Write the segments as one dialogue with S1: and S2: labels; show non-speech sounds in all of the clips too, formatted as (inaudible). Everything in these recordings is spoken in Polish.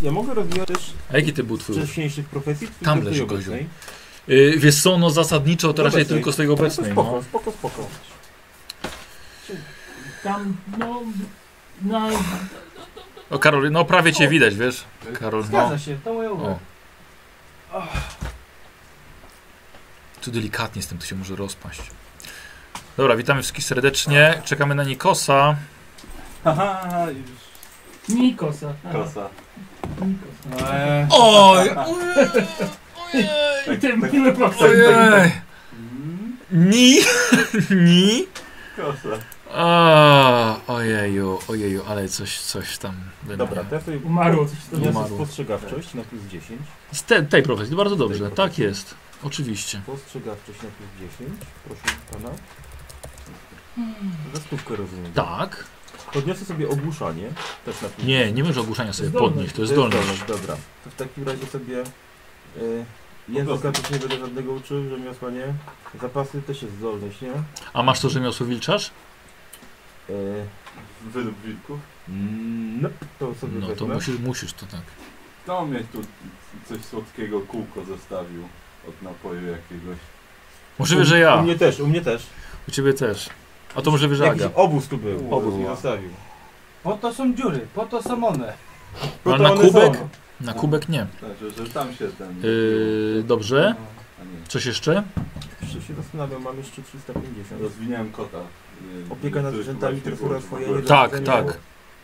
S1: Ja mogę rozwijać też
S2: A jaki ty był twój?
S1: wcześniejszych profesji, czy
S2: Tam
S1: tylko tej
S2: leży kozioł.
S1: obecnej?
S2: Yy, wiesz co, no zasadniczo to
S1: Z
S2: raczej
S1: obecnej.
S2: tylko z tej obecnej.
S1: No to
S2: No.
S1: spoko, spoko, spoko.
S3: Tam, no, na,
S2: O Karol, no prawie cię widać, wiesz? Karol, no.
S3: zgadza się, to moja uwaga.
S2: O. Tu delikatnie z tym to się może rozpaść. Dobra, witamy wszystkich serdecznie. Czekamy na Nikosa.
S1: Haha, już
S3: Nikosa. aha,
S1: klasa.
S3: Nikosa.
S1: Eee,
S2: Oj!
S3: I ten miły procent.
S2: Ojej!
S1: mm,
S2: Ni! (laughs) Ni!
S1: klasa.
S2: A, ojeju, ojeju, ale coś, coś tam.
S1: Dobra, teraz sobie
S3: Umarło coś
S1: to
S3: tam.
S1: jest
S2: Umarło.
S1: spostrzegawczość na plus 10.
S2: Z te, tej profesji, bardzo dobrze,
S1: profesji.
S2: tak jest. Oczywiście.
S1: Spostrzegawczość na plus 10. Proszę pana.
S3: Hmm.
S1: Za stówkę rozumiem.
S2: Tak.
S1: Podniosę sobie ogłuszanie. Też na plus
S2: Nie, nie możesz ogłuszania sobie
S3: Zdolność.
S2: podnieść, to jest zdolność.
S1: Dobra. To w takim razie sobie y, języka też nie będę żadnego uczył, rzemiosła nie. Zapasy też jest zdolność, nie?
S2: A masz to rzemiosło wilczarz?
S1: Y,
S4: Wyrób wilków.
S1: no, to sobie
S2: No to
S1: wezmę.
S2: musisz, musisz to tak.
S4: Kto mnie tu coś słodkiego kółko zostawił od napoju jakiegoś?
S2: Możliwe, że ja.
S1: U mnie też, u mnie też.
S2: U ciebie też. A to możliwe, że
S1: Jakiś
S2: Aga.
S1: obóz tu był.
S4: Obóz,
S1: nie
S4: a.
S1: zostawił.
S5: Po to są dziury, po to są one.
S1: Po
S2: Ale
S1: to
S2: na
S1: one
S2: kubek?
S1: są.
S2: Na kubek nie.
S4: Znaczy, że tam się ten...
S2: Yy, dobrze.
S4: A nie.
S2: Coś jeszcze?
S1: Jeszcze się zastanawiam, mam jeszcze 350.
S4: Rozwiniałem kota. Yy,
S1: Opieka nad
S4: który
S1: zwierzętami,
S4: właśnie
S1: tortura
S4: było-
S1: twoja nie
S2: Tak,
S1: rozumiem.
S2: tak.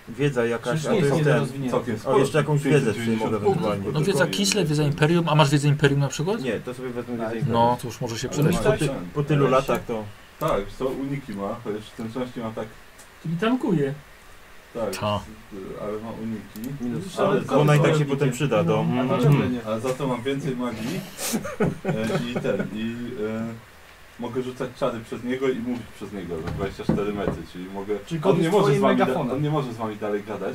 S1: Wiedza jakaś,
S5: Przecież
S1: a
S5: nie
S1: to
S5: jest
S1: jest
S5: jeden
S1: ten.
S5: rozwinięty.
S4: Całkiem
S1: O, jeszcze jakąś wiedzę sobie
S4: 590
S1: mogę
S4: punktów.
S1: ewentualnie.
S2: No wiedza Kisle, wiedza
S4: Tylko-
S2: Imperium. A masz wiedzę Imperium na przykład?
S1: Nie, to sobie wezmę
S5: Tak.
S1: wiedzę
S2: No, to już może się
S4: Ale
S2: przydać.
S4: ma
S1: Po, ty,
S4: ten-
S1: po tylu
S4: ale się-
S1: latach to...
S4: Tak, co uniki ma, chociaż w tym części ma tak...
S3: Czyli tankuje.
S4: Tak,
S2: Ta.
S4: yy, ale ma uniki.
S1: Minus,
S4: Ale
S1: ale
S4: za-
S1: ona i tak się
S4: za-
S1: potem przyda
S5: No.
S1: do...
S4: A,
S3: Mhm.
S4: za- a za to mam więcej magii E, i ten, i e, mogę rzucać czary przez niego i mówić przez niego za 24 metry, czyli mogę...
S5: Czyli kot
S4: on, nie
S5: jest
S4: może z
S5: twoim
S4: wami da,
S5: megafonem.
S4: on nie może z wami dalej gadać.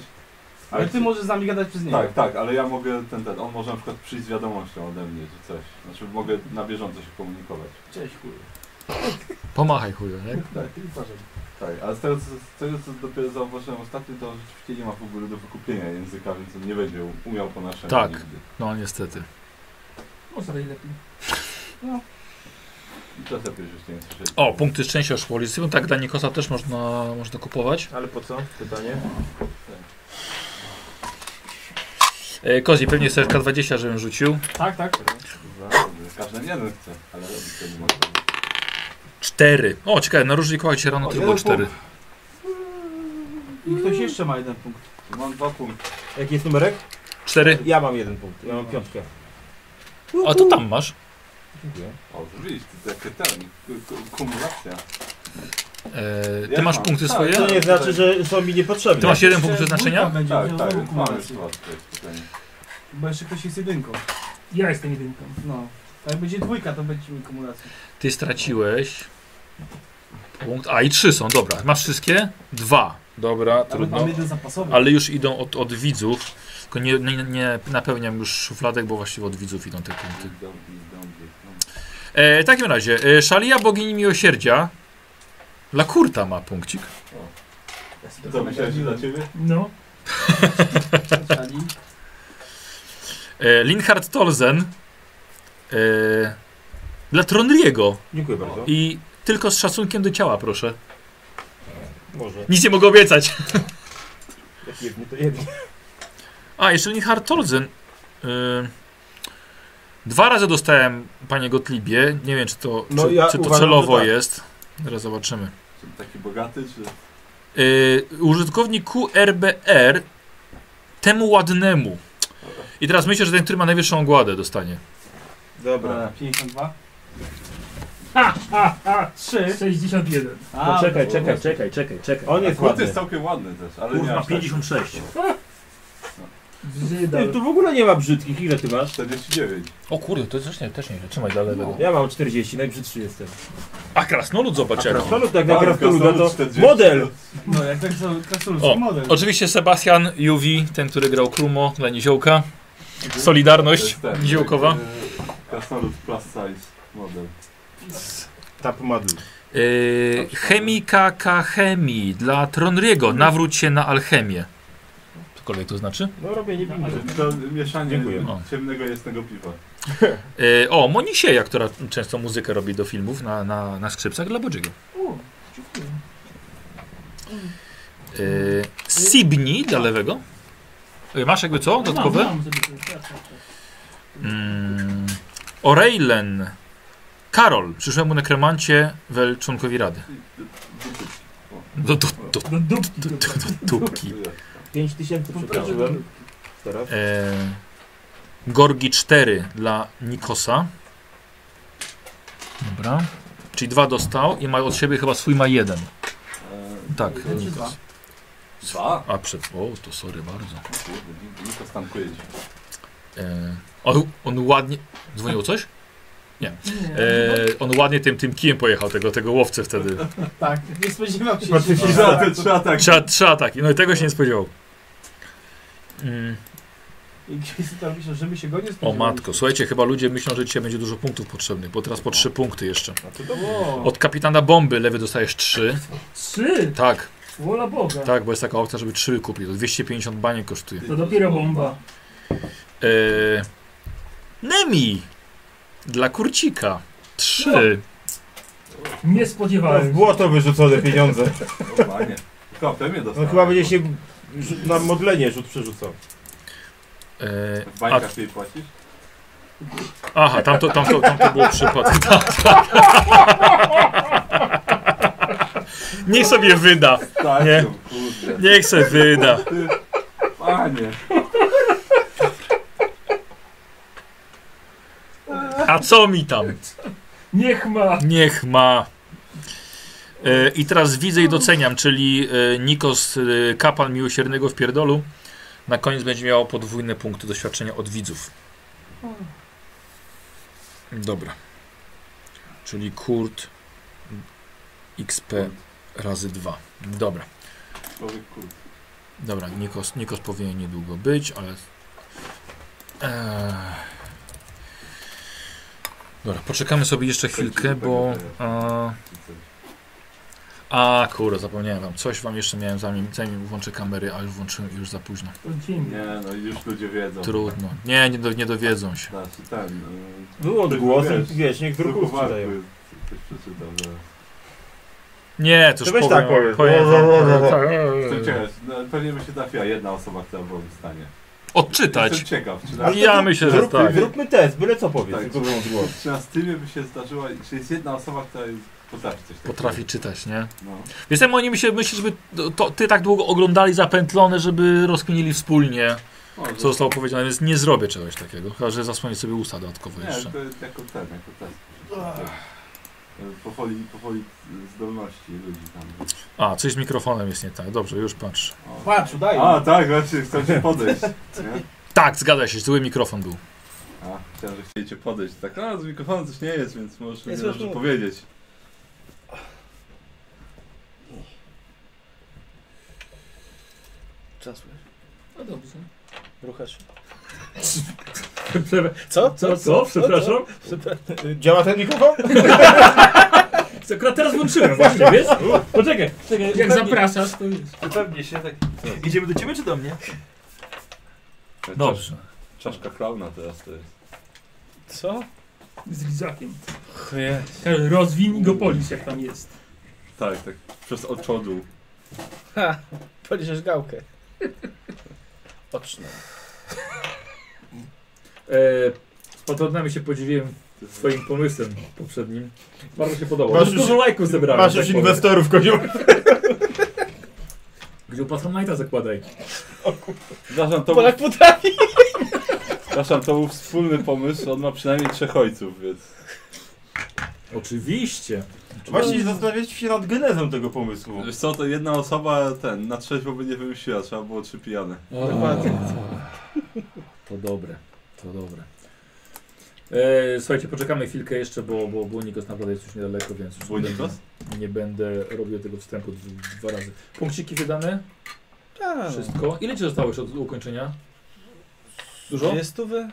S5: Ale ty możesz z nami gadać przez niego.
S4: Tak, tak, ale ja mogę ten, ten, on może na przykład przyjść z wiadomością ode mnie czy coś. Znaczy mogę na bieżąco się komunikować.
S5: Cześć chuj.
S2: Pomachaj chuju, tak?
S4: Tak, tak. A z tego, co, z tego, co dopiero zauważyłem ostatnio, to rzeczywiście nie ma w ogóle do wykupienia języka, więc on nie będzie u- umiał po naszemu
S2: Tak.
S4: nigdy.
S2: No niestety.
S3: Może najlepiej.
S4: I to lepiej, żeście nie słyszeli.
S2: O, punkty szczęścia szwolisty. No tak, dla Nikosa też można, można kupować.
S1: Ale po co? Pytanie.
S2: E, Kozi, pewnie chcesz K20, żebym rzucił.
S5: Tak, tak.
S4: Dwa, dobrze. Każdy jeden chce, ale robić to nie może.
S2: Cztery. O, ciekawe, na różniku się rano
S4: O,
S2: to było
S4: jeden
S2: cztery.
S5: I ktoś jeszcze ma jeden punkt.
S4: Mam dwa punkty.
S1: Jaki jest numerek?
S2: Cztery.
S1: Ja mam jeden punkt. Ja mam piątkę.
S2: A to tam masz.
S1: Dziękuję.
S4: O, widzisz, to takie ten, k- k- kumulacja.
S2: E, ty
S4: Ja
S2: masz
S4: mam.
S2: punkty
S4: Tak,
S2: swoje?
S4: tak.
S1: To nie znaczy, że są mi niepotrzebne.
S2: Ty masz jeden punkt
S5: Jeszcze
S2: przeznaczenia?
S5: dwójka Będzie
S4: Tak,
S5: miała
S4: tak,
S5: dwóch
S4: mamy
S5: kumulacji.
S4: dwa tutaj spokojnie.
S5: Bo jeszcze ktoś jest jedynką.
S3: Ja jestem jedynką.
S5: No. A jak będzie dwójka, to będziemy kumulacji.
S2: Ty straciłeś punkt. A i trzy są, dobra. Masz wszystkie? Dwa. Dobra,
S5: Nawet
S2: trudno.
S5: mamy jeden zapasowy.
S2: Ale już idą od, od widzów. Tylko nie, nie, nie napełniam już szufladek, bo właściwie od widzów idą te punkty.
S4: Idą, idą, idą.
S2: E, w takim razie, e, Szalia Bogini Miłosierdzia. Lakurta ma punkcik.
S5: Ja sobie
S4: To
S5: to
S4: Co, myślałeś, że dla ciebie?
S5: (laughs)
S3: No,
S5: nagradziłem.
S2: E, Linhard Tolzen. E, dla Tronriego.
S1: Dziękuję bardzo.
S2: I tylko z szacunkiem do ciała, proszę.
S1: Może.
S2: Nic nie mogę obiecać.
S1: Jak jedni, to jedni.
S2: A, jeszcze Linhard Tolzen. Yy, Y, dwa razy dostałem, panie Gotlibie. Nie wiem, czy to,
S1: No,
S2: czy,
S1: ja
S2: czy to
S1: uważam,
S2: celowo
S1: że tak.
S2: jest. Teraz zobaczymy.
S4: Czy taki bogaty, czy...
S2: Yy, użytkownik QRBR temu ładnemu. I teraz myślę, że ten, który ma najwyższą ogładę, dostanie.
S1: Dobra.
S5: Dobra, 52.
S3: 3, 61.
S5: A,
S4: czekaj, czekaj,
S1: no czekaj, czekaj, czekaj. On jest
S4: Kłód
S1: ładny.
S4: jest całkiem ładny też, ale nie
S6: Kurwa,
S4: aż tak.
S6: 56.
S1: Ty,
S3: Brzydal.
S1: tu w ogóle nie ma brzydkich. Ile ty masz?
S4: 49.
S2: O kurde, to jest też nie, też nie. Trzymaj dla lewego.
S1: Ja mam 40, najbrzydszy jestem.
S2: No. A krasnolud zobacz jak.
S1: Absolut tak
S4: Tak,
S1: naprawdę luda to...
S4: krasnolud 40.
S1: Model!
S5: No, jak tak są
S2: O,
S5: krasulski model.
S2: Oczywiście Sebastian Juwi, ten, który grał Krumo dla Niziołka. Solidarność
S4: To jest ten,
S2: Niziołkowa.
S4: y, Krasnolud plus size model.
S1: Tap madlu.
S2: Yy, chemika ka chemii dla Tronriego. Nawróć się na alchemię. Cokolwiek to znaczy.
S1: No robię
S3: No, ale-
S1: niewinny.
S4: To mieszanie no.
S1: Dziękuję.
S2: O.
S4: ciemnego jasnego piwa.
S2: E, o, Monisiea, która często muzykę robi do filmów na, na, na skrzypcach dla Bodziego.
S3: U, dziękuję.
S2: E, Sibni dla lewego. E, masz jakby co? Dodatkowe?
S3: Mam, mam sobie coś, tak, tak, tak.
S2: Mm, O'Raylen. Karol. Przyszłemu nekromancie wel członkowi rady. No Do, do, do,
S3: Do dupki.
S2: do, do,
S3: kurwa.
S2: do tubki.
S1: 5000 przekraczyłem. Teraz.
S2: E, Gorgi 4 dla Nikosa. Dobra. Czyli dwa dostał i ma od siebie chyba swój ma jeden.
S4: E,
S2: Tak.
S7: Jeden czy dwa?
S4: Dwa?
S2: A przed. O, to sorry bardzo.
S4: Kurde, Niko stankuje dziś.
S2: E, on, on ładnie. Dzwonił coś?
S3: Nie.
S2: E, on ładnie tym, tym kijem pojechał, tego, tego łowcę wtedy.
S7: Tak, nie spodziewał się.
S1: Patrzcie,
S7: że-
S1: się
S4: Za te trzy
S1: tak-
S4: ataki.
S2: Trzy, trzy ataki. No i tego się nie spodziewał. Mm.
S7: I Krysy tam pisze, że my się go nie
S2: O
S7: spodziewaliśmy.
S2: matko, słuchajcie, chyba ludzie myślą, że dzisiaj będzie dużo punktów potrzebnych, bo teraz po trzy punkty jeszcze.
S4: A to
S7: O,
S2: Od kapitana bomby lewy dostajesz trzy.
S3: Trzy!
S2: Tak,
S3: Wola Boga.
S2: tak, bo jest taka opcja, żeby trzy kupić. To 250 baniek kosztuje.
S3: To dopiero bomba.
S2: Eee, Nemi dla kurcika. Trzy.
S3: Nie
S1: No,
S3: spodziewałem
S1: w
S3: się.
S1: błoto wyrzucone pieniądze.
S4: O panie. Chyba premię
S1: No
S4: dostałem.
S1: chyba będzie się rzut- na modlenie rzut przerzucał.
S2: Eee,
S4: W
S2: a,
S4: bańkach jej płacisz?
S2: aha, tam to, tam, to, tam to było przypadek. (laughs) Tak, tak. Niech sobie wyda.
S4: Tak,
S2: Nie.
S4: kurde.
S2: Niech sobie wyda.
S4: Ty, panie.
S2: A co mi tam?
S3: Niech ma.
S2: Niech ma. E, I teraz widzę i doceniam, czyli e, Nikos, e, kapan miłosiernego w pierdolu, na koniec będzie miał podwójne punkty doświadczenia od widzów. Dobra. Czyli kurt XP razy 2. Dobra,
S4: Człowiek kurde.
S2: dobra, Nikos, Nikos powinien niedługo być, ale. Eee. Dobra, poczekamy sobie jeszcze chwilkę, bo. e, a kurde, zapomniałem wam. Coś wam jeszcze miałem zanim, zanim włączę kamery, a już włączyłem i już za późno.
S3: To dzień.
S4: Nie, no już ludzie wiedzą.
S2: Trudno. Nie, nie, do, nie dowiedzą się.
S4: Znaczy ten... y,
S1: Wyłącz głos,
S4: wiesz,
S1: i wiesz, niech druków
S4: drukowarku
S1: sprzedają.
S4: Ktoś przeczytał, że...
S2: Nie, to już
S1: To weź tak
S2: powiem.
S1: powiedz. Bo- bo- bo- bo-
S2: tak.
S4: Jestem ciekaw, no, pewnie by się trafiła jedna osoba, która była w stanie.
S2: Odczytać.
S4: Jestem ciekaw, czy na,
S1: Ale to
S2: Ja
S1: zrób-
S2: myślę, że
S1: zróbmy-
S2: tak.
S1: Zróbmy test, byle co powiedz,
S4: Tak.
S1: tylko wyłącz głos.
S4: czy na Steamie by się zdarzyła, czy jest jedna osoba, która jest- potrafi coś takiego.
S2: Potrafi czytać, nie?
S4: No.
S2: Jestem oni myślę, myślę, żeby to, ty tak długo oglądali zapętlone, żeby rozkminili wspólnie,
S4: Może.
S2: co zostało powiedziane, więc nie zrobię czegoś takiego. Chyba, że zasłonię sobie usta dodatkowo jeszcze.
S4: Nie, to jest jako ten, jako test. Y, Powoli, powoli zdolności ludzi tam.
S2: A, coś z mikrofonem jest nie tak. Dobrze, już patrz.
S4: O.
S7: Patrz, udaje.
S4: A, tak, właśnie, chcą (laughs) cię podejść. Nie?
S2: Tak, zgadza się, zły mikrofon był.
S4: A, chciałem, że chcieli cię podejść. Tak, a z mikrofonem coś nie jest, więc możesz
S7: Nie
S4: nie
S7: słyszę.
S4: dobrze powiedzieć.
S7: Czas,
S3: No dobrze.
S7: ruchasz.
S1: Co?
S3: Co, co? Przepraszam?
S1: Y, Działa ten mikrofon?
S3: Co, akurat teraz włączyłem (laughs) właśnie, wiesz? Poczekaj, czekaj, jak zapraszasz, to już.
S7: Pewnie się tak. Idziemy do ciebie czy do mnie?
S2: Dobrze.
S4: Tak, Czas- Czaszka klauna teraz to jest.
S7: Co?
S3: Z lizakiem.
S7: Chuje.
S3: Karol, Rozwin i go polisz, jak tam jest.
S4: Tak, tak, przez oczodu.
S7: Ha, poliżesz gałkę.
S2: (laughs)
S7: Oczne.
S2: Pod nami E, się podziwiłem Twoim pomysłem poprzednim. Bardzo się podoba.
S1: Masz
S2: Masz
S1: już-
S3: No,
S2: dużo lajków
S3: Tak,
S2: zebrałem.
S1: Masz już
S2: powiem.
S1: inwestorów, koniu.
S2: Gdzie Patronite'a zakładaj.
S4: Przepraszam, to, był-
S7: Polak potrafi.
S4: przepraszam, to był wspólny pomysł, on ma przynajmniej trzech ojców, więc...
S2: Oczywiście.
S1: Właśnie zastanawiać się nad genezą tego pomysłu.
S4: Wiesz co, to jedna osoba ten, na trzeźwo by nie wymyśliła, trzeba było trzy pijane.
S1: No,
S7: Dokładnie.
S2: (laughs) To dobre, to dobre. E, słuchajcie, poczekamy chwilkę jeszcze, bo, bo Błonikos naprawdę jest już niedaleko, więc już
S4: Błonikos?
S2: nie będę robił tego wstępu d- dwa razy. Punkciki wydane?
S1: Tak.
S7: A,
S2: Wszystko. Ile ci zostało jeszcze od ukończenia? Dużo?
S7: Dwie stówy?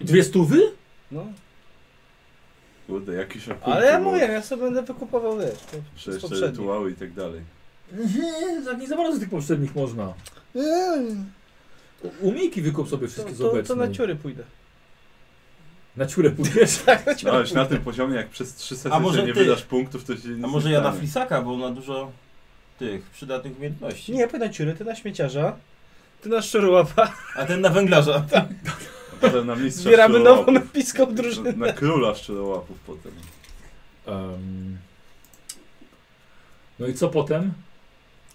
S2: Dwie stówy?
S7: No.
S4: Kurde, jakiś okulty,
S7: Ale ja mówię, ja sobie będę wykupował, wiesz, to
S4: Przecież
S7: z
S4: te
S7: poprzednich.
S4: rytuały i tak dalej.
S2: Nie, tak nie za bardzo tych poprzednich można.
S7: Mm.
S2: U Miki wykup sobie
S1: To,
S2: wszystkie z
S1: to, to
S2: obecnych.
S1: na ciury (laughs) pójdę.
S2: Na ciurę pójdziesz?
S1: Tak,
S4: No, ależ na tym poziomie, jak przez trzy sesje
S8: A może
S4: sobie nie
S8: ty?
S4: wydasz punktów, to się nic
S8: A
S4: nie
S8: może ja na
S4: stanie.
S8: flisaka, bo on ma dużo tych przydatnych umiejętności.
S1: Nie, ja pójdę na ciury, ty na śmieciarza, ty na szczurołapa.
S8: A ten na węglarza.
S4: Potem na mistrza
S1: Zbieramy nową
S8: (laughs)
S4: szczurołapów.
S1: epicką drużynę.
S4: Na króla szczurołapów potem.
S2: Em, No i co potem?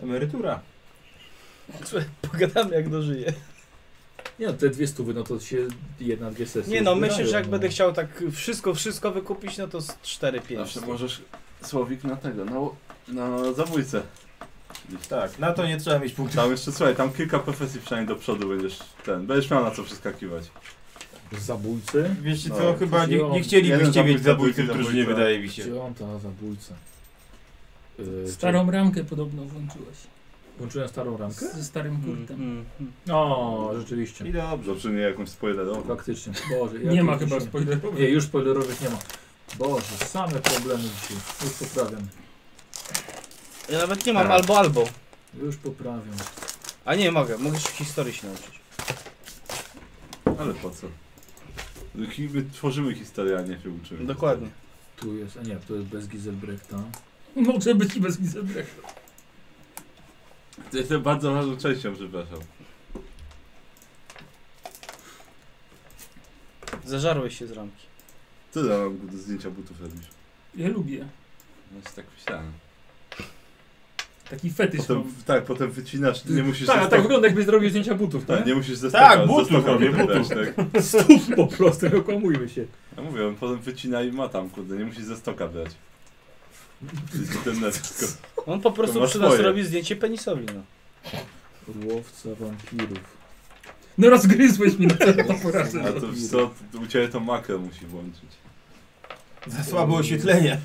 S8: Emerytura.
S1: Słuchaj, Pogadamy jak dożyję.
S2: Nie no, te dwie stówy, no to się jedna, dwie sesje.
S1: Nie no,
S2: zbierają,
S1: myślę, że jak
S2: no.
S1: będę chciał tak wszystko, wszystko wykupić, no to z 4-5.
S4: Zawsze możesz Słowik na tego, na, na zabójcę.
S8: Tak, na to nie trzeba mieć punktów.
S4: Tam jeszcze, słuchaj, tam kilka profesji przynajmniej do przodu będziesz ten, będziesz miał na co przeskakiwać.
S2: Zabójcy?
S8: Wiecie co,
S4: No,
S8: chyba nie,
S2: wróciło.
S8: nie
S4: Jeden
S8: chcielibyście mieć
S4: zabójca,
S8: zabójcy w
S4: drugi
S8: drużynie,
S4: zabójca.
S8: wydaje mi się.
S2: Gdzie on ta zabójca? Yy,
S3: Starą ramkę podobno włączyłeś.
S2: czy- Włączyłem starą ramkę?
S3: Ze starym
S1: Mhm.
S3: kurtem.
S1: Mm,
S2: O, rzeczywiście.
S8: I dobrze.
S4: Dobrze, nie jakąś spoilerową.
S2: Faktycznie. Boże,
S3: Nie
S2: jak
S3: ma
S2: to
S3: chyba
S2: się-
S3: spoilerów.
S2: Nie, już spoilerowych nie ma. Boże, same problemy dzisiaj. Już poprawiam.
S1: Ja nawet nie mam
S2: Tak.
S1: albo albo.
S2: Już poprawiam.
S1: A nie mogę, mogę się historii się nauczyć.
S4: Ale po co? My tworzymy historię, a nie się uczymy.
S1: Dokładnie.
S2: Tu jest, a nie, to jest bez Giselbrechta.
S3: Może być i bez mizebrek.
S4: To Jestem bardzo ważną częścią, przepraszam.
S1: Zażarłeś się z ramki.
S4: Ty nam do zdjęcia butów robisz.
S3: Ja lubię.
S4: No jest tak myślałem.
S3: Taki fetysz
S4: Potem,
S3: mam.
S4: tak, potem wycinasz, nie musisz
S3: Tak,
S4: ze
S3: a tak
S4: stoka-
S3: wygląda jakby zrobił zdjęcia butów,
S4: tak,
S3: tak?
S4: nie musisz ze
S8: Tak,
S4: stoka- ze
S8: butów
S4: stoka
S8: robię,
S4: wybrać,
S8: butów.
S4: tak.
S2: Stów po prostu, nie okłamujmy się.
S4: Ja mówię, on potem wycina i ma tam, kurde, nie musisz ze stoka brać. Ten net,
S1: On po prostu
S4: masz
S1: przy nas
S4: swoje.
S1: robi zdjęcie penisowi, no.
S2: Łowca wampirów.
S3: No rozgryzłeś mi na to porażę.
S4: A to wiesz co, to u Ciebie to makro musi włączyć.
S8: Za słabe oświetlenie.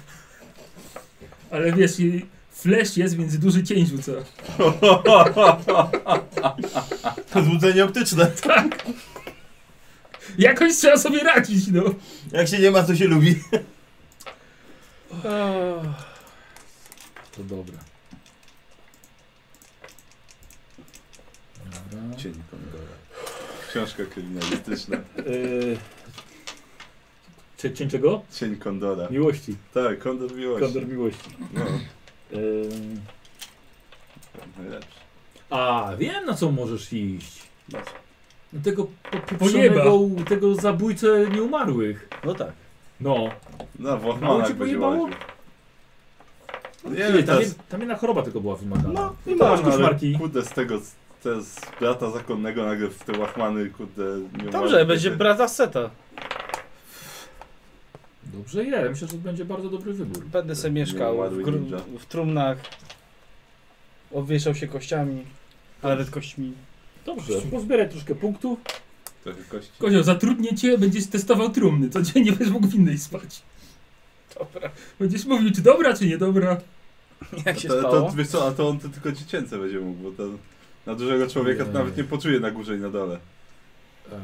S3: Ale wiesz, i flash jest, więc duży cień rzuca.
S8: To złudzenie optyczne.
S3: Jakoś trzeba sobie radzić, no.
S8: Jak się nie ma, to się lubi.
S2: Oh. To dobre. Dobra.
S4: Cień Pandora. Książka kryminalistyczna.
S2: Yy, czy cień czego?
S4: Cień Kondora.
S2: Miłości.
S4: Tak, Kondor miłości.
S2: Kondor miłości.
S4: No,
S2: Yy,
S4: najlepszy.
S2: a, wiem na co możesz iść.
S4: No.
S2: No Tego
S3: Pojeba.
S2: popieprzonego, tego zabójcę nieumarłych.
S1: No tak.
S2: No.
S4: Na
S2: Mało
S4: Włochmanach
S2: cię
S4: będzie
S2: pojebało? No,
S4: łaził. Nie
S2: Ile,
S4: wiem,
S2: tam,
S4: teraz...
S2: jed- tam jedna choroba tylko była wymagana. No,
S4: Nie
S2: masz
S4: no, ale
S2: koszmarki.
S4: Kurde, z tego, z- te z brata zakonnego nagle w te łachmany, kurde, nie
S1: Dobrze, będzie brata seta.
S2: Dobrze je, myślę, że to będzie bardzo dobry wybór.
S1: Będę se mieszkał w, gru- w trumnach. Obwieszał się kościami. Ale nawet kośćmi.
S2: Dobrze, pozbieraj troszkę punktów.
S4: Trochę kości.
S3: Kozio, zatrudnię cię, będziesz testował trumny. Codziennie będziesz mógł w innej spać.
S1: Dobra.
S3: Będziesz mówił, czy dobra, czy niedobra.
S1: Jak się
S4: to,
S1: stało?
S4: to, wiesz co, a to on to tylko dziecięce będzie mógł, bo ten, na dużego człowieka to
S2: Nie.
S4: nawet nie poczuje na górze i na dole.
S2: Em,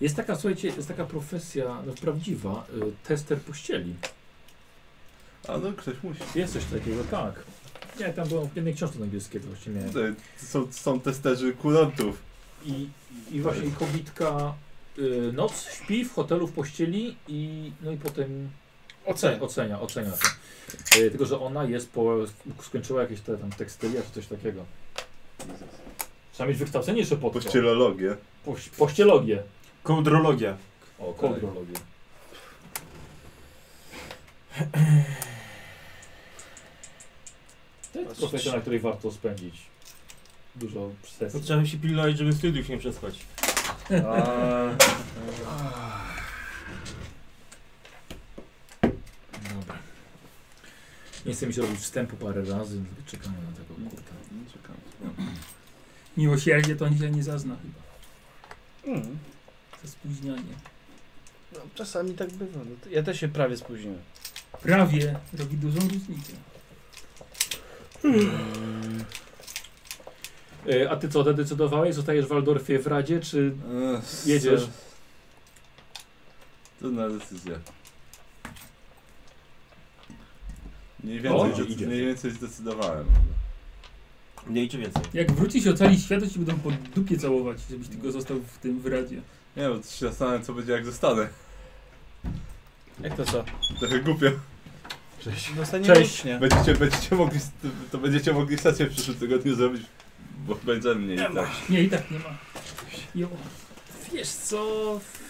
S2: Jest taka, słuchajcie, jest taka profesja no, prawdziwa, y, tester pościeli.
S4: A no, ktoś musi.
S2: Jest coś takiego, tak. Nie, tam byłem w jednej książce do angielskiego właśnie miałem.
S4: Tutaj E, Są, są testerzy kurantów.
S2: I, i właśnie i kobitka y, noc śpi w hotelu w pościeli i no i potem
S1: Oceniam.
S2: ocenia, ocenia to. Y, tylko, że ona jest po, skończyła jakieś te tam tekstylia czy coś takiego. Trzeba mieć wykształcenie jeszcze pod to.
S4: Pościelologię.
S2: Poś, pościelogię.
S8: Kołdrologia.
S2: O, kodrologię. To jest profesja, na której warto spędzić dużo
S8: To
S2: sesji.
S8: trzeba się pilnować, żeby studiów nie przespać.
S2: Dobra. Nie chcę mi się robić wstępu parę razy, mówię, czekamy na tego kurta.
S4: No, czekam.
S3: Miłosierdzie to on się nie zazna chyba.
S1: Mm.
S3: To spóźnianie.
S1: No, czasami tak bywa. No, to ja też się prawie spóźniłem.
S3: Prawie robi dużą różnicę.
S2: E, A ty co, zadecydowałeś? Zostajesz w Waldorfie w Radzie, czy...
S4: Ech,
S2: Jedziesz.
S4: to- Trudna decyzja. Mniej więcej,
S2: O,
S4: zdecy-
S2: idzie.
S4: mniej więcej zdecydowałem.
S9: Mniej czy więcej.
S10: Jak wrócisz i ocalisz świat, to ci będą po dupie całować, żebyś tylko został w tym w radzie.
S4: Nie bo się zastanawiam co będzie jak zostanę.
S11: Jak to co?
S4: Trochę głupio.
S11: Dostaniemy
S10: Cześć.
S11: Nie.
S4: Będziecie, będziecie mogli, to będziecie mogli stację w przyszłym tygodniu zrobić, bo będzie mniej tak.
S10: Nie, i tak nie ma. Jo. Wiesz co... W,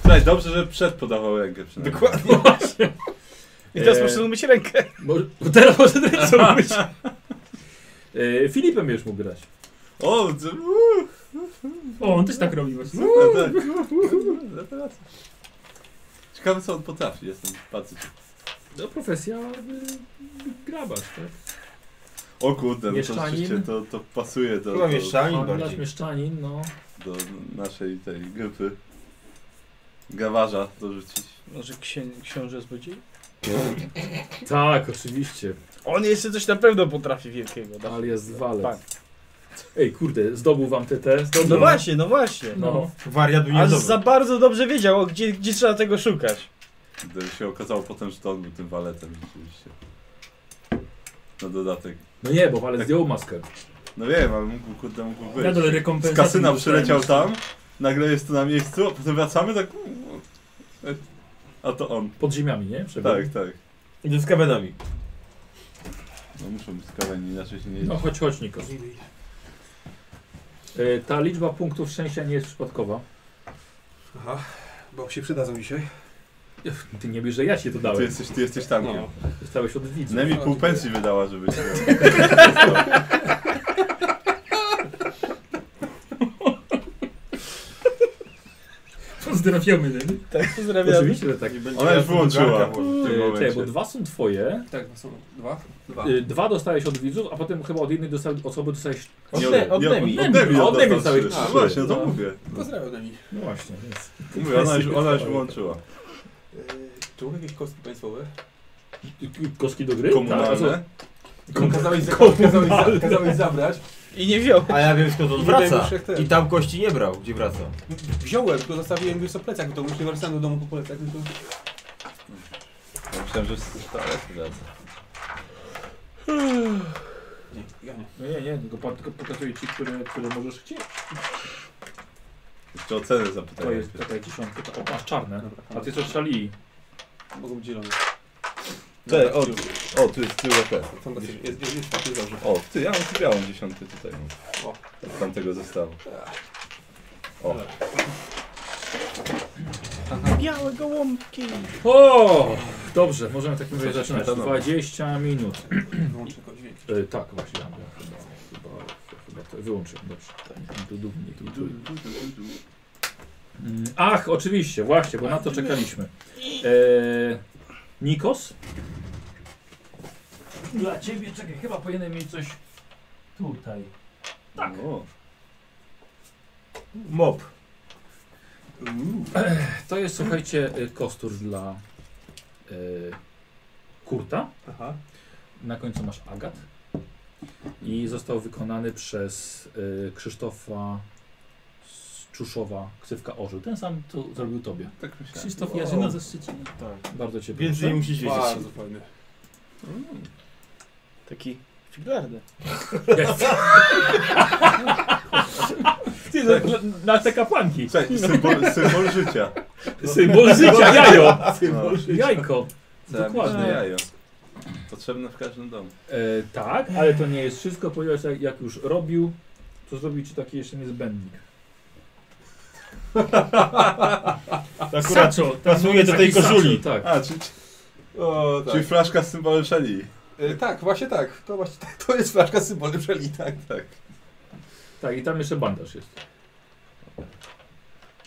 S4: Słuchaj, dobrze, że przed podawał rękę przynajmniej.
S11: Dokładnie. No I teraz
S2: Eee.
S11: muszę umyć rękę.
S10: Może, teraz
S11: (laughs)
S10: może tyle co robić.
S2: E, Filipem już mógł grać.
S4: O, ty, uuu,
S10: O, on też tak robi właśnie.
S4: super, tak. Ciekawe co on potrafi, jestem patrzeć.
S2: No profesja y, grabarz, tak?
S4: O kurde, no to
S2: Mieszczanin?
S4: rzeczywiście to, to pasuje do,
S9: Chyba
S4: do,
S9: mieszczanin
S2: Handlarz,
S9: bardziej.
S2: mieszczanin, no.
S4: do naszej tej grupy. Gawarza dorzucić.
S11: Może księ- książę zbudzi?
S2: Tak, oczywiście.
S11: On jeszcze coś na pewno potrafi wielkiego. da-
S2: Ale jest
S11: Tak.
S2: walec. Ej, kurde, zdobył wam TT. Zdobył.
S11: No właśnie, no właśnie.
S10: No.
S9: Wariat był
S11: Aż
S9: niedobry.
S11: za bardzo dobrze wiedział, o gdzie, gdzie trzeba tego szukać.
S4: Gdy się okazało potem, że to on był tym waletem rzeczywiście. Na dodatek.
S2: No nie, bo walec zdjął maskę.
S4: No wiem, ale mógł, kurde, mógł być.
S10: Ja dole
S4: Z
S10: rekompensaty.
S4: kasyna
S10: dostałem.
S4: przyleciał tam, nagle jest tu na miejscu, a potem wracamy tak... no. A to on.
S2: Pod ziemiami, nie? Przebył.
S4: Tak, tak.
S9: Idę z kawenami.
S4: No muszą być skaweni, inaczej się nie
S2: No
S4: jedzie.
S2: chodź, chodź, Nikos. E, ta liczba punktów szczęścia nie jest przypadkowa.
S1: Aha, bo się przydadzą dzisiaj.
S2: Ty nie wiesz, że ja ci to
S4: Ty
S2: dałem.
S4: jesteś, ty jesteś tankiem.
S1: No.
S2: Dostałeś od widzów.
S4: Nemi pół pensji wydała, żeby się...
S10: Pozdrawiamy, Lenny.
S11: Tak, pozdrawiam.
S2: Oczywiście, że tak.
S9: Nie będzie
S4: Ona już
S9: jasna
S4: wyłączyła.
S9: drukarka,
S4: w
S9: bo-
S4: tym
S2: E, czekaj,
S4: momencie.
S2: bo dwa są twoje.
S1: Tak, no są dwa. Dwa.
S2: E, dwa dostałeś od widzów, a potem chyba od jednej dosta- osoby dostałeś...
S11: Od
S4: Nie,
S11: ne- od
S4: nie,
S11: Nemi.
S4: Od Nemi,
S2: Od
S4: od
S2: Nemi całych
S4: Nemi całej
S2: trzy.
S4: A właśnie, no to
S2: No.
S4: mówię.
S1: Pozdrawiam Demi.
S2: No właśnie, więc...
S4: Mówię, ona już, ona już wyłączyła.
S1: Yy, czy mogę jakieś kostki państwowe?
S2: Koski do gry? Tak, a co-
S4: Komunalne.
S1: Tylko Kazałeś, za, kazałeś, za, kazałeś zabrać.
S11: I nie wziął.
S9: A ja wiem skąd on
S1: I wraca.
S9: wraca. I tam kości nie brał, gdzie wraca.
S1: Wziąłem, tylko zostawiłem już na plecach w domu. Już nie wracałem do domu po plecach, tylko...
S4: Ja myślałem, że wraca.
S1: Nie, ja nie.
S2: No nie, nie, tylko, pa- tylko pokazuję ci, które, które możesz chcieć.
S4: Jeszcze o cenę
S2: To
S4: zapytałem.
S2: jest taka dziesiątka. ta- O, masz czarne.
S1: Dobra,
S2: A ty co szali?
S1: Mogą być zielone.
S4: Cześć, o, o, tu jest tył też.
S1: Fantastycznie. Jest, jest, jest, jest, jest dobrze.
S4: O, ty, ja mam tu białą dziesiątkę tutaj. mam. Z tamtego zestawu. O,
S11: Białe gołąbki.
S2: O! Dobrze, możemy w takim razie zaczynać.
S4: Zaczynamy.
S2: 20 minut.
S1: Wyłączę tylko dźwięk.
S2: E, tak, właśnie. Ja chyba, chyba, chyba to wyłączyłem. Dobrze. Tak, du, du, nie, du, du. Mm, Ach, oczywiście, właśnie, bo na to czekaliśmy. E, Nikos? Dla ciebie, czekaj, chyba powinienem mieć coś tutaj. Tak.
S4: O,
S9: Mop.
S2: To jest, słuchajcie, y, kostur dla y, Kurta.
S1: Aha.
S2: Na końcu masz agat. I został wykonany przez y, Krzysztofa z Czuszowa, ksywka Orzeł. Ten sam, co zrobił tobie.
S4: tak myślałem.
S10: Krzysztof Jarzyna ze Szczecina.
S2: Bardzo cię
S9: Więcej nie
S2: proszę.
S9: musisz wiedzieć.
S1: Bardzo fajny.
S11: Mm. Taki figlarny.
S2: Ty, na, na te kapłanki.
S4: Cześć, symbol, symbol życia.
S2: Symbol życia, jajo.
S4: No,
S2: Jajko.
S4: Dokładnie.
S2: Dokładnie.
S4: jajo. Potrzebne w każdym domu.
S2: E, tak, ale to nie jest wszystko, ponieważ jak, jak już robił, to zrobił ci taki jeszcze niezbędnik.
S9: Akurat
S10: Saczo, tam
S9: pasuje
S10: mamy
S9: do tej
S10: taki saczo.
S9: koszuli.
S2: Tak.
S4: A, czyli,
S1: O, tak.
S4: czyli flaszka z symbolem szali.
S1: E, tak, właśnie tak. To właśnie tak. To jest flaszka z symbolem szeli, tak.
S4: Tak.
S2: Tak, i tam jeszcze bandaż jest. e,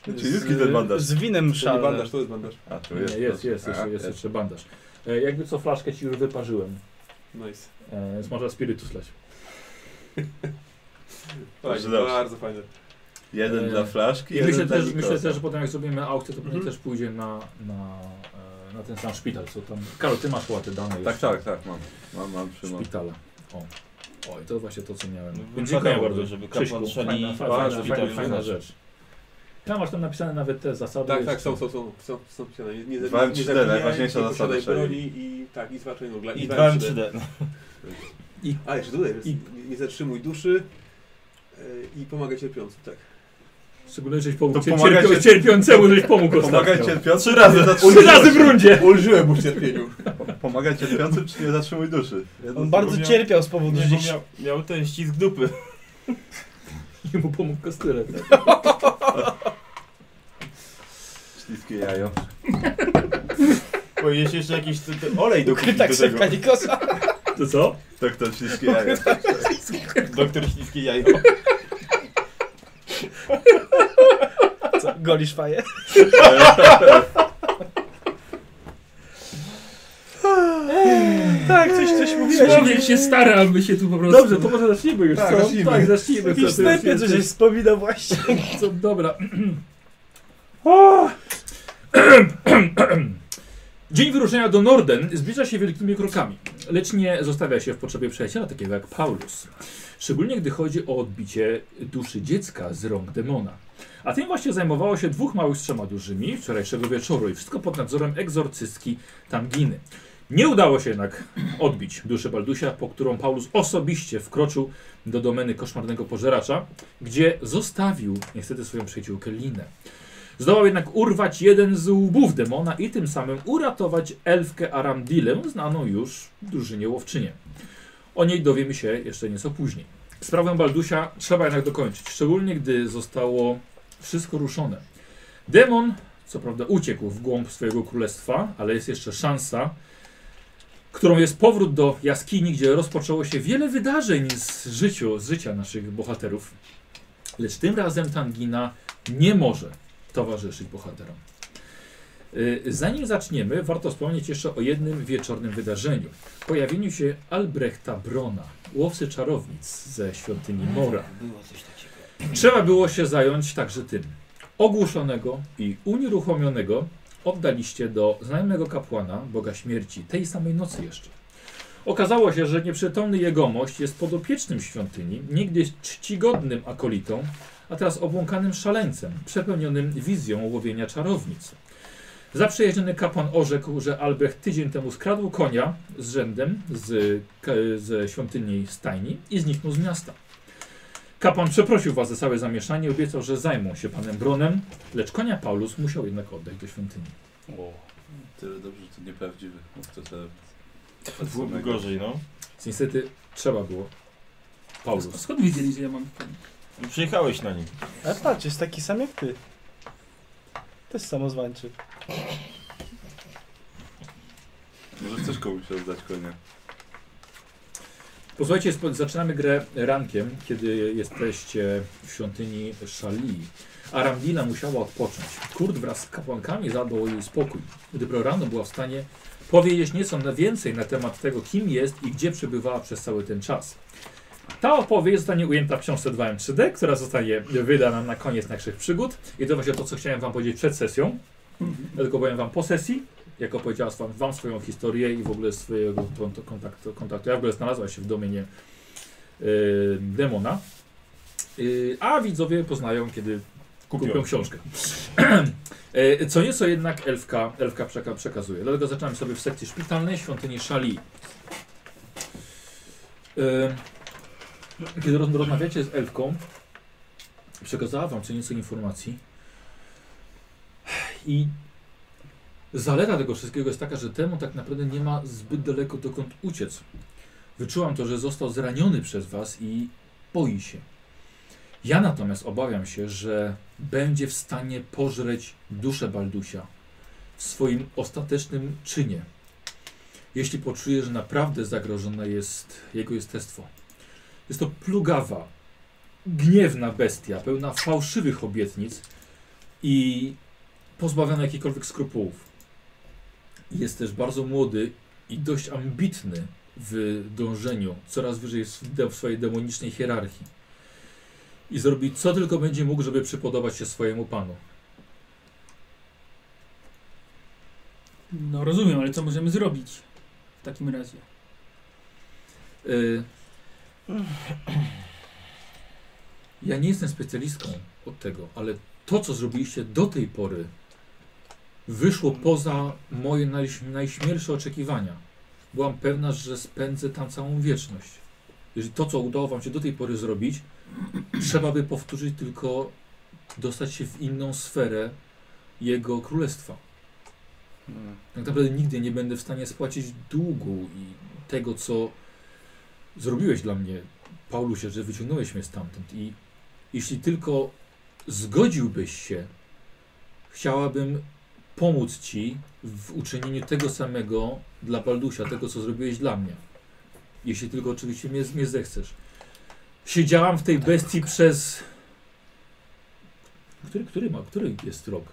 S4: Czyli jest ten bandaż.
S11: Z winem
S1: To nie
S11: szalnym.
S1: bandaż, to jest bandaż.
S4: A, tu
S2: Nie, jest, jest, jest,
S4: A,
S2: jeszcze, jest jeszcze bandaż. E, jakby co, flaszkę ci już wyparzyłem.
S1: Nice.
S2: E, więc można spirytus lać.
S1: Fajnie,
S4: Dobrze, dobrze.
S1: bardzo Tak, fajny.
S4: Jeden
S2: Eee,
S4: dla flaszki,
S2: I
S4: jeden tak.
S2: myślę
S4: dla
S2: też,
S4: Nikosa.
S2: myślę też, że potem jak zrobimy aukcję, to pewnie
S1: Mhm.
S2: też pójdzie na, na, e, na ten sam szpital, co tam... Karol, ty masz chyba te dane
S4: Tak,
S2: już.
S4: tak, tak, mam. Mam, mam, trzymam.
S2: Szpitala. O. O, i to właśnie to, co miałem.
S9: No,
S2: Dziękuję
S9: wypadałoby,
S2: bardzo.
S9: żeby
S2: Krzyśku,
S9: kapłan szali-
S2: fajna, fajna,
S9: bardzo
S2: fajna,
S9: szpitalu
S2: fajna
S9: zaznaczył.
S2: rzecz. Tam masz tam napisane nawet te zasady.
S1: Tak,
S2: jeszcze.
S1: tak, są, są, są, są, są pisane. Nie, nie, nie,
S4: Dwa M4,
S1: zabijaj,
S4: najważniejsza
S1: nie
S4: zasada
S1: posiadaj
S4: szeregi.
S1: broni i tak, i zwalczaj nogla.
S12: I 2
S1: 2M4.
S12: M3D.
S1: A, jeszcze tutaj jest.
S2: I-
S1: Nie, nie zatrzymuj duszy e, i pomagaj cierpiącym, tak.
S2: Szczególnie, żeś pomógł
S4: To
S2: cier-
S4: pomagajcie-
S2: cierpią- cierpiącemu, żeś pomógł
S4: Pomagaj
S2: ostatnio.
S4: cierpiącym. Trzy razy
S2: Trzy razy w rundzie!
S1: Ulżyłem mu w cierpieniu.
S4: Pomagaj cierpiącym, czy nie zatrzymuj duszy. Jedno
S13: On
S4: z
S13: bardzo
S4: drugim.
S13: cierpiał z
S2: No,
S13: powodu,
S12: Nie,
S13: że
S12: bo
S13: dziś...
S12: miał, miał ten ścisk dupy.
S2: I mu pomógł kostylek.
S4: Śliskie jajo.
S12: Powinieneś jeszcze jakiś ty, ty olej dokupić
S13: Ukryta
S12: do tego.
S13: krzywka Nikosa.
S2: To co?
S4: Doktor śliskie jajo.
S12: Doktor śliskie jajo.
S13: Co, golisz faję? tak, coś, coś mówiłeś.
S2: Człowiek się stara, aby się tu po prostu... Dobrze, to może zacznijmy już,
S4: Tak,
S2: co?
S4: zacznijmy.
S2: Tak, zacznijmy. co?
S13: Jakiś
S2: To już
S13: snajpie coś
S2: jesteś-
S13: wspomina właśnie.
S2: co, Dobra. Dzień wyruszenia do Norden zbliża się wielkimi krokami, lecz nie zostawia się w potrzebie przyjaciela takiego jak Paulus. Szczególnie gdy chodzi o odbicie duszy dziecka z rąk demona. A tym właśnie zajmowało się dwóch małych z trzema dużymi wczorajszego wieczoru i wszystko pod nadzorem egzorcystki Tanginy. Nie udało się jednak odbić duszy Baldusia, po którą Paulus osobiście wkroczył do domeny koszmarnego pożeracza, gdzie zostawił niestety swoją przyjaciółkę Linę. Zdołał jednak urwać jeden z łbów demona i tym samym uratować elfkę Aramdilę, znaną już drużynie łowczynię. O niej dowiemy się jeszcze nieco później. Sprawę Baldusia trzeba jednak dokończyć, szczególnie gdy zostało wszystko ruszone. Demon, co prawda, uciekł w głąb swojego królestwa, ale jest jeszcze szansa, którą jest powrót do jaskini, gdzie rozpoczęło się wiele wydarzeń z, życiu, z życia naszych bohaterów. Lecz tym razem Tangina nie może towarzyszyć bohaterom. Y, Zanim zaczniemy, warto wspomnieć jeszcze o jednym wieczornym wydarzeniu. Pojawieniu się Albrechta Brona, łowcy czarownic ze świątyni Mora. Trzeba było się zająć także tym. Ogłuszonego i unieruchomionego oddaliście do znajomego kapłana, Boga Śmierci, tej samej nocy jeszcze. Okazało się, że nieprzytomny jegomość jest podopiecznym świątyni, niegdyś czcigodnym akolitą, a teraz obłąkanym szaleńcem, przepełnionym wizją łowienia czarownic. Zaprzyjaźniony kapłan orzekł, że Albrecht tydzień temu skradł konia z rzędem z, k- ze świątyni stajni i zniknął z miasta. Kapłan przeprosił was za całe zamieszanie i obiecał, że zajmą się panem Bronem, lecz konia Paulus musiał jednak oddać do świątyni.
S4: Tyle dobrze, że to nieprawdziwy. Mówca czarownic.
S12: Byłoby gorzej, no.
S14: Więc Niestety trzeba było. Paulus.
S3: No
S2: Skąd wiedzieli, że ja mam koń?
S12: Przyjechałeś na nim.
S13: Ale patrz, jest taki sam jak ty. Też samozwańczy.
S4: Może chcesz komuś oddać konia?
S14: Posłuchajcie, spo- zaczynamy grę rankiem, kiedy jesteście w świątyni Szali. Aramdina musiała odpocząć. Kurt wraz z kapłankami zadbał o jej spokój. Dopiero rano była w stanie powiedzieć nieco na więcej na temat tego, kim jest i gdzie przebywała przez cały ten czas. Ta opowieść zostanie ujęta w książce 2M3D, która zostanie wydana na koniec naszych przygód. I to właśnie to, co chciałem wam powiedzieć przed sesją. Ja tylko powiem wam po sesji, jak opowiedziała wam, wam swoją historię i w ogóle swojego kont- kontaktu, kontaktu. Ja w ogóle znalazła się w domenie yy, demona. Yy, a widzowie poznają, kiedy kupią,
S12: Kupią.
S14: książkę. (clears throat) E, Co nieco jednak elfka, elfka przeka przekazuje. Dlatego zacząłem sobie w sekcji szpitalnej świątyni Szali. E, Kiedy roz- rozmawiacie z elfką, przekazała wam co nieco informacji. I Zaleta tego wszystkiego jest taka, że temu tak naprawdę nie ma zbyt daleko dokąd uciec. Wyczułam to, że został zraniony przez was i boi się. Ja natomiast obawiam się, że będzie w stanie pożreć duszę Baldusia w swoim ostatecznym czynie. Jeśli poczuje, że naprawdę zagrożone jest jego jestestwo. Jest to plugawa, gniewna bestia, pełna fałszywych obietnic i pozbawiona jakichkolwiek skrupułów. Jest też bardzo młody i dość ambitny w dążeniu, coraz wyżej w de- w swojej demonicznej hierarchii. I zrobi co tylko będzie mógł, żeby przypodobać się swojemu panu.
S3: No rozumiem, ale co możemy zrobić w takim razie?
S14: Y, Ja nie jestem specjalistką od tego, ale
S2: to, co zrobiliście do tej pory, wyszło poza moje najś, najśmielsze oczekiwania. Byłam pewna, że spędzę tam całą wieczność. Jeżeli to, co udało wam się do tej pory zrobić, trzeba by powtórzyć, tylko dostać się w inną sferę jego królestwa. Tak naprawdę nigdy nie będę w stanie spłacić długu i tego, co zrobiłeś dla mnie, Paulusie, że wyciągnąłeś mnie stamtąd. I jeśli tylko zgodziłbyś się, chciałabym pomóc ci w uczynieniu tego samego dla Baldusia, tego, co zrobiłeś dla mnie. Jeśli tylko oczywiście mnie, mnie zechcesz. Siedziałam w tej bestii przez... Który, który ma? Który jest rok?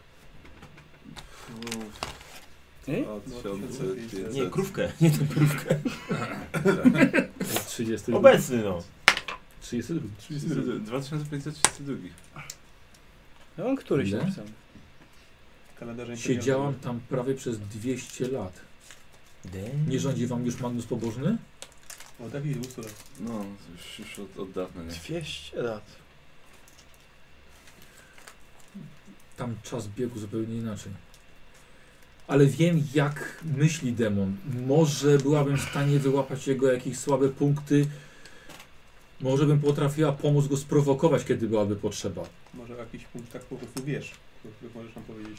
S9: Nie, krówkę, nie tę krówkę.
S2: 30.
S9: Obecny no.
S2: 32.
S4: 2532.
S11: Ja mam któryś
S2: Ile?
S11: napisany.
S15: Kalendarze
S2: Siedziałam tam prawie przez 200 lat. Nie rządzi wam już Magnus Pobożny?
S15: O, taki dwustu lat.
S4: No, już, już od, od dawna, nie?
S5: 200 lat.
S2: Tam czas biegł zupełnie inaczej. Ale wiem, jak myśli demon. Może byłabym w stanie wyłapać jego jakieś słabe punkty. Może bym potrafiła pomóc go sprowokować, kiedy byłaby potrzeba.
S15: Może jakiś punkt tak po prostu wiesz, o których możesz nam powiedzieć.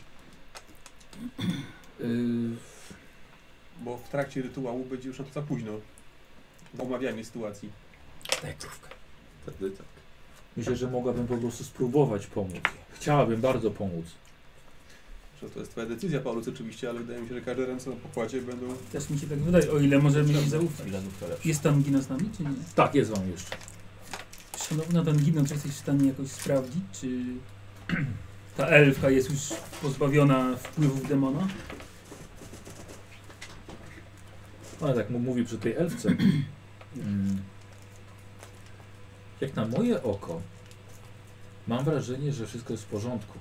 S2: Yy,
S15: Bo w trakcie rytuału będzie już na to za późno. Omawianie sytuacji.
S4: Wtedy tak.
S2: myślę, że mogłabym po prostu spróbować pomóc. Chciałabym bardzo pomóc.
S15: Że to jest twoja decyzja, Paulus, oczywiście, ale wydaje mi się, że każde ręce na pokładzie będą...
S3: Też mi się tak wydaje, o ile możemy im zaufać.
S9: Filanówka lepsza.
S3: Jest tam Gino z nami, czy nie?
S2: Tak, jest wam jeszcze.
S3: Szanowna Dangino, czy jesteś w stanie jakoś sprawdzić, czy (clears throat) ta elfka jest już pozbawiona wpływów demona?
S2: Ale tak mu mówi przy tej elfce. (clears throat) Mm. Jak na moje oko, mam wrażenie, że wszystko jest w porządku,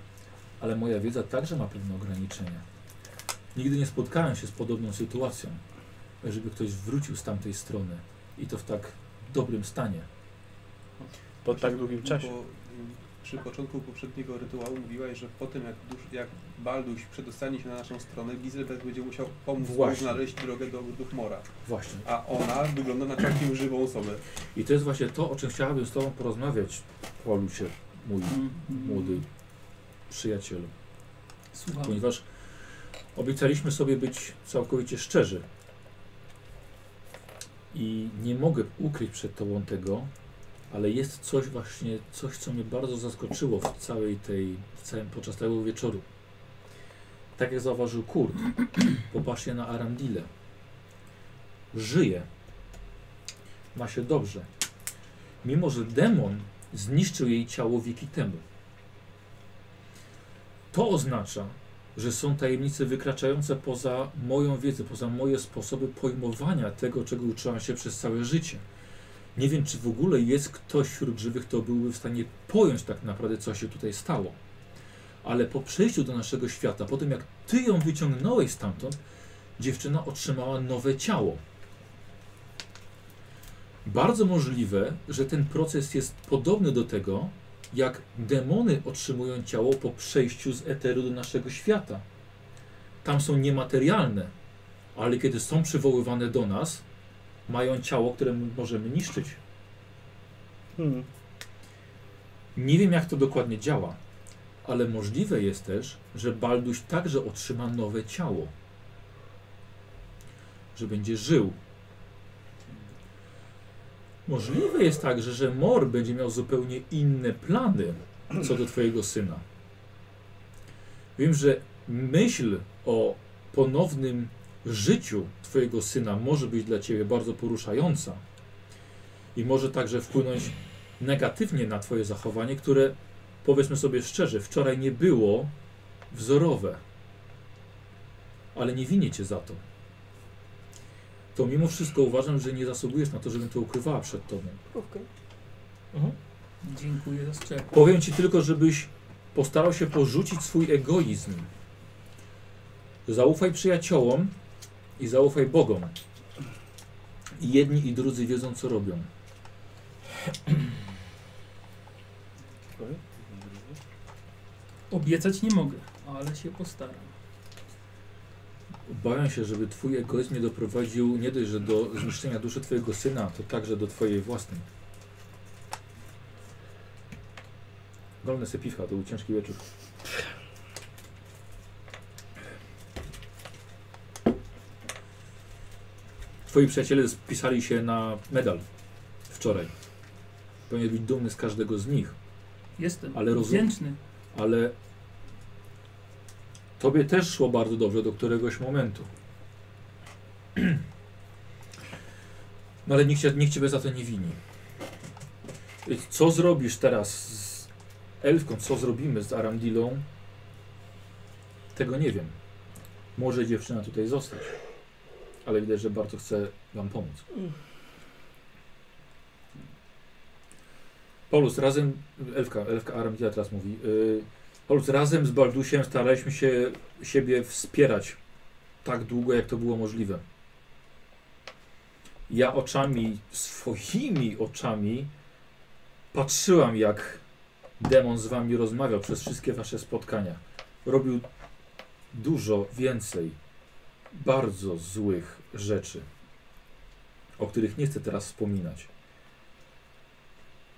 S2: ale moja wiedza także ma pewne ograniczenia. Nigdy nie spotkałem się z podobną sytuacją, żeby ktoś wrócił z tamtej strony i to w tak dobrym stanie.
S11: Po tak długim czasie.
S15: Znaczy, Bo mm, przy początku poprzedniego rytuału mówiłaś, że po tym jak, dusz, jak Balduś przedostanie się na naszą stronę, Gizelbert będzie musiał pomóc mu
S2: Właśnie.
S15: znaleźć drogę do Duchmora.
S2: Właśnie.
S15: A ona wygląda na całkiem żywą osobę.
S2: I to jest właśnie to, o czym chciałabym z Tobą porozmawiać, Paulusie, mój
S3: Mhm.
S2: młody przyjacielu.
S3: Słucham.
S2: ponieważ obiecaliśmy sobie być całkowicie szczerzy. I nie mogę ukryć przed Tobą tego, ale jest coś właśnie, coś co mnie bardzo zaskoczyło w całej tej, w całym, podczas tego wieczoru. Tak jak zauważył Kurt, (clears throat) popatrzcie na Arandile. Żyje. Ma się dobrze. Mimo, że demon zniszczył jej ciało wieki temu. To oznacza, że są tajemnice wykraczające poza moją wiedzę, poza moje sposoby pojmowania tego, czego uczyłam się przez całe życie. Nie wiem, czy w ogóle jest ktoś wśród żywych, kto byłby w stanie pojąć tak naprawdę, co się tutaj stało. Ale po przejściu do naszego świata, po tym jak ty ją wyciągnąłeś stamtąd, dziewczyna otrzymała nowe ciało. Bardzo możliwe, że ten proces jest podobny do tego, jak demony otrzymują ciało po przejściu z eteru do naszego świata. Tam są niematerialne, ale kiedy są przywoływane do nas, mają ciało, które m- możemy niszczyć.
S11: Hmm.
S2: Nie wiem, jak to dokładnie działa, ale możliwe jest też, że Balduś także otrzyma nowe ciało. Że będzie żył. Możliwe jest także, że Mor będzie miał zupełnie inne plany co do Twojego syna. Wiem, że myśl o ponownym życiu Twojego syna może być dla Ciebie bardzo poruszająca i może także wpłynąć negatywnie na Twoje zachowanie, które powiedzmy sobie szczerze, wczoraj nie było wzorowe. Ale nie winię Cię za to. To mimo wszystko uważam, że nie zasługujesz na to, żebym to ukrywała przed Tobą.
S3: Dziękuję za strzep.
S2: Powiem ci tylko, żebyś postarał się porzucić swój egoizm. Zaufaj przyjaciołom i zaufaj Bogom. I jedni i drudzy wiedzą, co robią.
S3: Obiecać nie mogę, ale się postaram.
S2: Obawiam się, żeby twój egoizm nie doprowadził nie dość, że do zniszczenia duszy twojego syna, to także do twojej własnej. Golne se piwka, to był ciężki wieczór. Twoi przyjaciele spisali się na medal wczoraj. Powinien być dumny z każdego z nich,
S3: Jestem
S2: Ale rozum-
S3: wdzięczny.
S2: ale tobie też szło bardzo dobrze do któregoś momentu. No ale nikt, cię- nikt ciebie za to nie wini. I Co zrobisz teraz z Elfką? Co zrobimy z Aramdilą? Tego nie wiem. Może dziewczyna tutaj zostać. Ale widać, że bardzo chce wam pomóc. Polus, razem... Elfka, Elfka Aramdila teraz mówi. Yy, Polus, razem z Baldusiem staraliśmy się siebie wspierać tak długo, jak to było możliwe. Ja oczami, swoimi oczami patrzyłam, jak demon z wami rozmawiał przez wszystkie wasze spotkania. Robił dużo więcej bardzo złych rzeczy, o których nie chcę teraz wspominać.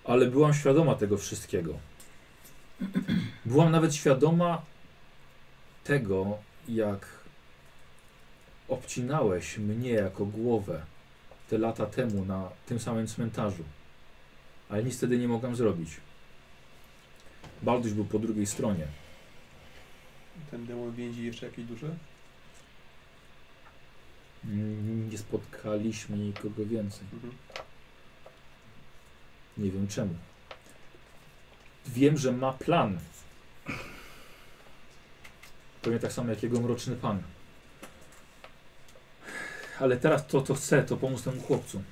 S2: Ale byłam świadoma tego wszystkiego. Byłam nawet świadoma tego, jak obcinałeś mnie jako głowę te lata temu na tym samym cmentarzu. Ale nic wtedy nie mogłam zrobić. Balduś był po drugiej stronie.
S15: Ten demon więzi jeszcze jakieś dusze?
S2: Mm, Nie spotkaliśmy nikogo więcej.
S15: Mhm.
S2: Nie wiem czemu. Wiem, że ma plan. Pewnie tak samo jak jego mroczny pan. Ale teraz to, co chcę, to pomóc temu chłopcu.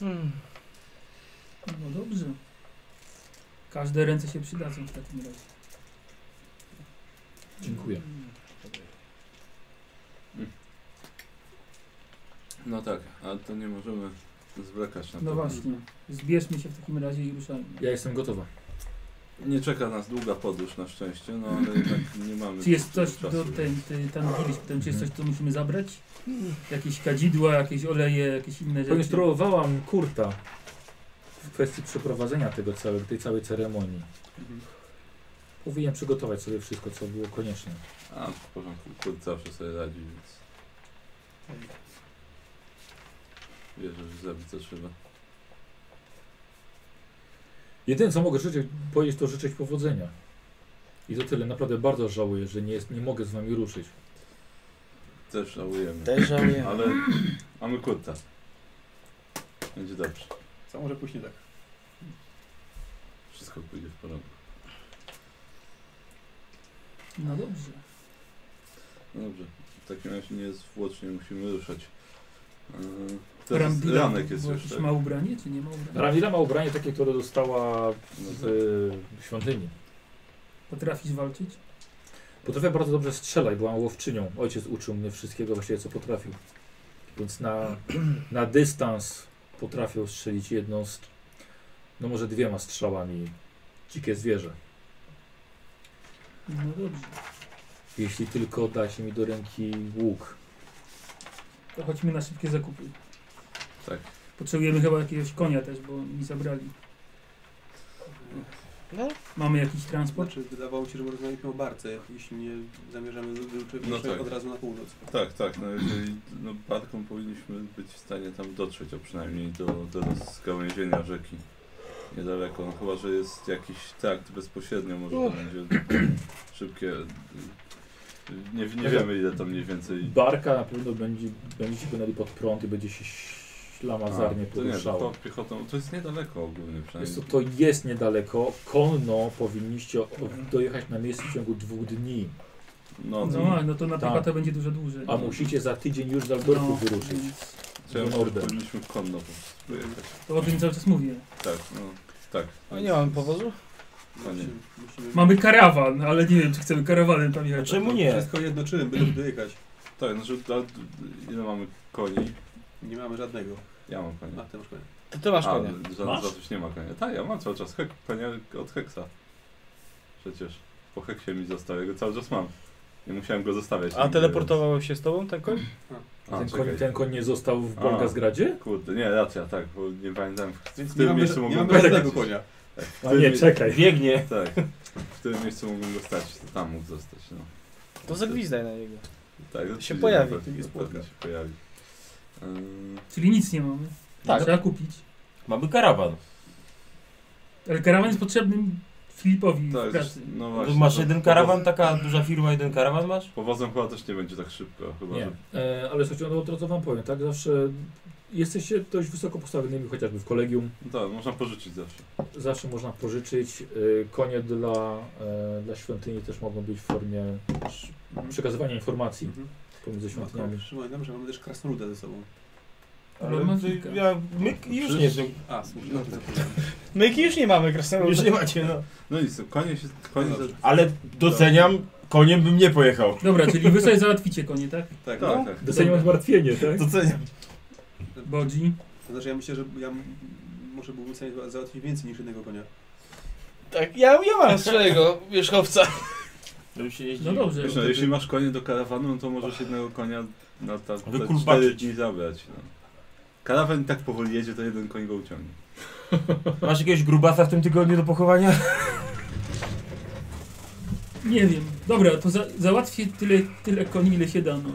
S11: Hmm.
S3: No dobrze. Każde ręce się przydadzą w takim razie. Mm.
S2: Dziękuję.
S4: No tak, ale to nie możemy zwlekać na to.
S3: No właśnie. Zbierzmy się w takim razie i ruszajmy.
S2: Ja jestem gotowa.
S4: Nie czeka nas długa podróż na szczęście, no ale jednak nie mamy
S3: Czy jest
S4: dużo
S3: coś
S4: czasu.
S3: do ten, ty, tam byliśmy, tam, czy jest coś, co musimy zabrać?
S15: Mhm.
S3: Jakieś kadzidła, jakieś oleje, jakieś inne rzeczy?
S2: Poinstruowałam Kurta w kwestii przeprowadzenia tego całego, tej całej ceremonii.
S15: Mhm.
S2: Powinien przygotować sobie wszystko, co było konieczne.
S4: A, w porządku, kurt zawsze sobie radzi, więc...
S3: Tak.
S4: Wierzę, że zrobi co trzeba.
S2: Jedyne, co mogę życzyć, powiedzieć, to życzyć powodzenia. I to tyle. Naprawdę bardzo żałuję, że nie, jest, nie mogę z wami ruszyć.
S4: Też żałujemy.
S11: Też żałuję.
S4: Ale mamy kurta. Będzie dobrze.
S15: Co może pójść nie tak?
S4: Wszystko pójdzie w porządku.
S3: No dobrze.
S4: No dobrze. W takim razie niezwłocznie musimy ruszać. Yy, Teraz
S3: Ramdila
S4: ranek jest
S3: było
S4: już,
S3: jakieś
S4: tak?
S3: ma ubranie, czy nie ma ubrania?
S2: Ramila ma ubranie takie, które dostała
S4: No
S2: w
S4: tak.
S2: y, świątyni.
S3: Potrafisz walczyć?
S2: Potrafię bardzo dobrze strzelać, byłam łowczynią. Ojciec uczył mnie wszystkiego właściwie, co potrafił. Więc na, (clears throat) na dystans potrafię strzelić jedną z... No może dwiema strzałami dzikie zwierzę.
S3: No dobrze.
S2: Jeśli tylko da się mi do ręki łuk.
S3: To chodźmy na szybkie zakupy.
S4: Tak.
S3: Potrzebujemy chyba jakiegoś konia też, bo mi zabrali.
S11: No.
S3: Mamy jakiś transport?
S15: Znaczy, wydawało mi się, że rozmawialiśmy o barce, jeśli nie zamierzamy wyruszyć
S4: No tak.
S15: od razu na północ.
S4: Tak, tak. No jeżeli no, barką powinniśmy być w stanie tam dotrzeć, a przynajmniej do, do rozgałęzienia rzeki. Niedaleko. No, chyba, że jest jakiś trakt bezpośrednio, może to będzie szybkie. y, Nie, nie wiemy ile tam mniej więcej.
S2: Barka na pewno będzie, będzie się płynęli pod prąd i będzie się ślamazarnie
S4: to nie, to
S2: poruszało.
S4: pod piechotą. To jest niedaleko ogólnie
S2: Jest to,
S4: przynajmniej.
S2: to jest niedaleko. Konno powinniście o- dojechać na miejsce w ciągu dwóch dni.
S4: No, to,
S3: No, a, no to na
S2: Tak.
S3: pewno to będzie dużo dłużej.
S2: A musicie za tydzień już z Aldorfu
S3: No,
S2: wyruszyć.
S3: więc
S4: to
S2: do
S4: ja myślę, że
S2: Norden.
S4: powinniśmy konno po prostu pojechać.
S3: To o tym cały czas mówię.
S4: Tak, no. Tak. No
S11: No nie mam powodu.
S4: Panie.
S15: Musimy, musimy...
S3: Mamy karawan, ale nie wiem, czy chcemy karawanem tam
S9: A
S3: jechać.
S2: Znaczy-
S9: czemu nie?
S15: Wszystko jedno czym, byle dojechać.
S4: Tak, znaczy, do, ile mamy koni?
S15: Nie mamy żadnego.
S4: Ja mam konia.
S15: A, ty masz konia.
S11: To ty masz konia.
S4: A, żaden z was już nie ma konia. Tak, ja mam cały czas hek, konia od heksa. Przecież. po heksie mi został, ja go cały czas mam. Nie musiałem go zostawiać.
S11: A
S4: nigdy,
S11: teleportowało się z tobą ten koń?
S4: więc- A,
S2: ten,
S4: czekaj.
S2: koń, ten koń nie został w
S4: A.
S2: Bolgazgradzie?
S4: Kurde, nie, racja, tak, bo nie pamiętam. W
S15: Więc
S4: którym
S15: nie mamy,
S4: miejscu
S15: nie
S4: mogłem
S15: mamy
S4: go
S15: żadnego
S4: stracić.
S15: konia.
S4: W
S2: A
S4: którym
S2: nie,
S4: mie-
S2: czekaj.
S9: Biegnie.
S4: Tak, w którym miejscu mogłem go stracić, to tam mógł zostać, no.
S11: To zagwizdaj na niego.
S4: Tak,
S11: Się
S4: oczywiście,
S11: pojawi,
S4: na pewno,
S11: jest
S4: na pewno się pojawi. Ym,
S3: Czyli nic nie mamy.
S11: Tak.
S3: Trzeba kupić.
S9: Mamy karawan.
S3: Ale karawan jest potrzebny Filipowi w
S4: Tak,
S3: pracy.
S4: no właśnie.
S9: masz
S4: to
S9: jeden
S4: powo-
S9: karawan, taka duża firma, jeden karawan masz?
S4: Powozem chyba też nie będzie tak szybko, chyba
S2: Nie,
S4: że...
S2: e, ale słuchajcie, no to co wam powiem, tak? Zawsze jesteście dość wysoko postawionymi, chociażby w kolegium.
S4: No tak, można pożyczyć zawsze.
S2: Zawsze można pożyczyć. E, konie dla, e, dla świątyni też mogą być w formie sz- przekazywania informacji
S15: Mhm.
S2: pomiędzy świątyniami.
S15: Przypominam, że mamy też krasnoluda ze sobą.
S9: Ale No
S3: mam
S9: to
S3: kilka.
S9: ja, my już nie wiem.
S15: A, słuchaj, o tym zapomniałem.
S11: No i już nie mamy krasnoluda.
S9: Już nie macie, no.
S4: No nic, no, konie się... Konie
S15: No
S4: za-
S15: dobrze.
S9: Ale doceniam, koniem bym nie pojechał.
S3: Dobra, czyli wy sobie załatwicie konie, tak?
S4: Tak,
S11: No.
S4: tak, tak.
S2: Doceniam zmartwienie, tak?
S9: Doceniam.
S3: Bodzi. No
S15: To znaczy ja myślę, że ja m- może byłbym w stanie za- załatwić więcej niż jednego konia.
S11: Tak, ja, ja mam swojego wierzchowca.
S9: Żeby się jeździć.
S3: No dobrze.
S4: Wiesz, no, jeśli masz konie do karawanu, no to możesz jednego konia na ta, te
S9: Wykulbaczyć.
S4: 4 dni zabrać. No. Karawan tak powoli jedzie, to jeden koń go uciągnie.
S9: Masz jakiegoś grubasa w tym tygodniu do pochowania?
S3: Nie wiem. Dobra, to za, załatwię tyle, tyle koni, ile się da. No.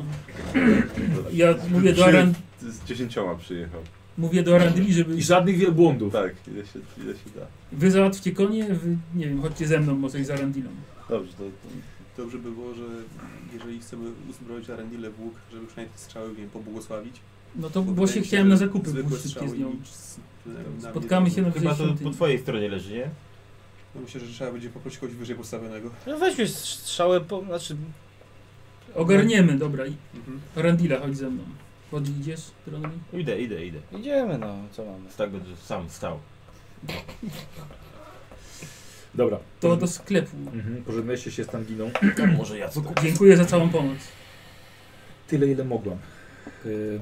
S3: Ja mówię do,
S4: Przy-
S3: Aran,
S4: Z dziesięcioma przyjechał.
S3: mówię do Arandli, żeby
S2: I żadnych wielbłądów.
S4: Tak, ile się, ile się da.
S3: wy załatwcie konie, wy, nie wiem, chodźcie ze mną, może i z Arandilą.
S4: Dobrze, to, to
S15: Dobrze by było, że jeżeli chcemy uzbroić Arendile w łuk, żeby przynajmniej te strzały wiem, pobłogosławić.
S3: No to
S15: Bo
S3: właśnie
S15: wydaje mi się,
S3: chciałem
S15: że
S3: na zakupy
S15: zwykłe
S3: pójść szybkie z
S15: strzały
S3: nią.
S15: nic z- na- na
S3: Spotkamy
S15: mnie-
S3: się na
S9: No Chyba
S3: wyżej
S9: to po
S3: świątyni.
S9: twojej stronie leży, nie?
S15: No myślę, że trzeba będzie poprosić kogoś wyżej postawionego.
S11: No weźmy strzałę po... Znaczy,
S3: Ogarniemy, dobra. I
S15: Mhm.
S3: Arandila, chodź ze mną. Bodzi, idziesz, drogi?
S9: No Idę, idę, idę.
S11: idziemy no, co mamy.
S9: Tak będę sam (clears throat) stał.
S2: Dobra.
S3: To do sklepu.
S2: Mhm, pożegnaliście się z Tanginą.
S9: może ja co kupię?
S3: Dziękuję za całą pomoc.
S2: Tyle, ile mogłam. Y,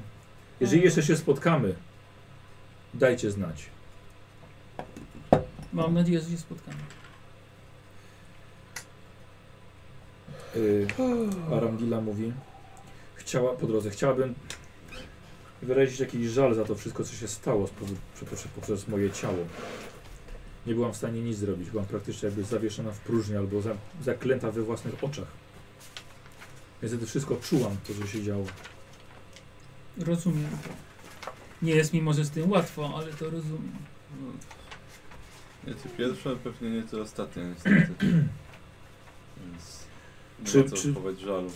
S2: Jeżeli jeszcze się spotkamy, dajcie znać.
S3: Mam nadzieję, że się spotkamy.
S2: Y, Arandila mówi. Chciała, po drodze, chciałabym wyrazić jakiś żal za to wszystko, co się stało z powodu- przepraszam, poprzez moje ciało. Nie byłam w stanie nic zrobić. Byłam praktycznie jakby zawieszona w próżni albo za, zaklęta we własnych oczach. Więc wtedy wszystko czułam, to, co się działo.
S3: Rozumiem. Nie jest mi może z tym łatwo, ale to rozumiem.
S9: No
S4: Nie ty pierwsze, pewnie nie ty ostatnie
S11: (clears throat)
S4: niestety. Więc nie
S2: Czy-
S4: ma co
S2: czy-
S4: chować żalu.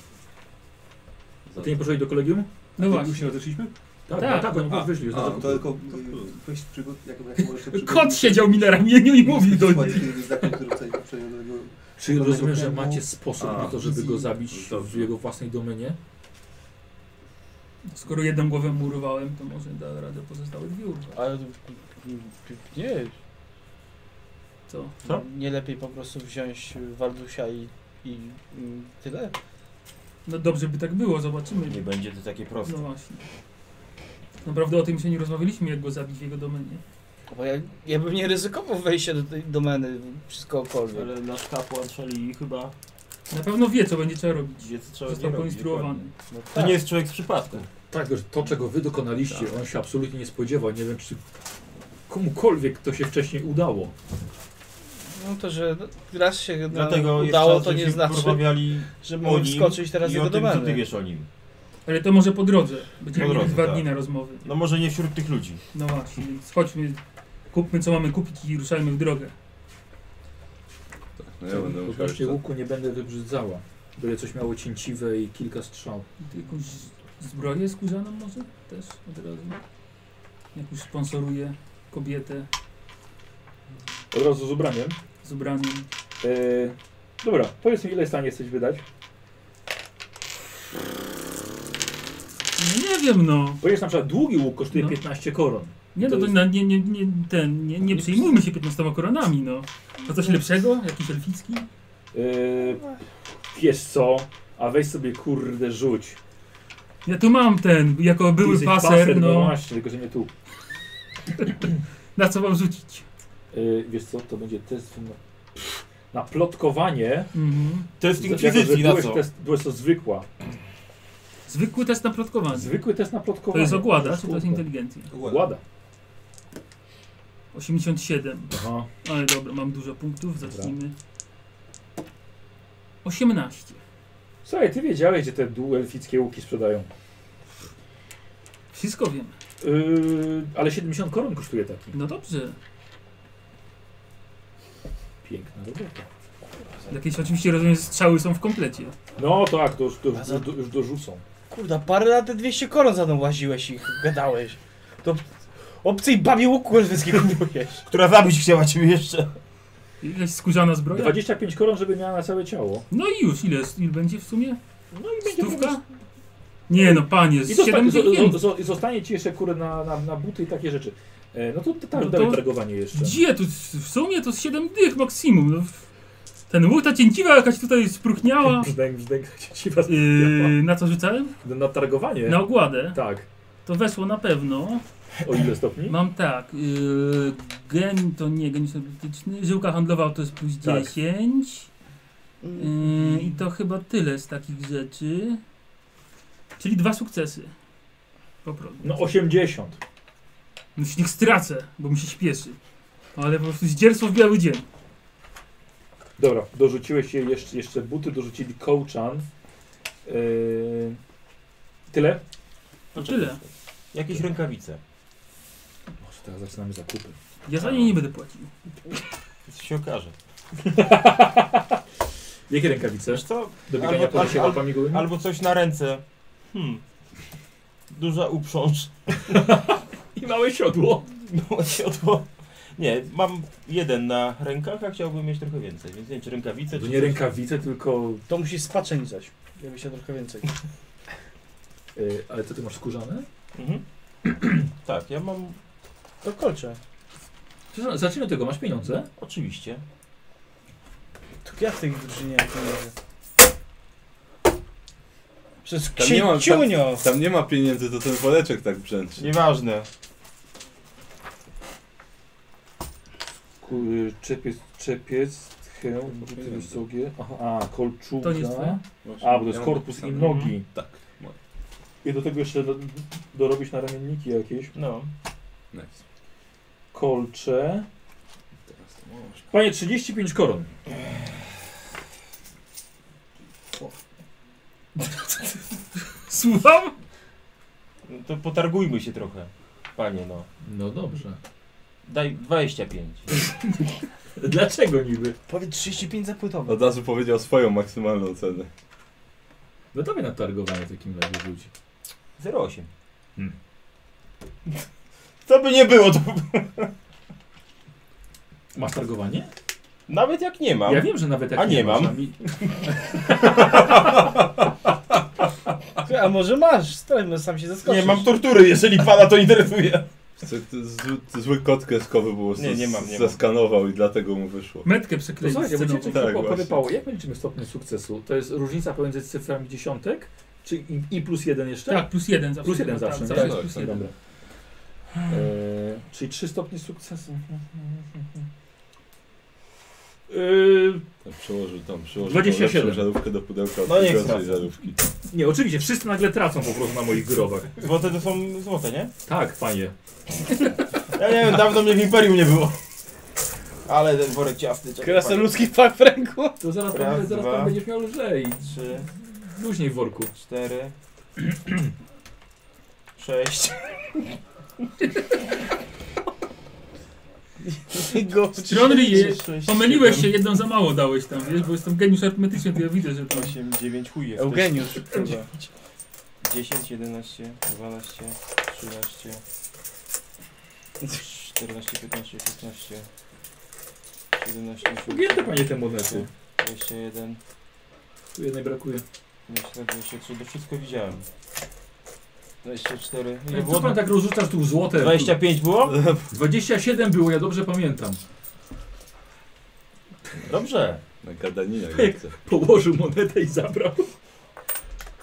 S4: Za
S2: A ty nie poszedłeś do kolegium?
S3: No
S15: Już się
S3: właśnie.
S15: rozeszliśmy?
S2: Tak,
S3: Tak.
S2: tak, tak oni
S15: A,
S2: wyszli. już na
S4: a,
S2: zakupy.
S15: To tylko
S9: No,
S15: y,
S4: To cool.
S15: weź przygód, jak, jak możesz te przygody-
S3: Kot siedział mi na ramieniu i mówił do
S15: Dokładnie,
S3: mnie.
S15: kiedy jest zakon, który wcale nie przejmuje do tego-
S2: Czy rozumiem, że
S15: temu-
S2: macie sposób
S4: A,
S2: na to, żeby go zabić w
S4: dobrze.
S2: jego własnej domenie?
S3: Skoro jedną głowę murowałem, to może da radę pozostałe dwie urwać.
S11: Ale... Nie,
S3: Co?
S9: Co?
S11: nie lepiej po prostu wziąć Waldusia i, i i tyle?
S3: No dobrze by tak było, zobaczymy.
S9: Nie będzie to takie
S3: No
S9: proste.
S3: właśnie. Naprawdę o tym się nie rozmawialiśmy, jak go zabić w jego domenie.
S11: Bo ja, ja bym nie ryzykował wejścia do tej domeny, wszystkokolwiek.
S9: No, Ale nasz kapłan szali chyba
S3: Na pewno wie, co będzie trzeba robić.
S9: wie co trzeba
S3: Został
S9: nie robić,
S3: poinstruowany.
S9: dokładnie.
S11: No
S9: To
S11: tak.
S9: nie jest człowiek z przypadku.
S2: Tak, że to czego wy dokonaliście, on się absolutnie nie spodziewał. Nie wiem, czy komukolwiek to się wcześniej udało.
S11: No to, że raz się nam
S9: Dlatego jest
S11: No, udało,
S9: czas,
S11: to nie
S9: żebyśmy
S11: znaczy,
S9: porozmawiali
S11: że
S9: o
S11: mamy
S9: nim
S11: wskoczyć teraz
S9: i
S11: do
S9: o tym, co ty
S11: domeny.
S9: wiesz o nim.
S3: Ale to może po drodze. Będziemy
S9: Po
S3: mieli
S9: drodze,
S3: dwa
S9: tak.
S3: dni na rozmowy.
S9: No może nie wśród tych ludzi.
S3: No właśnie, więc chodźmy, kupmy co mamy kupić i ruszajmy w drogę.
S4: No ja będę musiał
S2: Odnośnie
S4: jeszcze...
S2: łuku nie będę wybrzydzała. Byle coś miało cięciwe i kilka strzał.
S3: I tu Jakąś zbroję skórzaną może też od razu. Jak już sponsoruje kobietę
S2: Od razu z ubraniem.
S3: z ubraniem.
S2: Yy, dobra, powiedz mi, ile w stanie jesteś wydać.
S3: No nie wiem no.
S2: Bo jest na przykład długi łuk kosztuje
S3: No.
S2: 15 koron.
S3: Nie no,
S2: To
S3: to
S2: jest-
S3: na, nie, nie, nie, ten, nie, nie przejmujmy się 15 koronami no. To coś lepszego? Jakiś elficki?
S2: Yy, wiesz co? A weź sobie kurde rzuć.
S3: Ja tu mam ten, jako
S2: Ty
S3: były
S2: jesteś
S3: paser,
S2: no
S3: no.
S2: właśnie, tylko że nie tu.
S3: Na co mam rzucić?
S2: E, Yy, wiesz co, to będzie test na... na plotkowanie.
S3: Mhm.
S16: Test
S2: jako, że
S16: inkwizycji, na
S2: byłeś
S16: co?
S2: Test, byłeś to zwykła.
S3: Zwykły test na plotkowanie.
S2: Zwykły test na
S3: To
S2: plotkowanie.
S3: jest ogłada, czy to jest inteligencja?
S2: Ogłada.
S3: 87.
S2: Aha.
S3: No Ale dobra, mam dużo punktów, zacznijmy. 18.
S2: Słuchaj, ty wiedziałeś, gdzie te dół- elfickie łuki sprzedają.
S3: Wszystko wiemy.
S2: Yy, ale 70 koron kosztuje taki.
S3: No dobrze.
S2: Piękna robota.
S3: Jakieś oczywiście rozumiem, strzały są w komplecie.
S2: No tak, to już, to już, już, już dorzucą.
S11: Kurda, parę lat te 200 koron za mną łaziłeś i gadałeś. To obcej babie łuku elfickiego kupujesz.
S16: Która zabić chciała ciebie jeszcze.
S3: Jakaś skórzana
S2: No
S3: zbroja?
S2: 25 koron, żeby miała na całe ciało.
S3: No i już, ile, ile będzie w sumie?
S2: No i będzie
S3: Stówka? Nie no, panie,
S2: I
S3: z
S2: zostanie,
S3: 7
S2: zo,
S3: dni
S2: zo, zo, zostanie ci jeszcze kurę na, na, na buty i takie rzeczy. E, no to ta,
S3: No to-
S2: dalej targowanie jeszcze.
S3: Gdzie? Tu w sumie to z 7 dych maksimum. No, w- ten łuk, ta cięciwa jakaś
S2: (laughs)
S3: tutaj spruchniała.
S2: Brzdęk, brzdęk, ci was
S3: Yy, No. na co rzucałem?
S2: Na targowanie?
S3: Na ogładę.
S2: Tak.
S3: To weszło na pewno.
S2: O ile stopni?
S3: Mam tak. Yy, gen to nie, gen jest polityczny. Żyłka handlowa to jest plus
S2: Tak. Mhm.
S3: 10. Yy, I to chyba tyle z takich rzeczy. Czyli dwa sukcesy. Po prostu.
S2: No 80.
S3: No już niech stracę, bo mi się śpieszy. Ale po prostu zdzierstwo w biały dzień.
S2: Dobra, dorzuciłeś je jeszcze, jeszcze buty, dorzucili kołczan. E, tyle?
S3: To tyle.
S1: Jakieś rękawice.
S2: Może teraz zaczynamy zakupy.
S3: Ja za nie nie będę płacił.
S1: To się okaże.
S2: Jakie rękawice?
S1: Wiesz co?
S2: Do biegania
S1: Albo-
S2: po lesie
S1: albo-
S2: łapami gołymi?
S1: Albo coś na ręce. Hmm. Duża uprząż. (laughs) No,
S2: I małe siodło.
S1: Małe siodło. Nie, mam jeden na rękach, a chciałbym mieć trochę więcej, więc nie wiem, czy rękawice,
S2: To
S1: czy
S2: No nie
S1: coś.
S2: rękawice, tylko...
S11: To musisz spaczędzać. Ja się trochę więcej.
S2: E, ale co ty masz skórzane?
S1: Mhm. (clears throat) tak, ja mam
S11: To kolcze.
S2: Przepraszam, Zacznijmy od tego, masz pieniądze?
S1: oczywiście.
S11: To ja w tej drużynie jak nie mogę. Przez
S4: Tam nie mam-
S11: księciunio!
S4: Tam nie ma pieniędzy, to ten woreczek tak brzęczy.
S1: Nieważne.
S2: Ku- yy, Czepiec, czepiec, tchę, buty wysokie, aha, a, kolczuga,
S3: To nie jest twoje?
S4: Właśnie,
S2: a, bo to
S4: ja
S2: jest
S4: mam
S2: korpus i
S4: napisane.
S2: nogi.
S4: Tak, moje.
S2: I do tego jeszcze do, dorobić na ramienniki jakieś.
S1: No.
S4: Nice.
S2: Kolcze.
S4: Teraz to masz.
S2: Panie, 35 koron.
S3: Słucham?
S1: No To potargujmy się trochę. Panie no.
S17: No dobrze.
S1: Daj 25.
S2: Dlaczego niby?
S11: Powiedz 35 za płytowe.
S4: Od razu powiedział swoją maksymalną cenę.
S17: No dawaj na targowanie w takim razie rzuć.
S1: 08.
S17: Hmm.
S1: Co by nie było, (laughs) to
S17: Masz targowanie?
S1: nawet jak nie mam.
S17: Ja wiem, że nawet jak
S1: A nie
S17: masz,
S1: mam.
S17: a mi-
S2: No
S11: A może masz? Stałem, sam się zaskoczysz.
S1: nie mam tortury, jeżeli pana to interesuje.
S4: Chcę- to Zły, zły kot kreskowy było,
S1: Nie, nie mam, nie mam.
S4: zaskanował i dlatego mu wyszło.
S3: Metkę No,
S2: To
S3: przekleić
S2: słuchajcie, bo cię
S3: scenową.
S2: coś
S4: Tak,
S2: tak,
S4: właśnie.
S2: porypało. Jak my liczymy stopnie sukcesu? To jest różnica pomiędzy cyframi dziesiątek? Czy i, i plus jeden jeszcze?
S3: Tak, plus jeden zawsze.
S2: Plus jeden
S3: Tak,
S2: zawsze,
S3: zawsze
S2: tak,
S3: jest
S4: tak,
S3: plus
S4: tak,
S3: jeden.
S2: Dobra. Eee, czyli 3 stopnie sukcesu. Hmm, Eee,
S4: Tam Tak, przełożył tam, przełożył
S2: 27.
S4: tą lepszą żarówkę do pudełka od
S1: No niech
S4: tej gorszej
S1: trafia.
S4: żarówki.
S2: nie, oczywiście, wszyscy nagle tracą po prostu na moich grobach.
S1: Złote to są złote, nie?
S2: Tak, panie.
S1: Ja nie wiem, dawno mnie w Imperium nie było. Ale ten worek ciasny. czekaj,
S11: Krasa
S1: panie.
S11: ludzki fakt w ręku.
S2: To zaraz,
S1: Raz,
S2: pan, zaraz
S1: dwa.
S2: pan będziesz miał lżej.
S1: Trzy,
S2: Luźniej w worku.
S1: cztery, sześć.
S11: Go.
S3: Stronry je,
S1: sześć,
S3: pomyliłeś się,
S1: siedem,
S3: jedną za mało dałeś tam, wiesz, bo jestem geniusz arytmetyczny, to ja widzę, że tam się...
S1: Osiem, dziewięć, chuje.
S11: Eugeniusz. kurwa.
S1: 10, 11, 12, 13, 14, 15, 16, 17, 18,
S2: Ugięte, panie, te monety.
S1: 21,
S2: Tu jednej brakuje.
S1: 24, 23, to wszystko widziałem. 24, ile
S2: Jak co
S1: było?
S2: pan tak rozrzucasz tu złote?
S1: 25 było?
S2: 27 było, ja dobrze pamiętam.
S1: Dobrze.
S4: Na gadaninie
S1: (laughs)
S2: Pyk.
S4: chcę.
S2: Położył monetę i zabrał.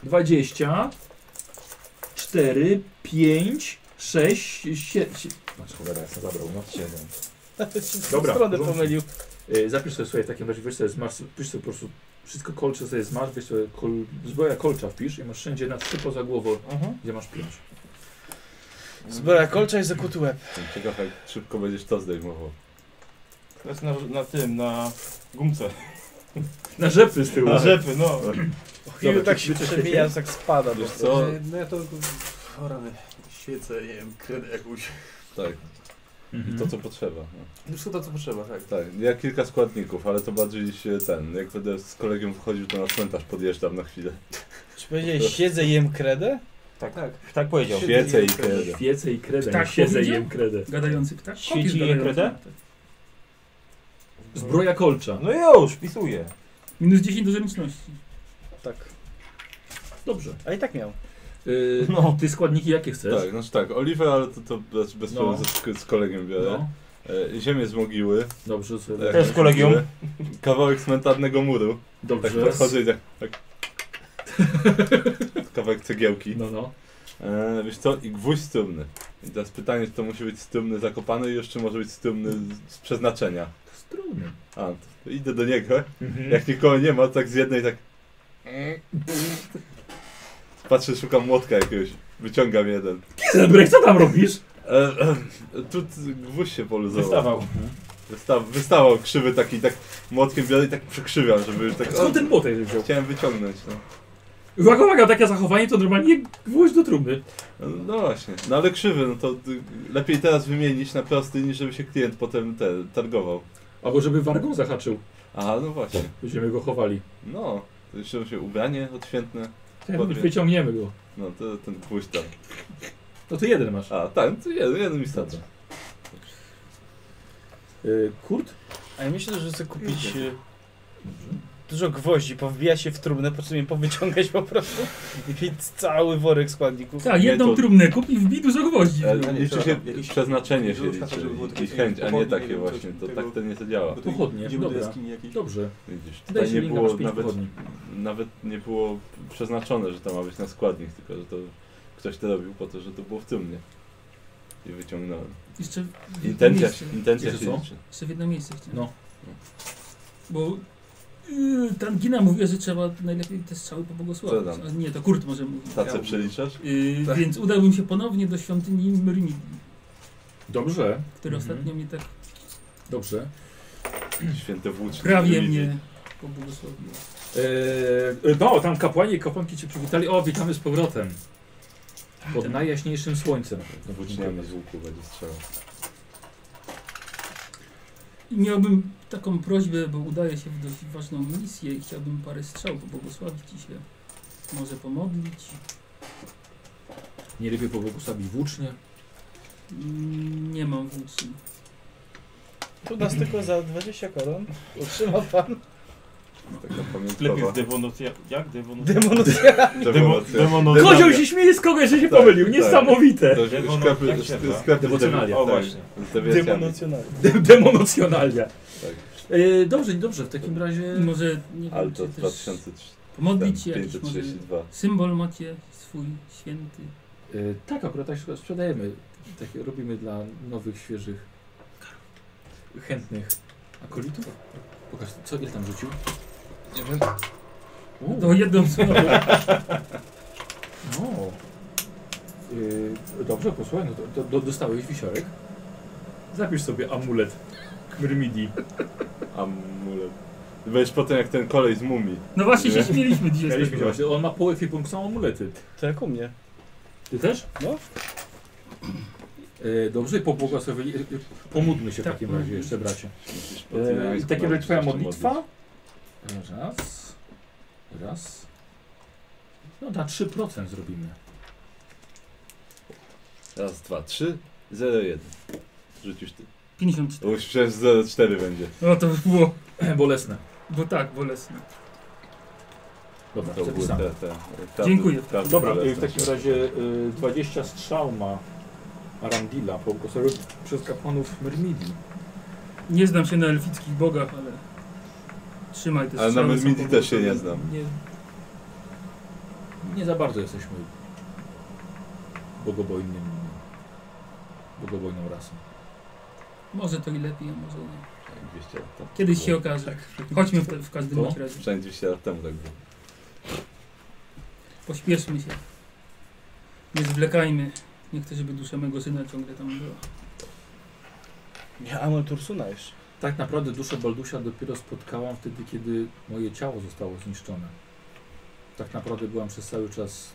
S2: 20, 4, 5, 6, 7. Masz cholera, ja zabrał, no 7.
S11: Nawet się
S2: Dobra,
S11: (laughs) Dobra, stronę
S2: rządzi.
S11: pomylił.
S2: E, zapisz sobie słuchaj, w takim razie, weź sobie z Mars, pisz sobie po prostu wszystko kolcze sobie z Mars, weź sobie kol, zbroja kolcza wpisz i masz wszędzie na trzy poza głową, gdzie masz pięć.
S11: Zbroja kolcza i zakuty łeb.
S4: Jestem Ciekaw jak szybko będziesz to zdejmował.
S1: To jest na, na tym, na gumce.
S2: Na rzepy z tyłu.
S1: Na rzepy, no.
S11: Chwilę tak się przebija, tak spada.
S4: Wiesz
S11: bo-
S4: co?
S1: Mhm.
S18: No ja to... O rany. Świecę, nie wiem, kredę jakąś.
S4: Tak,
S2: Mhm.
S4: to co potrzeba. No.
S18: Wszystko to, co potrzeba, tak.
S4: Tak, ja kilka składników, ale to bardziej się ten. Jak będę z kolegiem wchodził, to na cmentarz podjeżdżam na chwilę.
S11: Czy powiedziałeś siedzę jem kredę?
S1: Tak, tak powiedział.
S4: Świecę i kredę.
S2: Świecę i kredę,
S3: Ptak
S2: tak, siedzę i
S3: powiedział?
S2: jem kredę.
S3: Gadający ptak.
S1: Świeci
S3: Kopisz
S1: jej
S3: gadający tak.
S1: kredę?
S3: ptak.
S2: Zbroja kolcza.
S1: No już, pisuję.
S3: Minus 10 do zręczności.
S11: Tak.
S2: Dobrze.
S11: A i tak miał.
S2: Y,
S1: No.
S2: Ty składniki jakie chcesz?
S4: Tak, znaczy tak, oliwę, ale to, to bez, bez
S2: No.
S4: problemu z, z kolegiem biorę.
S2: No,
S4: E, ziemię z mogiły.
S2: dobrze, sobie.
S4: e,
S1: Też z kolegium.
S4: Kawałek cmentarnego muru. Tak
S2: Dobrze.
S4: podchodzę i tak. tak. (laughs) Kawałek cegiełki.
S2: No, no.
S4: E, wiesz co, i gwóźdź z trumny. I teraz pytanie, czy to musi być z trumny zakopany i jeszcze może być z trumny z- z przeznaczenia.
S2: Strony.
S4: A, to idę do niego.
S2: Mhm.
S4: Jak nikogo nie ma, to tak z jednej tak...
S2: Mm.
S4: Patrzę, szukam młotka jakiegoś. Wyciągam jeden.
S2: Gizelbrecht, co tam robisz?
S4: E, e, tu gwóźdź się poluzował.
S1: Wystawał.
S4: Wysta wystawał krzywy taki, tak młotkiem biorę i tak przekrzywiam, żeby tak...
S2: Skąd ten młotek wziął?
S4: Chciałem wyciągnąć, no.
S2: Uwaga, uwaga, takie zachowanie to normalnie gwóźdź do trumny.
S4: No właśnie, no ale krzywy, no to y, lepiej teraz wymienić na prosty, niż żeby się klient potem te, targował.
S2: Albo żeby wargą zahaczył.
S4: A, no właśnie.
S2: Będziemy go chowali.
S4: No, to jeszcze się ubranie odświętne. Podwie-
S2: Wyciągniemy go.
S4: No, to ten gwóźdź tam.
S2: No to jeden masz.
S4: A, tak, to jeden, jeden mi starczy.
S2: Y, Kurt?
S11: A ja myślę, że chcę kupić e, dużo gwoździ, powbija się w trumnę, po czym je powyciągać po prostu i mieć cały worek składników.
S3: Tak,
S4: Nie,
S3: jedną
S4: to-
S3: trumnę kup i wbij dużo gwoździ.
S4: E,
S18: nie,
S4: liczy się
S18: przepraszam, jakiś-
S4: przeznaczenie się
S18: jakiegoś kasa,
S4: liczy
S18: żeby było
S4: i
S18: takie
S4: chęć, a nie
S18: pochodnie,
S4: takie
S18: nie wiem, coś
S4: właśnie, to
S18: tego-
S4: tak to nie zadziała.
S18: Bo tu
S2: Pochodnie,
S18: idziemy do
S2: dobra.
S18: jaskini jakiejś.
S2: Dobrze.
S4: Widzisz,
S2: Daj
S4: tutaj
S2: się
S4: nie
S2: linka, masz
S4: było
S2: pięć
S4: nawet,
S2: pochodni.
S4: nawet nie było przeznaczone, że to ma być na składnik, tylko że to ktoś to robił po to, że to było w trumnie. I wyciągnąłem.
S3: Jeszcze w jedno
S4: Intencja,
S3: miejsce.
S4: intencja
S2: Wiecie
S4: się
S2: co?
S4: liczy.
S3: Jeszcze w jedno miejsce chciałem.
S2: No.
S3: Bo yy, Tangina mówiła, że trzeba najlepiej te strzały
S4: Co
S3: pobłogosławić.
S4: tam?
S3: A nie, to Kurt może mówić.
S4: Tacę przeliczasz?
S3: Yy,
S4: Tak.
S3: Więc udałbym się ponownie do świątyni Myrmidii,
S2: Dobrze.
S3: które
S2: Mhm.
S3: ostatnio mnie tak
S2: Dobrze.
S4: Święte włócznie.
S3: prawie
S4: Widzi.
S3: mnie pobłogosławiło.
S2: Eee, no, tam kapłani i kapłanki cię przywitali. O, witamy z powrotem. Pod najjaśniejszym słońcem.
S4: Włóczniami z łuku będzie strzał.
S3: I miałbym taką prośbę, bo udaję się w dość ważną misję i chciałbym parę strzał pobłogosławić i się może pomodlić.
S2: Nie lubię pobłogosławić włócznie.
S3: Mm, Nie mam włóczni.
S11: Tu nas tylko za 20 koron otrzyma (laughs) pan
S4: Taka
S1: Lepiej
S4: pamiątkowa
S1: z dewonocja... Jak dewonocja?
S11: demonocja.
S4: dewonacja.
S1: Dewonocja.
S2: Kozioł się śmieje z kogoś, że się
S4: Tak,
S2: pomylił.
S4: tak.
S2: Niesamowite.
S4: To
S1: Dewono-
S4: Sklepy,
S1: jak się nazywa?
S4: sklepy z
S2: Dewocjonalia.
S4: dewi-
S1: O
S4: tak,
S1: właśnie.
S4: Z dewiacjami.
S11: Demonocjonalny.
S2: De demonocjonalia.
S4: Tak.
S2: Eee, dobrze, dobrze. W takim razie...
S3: I może, nie
S4: Ale
S3: wiem,
S4: to
S3: czy też
S4: 2532.
S3: pomodlić się jakiś może... Symbol macie swój święty.
S2: Eee, tak, akurat tak się sprzedajemy. Takie robimy dla nowych, świeżych, chętnych akolitów. Pokaż, co ile tam rzucił?
S19: Nie wiem.
S2: U.
S3: To jedną słową.
S2: No. Yy, dobrze, posłuchaj, no to, to, do, dostałeś wisiorek. Zapisz sobie amulet Myrmidii.
S4: Amulet. Będziesz potem jak ten kolej z mumii.
S3: No właśnie się
S4: Nie?
S3: śmieliśmy dzisiaj. z tego.
S2: Mieliśmy właśnie, on ma połę punkt są amulety.
S11: To jak u mnie.
S2: Ty też?
S11: No.
S2: Yy, dobrze, pobłogosławili. Yy, pomódlmy się
S3: Tak,
S2: w takim
S3: mhm.
S2: razie jeszcze, bracie.
S4: Musisz po
S3: E,
S2: Yy, I
S4: tymiańsku
S2: w takim razie
S4: nauczyć
S2: twoja
S4: się
S2: modlitwa. Raz. Raz. No na 3% zrobimy. (clears throat)
S4: modlić. Raz, dwa, trzy, zero, jeden. Rzucisz ty.
S3: 54.
S4: Bo już przecież zero, cztery będzie.
S3: No to by było,
S2: Bolesne.
S3: bo tak, bolesne.
S2: Dobra,
S4: To były
S2: zapisane.
S4: te, te, te
S3: Dziękuję.
S4: prawdy
S2: Dobra,
S4: bolesne.
S2: y, w takim razie y, 20 strzał ma Arandila, połkosowy przez kapłanów Myrmidii.
S3: Nie znam się na elfickich bogach, ale trzymaj te
S4: Ale
S3: strzały,
S4: nawet
S3: są
S4: Midi też się nie
S3: powodem-
S4: znam.
S2: Nie, nie za bardzo jesteśmy bogobojnym, bogobojną rasą.
S3: Może to i lepiej, a może nie.
S4: 200 lat temu.
S3: Kiedyś się okaże.
S4: tak.
S3: Chodźmy w, w każdym
S4: To?
S3: bądź razie.
S4: Przynajmniej 200 lat temu tak było.
S3: Pośpieszmy się. Nie zwlekajmy. Nie chcę, żeby dusza mego syna ciągle tam była.
S11: Ja Amol Tursuna jeszcze.
S2: Tak naprawdę duszę Baldusia dopiero spotkałam wtedy, kiedy moje ciało zostało zniszczone. Tak naprawdę byłam przez cały czas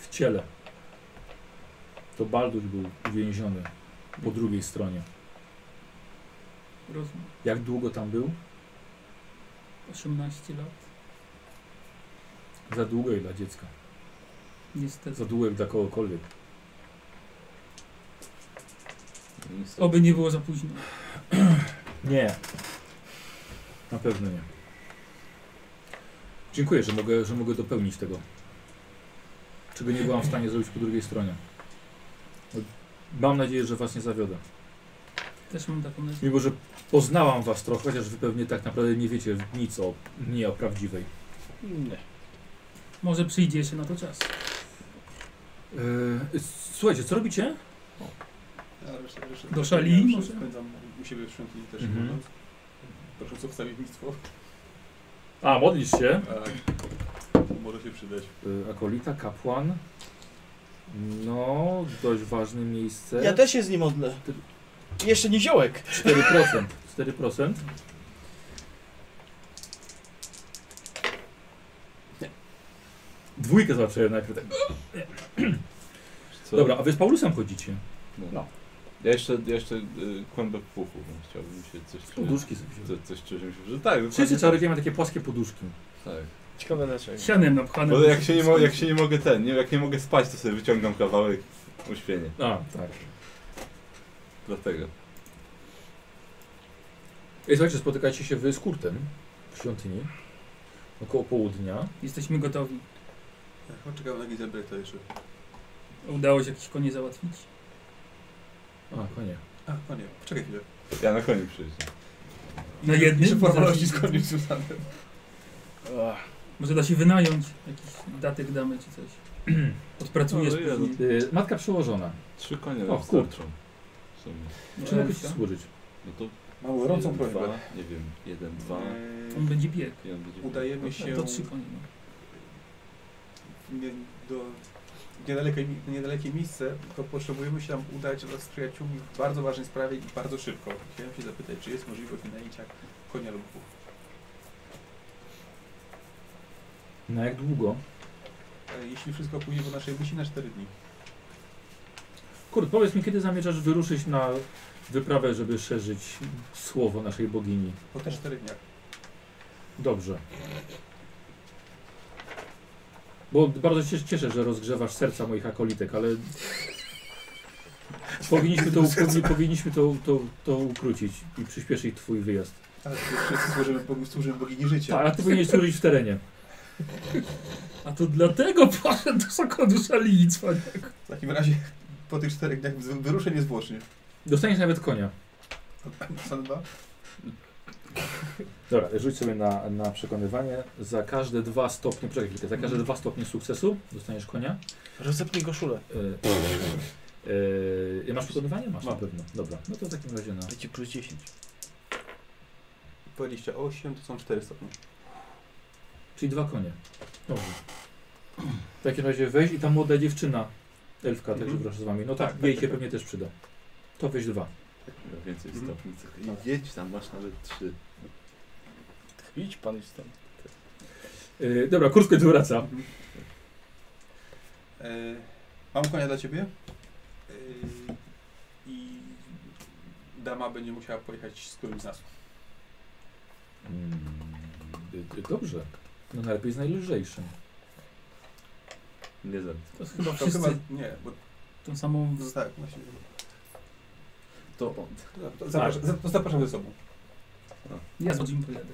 S2: w ciele. To Balduś był uwięziony po drugiej stronie.
S3: Rozumiem.
S2: Jak długo tam był?
S3: 18 lat.
S2: Za długo jak dla dziecka.
S3: Niestety.
S2: Za długo jak dla kogokolwiek.
S4: Niestety.
S3: Oby nie było za późno.
S2: Nie. Na pewno nie. Dziękuję, że mogę, że mogę dopełnić tego. Czego nie byłam w stanie zrobić po drugiej stronie. Mam nadzieję, że was nie zawiodę.
S3: Też mam taką nadzieję.
S2: Mimo, że poznałam was trochę, chociaż wy pewnie tak naprawdę nie wiecie nic o mnie, o prawdziwej.
S11: Nie.
S3: Może przyjdzie jeszcze na to czas.
S2: Yy, słuchajcie, co robicie?
S1: Ja resztę- resztę-
S3: Do szali
S1: ja
S3: może?
S1: może? Spędzam u siebie w świątyni też.
S2: Mhm.
S1: Mhm. Prosząc o wstawiennictwo.
S2: A, modlisz się.
S4: Tak.
S1: (laughs) Może się przydać.
S2: Yy, akolita, kapłan. No, dość ważne miejsce.
S11: Ja też się z nim modlę.
S2: Ty-
S11: Jeszcze nie ziołek.
S2: 4%. 4%. Dwójkę zobaczyłem najpierw. tak.
S4: Co?
S2: Dobra, a wy z Paulusem chodzicie.
S4: No.
S11: No.
S4: Ja jeszcze, ja jeszcze y, kłębę puchu, bo chciałbym się coś...
S2: Poduszki sobie wziął.
S4: Co, coś czuję się, że tak,
S2: Wszyscy
S4: dokładnie
S2: czarodzieje mają takie płaskie poduszki.
S4: tak.
S11: Ciekawe dlaczego.
S3: Sianem napchanym.
S4: Bo jak się, nie mo- jak się nie mogę ten, nie, jak nie mogę spać, to sobie wyciągam kawałek uśpienie.
S2: A, tak.
S4: Dlatego.
S2: I słuchajcie, spotykacie się wy z Kurtem w świątyni. Około południa.
S3: Jesteśmy gotowi.
S1: Tak, no, Czekam na Gizabetę jeszcze.
S3: Udało się jakieś konie załatwić.
S2: A, konie.
S1: A, no nie, poczekaj chwilę.
S4: Ja na koniu przyjdę.
S3: Na jednym?
S1: Jeszcze formalności z koniu Susanem.
S3: Może da się wynająć. Jakiś datek damy czy
S4: (clears throat)
S3: coś. Odpracujesz
S4: No, no,
S3: później.
S2: Y, matka przełożona.
S4: Trzy konie
S2: O,
S4: nam starczą. W sumie.
S2: Czy mogę ci
S3: Elfka.
S2: służyć?
S4: No to
S20: Mało
S4: jeden,
S20: gorącą
S4: dwa,
S20: prośbę.
S4: nie wiem, jeden, dwa.
S3: On będzie biegł.
S4: I on będzie...
S1: Udajemy się
S3: To trzy konie. no.
S1: nie, do niedalekie, mi- niedalekie miejsce, to potrzebujemy się tam udać wraz z przyjaciółmi w bardzo ważnej sprawie i bardzo szybko. Chciałem się zapytać, czy jest możliwość wynajęcia konia lub dwóch.
S2: Na jak długo?
S1: E, Jeśli wszystko pójdzie po naszej myśli na 4 dni.
S2: Kurt, powiedz mi, kiedy zamierzasz wyruszyć na wyprawę, żeby szerzyć słowo naszej bogini?
S1: Po
S11: Tak.
S1: te 4 dniach.
S2: Dobrze. Bo bardzo się cieszę, że rozgrzewasz serca moich akolitek, (laughs) ale powinniśmy to, powinni- powinniśmy to, to, to ukrócić i przyspieszyć twój wyjazd.
S1: Ale to Tak, wszyscy służymy, Bogu, służymy bogini życia.
S2: Tak, a ty powinieneś służyć w terenie.
S3: A to dlatego (laughs) poszedł do Sokodu Szalii, cwaniak.
S1: W takim razie po tych 4 dniach wy- wyruszę niezwłocznie.
S2: Dostaniesz nawet konia.
S1: Są dwa?
S2: Dobra, rzuć sobie na, na przekonywanie. Za każde dwa stopnie, poczekaj chwilkę, za każde dwa stopnie sukcesu dostaniesz konia.
S11: Rozepnij koszulę.
S2: Yy, yy, masz przekonywanie? Masz na pewno. Dobra, no to w takim razie na...
S11: Będzie plus 10.
S1: 28 to są 4 stopnie.
S2: Czyli dwa konie. Dobrze. W takim razie weź i ta młoda dziewczyna, elfka, tak
S1: Mhm.
S2: przepraszam z wami. No tak,
S1: Tak, tak,
S2: jej
S1: tak,
S2: się
S1: tak.
S2: pewnie też przyda. To weź dwa.
S4: Miał Więcej
S1: Mhm.
S4: stopni. I jedź tam, masz nawet trzy.
S11: Idź pan już tam.
S2: Yy, dobra, kurs w końcu wraca.
S1: E, mam konia dla ciebie. E, I dama będzie musiała pojechać z którymś z nas.
S2: Mm, yy, dobrze. No najlepiej z najlżejszym.
S4: Nie znam.
S3: To chyba
S1: To chyba,
S3: wszyscy
S1: nie, bo
S3: tą samą...
S1: no tak, właśnie.
S4: To on.
S1: To zapraszam, za- to zapraszam ze sobą.
S3: Ja z Jim pojadę.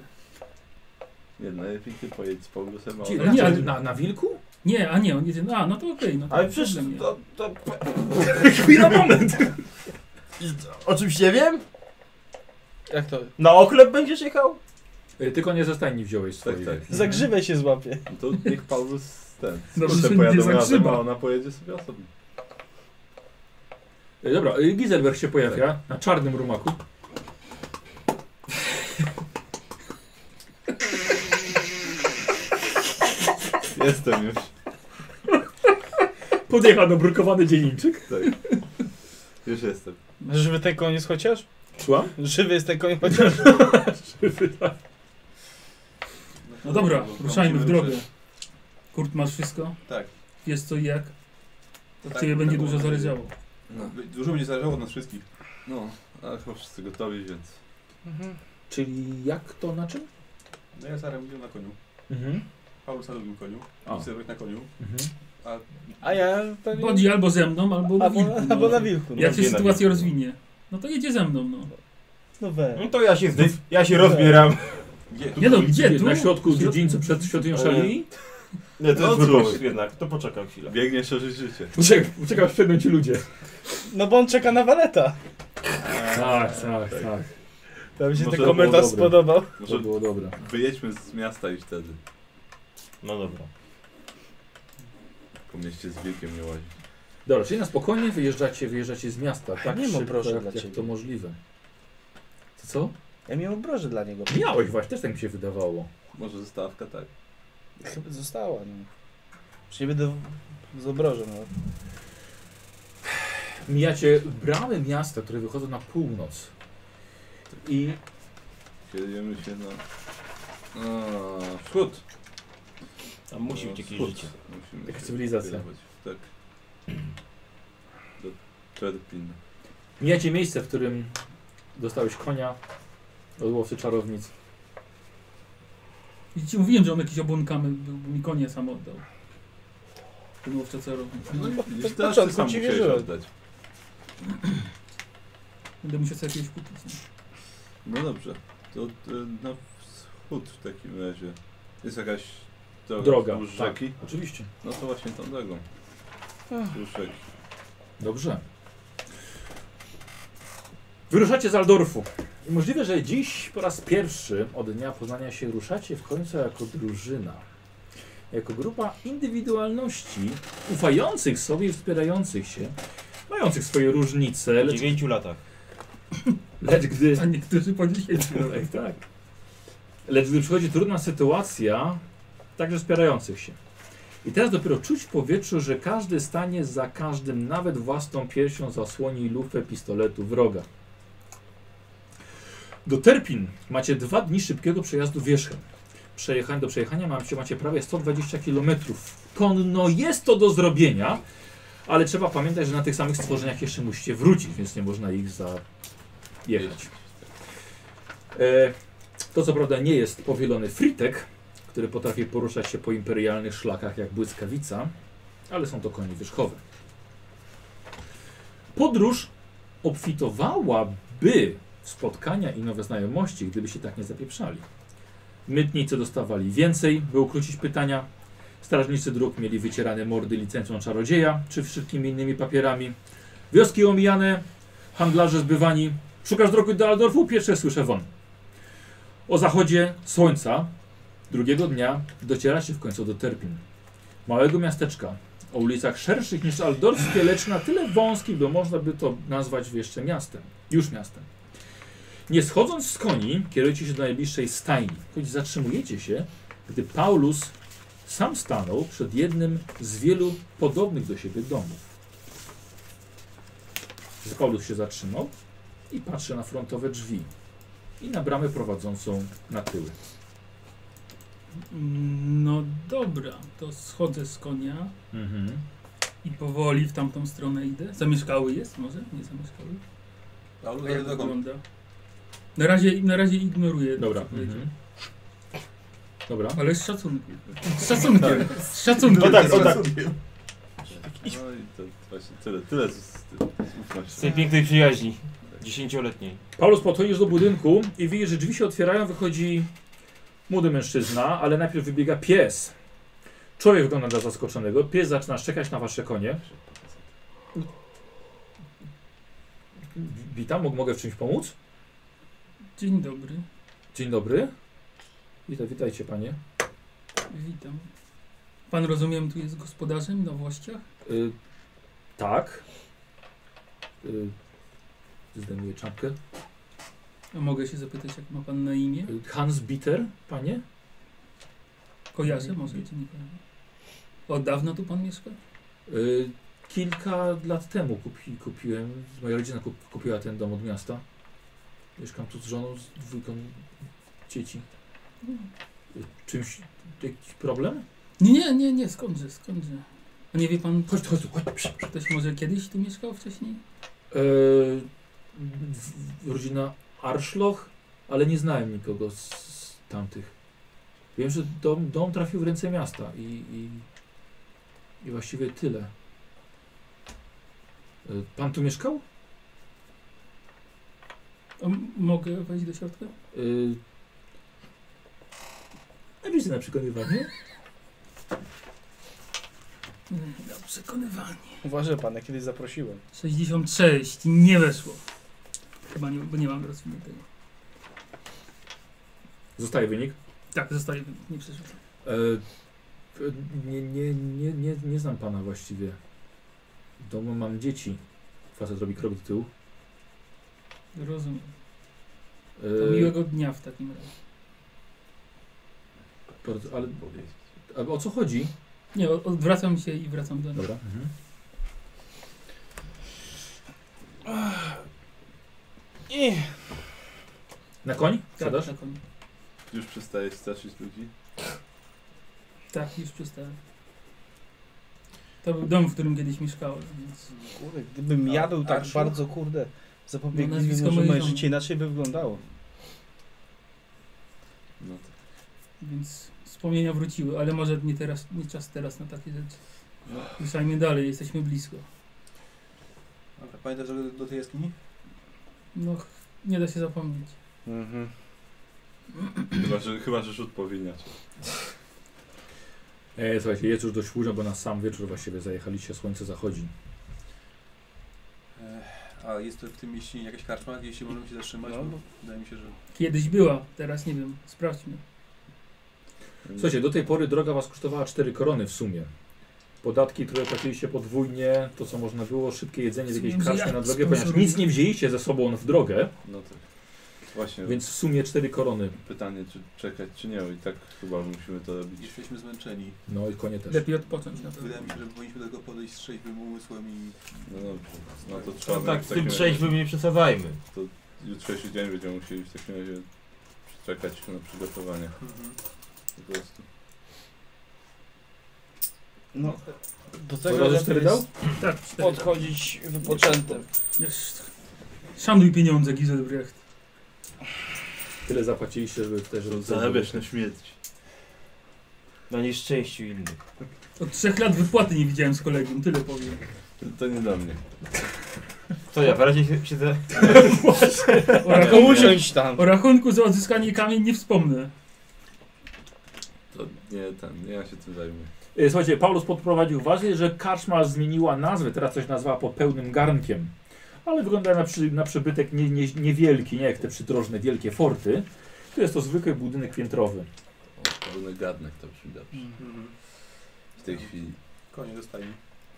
S4: Nie, najlepiej ty pojedź z Paulusem, a
S3: Ci-
S4: on...
S2: Nie,
S3: raczej-
S2: ale na, na wilku?
S3: Nie, a nie, on jedzie... A, no to okej, no to
S21: Ale przecież
S3: problem nie.
S21: to, to... Chwila, moment! O czymś nie wiem?
S11: Jak to?
S21: Na oklep będziesz jechał?
S2: Yy, tylko nie ze stajni wziąłeś swojej.
S4: tak.
S2: Mhm.
S11: Za grzywę się złapie.
S4: No to niech Paulus ten.
S3: Dobrze,
S4: Dobrze,
S3: że nie
S4: pojadą razem,
S3: zagrzyba.
S4: a ona pojedzie sobie osobno.
S2: E, Yy, dobra, yy, Gizelberg się pojawia na czarnym rumaku.
S4: Jestem już.
S10: Podjechał nabrukowany dzienniczek.
S4: Tak. Już jestem.
S11: Żywy ten koniec chociaż?
S10: Szłam?
S11: Żywy jest ten koniec chociaż?
S3: No dobra,
S15: to
S3: ruszajmy w
S15: musimy
S3: drogę.
S15: ruszyć.
S3: Kurt, masz wszystko?
S15: Tak.
S3: Wiesz co i jak?
S15: To
S3: Ciebie
S15: tak,
S3: będzie
S15: tak,
S3: dużo
S15: mam nadzieję.
S3: zależało.
S4: No.
S15: Dużo będzie zależało od nas wszystkich.
S4: No, ale chyba wszyscy gotowi, więc...
S2: Czyli jak to na czym?
S15: No ja Sara mówiłem na koniu.
S2: Mhm.
S15: Paulus na drugim koniu.
S2: O.
S15: Sylwek na koniu.
S2: Mhm.
S15: A
S11: A ja pewnie...
S3: Bądź albo ze mną, albo na
S11: albo,
S3: wilku. no.
S11: albo na wilku. No,
S3: Jak się
S4: Albo na
S3: sytuacja
S4: wilku.
S3: rozwinie? No to jedzie ze mną, no.
S11: no we.
S1: to ja się zdef... Ja się rozbieram.
S15: gdzie?
S3: Nie no, gdzie tu?
S10: Na środku
S3: Gdzie-
S10: dziedzińcu przed świątynią Szali.
S1: Nie, to
S4: No
S1: jest zły
S4: cóż.
S1: pomysł jednak. To poczekam chwilę.
S4: Biegnie szerzyć życie.
S10: Czekał, wprzedną ci ludzie.
S11: No bo on czeka na waleta.
S10: Tak, tak, tak.
S11: To mi
S4: Może
S11: się ten
S4: No to było
S11: komentarz
S10: dobre.
S11: spodobał.
S10: To
S4: Może
S10: było dobre.
S4: wyjedźmy z miasta i wtedy.
S1: No dobra.
S4: Po mieście z wilkiem nie łazi.
S2: Dobra, czyli na spokojnie wyjeżdżacie, wyjeżdżacie z miasta. Tak
S11: nie mam
S2: szybko,
S11: proszę
S2: jak,
S11: dla
S2: jak
S11: ciebie.
S2: to możliwe. To co?
S11: Ja miałem obroże dla niego.
S2: Miałeś właśnie, też tak mi się wydawało.
S4: Może zostawka, tak.
S11: Chyba została, nie Już nie będę w- z obrożem, no.
S2: Mijacie bramy miasta, które wychodzą na północ. I
S4: Kierujemy się na... A, wschód. No,
S1: Tam musi być jakieś
S4: Wschód.
S1: życie.
S4: Musimy
S2: Jaka
S4: się
S2: cywilizacja.
S4: kierować. Tak. Do Czerpin.
S2: mijacie miejsce, w którym dostałeś konia od łowcy czarownic.
S3: I ci mówiłem, że on jakiś obłąkamy, był, bo mi konia sam oddał. Ten łowca co robi.
S4: No i
S11: to
S4: widzisz, teraz
S11: w
S4: ty
S11: początku
S4: sam
S11: ci
S4: musiałeś
S11: wierzyłem.
S4: oddać.
S3: Będę musiał sobie jakiegoś kupić. no.
S4: No dobrze. To e, na wschód w takim razie. Jest jakaś droga,
S2: Droga,
S4: wzdłuż
S2: tak.
S4: rzeki?
S2: Oczywiście.
S4: No to właśnie tą drogą. Wzdłuż rzeki.
S2: Dobrze. Wyruszacie z Aldorfu. I Możliwe, że dziś po raz pierwszy od dnia poznania się ruszacie w końcu jako drużyna. Jako grupa indywidualności, ufających sobie i wspierających się, mających swoje różnice,
S1: W
S2: lecz,
S1: 9 latach.
S2: lecz gdy
S3: A niektórzy po 10
S2: tak, tak. Lecz gdy przychodzi trudna sytuacja, także wspierających się. I teraz dopiero czuć w powietrzu, że każdy stanie za każdym, nawet własną piersią zasłoni lufę pistoletu wroga. Do Terpin macie dwa dni szybkiego przejazdu wierzchem. Przejechanie do przejechania macie, macie prawie 120 km. Konno jest to do zrobienia, ale trzeba pamiętać, że na tych samych stworzeniach jeszcze musicie wrócić, więc nie można ich zajechać. E, to co prawda nie jest powielony fritek, który potrafi poruszać się po imperialnych szlakach jak błyskawica, ale są to konie wierzchowe. Podróż obfitowałaby w spotkania i nowe znajomości, gdyby się tak nie zapieprzali. Mytnicy dostawali więcej, by ukrócić pytania. Strażnicy dróg mieli wycierane mordy licencją czarodzieja czy wszystkimi innymi papierami. Wioski omijane, handlarze zbywani. Szukasz drogi do Aldorfu? Pierwsze słyszę won. O zachodzie słońca drugiego dnia docieracie w końcu do Terpin. Małego miasteczka o ulicach szerszych niż aldorskie, lecz na tyle wąskich, by można by to nazwać jeszcze miastem. Już miastem. Nie schodząc z koni, kierujecie się do najbliższej stajni, choć zatrzymujecie się, gdy Paulus sam stanął przed jednym z wielu podobnych do siebie domów. Paulus się zatrzymał i patrzy na frontowe drzwi i na bramę prowadzącą na tyły.
S3: No dobra, to schodzę z konia
S2: Mhm.
S3: i powoli w tamtą stronę idę. Zamieszkały jest może? Nie zamieszkały?
S1: No,
S15: Paulus
S4: No
S3: A jak
S15: na drugą.
S3: wygląda? Na razie, na razie ignoruję. to,
S2: Dobra.
S3: co powiedział.
S2: Mhm. Dobra.
S3: Ale z szacunkiem. Z szacunkiem. Z szacunkiem.
S1: O tak, o tak.
S4: No i to właśnie tyle, tyle z, z, z
S1: Z
S4: ufnością.
S1: tej pięknej przyjaźni. Dziesięcioletniej.
S2: Paulus, podchodzisz do budynku i widzisz, że drzwi się otwierają, wychodzi młody mężczyzna, ale najpierw wybiega pies. Człowiek wygląda na zaskoczonego, pies zaczyna szczekać na wasze konie. Witam, mog- mogę w czymś pomóc?
S3: Dzień dobry.
S2: Dzień dobry. Witaj, witajcie panie.
S3: Witam. Pan rozumiem, tu jest gospodarzem na Włościach?
S2: Y, tak. Y, zdejmuję czapkę.
S3: A mogę się zapytać, jak ma pan na imię?
S2: Y, Hans Bitter, panie?
S3: Mhm. Kojarzę może, czy nie kojarzę? Od dawna tu pan mieszka?
S2: Y, Kilka lat temu kupi, kupiłem, moja rodzina kup, kupiła ten dom od miasta. Mieszkam tu z żoną, z dwójką dzieci.
S3: No.
S2: Y, Czymś, jakiś problem? Y,
S3: Nie, Nie, nie, nie, skądże, skądże. A nie wie pan,
S2: Chodź, tu, chodź, tu, chodź.
S3: ktoś może kiedyś tu mieszkał wcześniej?
S2: Yy, rodzina Arszloch, ale nie znałem nikogo z, z tamtych. Wiem, że dom, dom trafił w ręce miasta i, i, i właściwie tyle. Yy, pan tu mieszkał?
S3: A m- mogę wejść do środka?
S2: Yy, a wiesz, na przekonywanie?
S3: Nie, no przekonywanie.
S11: Uważaj pana, kiedyś zaprosiłem.
S3: 66, nie weszło. Chyba nie, bo nie mam rozwiniętego.
S2: Zostaje wynik.
S3: Tak, zostaje, wynik, nie przeżyłem.
S2: Yy, nie, nie, nie, nie, nie znam pana właściwie. W domu mam dzieci. Facet robi krok do tyłu.
S3: Rozumiem. To
S2: Yy,
S3: miłego dnia w takim razie.
S2: Bardzo, ale, a o co chodzi?
S3: Nie, o- odwracam się i wracam do niego.
S2: Dobra. Mhm.
S11: I
S2: Na koń?
S3: Tak,
S2: Siadasz?
S3: tak, on-
S4: Już przestajesz straszyć ludzi?
S3: tak, już przestałem. To był dom, w którym kiedyś mieszkałem, więc...
S11: kurde, gdybym
S15: A-
S11: jadł tak
S15: Arszu?
S11: bardzo, kurde,
S3: No,
S11: zapobiegliby
S3: nazwisko
S11: może
S3: mojej
S11: moje
S3: żony.
S11: życie inaczej by wyglądało.
S4: No tak.
S3: Więc wspomnienia wróciły, ale może nie, teraz, nie czas teraz na takie rzeczy. Ruszajmy dalej, jesteśmy blisko.
S15: Dobra, pamiętasz do, do tej jaskini?
S3: No, ch- nie da się zapomnieć.
S11: Mhm.
S4: Chyba, że, chyba, że rzut powiniacz.
S2: E, słuchajcie, jest już dość późno, bo na sam wieczór właściwie zajechaliście, słońce zachodzi.
S15: Ech, A jest to w tym mieście jakaś karczma, jeśli możemy się zatrzymać?
S11: No,
S15: bo
S11: no.
S15: Wydaje mi się, że...
S3: Kiedyś była, teraz nie wiem, sprawdźmy.
S2: Słuchajcie, do tej pory droga was kosztowała 4 korony w sumie. Podatki, które płaciliście podwójnie, to co można było, szybkie jedzenie z jakiejś
S3: Wiem, że
S2: karczmy
S3: ja
S2: na drogę, ponieważ
S3: sponsoruję.
S2: nic nie wzięliście ze sobą w drogę,
S4: No tak. Właśnie,
S2: więc w sumie 4 korony.
S4: pytanie czy czekać czy nie, i tak chyba musimy to robić.
S15: Jesteśmy zmęczeni.
S2: No i konie też.
S3: Lepiej odpocząć na pewno.
S15: Wydaje mi się, że powinniśmy do tego podejść z trzeźwym umysłem i...
S4: No dobrze, no to trzeba...
S1: No tak, z
S4: w
S1: tym
S4: takim
S1: trzeźwym nie przesadzajmy.
S4: razie- Jutrzejszy dzień będziemy musieli w takim razie czekać na przygotowanie.
S15: Mhm.
S4: Po prostu.
S11: No, do
S2: Od razu
S11: tego
S2: cztery
S11: lepiej
S2: dał?
S11: jest
S3: Tak, cztery.
S11: odchodzić wypoczętym.
S3: Jest. Szanuj pieniądze, Giselbrecht.
S2: Tyle zapłaciliście, żeby też
S1: Zarabiasz na śmierć.
S2: No
S1: Na nieszczęściu innych.
S3: Od trzech lat wypłaty nie widziałem z kolegium, tyle powiem.
S4: To nie dla mnie.
S1: Co ja, w razie się- siedzę...
S3: O
S11: Tylko
S3: rachunku,
S11: usiąść tam.
S3: o rachunku za odzyskanie kamień nie wspomnę.
S4: To nie ten, nie ja się tym zajmę.
S2: E, Słuchajcie, Paulus podprowadził was, że karczma zmieniła nazwę, teraz coś nazwała po pełnym garnkiem. Ale wygląda na, przy, na przybytek nie, nie, niewielki, nie jak te przydrożne wielkie forty. Tu jest to zwykły budynek piętrowy.
S4: O, Pełny garnek to brzmi dobrze.
S15: Mhm.
S4: W tej chwili.
S15: Konie dostajemy.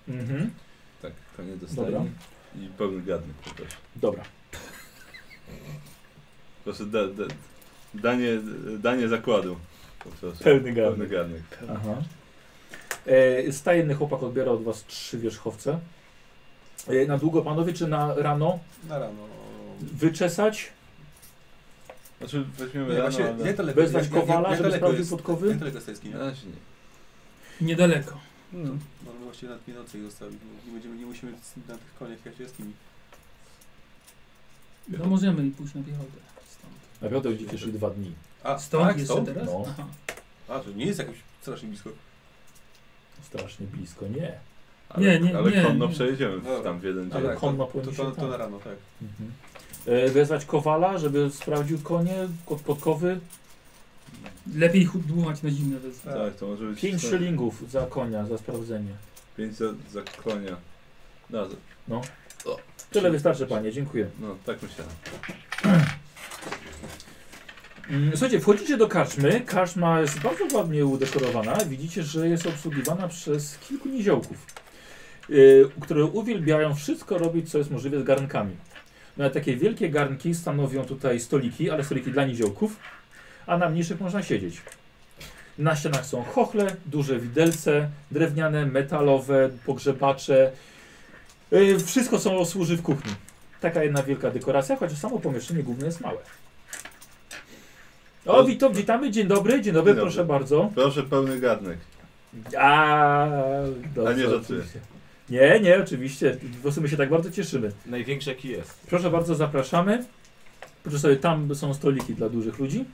S2: Mhm.
S4: Tak, konie
S2: Dobra.
S4: dostaję. I pełny garnek poproszę.
S2: Dobra.
S4: Proszę da, da, danie, danie zakładu. Poproszę.
S2: Pełny garnek.
S4: Pełny garnek.
S2: Aha. E, stajenny chłopak odbiera od was trzy wierzchowce. E, na długo panowie, czy na rano
S15: Na rano.
S2: wyczesać?
S4: Znaczy weźmiemy
S15: Nie,
S4: rano,
S15: właśnie,
S4: ale...
S15: jak daleko,
S2: Wezwać
S15: jak- jak-
S2: tak kowala,
S15: jak
S2: żeby
S15: daleko
S2: sprawdził
S15: jest-
S2: podkowy?
S15: Jak daleko jest ta jaskinia?
S4: Na razie nie.
S3: Niedaleko.
S2: Mm.
S11: No.
S15: Możemy właściwie nad północy ich zostawić, bo nie, będziemy, nie musimy na tych koniach jechać jaskini.
S3: No możemy i pójść na piechotę. Stąd.
S2: Na piątek będziecie szli dwa dni.
S15: A,
S3: Stąd
S15: tak,
S3: jeszcze
S15: stąd?
S3: teraz?
S2: No.
S3: Aha.
S15: A, to nie jest jakoś strasznie blisko.
S2: Strasznie blisko, nie.
S4: Ale,
S3: Nie, nie,
S4: ale
S3: nie,
S4: konno
S3: nie.
S4: przejedziemy w,
S15: Dobra.
S4: tam w jeden dzień.
S2: Ale
S15: tak,
S2: konno
S15: to, to,
S2: powinniśmy
S15: to, to
S2: tak.
S15: na rano, tak.
S2: Mhm. E, wezwać kowala, żeby sprawdził konie, ko- podkowy.
S3: Lepiej chud- dmuchać na zimne wezwanie.
S4: Tak, to może być...
S2: 5 szylingów za konia, za sprawdzenie.
S4: 5 za, za konia. No, za-
S2: Tyle wystarczy, panie, dziękuję.
S4: no, tak myślałem.
S2: Mm, Słuchajcie, wchodzicie do karczmy. Karczma jest bardzo ładnie udekorowana. Widzicie, że jest obsługiwana przez kilku niziołków, yy, które uwielbiają wszystko robić, co jest możliwe z garnkami. No, takie wielkie garnki stanowią tutaj stoliki, ale stoliki dla niziołków, a na mniejszych można siedzieć. Na ścianach są chochle, duże widelce, drewniane, metalowe, pogrzebacze. Y, Wszystko co służy w kuchni. Taka jedna wielka dekoracja, chociaż samo pomieszczenie główne jest małe. O, witam, witamy, dzień dobry, dzień dobry,
S4: Dzień
S2: proszę
S4: dobry.
S2: bardzo.
S4: Proszę pełny garnek.
S2: A, dobrze,
S4: A nie żartuję.
S2: oczywiście. Nie, nie, oczywiście. Po prostu my się tak bardzo cieszymy.
S22: Największy jaki jest.
S2: Proszę bardzo, zapraszamy. Proszę sobie, tam są stoliki dla dużych ludzi.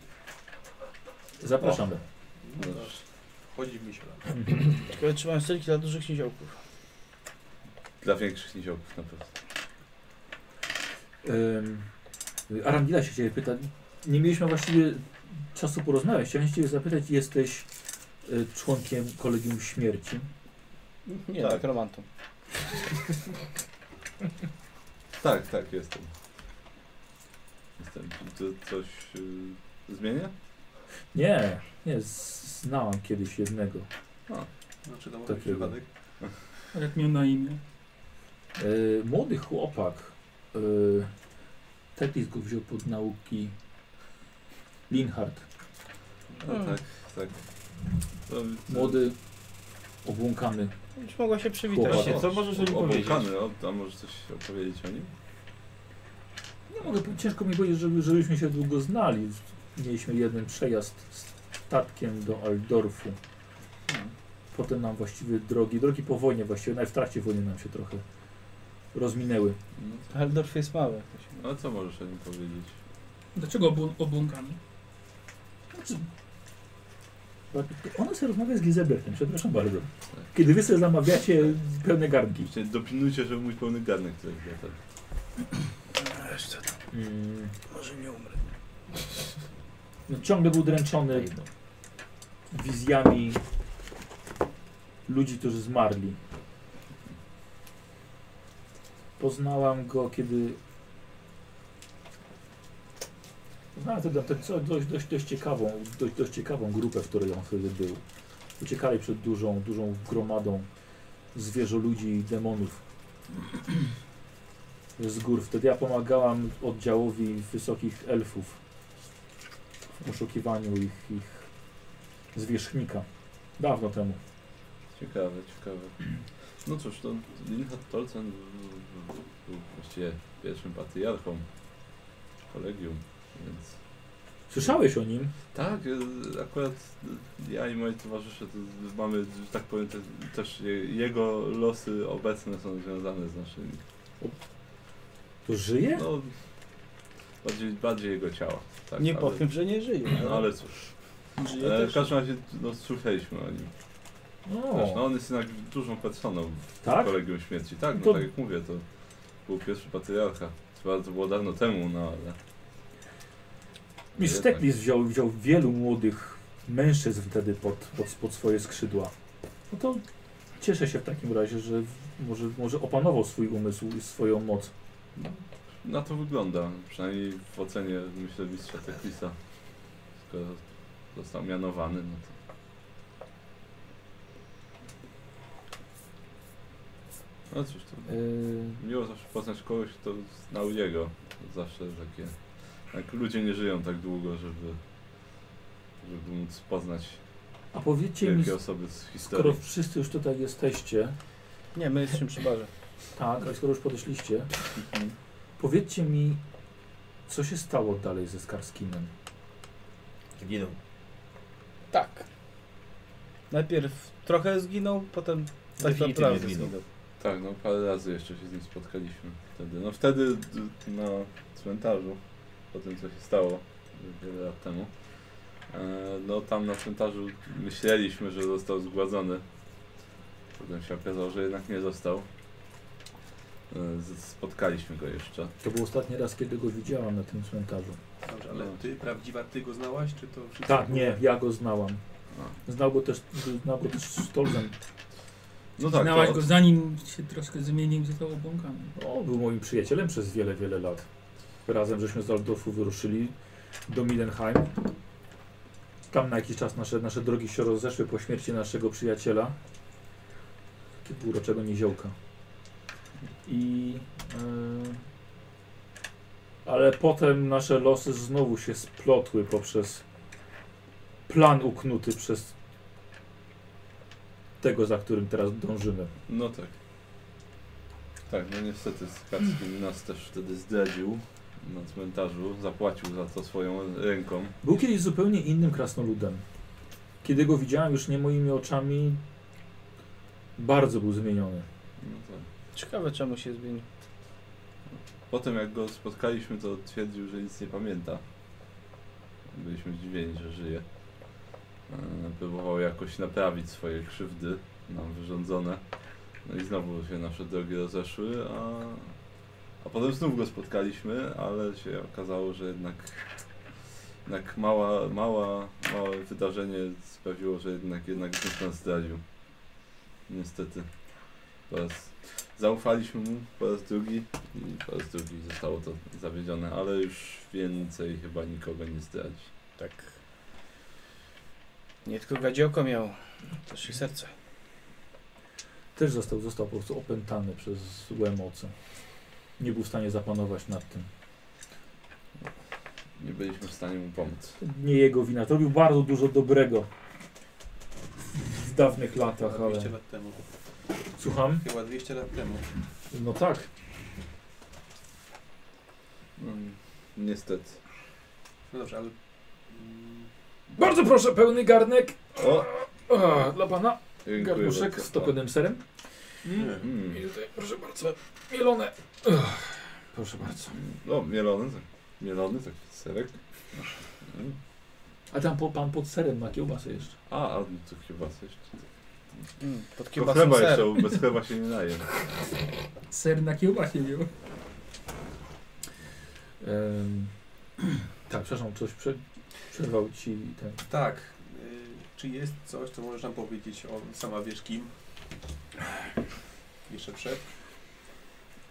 S2: Zapraszamy.
S15: No
S1: Chodzi mi się tam.
S11: Tylko trzymałem stylki dla dużych niziołków.
S4: Dla większych niziołków na pewno.
S2: Ym, Arangila się ciebie pyta. Nie mieliśmy właściwie czasu porozmawiać. Chciałem cię zapytać, jesteś y, członkiem Kolegium Śmierci.
S11: Nie,
S4: Tak.
S11: tak, romantą.
S4: Tak, tak, jestem. Jestem. Czy to coś y, zmienia?
S2: Nie, nie, z- znałam kiedyś jednego.
S1: Znaczy, to
S2: Takiego.
S1: może przypadek.
S15: Tak.
S3: Jak miał na imię.
S2: Y, młody chłopak. Y, Tetis go wziął pod nauki. Linhard.
S4: No, Tak, tak. To, y,
S2: Młody, obłąkany.
S11: Już mogła się przywitać.
S2: Chłopak.
S22: Właśnie, co możesz o nim powiedzieć?
S4: Obłąkany, o, a może coś opowiedzieć o nim?
S2: Nie mogę, po- ciężko mi powiedzieć, żeby, żebyśmy się długo znali. Mieliśmy jeden przejazd statkiem do Aldorfu. Potem nam właściwie drogi, drogi po wojnie właściwie, nawet w trakcie wojny nam się trochę rozminęły.
S4: No, to-
S11: Aldorf jest mały.
S4: no co możesz o nim powiedzieć?
S3: Dlaczego obł- obłąkany?
S2: Ona Znaczy, sobie rozmawia z Gizebertem, przepraszam bardzo. Kiedy wy sobie zamawiacie pełne garnki.
S4: Właśnie dopilnujcie, żeby mój pełny garnek tutaj był. Tak.
S2: Mm,
S11: Może nie umrę.
S2: no, ciągle był dręczony wizjami ludzi, którzy zmarli. Poznałam go, kiedy. Poznałam wtedy tę co- dość, dość, dość, ciekawą, dość, dość ciekawą grupę, w której on wtedy był. Uciekali przed dużą, dużą gromadą zwierzoludzi i demonów z gór. Wtedy ja pomagałam oddziałowi wysokich elfów w poszukiwaniu ich, ich zwierzchnika. Dawno temu.
S4: Ciekawe, ciekawe. No cóż, to Linhard Tolcen był właściwie pierwszym patriarchą kolegium, więc
S2: Słyszałeś o nim?
S4: Tak, y, akurat y, ja i moi towarzysze to mamy, że tak powiem, te, też je- jego losy obecne są związane z naszymi.
S2: To żyje?
S4: No, bardziej, bardziej jego ciała. Tak,
S11: nie
S4: ale,
S11: powiem, że nie żyje.
S4: No ale cóż,
S11: Żyje
S4: e,
S11: też.
S4: w każdym razie no, słyszeliśmy o nim. Też, no
S2: O,
S4: on jest jednak dużą personą
S2: tak?
S4: w Kolegium Śmierci. Tak, no
S2: To-
S4: tak jak mówię, to był pierwszy patriarcha. Chyba to było dawno temu, no ale...
S2: Mistrz
S4: tak.
S2: Teklis wziął, wziął wielu młodych mężczyzn wtedy pod, pod, pod swoje skrzydła. No to cieszę się w takim razie, że w- może, może opanował swój umysł i swoją moc.
S4: tak, Na to wygląda, przynajmniej w ocenie, myślę, mistrza Teklisa. Skoro został mianowany, no to... No cóż, to
S2: Yy,
S4: miło zawsze poznać kogoś, kto znał jego. To zawsze takie... Jak ludzie nie żyją tak długo, żeby... Żeby móc poznać
S2: a powiedzcie mi,
S4: wielkie osoby z
S2: skoro
S4: historii.
S2: wszyscy już tutaj jesteście,
S11: Nie, my jesteśmy przy barze.
S2: tak, a skoro już podeszliście,
S4: Mhm.
S2: powiedzcie mi, co się stało dalej ze Skarskinem?
S23: Zginął.
S11: Tak. Najpierw trochę zginął, potem tak
S23: Definitywnie
S11: naprawdę
S23: zginął.
S11: zginął.
S4: Tak, no parę razy jeszcze się z nim spotkaliśmy wtedy. No wtedy d- na cmentarzu, po tym co się stało wiele lat temu. E, No tam na cmentarzu myśleliśmy, że został zgładzony. Potem się okazało, że jednak nie został. E, z- Spotkaliśmy go jeszcze.
S2: To był ostatni raz, kiedy go widziałam na tym cmentarzu.
S1: Dobrze, ale
S4: No.
S1: ty, prawdziwa, ty go znałaś, czy to wszystko?
S2: Tak, nie, ja go znałam.
S4: A.
S2: Znał go też, znał go też Stolzen.
S4: No tak,
S3: Znałaś
S4: to-
S3: go zanim się troszkę zmienił, został obłąkany.
S2: O, był moim przyjacielem przez wiele, wiele lat. Razem żeśmy z Aldorfu wyruszyli do Midenheim. Tam na jakiś czas nasze, nasze drogi się rozeszły po śmierci naszego przyjaciela, takiego uroczego niziołka. I... e, ale potem nasze losy znowu się splotły poprzez plan uknuty przez tego, za którym teraz dążymy.
S4: No tak. Tak, no niestety Skacki nas też wtedy zdradził na cmentarzu, zapłacił za to swoją ręką.
S2: Był kiedyś zupełnie innym krasnoludem. Kiedy go widziałem już nie moimi oczami, bardzo był zmieniony.
S4: No tak.
S11: Ciekawe czemu się zmienił.
S4: Potem jak go spotkaliśmy, to twierdził, że nic nie pamięta. Byliśmy zdziwieni, że żyje. E, Próbował jakoś naprawić swoje krzywdy nam wyrządzone. No i znowu się nasze drogi rozeszły, a, a potem znów go spotkaliśmy, ale się okazało, że jednak, jednak mała, mała, małe wydarzenie sprawiło, że jednak, jednak znów nas zdradził. Niestety. Po raz, zaufaliśmy mu po raz drugi, i po raz drugi zostało to zawiedzione, ale już więcej chyba nikogo nie zdradzi.
S11: Tak. Nie tylko gadzie oko miał, też i serce.
S2: Też został, został po prostu opętany przez złe moce. Nie był w stanie zapanować nad tym.
S4: Nie byliśmy w stanie mu pomóc.
S2: To nie jego wina. To robił bardzo dużo dobrego w dawnych latach,
S1: Chyba
S2: ale...
S1: 200 lat temu.
S2: Słucham?
S1: Chyba 200 lat temu.
S2: No tak.
S4: Mm, niestety.
S1: No dobrze, ale... mm,
S2: Bardzo proszę, pełny garnek.
S4: O!
S2: A, dla pana
S4: dziękuję
S2: garnuszek
S4: bardzo.
S2: z topionym serem.
S4: Mm.
S2: I tutaj, proszę bardzo, mielone. Ach, proszę bardzo.
S4: No, mielony, tak. Mielony, tak, serek. Mm.
S2: A tam po, pan pod serem ma kiełbasę jeszcze.
S4: A, a no to chyba coś.
S11: Mm, pod
S4: Tylko
S11: kiełbasą
S4: chleba
S11: ser.
S4: jeszcze, bo bez chleba się nie naje.
S3: Ser na kiełbasie miał.
S2: Em, (clears throat) tak, przepraszam, coś prze, przerwał ci ten.
S1: Tak. y, Czy jest coś, co możesz nam powiedzieć o sama wiesz kim? Jeszcze przed?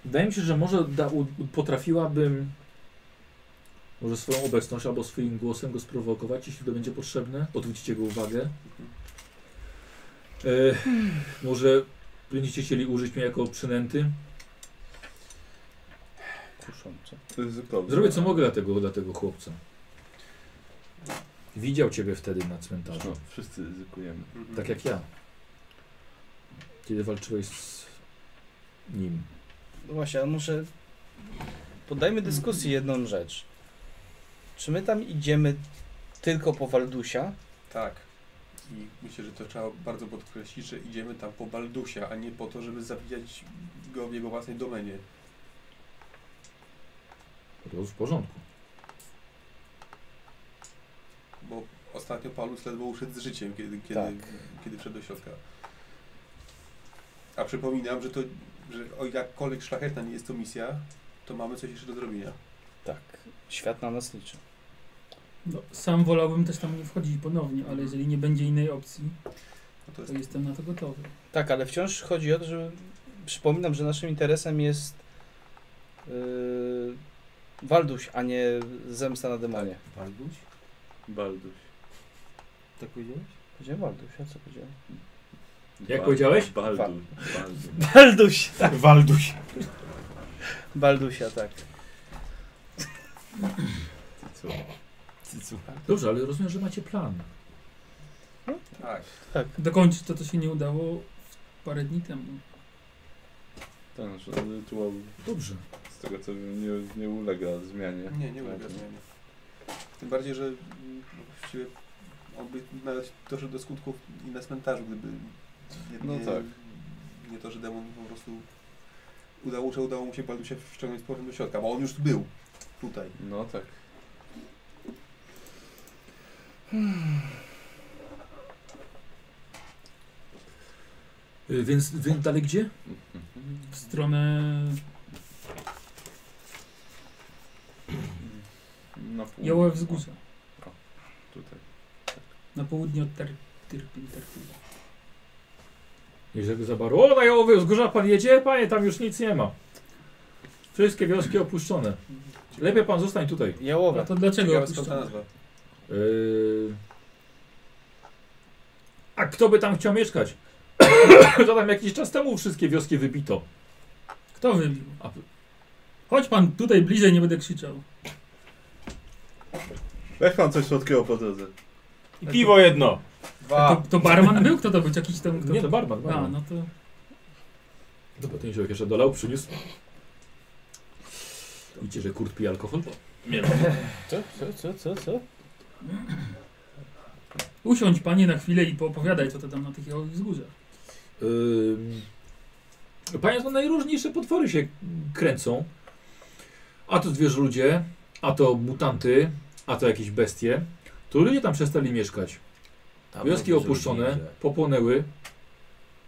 S2: Wydaje mi się, że może da, u, potrafiłabym może swoją obecność albo swoim głosem go sprowokować, jeśli to będzie potrzebne. Odwrócić jego uwagę. E, może będziecie chcieli użyć mnie jako przynęty.
S11: Kuszące.
S4: Ryzykowne.
S2: Zrobię co mogę dla tego, dla tego chłopca. Widział ciebie wtedy na cmentarzu.
S4: No, wszyscy ryzykujemy.
S1: Mhm.
S2: Tak jak ja. Kiedy walczyłeś z nim.
S11: No właśnie, ale muszę... Poddajmy dyskusji jedną rzecz. Czy my tam idziemy tylko po Waldusia?
S1: Tak. I myślę, że to trzeba bardzo podkreślić, że idziemy tam po Baldusia, a nie po to, żeby zabijać go w jego własnej domenie.
S2: To już w porządku.
S1: Bo ostatnio Paulus ledwo uszedł z życiem, kiedy, kiedy,
S11: Tak.
S1: kiedy wszedł do środka. A przypominam, że to, że o jakkolwiek szlachetna nie jest to misja, to mamy coś jeszcze do zrobienia.
S11: Tak. Świat na nas liczy.
S3: No, sam wolałbym też tam nie wchodzić ponownie, ale jeżeli nie będzie innej opcji,
S1: No to jest
S3: to jestem na to gotowy.
S11: Tak, ale wciąż chodzi o to, że przypominam, że naszym interesem jest yy, Walduś, a nie zemsta na demonie.
S24: Walduś?
S4: Balduś.
S24: Tak powiedziałeś?
S11: Powiedziałem Walduś, a co powiedziałem?
S2: Jak powiedziałeś?
S4: Balduś. Balduś.
S11: Walduś!
S24: Walduś.
S11: Baldusia, tak.
S4: Co?
S24: Cycu.
S2: Dobrze, ale rozumiem, że macie plan.
S1: tak.
S3: Dokończyć to, co się nie udało w parę dni temu.
S4: Ten nasz znaczy, rytuał,
S2: Dobrze.
S4: z tego co wiem, nie, nie ulega zmianie.
S1: Nie, nie ulega zmianie. Tym bardziej, że mm, właściwie on by nawet doszedł do skutków i na cmentarzu, gdyby nie,
S4: No
S1: nie,
S4: tak.
S1: nie to, że demon po prostu udało, że udało mu się Baldusia wciągnąć z powrotem do środka, bo on już był tutaj.
S4: No tak.
S2: Y, Więc, więc dalej gdzie?
S4: Mhm.
S3: W stronę
S4: Na pół.
S3: Joła Wzgórza,
S4: Tutaj.
S3: na południe od Ter- Tyrpin. Terpin.
S2: Jeżeli go zabarło. O, na Jałowy wzgórza pan jedzie? Panie, tam już nic nie ma. Wszystkie wioski opuszczone. Lepiej pan zostań tutaj.
S3: A
S11: Jałowe.
S3: to dlaczego
S1: Ciekawe skąd ta
S3: opuszczone?
S1: nazwa.
S2: Yy... A kto by tam chciał mieszkać? (coughs) to tam jakiś czas temu wszystkie wioski wybito.
S3: Kto wybił?
S2: A p-
S3: Chodź pan tutaj bliżej, nie będę krzyczał.
S4: Weź pan coś słodkiego po drodze.
S24: I piwo jedno.
S25: Dwa.
S3: To, to barman był? Kto to był? Czy Jakiś tam... Kto
S2: Nie,
S3: to...
S2: to barman.
S3: A,
S2: barman.
S3: no to...
S2: Dobra, No ten ziołek jeszcze dolał, przyniósł. Widzicie, że Kurt pije alkohol? Nie ma.
S11: Co, co, co, co, co?
S3: Usiądź panie na chwilę i poopowiadaj, co to tam na tych jałach wzgórzach.
S2: Ym, Państwo najróżniejsze potwory się kręcą. A to zwierzoludzie, a to mutanty, a to jakieś bestie. To ludzie tam przestali mieszkać.
S26: Tam
S2: Wioski
S26: będzie
S2: opuszczone,
S1: tak.
S26: ludzie.
S2: popłonęły.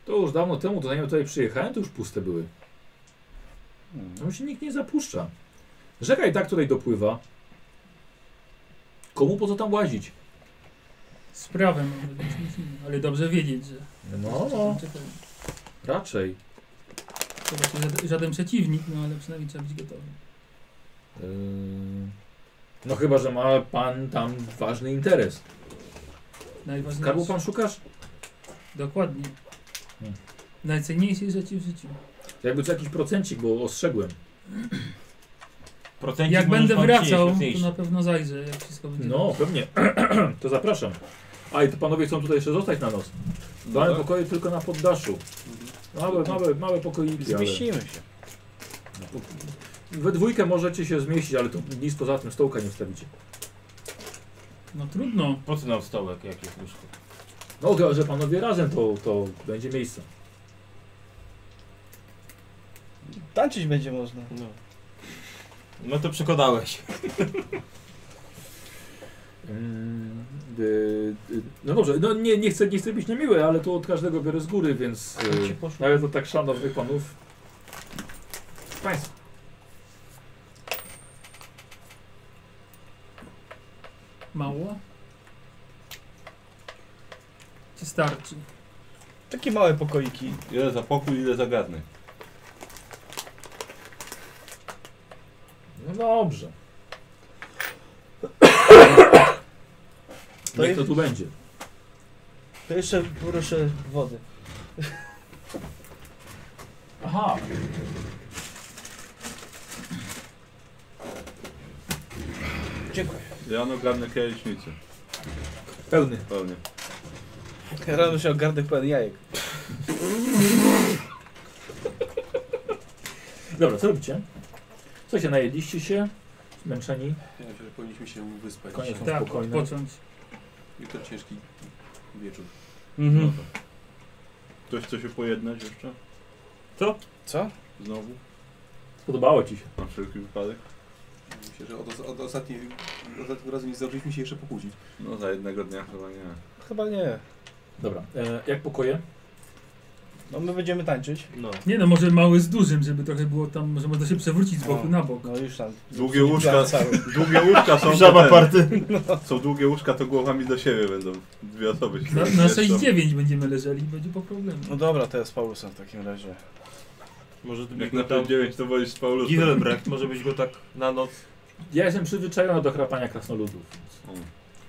S2: To już dawno temu, to zanim tutaj przyjechałem, to już puste były. Tam się nikt nie zapuszcza. Rzeka i tak tutaj dopływa. Komu po co tam łazić?
S3: Sprawę może być nic innego, ale dobrze wiedzieć, że...
S2: No,
S3: Czekaj,
S2: raczej.
S3: To właśnie żaden- żaden przeciwnik, no ale przynajmniej trzeba być gotowym.
S2: Yy, No chyba, że ma pan tam ważny interes. Skarbu
S3: Najważniejsze.
S2: pan szukasz?
S3: Dokładnie.
S2: Hmm.
S3: Najcenniejszej rzeczy w życiu.
S2: Jakby co jakiś procencik, bo ostrzegłem.
S1: Procencik
S3: Jak
S1: możesz
S3: będę
S1: pan
S3: wracał,
S1: przynieść,
S3: to
S1: przynieść.
S3: na pewno zajrzę, jak wszystko będzie.
S2: No, pewnie. (clears throat) to zapraszam. A i to panowie chcą tutaj jeszcze zostać na noc. Dałem pokoje tylko na poddaszu. Małe, małe, małe pokoiki, ale...
S11: Zmieścimy się.
S2: We dwójkę możecie się zmieścić, ale to nisko za tym stołka nie wstawicie.
S3: No trudno.
S1: Po co nam stołek jakieś łóżko?
S2: No, to, że panowie razem, to, to będzie miejsce.
S11: Tańczyć będzie można.
S1: No. No to przekonałeś.
S2: Mm, y, y, no dobrze, no nie, nie, chcę, nie chcę być niemiły, ale tu od każdego biorę z góry, więc
S11: Jak
S2: y,
S11: ci poszło?
S2: nawet od tak szanownych panów. Państwo. tak.
S3: Mało? Czy starczy?
S11: Takie małe pokoiki.
S4: Ile za pokój, ile za garnek.
S2: No dobrze.
S11: To
S2: Niech
S11: je-
S2: to tu będzie.
S11: To jeszcze proszę wody.
S2: Aha.
S11: Dziękuję.
S4: Rano no garnek jajecznicy.
S2: Pełny.
S4: Pełnie.
S11: Rano się ogarnę pełen jajek.
S2: Dobra, co robicie? Co się najedliście się? Zmęczeni?
S25: Ja myślę, że powinniśmy się wyspać.
S2: Koniec.
S25: dzisiaj.
S3: Tak,
S2: spokojne.
S3: odpocząć.
S25: Jutro ciężki wieczór.
S11: Mhm.
S4: Ktoś chce się pojednać jeszcze?
S11: Co?
S4: Znowu?
S2: Podobało ci się.
S4: Na wszelki wypadek?
S25: Myślę, że od, od ostatniej, ostatniego razu nie zdążyliśmy się jeszcze pokłócić.
S4: No za jednego dnia chyba nie.
S11: Chyba nie.
S2: Dobra, e, jak pokoje?
S11: No my będziemy tańczyć.
S1: No.
S3: Nie no, może mały z dużym, żeby trochę było tam, może można się przewrócić z boku
S11: No.
S3: na bok.
S11: No już tam.
S4: Długie łóżka,
S11: Cały.
S4: długie łóżka są
S26: Żaba
S4: ten-
S26: party.
S4: Są długie łóżka, to głowami do siebie będą. Dwie osoby się
S3: Na,
S4: tam
S3: na
S4: zmieszczą.
S3: 6-9 będziemy leżeli, będzie po problemie.
S11: No dobra, to jest Paulusem w takim razie.
S1: Może ty
S4: Jak
S1: go
S4: na
S1: tam...
S4: ten 9 to wolisz z Paulusem.
S1: Gizelbrecht, może byś go tak na noc...
S2: Ja jestem przyzwyczajony do chrapania krasnoludów. więc-
S4: O.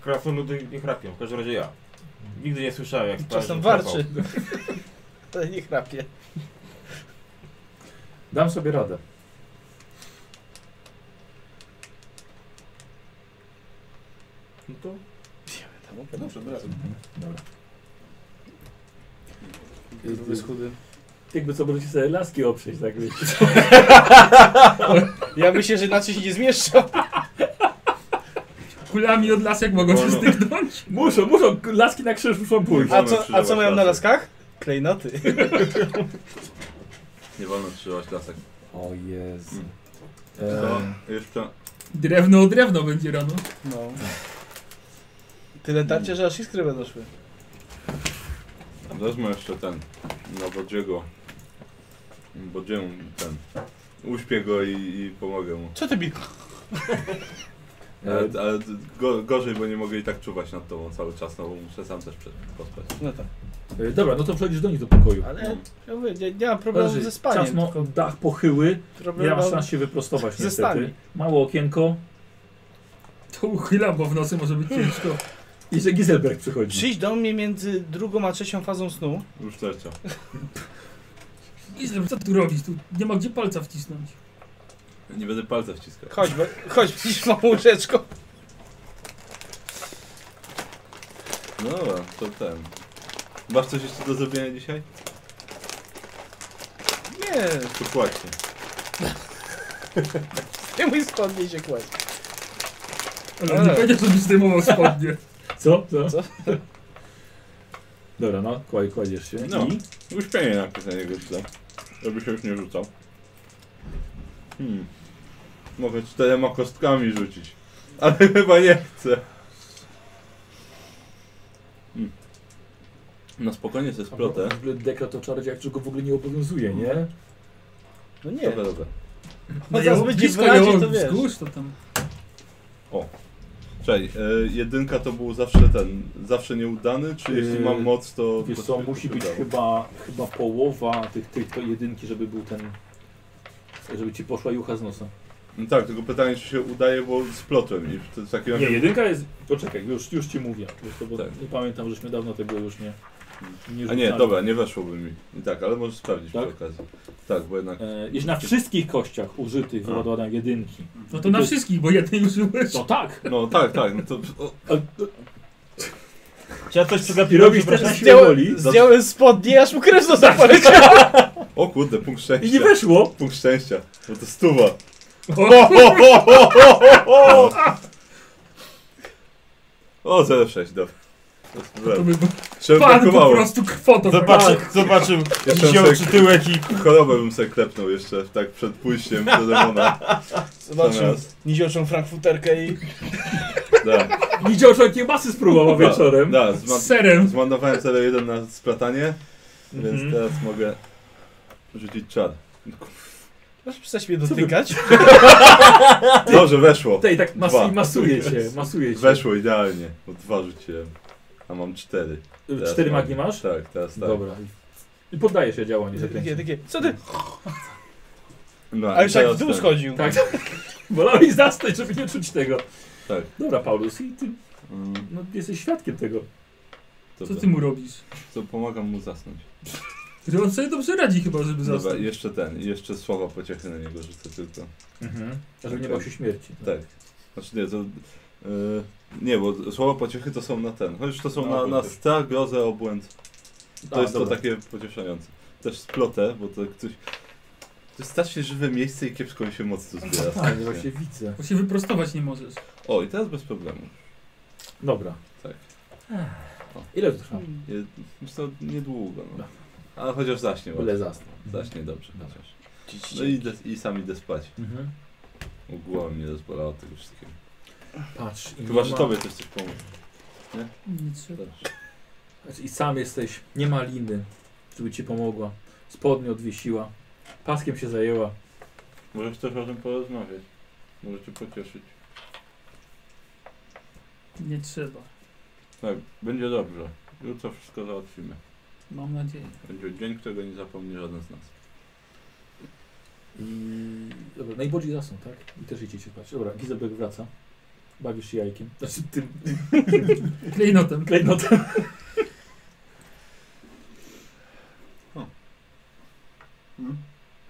S1: Krasnoludy nie chrapią, w każdym razie ja. Nigdy nie słyszałem jak
S11: Czasem
S1: Paweł
S11: warczy. To nie chrapie.
S2: Dam sobie radę.
S1: No to...
S25: Dobrze, od razu.
S2: Dobra.
S1: Jest chudy.
S2: Jakby co, możecie sobie laski oprzeć, tak wiecie.
S11: Ja myślę, że inaczej się nie zmieszczą.
S3: Kulami od lasek mogą się
S4: Wolno.
S3: stygnąć.
S2: Muszą, muszą, laski na krzyż muszą pójść.
S11: A
S4: Możemy
S11: co, a co
S4: krzyżować
S11: mają na
S4: lasy.
S11: laskach? Klejnoty.
S4: Nie wolno krzyżować lasek.
S2: O Jezu.
S4: Mm. To
S2: E,
S4: jeszcze...
S3: Drewno o drewno będzie rano.
S11: No. Tyle tarcie, że aż iskry będą szły.
S4: Wezmę jeszcze ten. Na Bodziego. Bodziemu ten. Uśpię go i, i pomogę mu.
S11: Co ty mi...
S4: Ale, ale go, gorzej, bo nie mogę i tak czuwać nad tobą cały czas, no bo muszę sam też przed, pospać.
S11: No tak.
S2: e, dobra, no to wchodzisz do nich do pokoju.
S11: Ale ja mówię, nie, nie mam problemu ze spaniem.
S2: Ciasno,
S11: tylko
S2: dach pochyły, nie
S11: problem
S2: masz
S11: mam-
S2: szans się wyprostować
S11: ze
S2: niestety.
S11: stami.
S2: Mało okienko
S3: To uchylam, bo w nocy może być ciężko.
S2: i że Giselberg przychodzi.
S11: Przyjdź do mnie między drugą a trzecią fazą snu.
S4: Już trzecią.
S3: Gizem, co tu robisz? Tu nie ma gdzie palca wcisnąć.
S4: Nie będę palca wciskał.
S11: Chodź, (laughs) bo, chodź, pisz małą łóżeczko.
S4: No dobra, to ten. Masz coś jeszcze do zrobienia dzisiaj?
S11: Nie,
S4: To płacie.
S11: nie mój spodnie się kłaść.
S3: Ale nie powiedział, żebyś zdejmował spodnie.
S2: Co? Co?
S11: Co?
S2: (laughs) Dobra, no, kłaj, kładziesz się.
S4: No.
S2: I?
S4: Uśpienie najpierw na jego źle. Żeby się już nie rzucał. Hmm. Mogę czterema kostkami rzucić. Ale (laughs) chyba nie chcę. Hmm. No spokojnie ze splotę.
S2: W ogóle dekret o czarodziejach go w ogóle nie obowiązuje, nie?
S11: No nie.
S4: Dobra, dobra.
S11: No
S3: ja
S11: zaraz będzie w
S3: blisko
S11: razie,
S3: ją
S11: to wiesz.
S3: Zgłusz to tam.
S4: Czekaj, e, jedynka to był zawsze ten, zawsze nieudany, czy jeśli
S2: Yy,
S4: mam moc, to...
S2: Wiesz
S4: to
S2: co,
S4: się
S2: musi być
S4: przydało?
S2: chyba, chyba połowa tych, tych to jedynki, żeby był ten... Żeby ci poszła jucha z nosa.
S4: No tak, tylko pytanie, czy się udaje, bo z plotem i to w
S2: Nie,
S4: takim razie...
S2: jedynka jest... Poczekaj, już, już ci mówię. Wiesz co, bo
S4: no. Tak.
S2: Nie pamiętam, żeśmy dawno tego już nie... nie
S4: A nie,
S2: rzucali.
S4: dobra, nie weszłoby mi. I tak, ale możesz sprawdzić
S2: Tak?
S4: przy okazji. Tak, bo jednak...
S2: E, jeśli na wszystkich kościach użytych
S4: A.
S2: wyładowałem jedynki.
S3: No to na wszystkich, bo jednej użyłeś.
S2: To tak! E,
S4: No tak, tak, no to... O,
S2: A,
S1: Czy ja coś
S2: I
S1: przegapiłem?
S2: robisz też na siłę
S11: Zdjąłem,
S2: woli.
S11: zdjąłem spodnie, aż mu krew do zapaleczka. (laughs)
S4: o kurde, punkt
S2: I nie
S4: szczęścia.
S2: weszło!
S4: Punkt szczęścia, bo to stuwa. O, 0,6, dobra. To jest
S3: To
S4: problem.
S3: by
S4: Trzeba
S3: pan po
S4: brakowało.
S3: prostu kwotą.
S1: Zobaczy, zobaczył,
S4: Jeszcze
S1: wziął
S4: sobie-
S1: przytyłek i...
S4: Chorobę bym se klepnął jeszcze, tak przed pójściem do demona.
S11: Zobaczył
S4: Zamiast.
S11: nizioczą frankfurterkę i...
S2: (laughs)
S4: Da,
S2: Widział, że kiełbasy
S4: (laughs)
S2: spróbował
S4: Da.
S2: wieczorem.
S4: da,
S3: Z
S4: zma-
S3: serem.
S4: zmarnowałem 0,1 na splatanie,
S2: Mhm.
S4: więc teraz mogę rzucić czar.
S11: Masz przestać mnie dotykać?
S4: Dobrze, weszło.
S2: Tej tak mas
S4: Dwa. (laughs)
S2: masuje się, masuje się.
S4: Weszło idealnie, bo dwa rzuciłem. A mam cztery. Teraz
S2: E, Cztery
S4: mam-
S2: magii masz?
S4: Tak, teraz tak.
S2: Dobra. I poddaje się działanie
S11: Takie,
S2: zaklęcia.
S11: takie, co ty?
S4: No,
S11: A
S4: i
S11: już tak w
S4: teraz
S11: dół
S4: ten.
S11: schodził.
S2: Tak. (laughs) Wolałeś zastać, żeby nie czuć tego.
S4: Tak.
S2: Dobra, Paulus, i ty
S4: Mm,
S2: no, jesteś świadkiem tego.
S3: Co
S4: Dobra,
S3: ty mu robisz?
S4: to pomagam mu zasnąć.
S3: Że on sobie dobrze radzi chyba, żeby
S4: Dobra,
S3: został.
S4: jeszcze ten, jeszcze słowa pociechy na niego rzucę tylko.
S2: Mhm. Żeby nie
S4: Okej.
S2: bał się śmierci.
S4: Tak. Znaczy nie, to... Yy, nie, bo słowa pociechy to są na ten, chociaż to są
S2: No,
S4: na, na
S2: też.
S4: strach, grozę, obłęd. To
S2: A,
S4: jest
S2: dobra.
S4: to takie pocieszające. Też splotę, bo to ktoś... To jest strasznie żywe miejsce i kiepsko mi się moc tu zbiera.
S2: (laughs) Tak, ja się widzę.
S3: Bo się wyprostować nie możesz.
S4: O, i teraz bez problemu.
S2: Dobra.
S4: Tak.
S2: O. Ile to trwa?
S4: Je- Myślę, niedługo, no. Ale chociaż zaśnie, ładnie.
S2: Byle zasnął.
S4: Zaśnie dobrze chociaż. No
S11: No i-
S4: i, idę- i sam idę spać.
S2: Mhm.
S4: Bo Głowa mnie rozbolała od tego wszystkiego.
S2: Patrz. i
S4: Chyba,
S2: nie
S4: że
S2: ma-
S4: tobie też coś pomoże.
S3: Nie trzeba.
S4: Dobrze.
S2: Znaczy, I sam jesteś, nie ma liny, żeby ci pomogła. Spodnie odwiesiła, paskiem się zajęła.
S4: Możesz też o tym porozmawiać. Może cię pocieszyć.
S3: Nie trzeba.
S4: Tak, będzie dobrze. Jutro wszystko załatwimy.
S3: Mam nadzieję.
S4: Będzie dzień, którego nie zapomni żaden z nas.
S2: I... Dobra, najbardziej zasnął, tak? I też idziecie spać. Dobra, Gizelberg wraca. Bawisz się jajkiem. Znaczy (laughs) tym
S3: Klejnotem.
S2: klejnotem.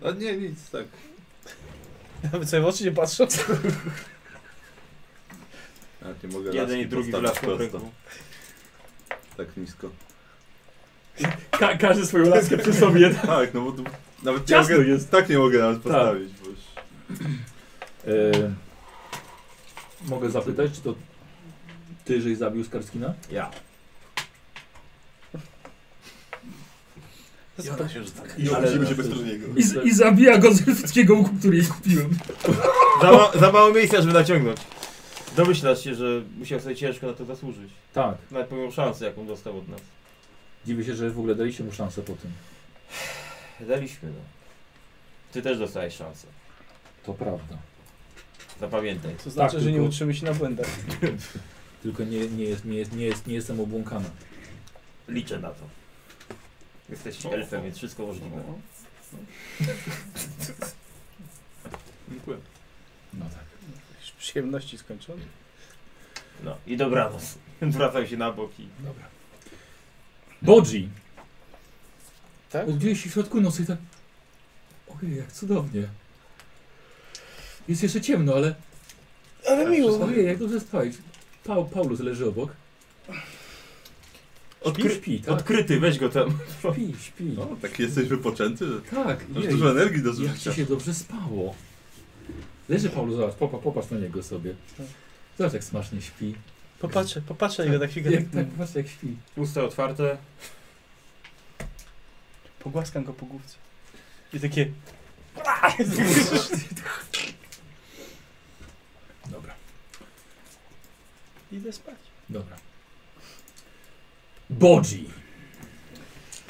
S4: A nie, nic, tak.
S11: Nawet sobie w oczy nie patrzą.
S4: Nawet nie mogę
S27: Jeden
S4: laski
S27: i drugi w
S4: postawić
S27: lasku ręką.
S4: Tak nisko.
S2: Ka każdy swoją laskę przy sobie.
S4: Tak, no bo tu nawet nie
S2: Ciasno
S4: mogę,
S2: jest.
S4: tak nie mogę nawet postawić, bo już...
S2: E... Mogę zapytać, czy to ty, żeś zabił Skarskina?
S1: Ja.
S11: Zobacz.
S2: I
S1: obchodzimy się
S2: bez
S3: I,
S11: tak.
S3: z- I zabija go z elfickiego łuku, który jej kupiłem.
S1: Za, ma, za mało miejsca, żeby naciągnąć. Domyślasz się, że musiał sobie ciężko na to zasłużyć.
S2: Tak.
S1: Nawet pomimo szansy, jaką dostał od nas.
S2: Dziwię się, że w ogóle daliście mu szansę po tym.
S1: Daliśmy, no. Ty też dostałeś szansę.
S2: To prawda.
S1: Zapamiętaj.
S11: To znaczy,
S2: Tak,
S11: że nie
S2: tylko-
S11: utrzymy się na błędach.
S2: Tylko nie, nie, jest, nie, jest, nie, jest, nie jestem obłąkana.
S1: Liczę na to. Jesteś elfem, więc wszystko możliwe.
S28: Dziękuję.
S2: No tak.
S11: Już przyjemności skończone.
S1: No i dobranoc. (laughs) Wracaj się na bok i...
S2: Dobra. Bodzi.
S11: Tak?
S2: Obudziłeś się w środku nocy i tak... Ojej, jak cudownie. Jest jeszcze ciemno, ale... Tak,
S11: Ale miło.
S2: Ojej, jak dobrze spałeś. Pa Paulus leży obok. Odkry... Śpi, tak?
S1: Odkryty, weź go tam.
S2: Śpi, śpi.
S4: No, taki jesteś wypoczęty, że
S2: Tak,
S4: masz
S2: jej,
S4: dużo energii do
S2: jak ci
S4: zużycia. (clears throat)
S2: się dobrze spało. Leży Paulu, zobacz, popa, popatrz na niego sobie.
S11: Tak.
S2: Zobacz jak smacznie śpi.
S11: Popatrzę, popatrzę na niego na chwilkę.
S2: Jak,
S11: Tak,
S2: tak, patrz jak śpi.
S1: Usta otwarte.
S11: Pogłaskam go po główce. I takie...
S2: Dobra.
S11: Idę spać.
S2: Dobra. Bodzi.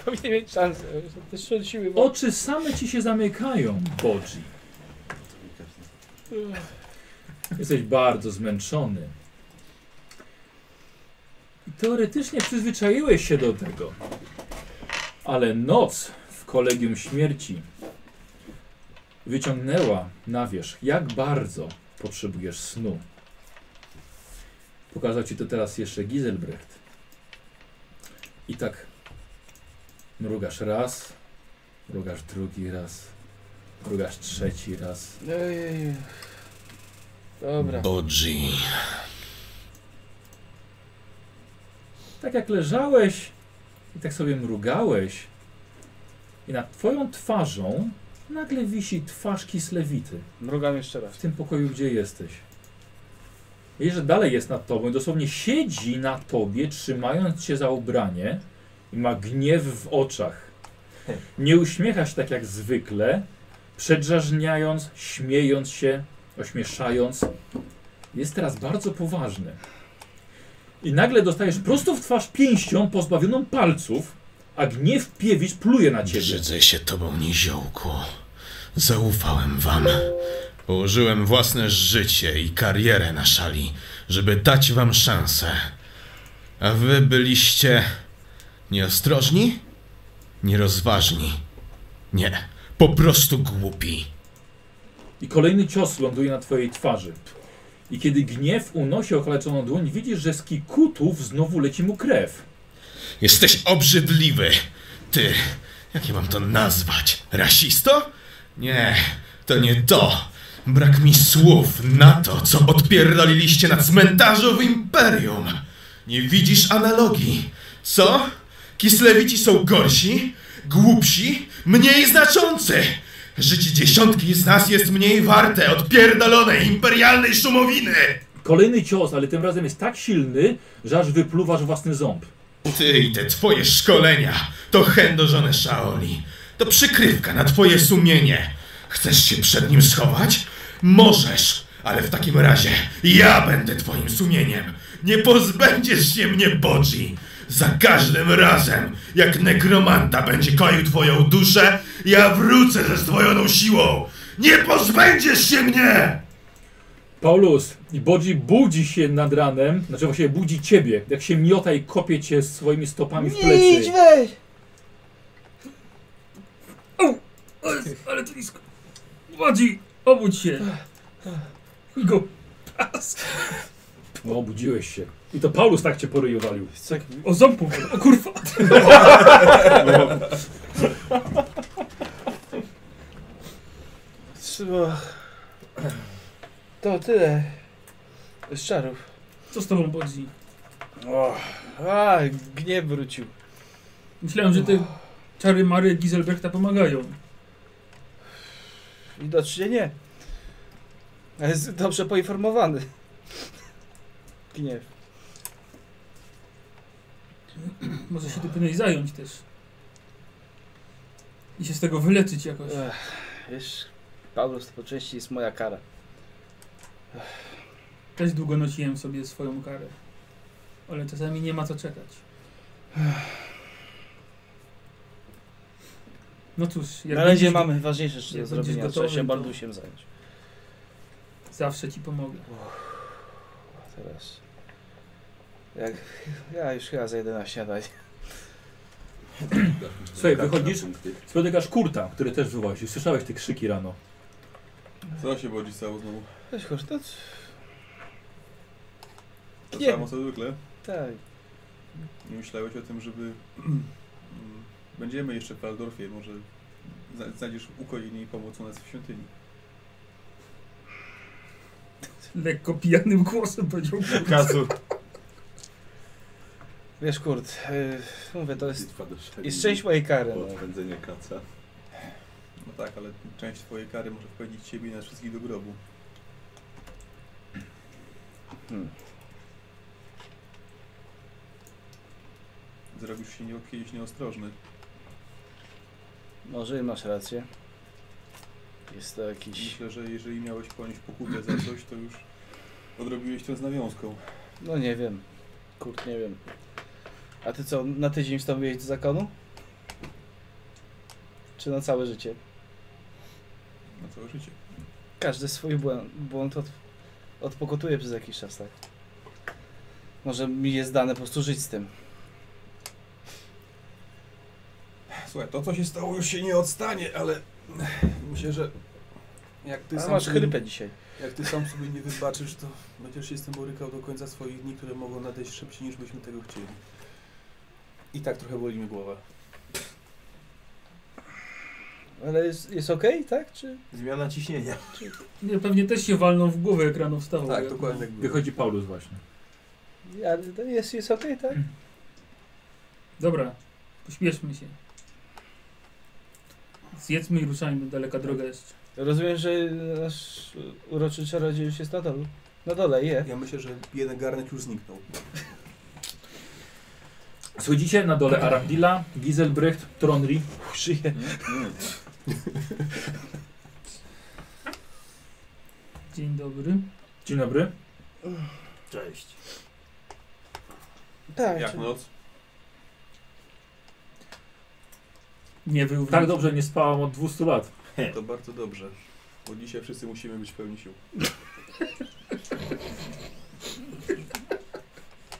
S11: Powinien mieć szansę. że Te trzy siły...
S2: Oczy same ci się zamykają, Bodzi. Jesteś bardzo zmęczony. I Teoretycznie przyzwyczaiłeś się do tego. Ale noc w kolegium śmierci wyciągnęła na wierzch, jak bardzo potrzebujesz snu. Pokazał ci to teraz jeszcze Giselbrecht. I tak mrugasz raz, mrugasz drugi raz, mrugasz trzeci raz.
S11: Ojej. Dobra.
S29: Bodzi.
S2: Tak jak leżałeś i tak sobie mrugałeś i nad twoją twarzą nagle wisi twarz Kislewity
S11: Mrugam jeszcze raz.
S2: w tym pokoju, gdzie jesteś. Wiesz, że dalej jest nad tobą i dosłownie siedzi na tobie, trzymając cię za ubranie i ma gniew w oczach. Nie uśmiecha się tak jak zwykle, przedrzażniając, śmiejąc się, ośmieszając. Jest teraz bardzo poważny. I nagle dostajesz prosto w twarz pięścią pozbawioną palców, a gniew piewicz pluje na ciebie.
S29: Brzydzę się tobą, niziołku. Zaufałem wam. Położyłem własne życie i karierę na szali, żeby dać wam szansę. A wy byliście nieostrożni? Nierozważni. Nie, po prostu głupi.
S2: I kolejny cios ląduje na twojej twarzy. I kiedy gniew unosi okaleczoną dłoń, widzisz, że z kikutów znowu leci mu krew.
S29: Jesteś obrzydliwy! Ty, jak ja mam to nazwać? Rasisto? Nie, to nie to. Brak mi słów na to, co odpierdoliliście na cmentarzu w Imperium. Nie widzisz analogii. Co? Kislewici są gorsi, głupsi, mniej znaczący. Życie dziesiątki z nas jest mniej warte od pierdolonej imperialnej szumowiny.
S2: Kolejny cios, ale tym razem jest tak silny, że aż wypluwasz własny ząb.
S29: Ty i te twoje szkolenia to chędożone Shaoli. To przykrywka na twoje sumienie. Chcesz się przed nim schować? Możesz, ale w takim razie ja będę twoim sumieniem. Nie pozbędziesz się mnie, Bodzi. Za każdym razem, jak nekromanta będzie koił twoją duszę, ja wrócę ze zdwojoną siłą. Nie pozbędziesz się mnie!
S2: Paulus, i Bodzi budzi się nad ranem, znaczy właściwie budzi ciebie, jak się miota i kopie cię swoimi stopami w plecy.
S11: weź!
S3: Ale, ale to nisko. Łodzi, obudź się. Go.
S2: No, obudziłeś się. I to Paulus tak cię poryjowalił.
S3: O ząb powoli. o kurwa.
S11: Trzeba... To tyle. Z czarów.
S3: Co z tobą, Bodzi?
S11: A, gniew wrócił.
S3: Myślałem, że te czary Mary Giselbrechta pomagają.
S11: Widocznie nie. Ale Jest dobrze poinformowany. Gniew.
S3: Może się ty powinieneś zająć też. I się z tego wyleczyć jakoś.
S11: Ech, wiesz, Paulus to po części jest moja kara.
S3: Też długo nosiłem sobie swoją karę. Ale czasami nie ma co czekać. No cóż, jak
S11: Na razie
S3: będziesz-
S11: mamy ważniejsze rzeczy do
S3: jak będziesz
S11: zrobienia. Trzeba
S3: gotowy,
S11: się
S3: to-
S11: Baldusiem zająć.
S3: Zawsze ci pomogę.
S11: A teraz... Jak... Ja już chyba zajdę na śniadanie.
S2: Słuchaj,
S4: Tak,
S2: wychodzisz, spotykasz Kurta, który też wywołał się. Słyszałeś te krzyki rano.
S4: Co się bodzi cało znowu?
S11: Weź kosztat?
S4: To
S11: Nie.
S4: samo co zwykle.
S11: Tak.
S4: Nie myślałeś o tym, żeby... (clears throat) Mm, Będziemy jeszcze w Waldorfie, może zna- znajdziesz ukojenie i pomoc u nas w świątyni.
S3: Lekko pijanym głosem powiedział.
S1: Kazu.
S11: Wiesz, kurt, yy, mówię, to jest,
S4: Bitwa do Szeliny.
S11: jest część mojej kary.
S4: Było
S11: No.
S4: odpędzenie kaca.
S15: No tak, ale część twojej kary może wpędzić ciebie i nas wszystkich do grobu.
S4: Hmm.
S15: Zrobisz się nie, kiedyś nieostrożny.
S11: Może i masz rację. Jest to jakiś...
S15: Myślę, że jeżeli miałeś ponieść pokutę za coś, to już odrobiłeś to z nawiązką.
S11: No nie wiem. Kurt, nie wiem. A ty co, na tydzień wstąpiłeś do zakonu? Czy na całe życie?
S15: Na całe życie.
S11: Każdy swój błęd, błąd od, odpokutuje przez jakiś czas, tak? Może mi jest dane po prostu żyć z tym.
S15: Słuchaj, to co się stało już się nie odstanie, ale myślę, że jak ty
S11: A
S15: sam
S11: masz
S15: sobie-
S11: chrypę dzisiaj.
S15: Jak ty sam sobie nie wybaczysz, to będziesz się z tym borykał do końca swoich dni, które mogą nadejść szybciej niż byśmy tego chcieli. I tak trochę boli mi głowa.
S11: Ale jest, jest okej, tak? Czy...
S9: Zmiana ciśnienia.
S3: Nie, Pewnie też się walną w głowę, jak rano wstawał.
S15: Tak,
S3: jak-
S15: dokładnie tak było.
S2: Wychodzi Paulus właśnie.
S11: Ale to jest, jest okej, tak?
S3: Dobra, pośpieszmy się. Zjedzmy i ruszajmy, daleka droga jest.
S11: Rozumiem, że nasz uroczy czarodziej już jest na dole. Na dole, je.
S15: Ja myślę, że jeden garnek już zniknął.
S2: Schodzicie na dole Arandila, Giselbrecht, Tronri.
S11: Żyje.
S15: (laughs)
S3: Dzień dobry.
S2: Dzień dobry.
S9: Cześć.
S11: Tak,
S4: Jak
S11: czy-
S4: noc?
S3: Nie był w-
S2: Tak dobrze nie spałam od 200 lat.
S15: To bardzo dobrze, bo dzisiaj wszyscy musimy być w pełni sił.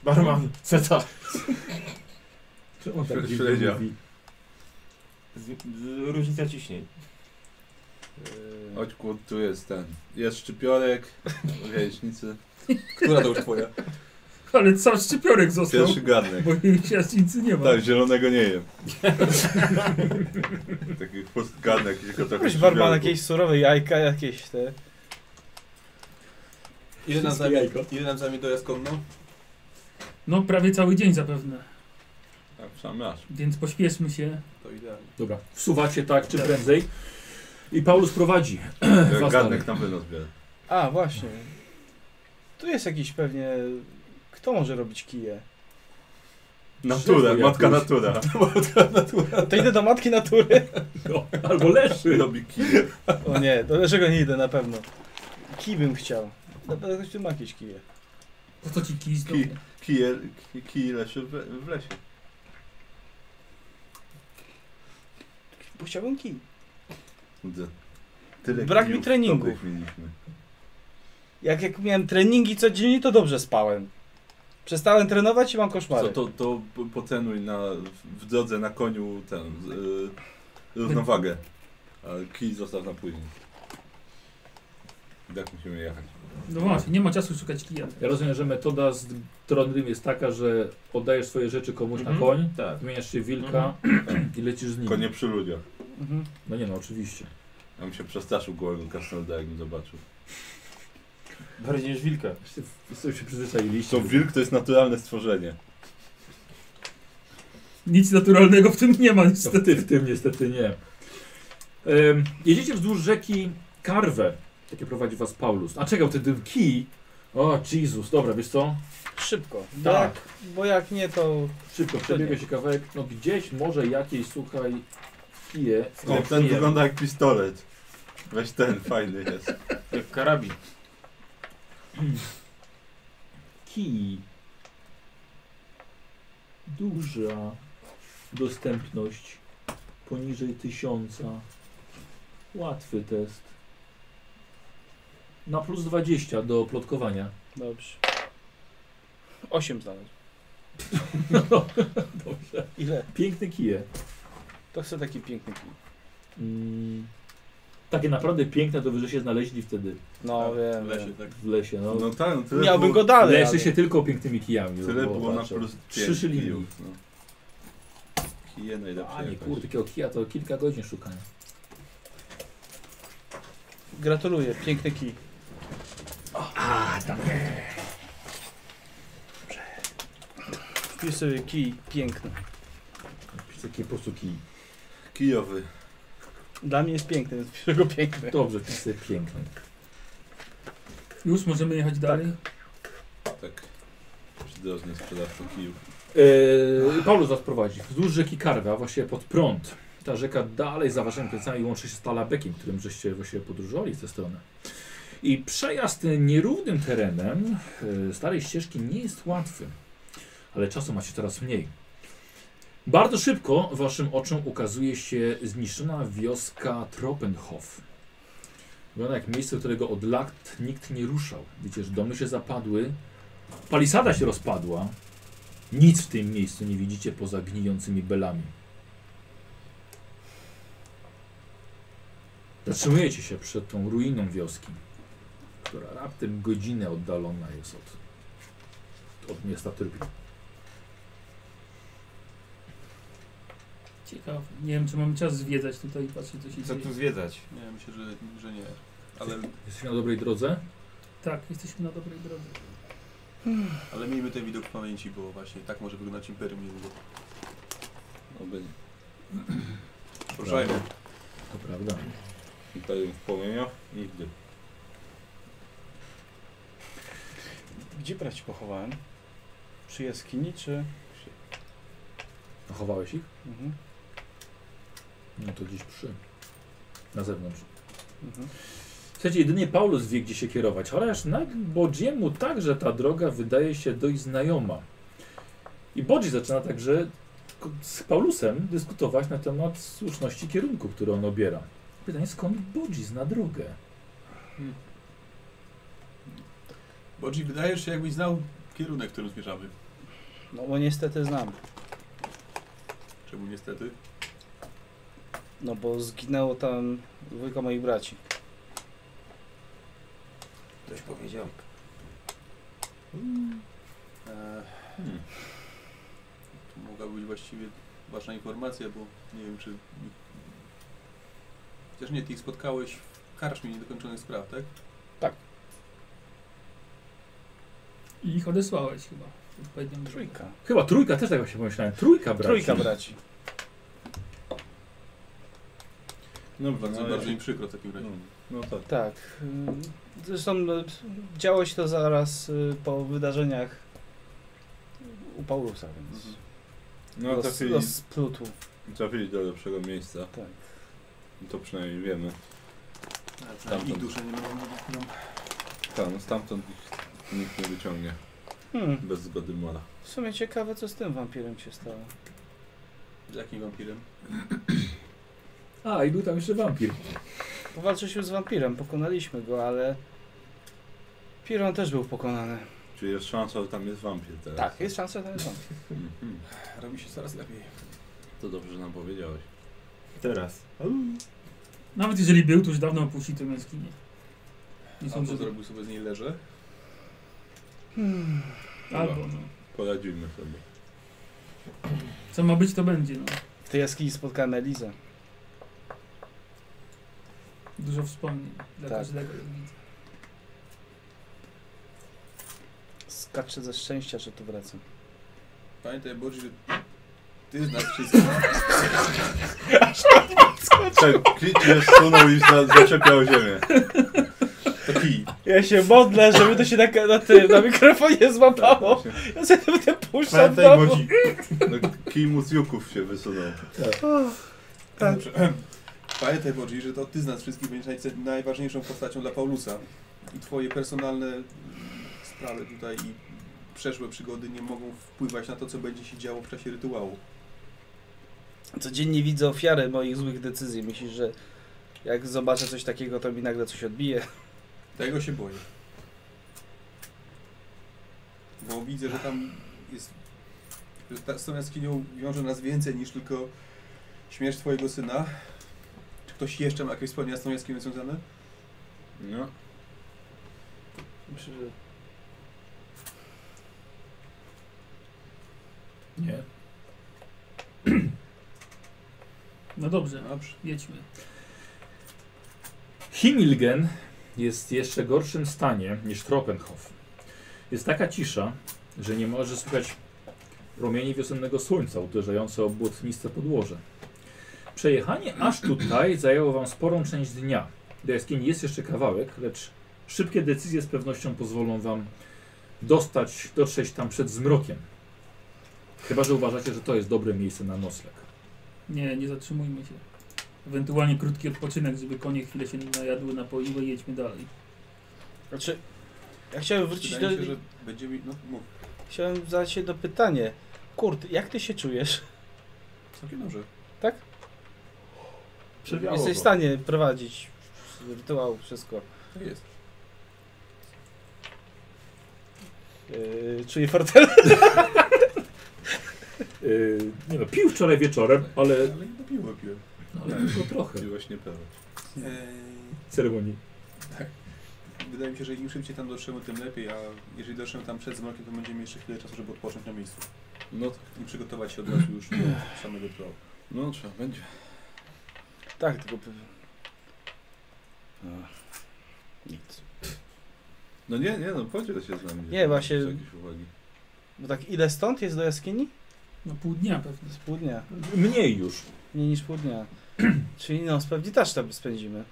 S2: Barman, ceca. Czy on tak dziwnie
S4: Śledzia.
S2: mówi?
S9: Z, z, różnica ciśnień.
S11: Yy,
S4: Chodź kłód, tu jest ten. Jest szczypiorek, jajecznicy.
S15: (laughs) Która to już twoja?
S3: Ale sam szczypiorek został,
S4: Pierwszy garnek.
S3: bo jej jaśnicy nie ma.
S4: Tak, zielonego nie
S15: (laughs)
S4: jem. Taki post garnek, jakiś go trochę
S11: Jakoś barman
S4: szczypiorku.
S11: jakieś surowe jajka, jakieś te...
S15: Ile nam zajmie, ile nam zajmie dojazd konno?
S3: No prawie cały dzień zapewne,
S4: Tak, sam masz.
S3: (laughs) więc pośpieszmy się.
S15: To idealnie.
S2: Dobra, wsuwacie tak czy prędzej. I Paulus prowadzi. (laughs) Was
S4: Garnek tam wynos bierze.
S11: A, właśnie. Tu jest jakiś pewnie... Kto może robić kije?
S4: Natura,
S2: Szefuje
S4: matka
S2: jakoś.
S4: natura.
S11: To idę do matki natury.
S2: No, Albo leszy.
S4: Robi kije.
S11: O nie, do dlaczego nie idę na pewno? Kij bym chciał. Na pewno ktoś tu ma jakieś kije.
S3: Po co ci kij z
S4: Kij.
S3: domu?
S4: Kije, ki- kij leży w, w lesie.
S11: Bo chciałbym kij.
S4: Kurde, Tyle
S11: Brak mi
S4: kijów
S11: treningu.
S4: dobrych mieliśmy.
S11: Jak, jak miałem treningi codziennie, to dobrze spałem. Przestałem trenować i mam
S4: Co,
S11: koszmary.
S4: to, to p- pocenuj na, w drodze na koniu tę y, równowagę. A kij zostaw na później. Jak musimy jechać?
S3: No właśnie, nie ma czasu szukać kija.
S2: Ja rozumiem, że metoda z Trondrim jest taka, że oddajesz swoje rzeczy komuś na
S9: Mhm.
S2: koń,
S9: Tak.
S2: wymieniasz się w wilka (clears throat) i lecisz z nim.
S4: Mhm. Konie przy ludziach.
S11: Mhm.
S2: No nie no, oczywiście.
S4: Ja bym się przestraszył głową Kasnolda, jakbym zobaczył.
S9: Bardziej niż wilka.
S2: Sobie się przyzwyczailiście.
S4: To wilk to jest naturalne stworzenie.
S3: Nic naturalnego w tym nie ma niestety.
S2: Niestety w tym niestety nie. Ym, jedziecie wzdłuż rzeki Karwę. Takie prowadzi was Paulus. A czekał wtedy kij. O, Jezus, dobra, wiesz co?
S11: Szybko. Bo,
S2: Tak.
S11: jak, bo jak nie, to
S2: Szybko przebiega się kawałek. No gdzieś może jakieś, słuchaj, kije.
S4: O,
S2: No,
S4: ten
S2: kije.
S4: wygląda jak pistolet. Weź ten, fajny jest.
S1: Jak karabin.
S2: kij. Duża dostępność poniżej tysiąca. Łatwy test. Na plus 20 do plotkowania.
S11: dobrze. Osiem znalazł.
S2: Dobrze.
S11: Ile?
S2: Piękne kije.
S11: To chcę taki piękny kij.
S2: Mm, takie naprawdę piękne to wy, że się znaleźli wtedy
S11: No
S15: W
S11: wiem,
S15: lesie,
S11: wiem.
S15: tak.
S2: w lesie. No.
S4: No tak, no tyle
S11: Miałbym
S4: było,
S11: go dalej.
S2: Leszy
S11: ale-
S2: się tylko pięknymi kijami.
S4: Tyle
S2: bo
S4: było na
S2: patrzę.
S4: plus
S2: Trzy
S4: 5
S2: szylingi.
S4: kijów. No. Kije najlepsze
S2: A nie
S4: jakoś.
S2: No, kurde, takiego kija to kilka godzin szukania.
S11: Gratuluję, piękny kij. Kupił sobie kij, piękny.
S2: Taki po prostu kij.
S4: Kijowy.
S11: Dla mnie jest (laughs) piękny, więc piszę go piękny.
S2: Dobrze, kij sobie piękny.
S3: Już możemy jechać dalej?
S4: Tak. Przydrożny sprzedawca kijów.
S2: Yy, Paulus was prowadzi wzdłuż rzeki Karwa, właśnie pod prąd. Ta rzeka dalej za waszymi plecami łączy się z Talabekiem, którym żeście właśnie podróżowali w tę stronę. I przejazd nierównym terenem yy, starej ścieżki nie jest łatwy, ale czasu macie coraz mniej. Bardzo szybko waszym oczom ukazuje się zniszczona wioska Tropenhof. Wygląda jak miejsce, którego od lat nikt nie ruszał. Widzicie, że domy się zapadły, palisada się rozpadła, nic w tym miejscu nie widzicie poza gnijącymi belami. Zatrzymujecie się przed tą ruiną wioski, która raptem godzinę oddalona jest od, od miasta Tyrbi.
S3: Ciekawe. Nie wiem, czy mamy czas zwiedzać tutaj i patrzeć, co się
S1: Co
S3: dzieje.
S1: tu zwiedzać?
S30: Nie, myślę, że, że nie. Ale,
S2: Jesteśmy na dobrej drodze?
S3: Tak, jesteśmy na dobrej drodze.
S30: ale miejmy ten widok w pamięci, bo właśnie tak może wyglądać Imperium Języków.
S4: Oby nie.
S30: Proszajmy.
S2: To prawda.
S4: Imperium w płomieniach? Nigdy.
S11: Gdzie brać pochowałem? Przy jaskini, czy...
S2: A Chowałeś ich?
S11: Mhm,
S2: No to gdzieś przy. Na zewnątrz.
S11: mhm.
S2: Słuchajcie, jedynie Paulus wie, gdzie się kierować, chociaż na Bodziemu także ta droga wydaje się dość znajoma. I Bodzi zaczyna także ko- z Paulusem dyskutować na temat słuszności kierunku, który on obiera. Pytanie, skąd Bodzi zna drogę?
S30: Bo G, wydajesz się jakbyś znał kierunek, w którym zmierzamy.
S11: No bo niestety znam.
S30: Czemu niestety?
S11: No bo zginęło tam dwójka moich braci.
S1: Ktoś powiedział.
S30: Eee,
S4: Hmm.
S30: to mogła być właściwie ważna informacja, bo nie wiem czy... Chociaż nie, ty ich spotkałeś w karczmie niedokończonych spraw, tak?
S3: I ich odesłałeś chyba. w odpowiednią drogę.
S11: Trójka.
S2: Chyba trójka, też tak właśnie pomyślałem. Trójka, braci.
S11: Trójka braci.
S4: No,
S30: Bardzo,
S4: no,
S30: bardzo
S4: ja-
S30: im przykro w takim razie.
S4: no, no tak.
S11: Tak. ym, Zresztą y, działo się to zaraz y, po wydarzeniach u Paulusa, więc
S4: Mhm. No
S11: roz,
S4: trafili,
S11: rozplutł.
S4: trafili do lepszego miejsja.
S11: Tak.
S4: To przynajmniej wiemy.
S30: Tam
S4: Tamtąd.
S30: ich dusze nie będą mówić nam.
S4: Tam, Tak, no stamtąd ich nikt nie wyciągnie.
S11: Hmm.
S4: Bez zgody Mola.
S11: W sumie ciekawe, co z tym wampirem się stało.
S30: Z jakim wampirem?
S2: A, i był tam jeszcze wampir.
S11: Powalczyliśmy z wampirem, pokonaliśmy go, ale... Piron też był pokonany.
S4: Czy jest szansa, że tam jest wampir teraz?
S11: Tak, jest szansa, że ten jest wampir.
S4: Mhm.
S30: Robi się coraz lepiej.
S4: To dobrze że nam powiedziałeś.
S1: Teraz.
S3: Nawet jeżeli był, to już dawno opuścił tę jaskinię. Nie
S30: Albo
S3: sądzę, że...
S30: zrobił sobie z niej leże.
S11: Hmm.
S3: Albo, no.
S4: Poradzimy sobie.
S3: Co ma być, to będzie, no.
S11: W tej jaskini spotkałem Elizę.
S3: Dużo wspomnień dla
S11: Tak.
S3: każdego, jak widzę.
S11: Skaczę ze szczęścia, że tu wracam.
S30: Pamiętaj, Bodzi, że ty znasz wszystko.
S4: Tak, klik mnie zsunął i za- zaczepiał ziemię.
S30: To kij.
S11: Ja się modlę, żeby to się na, na, tym, na mikrofonie złapało. Ja sobie to będę puszczał
S1: Pamiętaj, Bodzi.
S4: No, kij mu z juków się wysunął.
S11: Tak.
S30: Pamiętaj, Bodzi, że to ty z nas wszystkich będziesz najce- najważniejszą postacią dla Paulusa. I twoje personalne sprawy tutaj i przeszłe przygody nie mogą wpływać na to, co będzie się działo w czasie rytuału.
S11: Codziennie widzę ofiary moich złych decyzji. Myślisz, że jak zobaczę coś takiego, to mi nagle coś odbije.
S30: Tego się boję. Bo widzę, że tam jest... że ta, z tą jaskinią wiąże nas więcej niż tylko śmierć twojego syna. Czy ktoś jeszcze ma jakieś wspomnienia z tą jaskinią związane?
S4: No,
S11: Myślę, że
S2: Nie.
S3: No dobrze,
S30: Dobrze.
S3: jedźmy.
S2: Himilgen jest w jeszcze gorszym stanie niż Tropenhof. Jest taka cisza, że nie możesz słuchać Rumieni wiosennego słońca uderzające o błotniste podłoże. Przejechanie aż tutaj (clears throat) zajęło wam sporą część dnia. Do jaskini jest jeszcze kawałek, lecz szybkie decyzje z pewnością pozwolą wam dostać, dotrzeć tam przed zmrokiem. Chyba, że uważacie, że to jest dobre miejsce na nocleg.
S3: Nie, nie zatrzymujmy się. Ewentualnie krótki odpoczynek, żeby konie chwilę się najadły, napoiły i jedźmy dalej.
S11: Znaczy, ja chciałem wrócić
S4: Wydaje
S11: do...
S4: mi się, że będzie mi... No, mów.
S11: Chciałem zadać jedno pytanie. Kurt, jak ty się czujesz?
S4: Całkiem dobrze.
S31: Przewiało
S11: Jesteś w
S31: go.
S11: stanie prowadzić rytuał, wszystko.
S4: To jest.
S11: Yy, czyli fortel.
S2: Yy, nie no, pił wczoraj wieczorem, ale,
S30: Ale i piwo piłem.
S2: no, ale tylko trochę.
S30: Piłeś niepełne.
S4: Eee,
S2: Ceremonii.
S4: wydaje mi się, że im szybciej tam dotrzemy, tym lepiej, a jeżeli dotrzemy tam przed zmrokiem, to będziemy jeszcze chwilę czasu, żeby odpocząć na miejscu.
S30: No tak,
S4: I przygotować się od razu już do samego rytuału.
S30: no trzeba będzie.
S11: Tak, tylko... p-
S30: Ach.
S11: Nic.
S30: No nie, nie no, podziel się z nami.
S11: Nie,
S30: jeżeli
S11: właśnie-
S30: masz jakieś uwagi.
S11: Bo tak ile stąd jest do jaskini?
S3: No pół dnia pewnie.
S11: Z pół dnia.
S2: Mniej już.
S11: Mniej niż pół dnia. (clears throat) Czyli no, pewnie też tam spędzimy.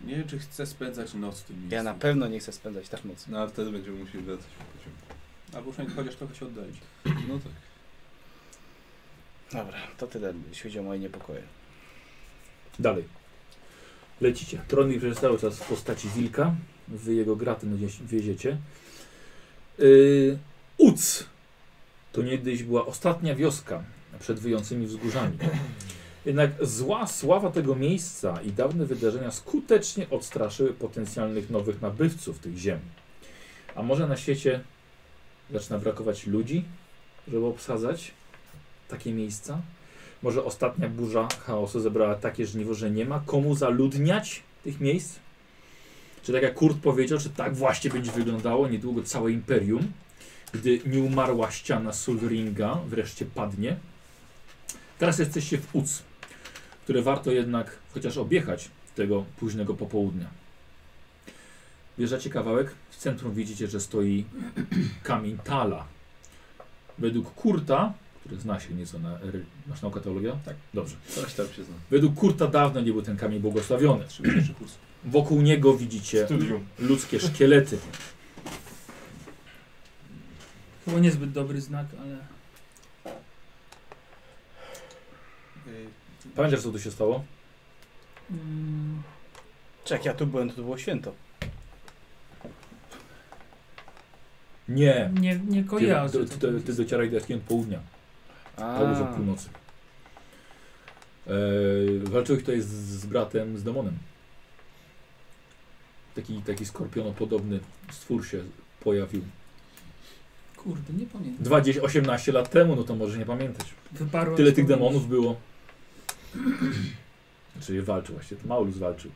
S4: Nie wiem, czy chcę spędzać noc w tym miejscu.
S11: Ja na pewno nie chcę spędzać tak nocy.
S30: No ale wtedy będziemy musieli wracać po ciemku.
S4: Albo przynajmniej chociaż trochę się oddalić.
S30: No tak.
S11: Dobra, to tyle, jeśli chodzi o moje niepokoje.
S2: Dalej. Lecicie. Tronnik przez cały czas w postaci wilka. Wy jego graty nadzie- wieziecie. Yy, Uc to niegdyś była ostatnia wioska przed wyjącymi wzgórzami. Jednak zła sława tego miejsca i dawne wydarzenia skutecznie odstraszyły potencjalnych nowych nabywców tych ziem. A może na świecie zaczyna brakować ludzi, żeby obsadzać takie miejsca? Może ostatnia burza chaosu zebrała takie żniwo, że nie ma komu zaludniać tych miejsc? Czy tak jak Kurt powiedział, czy tak właśnie będzie wyglądało niedługo całe imperium, gdy nieumarła ściana Sulringa wreszcie padnie? Teraz jesteście w Uc, które warto jednak chociaż objechać tego późnego popołudnia. Bierzecie kawałek, w centrum widzicie, że stoi (clears throat) kamień Tala. Według Kurta, który zna się nieco na... ry- Masz naukę teologia? Tak. Dobrze.
S30: Coś tam się zna.
S2: Według Kurta dawno nie był ten kamień błogosławiony. Wokół niego widzicie
S1: Studium.
S2: ludzkie szkielety.
S3: Chyba niezbyt dobry znak, ale
S11: Yy,
S4: Eee,
S2: Pamiętasz, co tu się stało?
S3: mm,
S11: Czek, ja tu byłem, to było święto.
S2: Nie.
S3: nie, nie
S2: Ty,
S3: kojarzę.
S2: ty,
S3: co
S2: ty,
S3: to
S2: ty
S3: jest.
S2: docieraj do jaskini od południa,
S11: A,
S2: albo już od północy. Eee, walczyłeś tutaj z, z bratem, z demonem. Taki, taki skorpionopodobny stwór się pojawił.
S3: Kurde, nie pamiętam.
S2: 20, 18 lat temu, no to może nie pamiętać.
S3: Wyparłem
S2: Tyle
S3: z
S2: tych
S3: pamięci.
S2: demonów było. Czyli walczył właśnie, to Maulus walczył.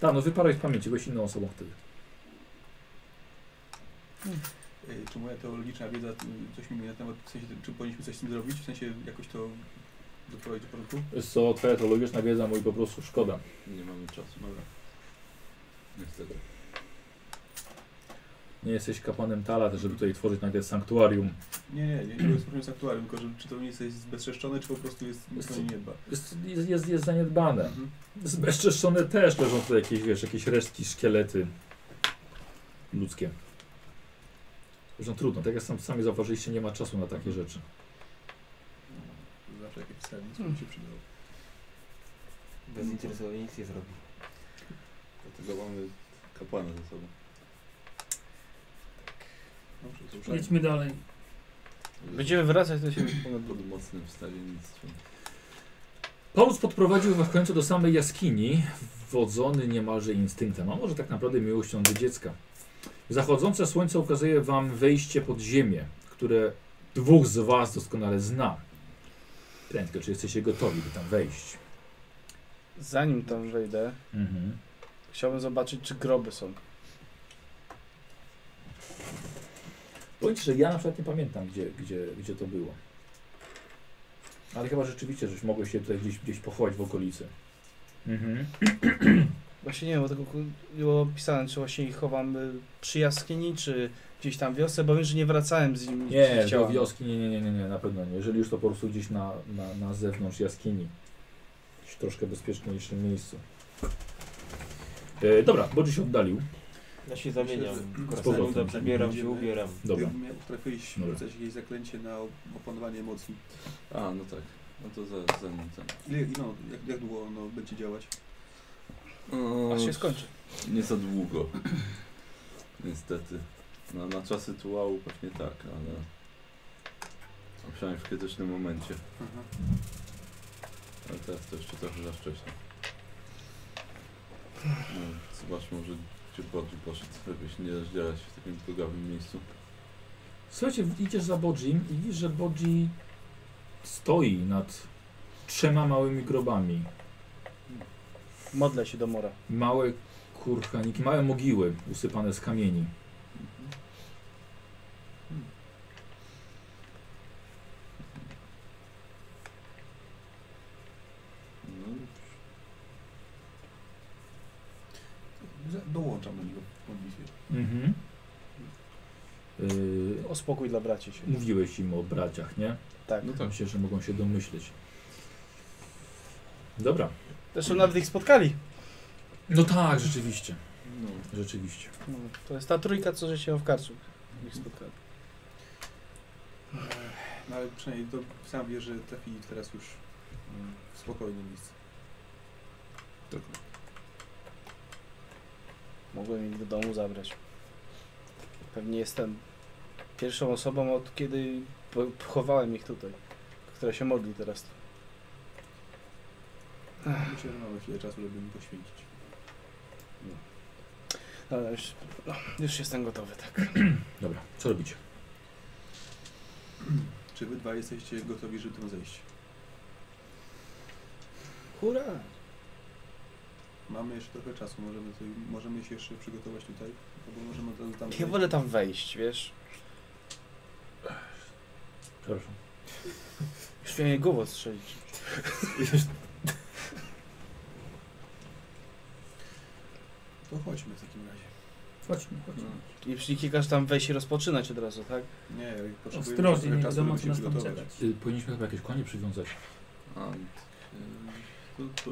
S2: Tak, no wyparłeś z pamięci, byłeś inną osobą wtedy.
S4: eee, czy moja teologiczna wiedza mm, coś mi mówi na temat, w sensie, czy powinniśmy coś z tym zrobić, w sensie jakoś to doprowadzić do porządku?
S2: Wiesz co, twoja to logiczna wiedza mój po prostu szkoda.
S30: Nie mamy czasu. Dobra. Niestety.
S2: Nie jesteś kapłanem Tala, też żeby tutaj tworzyć nagle sanktuarium.
S4: Nie, nie, nie, nie jest problem z aktualnym, tylko że, czy to miejsce jest zbezczeszczone, czy po prostu jest, nikt o nie nie dba.
S2: Jest, jest, jest, jest zaniedbane.
S4: Mhm.
S2: Zbezczeszczone też leżą tutaj jakieś, wiesz, jakieś resztki, szkielety ludzkie. Zresztą trudno, tak jak sam, sami zauważyliście, nie ma czasu na takie rzeczy.
S4: Zawsze jakieś pisanie, co mi się przydało.
S1: Bez interesowania nic nie zrobi.
S30: Dlatego mamy kapłana ze sobą.
S1: Tak.
S4: Dobrze, to już tak.
S3: Jedźmy dalej.
S11: Będziemy wracać (clears throat) do siebie ponad
S30: pod mocnym wstawiennictwem.
S2: Paulus podprowadził was w końcu do samej jaskini, wodzony niemalże instynktem, a może tak naprawdę miłością do dziecka. Zachodzące słońce ukazuje wam wejście pod ziemię, które dwóch z was doskonale zna. Prędko, czy jesteście gotowi, by tam wejść?
S11: Zanim tam wejdę,
S2: Mhm.
S11: chciałbym zobaczyć, czy groby są.
S2: Powiem ci, że ja na przykład nie pamiętam, gdzie, gdzie, gdzie to było. Ale chyba rzeczywiście, żeś mogłeś się tutaj gdzieś, gdzieś pochować w okolicy. Mhm.
S11: Właśnie nie wiem, bo tego ku- było pisane, czy właśnie ich chowam y, przy jaskini, czy gdzieś tam wiosce, bo wiem, że nie wracałem z nim.
S2: Nie, do
S11: chciałem.
S2: wioski nie, nie, nie, nie, nie, na pewno nie. Jeżeli już to po prostu gdzieś na, na, na zewnątrz jaskini. W jakimś troszkę bezpieczniejszym miejscu. E, dobra, Bodzi się oddalił.
S9: Ja się zamieniam.
S2: powrotem.
S9: Korsem zabieram się, ubieram.
S2: Dobra.
S15: Gdybym miał trafić
S2: Dobra.
S15: rzucać jakieś zaklęcie na opanowanie emocji.
S4: A, no tak. No to za, za nim ten.
S15: Ile, no, jak, jak długo ono będzie działać?
S4: O,
S11: Aż się skończy.
S4: Nie za długo. (clears throat) Niestety. No, na czasy tułału pewnie tak, ale... a Przynajmniej w krytycznym momencie.
S15: Aha.
S4: Ale teraz to jeszcze trochę za wcześnie. No, zobaczmy, może gdzie bardziej poszedł, żebyś nie rozdzielać się w takim plugawym miejscu.
S2: Słuchajcie, idziesz za Bodzim i widzisz, że Bodzi stoi nad trzema małymi grobami.
S11: Modlę się do mora.
S2: Małe kurhaniki, małe mogiły usypane z kamieni.
S4: No,
S15: Za- Dołączam do niego modlitwie.
S2: Mhm.
S11: O spokój dla braci się.
S2: Y, mówiłeś im o braciach, nie?
S11: Tak.
S4: no tak.
S2: Myślę, że mogą się domyśleć. Dobra.
S11: Zresztą nawet ich spotkali.
S2: No tak, rzeczywiście.
S4: No,
S2: Rzeczywiście.
S11: No, To jest ta trójka, co że się w karcu ich spotkali.
S15: No ale przynajmniej to sam wie, że
S30: tak-
S15: trafili teraz już mm, w spokojne miejsce.
S4: tak.
S11: Mogłem ich do domu zabrać. Pewnie jestem pierwszą osobą od kiedy po- pochowałem ich tutaj, która się modli teraz.
S15: Myślę, że mamy chwilę czasu, żeby mi poświęcić.
S11: Ale już, no, już jestem gotowy, tak.
S2: Dobra, co robicie?
S15: Czy wy dwa jesteście gotowi, żeby tam zejść?
S11: Hurra!
S15: Mamy jeszcze trochę czasu, możemy, tutaj, możemy się jeszcze przygotować tutaj, albo możemy od razu tam
S11: Ja
S15: wejść.
S11: wolę tam wejść, wiesz?
S2: Przepraszam.
S11: Już mnie głową strzelić.
S15: To chodźmy w takim razie.
S3: Chodźmy, chodźmy.
S11: I przynikasz tam wejść i rozpoczynać od razu, tak?
S15: Nie, potrzebujemy
S3: Ostrożnie,
S15: trochę
S3: nie
S15: czasu, żeby
S3: wiadomo co
S15: się
S3: nas tam
S15: przygotować.
S3: czeka.
S2: Y, Powinniśmy chyba jakieś konie przywiązać.
S4: A, y, to, to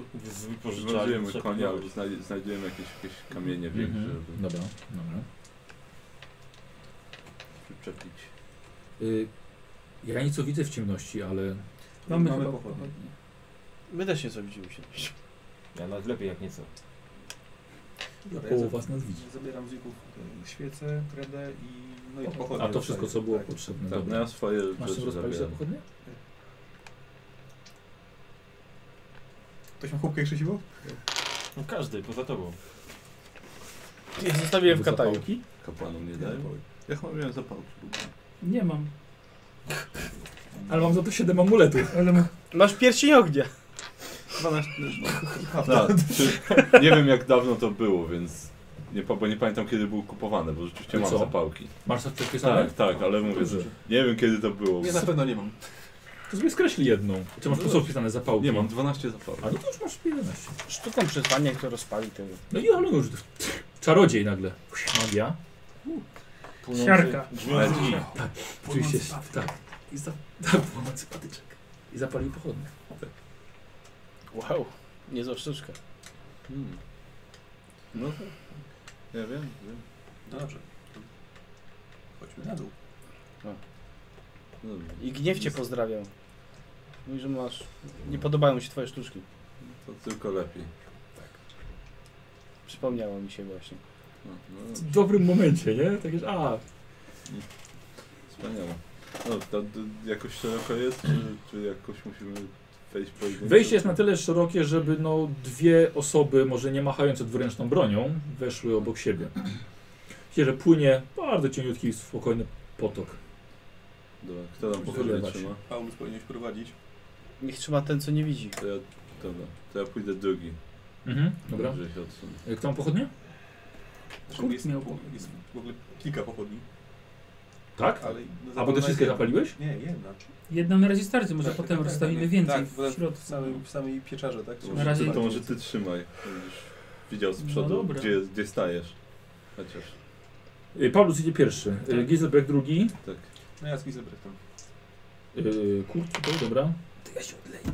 S1: Wypożyczamy
S4: Znajdziemy konia, albo znaj- znajdziemy jakieś, jakieś kamienie większe,
S2: Mhm.
S4: żeby
S2: Dobra, dobra.
S4: przyczepić.
S2: Y, Ja nieco widzę w ciemności, ale
S15: Mamy,
S3: Mamy chyba-
S15: pochodnie.
S11: My też nieco widzimy się.
S1: Ja nawet lepiej jak nieco.
S15: Dobra,
S2: koło
S15: ja
S2: was nas widzi.
S15: Zabieram z Wików świecę, kredę i, no i pochodnie.
S2: A to wszystko, co było potrzebne.
S4: Tak, no
S2: Dobra.
S4: ja swoje
S2: Masz czym
S4: rzeczy
S2: rozpalić za
S4: zabieram.
S2: pochodnie?
S15: Ktoś ma chłopkę i krzesiwo?
S1: No każdy, poza tobą.
S11: Ja zostawiłem w
S2: Albo
S11: kataju.
S2: zapałki?
S4: Kapłanom nie daję. Ja chyba miałem zapałki.
S3: Nie mam.
S2: Ale mam za to 7 amuletów.
S3: Ale ma...
S11: Masz pierścień ognia.
S4: 12 (laughs) Tak, czy- Nie wiem jak dawno to było, więc... Nie, pa- bo nie pamiętam kiedy były kupowane, bo rzeczywiście
S2: I
S4: mam
S2: co?
S4: zapałki.
S2: Masz za to takie same?
S4: Tak, tak, ale mówię, że
S2: Dobrze.
S4: nie wiem kiedy to było.
S15: Ja na pewno nie mam.
S2: To sobie skreśl jedną. Czy masz po co wpisane zapałki?
S4: Nie, mam 12 zapałek.
S2: A no to już masz 11.
S11: Sztuką przesłania, kto rozpali tego.
S2: No i ale już. Czarodziej nagle. Magia.
S1: Płynący-
S3: Siarka.
S1: Dźwięki.
S2: Oczywiście. Tak. I za... (laughs) Tak, płonący patyczek. I zapalił pochodnie.
S11: Wow, niezła sztuczka.
S4: Hmm. No tak. Ja wiem, wiem.
S15: No dobrze. Chodźmy na dół.
S4: No dobra.
S11: I gniew cię pozdrawiam. Mówi, że masz... Nie podobają mi się twoje sztuczki.
S4: To tylko lepiej.
S11: Przypomniało mi się właśnie.
S4: No, no,
S2: W dobrym momencie, nie? Tak jest, a,
S4: wspaniale. No, to, to jakoś szeroko jest, czy, czy jakoś musimy wejść po jednym?
S2: Wejście jest na tyle szerokie, żeby no, dwie osoby, może nie machające dwuręczną bronią, weszły obok siebie. Widzicie, że płynie bardzo cieniutki, spokojny potok.
S4: Dobra, kto tam
S2: Pochyla
S4: pochodnie
S2: się.
S4: trzyma?
S15: Paulus powinieneś prowadzić.
S11: Niech trzyma ten, co nie widzi.
S4: To ja, dobra, to ja pójdę drugi.
S2: Mhm, dobra.
S4: Że się odsunę.
S2: E, Kto ma pochodnie?
S15: Zresztą
S3: Kurt
S15: jest,
S3: miał
S15: jest w ogóle kilka pochodni.
S2: Tak?
S15: Ale no
S2: A bo te wszystkie zapaliłeś?
S15: Nie, no, jedna.
S3: Jedna na razie starczy, może
S15: Tak,
S3: potem
S15: tak,
S3: rozstawimy
S15: tak,
S3: więcej
S15: tak, bo
S3: w środku.
S15: W samej, w samej pieczarze, tak?
S4: To
S15: Są
S4: może,
S3: razie-
S4: ty, to może ty trzymaj. Będziesz widział z
S3: No
S4: przodu,
S3: dobra.
S4: gdzie, gdzie stajesz. Chociaż.
S2: Y, Paulus idzie pierwszy, y, Giselbeck drugi.
S4: Tak.
S32: No ja z Gizelbrechtem.
S2: Y, Kurt tutaj, dobra.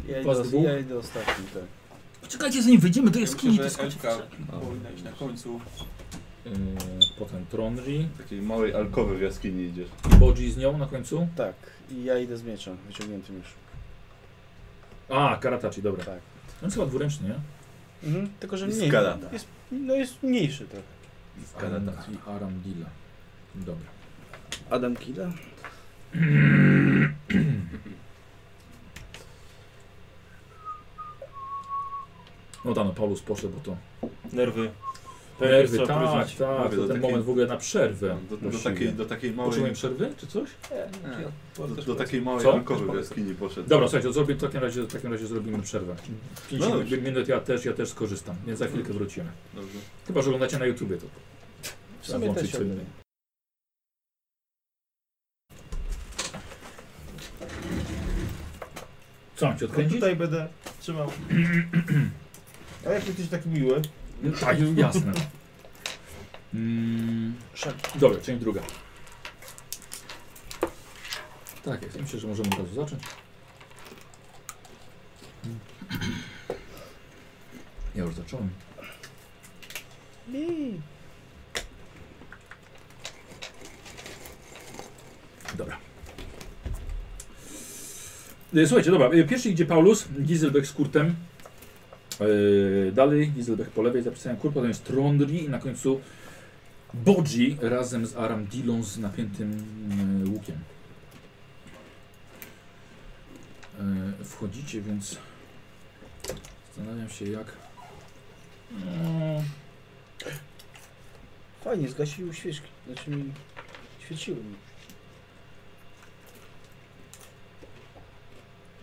S11: Ja
S2: Was
S11: idę, os-
S2: dwóch?
S11: ja idę ostatni, tak.
S3: Poczekajcie, zanim wyjdziemy do
S32: Ja myślę,
S3: jaskini, to
S32: że
S3: skoczy.
S32: Elka powinna iść na końcu.
S2: Y, potem Tronri.
S4: Takiej małej alkowy w jaskini idziesz.
S2: I Bodzi z nią na końcu.
S11: Tak, i ja idę z mieczem, wyciągniętym już.
S2: A, Karatachi, dobra.
S11: Tak.
S2: On jest chyba dwuręczny, nie?
S11: Mhm, tylko, że
S4: I
S11: mniej.
S4: skalata.
S11: Jest, no jest mniejszy trochę.
S4: Karatachi.
S2: Aram- Aramdila. Dobra.
S11: Adam Kida?
S2: No dano, Paulus poszedł, bo to
S1: Nerwy. Pewnie
S2: nerwy,
S1: trzeba
S2: tak,
S1: poluźnić.
S2: tak.
S4: Mówię, No,
S2: To
S4: do
S2: ten
S4: takiej-
S2: moment w ogóle na przerwę.
S4: Do, do,
S2: Tak, Musimy.
S4: takiej, do takiej małej,
S2: Potrzebujemy przerwy, czy coś?
S32: Nie,
S4: do, do takiej małej
S2: Co?
S4: alkowy w jaskini poszedł.
S2: Dobra, słuchajcie, zrobię, w, takim razie, w takim razie zrobimy przerwę. 50 minut ja też, ja też skorzystam, więc za chwilkę wrócimy.
S4: Dobrze.
S2: Chyba, że oglądacie na YouTubie to.
S11: W
S2: Trzeba
S11: sumie
S2: włączyć
S11: też
S2: sobie.
S11: oglądam.
S2: Co mam cię
S1: No
S2: odkręcić?
S1: tutaj będę (clears throat) trzymał. A jak jesteś taki miły?
S2: No Tak, jasne. Mm,
S11: Szak.
S2: dobra, część druga. Tak jest, myślę, że możemy od razu zacząć. Ja już zacząłem. Dobra. E, Słuchajcie, dobra. e, Pierwszy idzie Paulus, Gizelbeck z Kurtem. E, dalej Gizelbeck po lewej, zapisałem Kurt, potem jest Trondri i na końcu Bodzi razem z Aramdilą z napiętym e, łukiem. E, wchodzicie, więc zastanawiam się jak... No,
S11: Fajnie, zgasiły świeczki. Znaczy mi... Świeciły mi.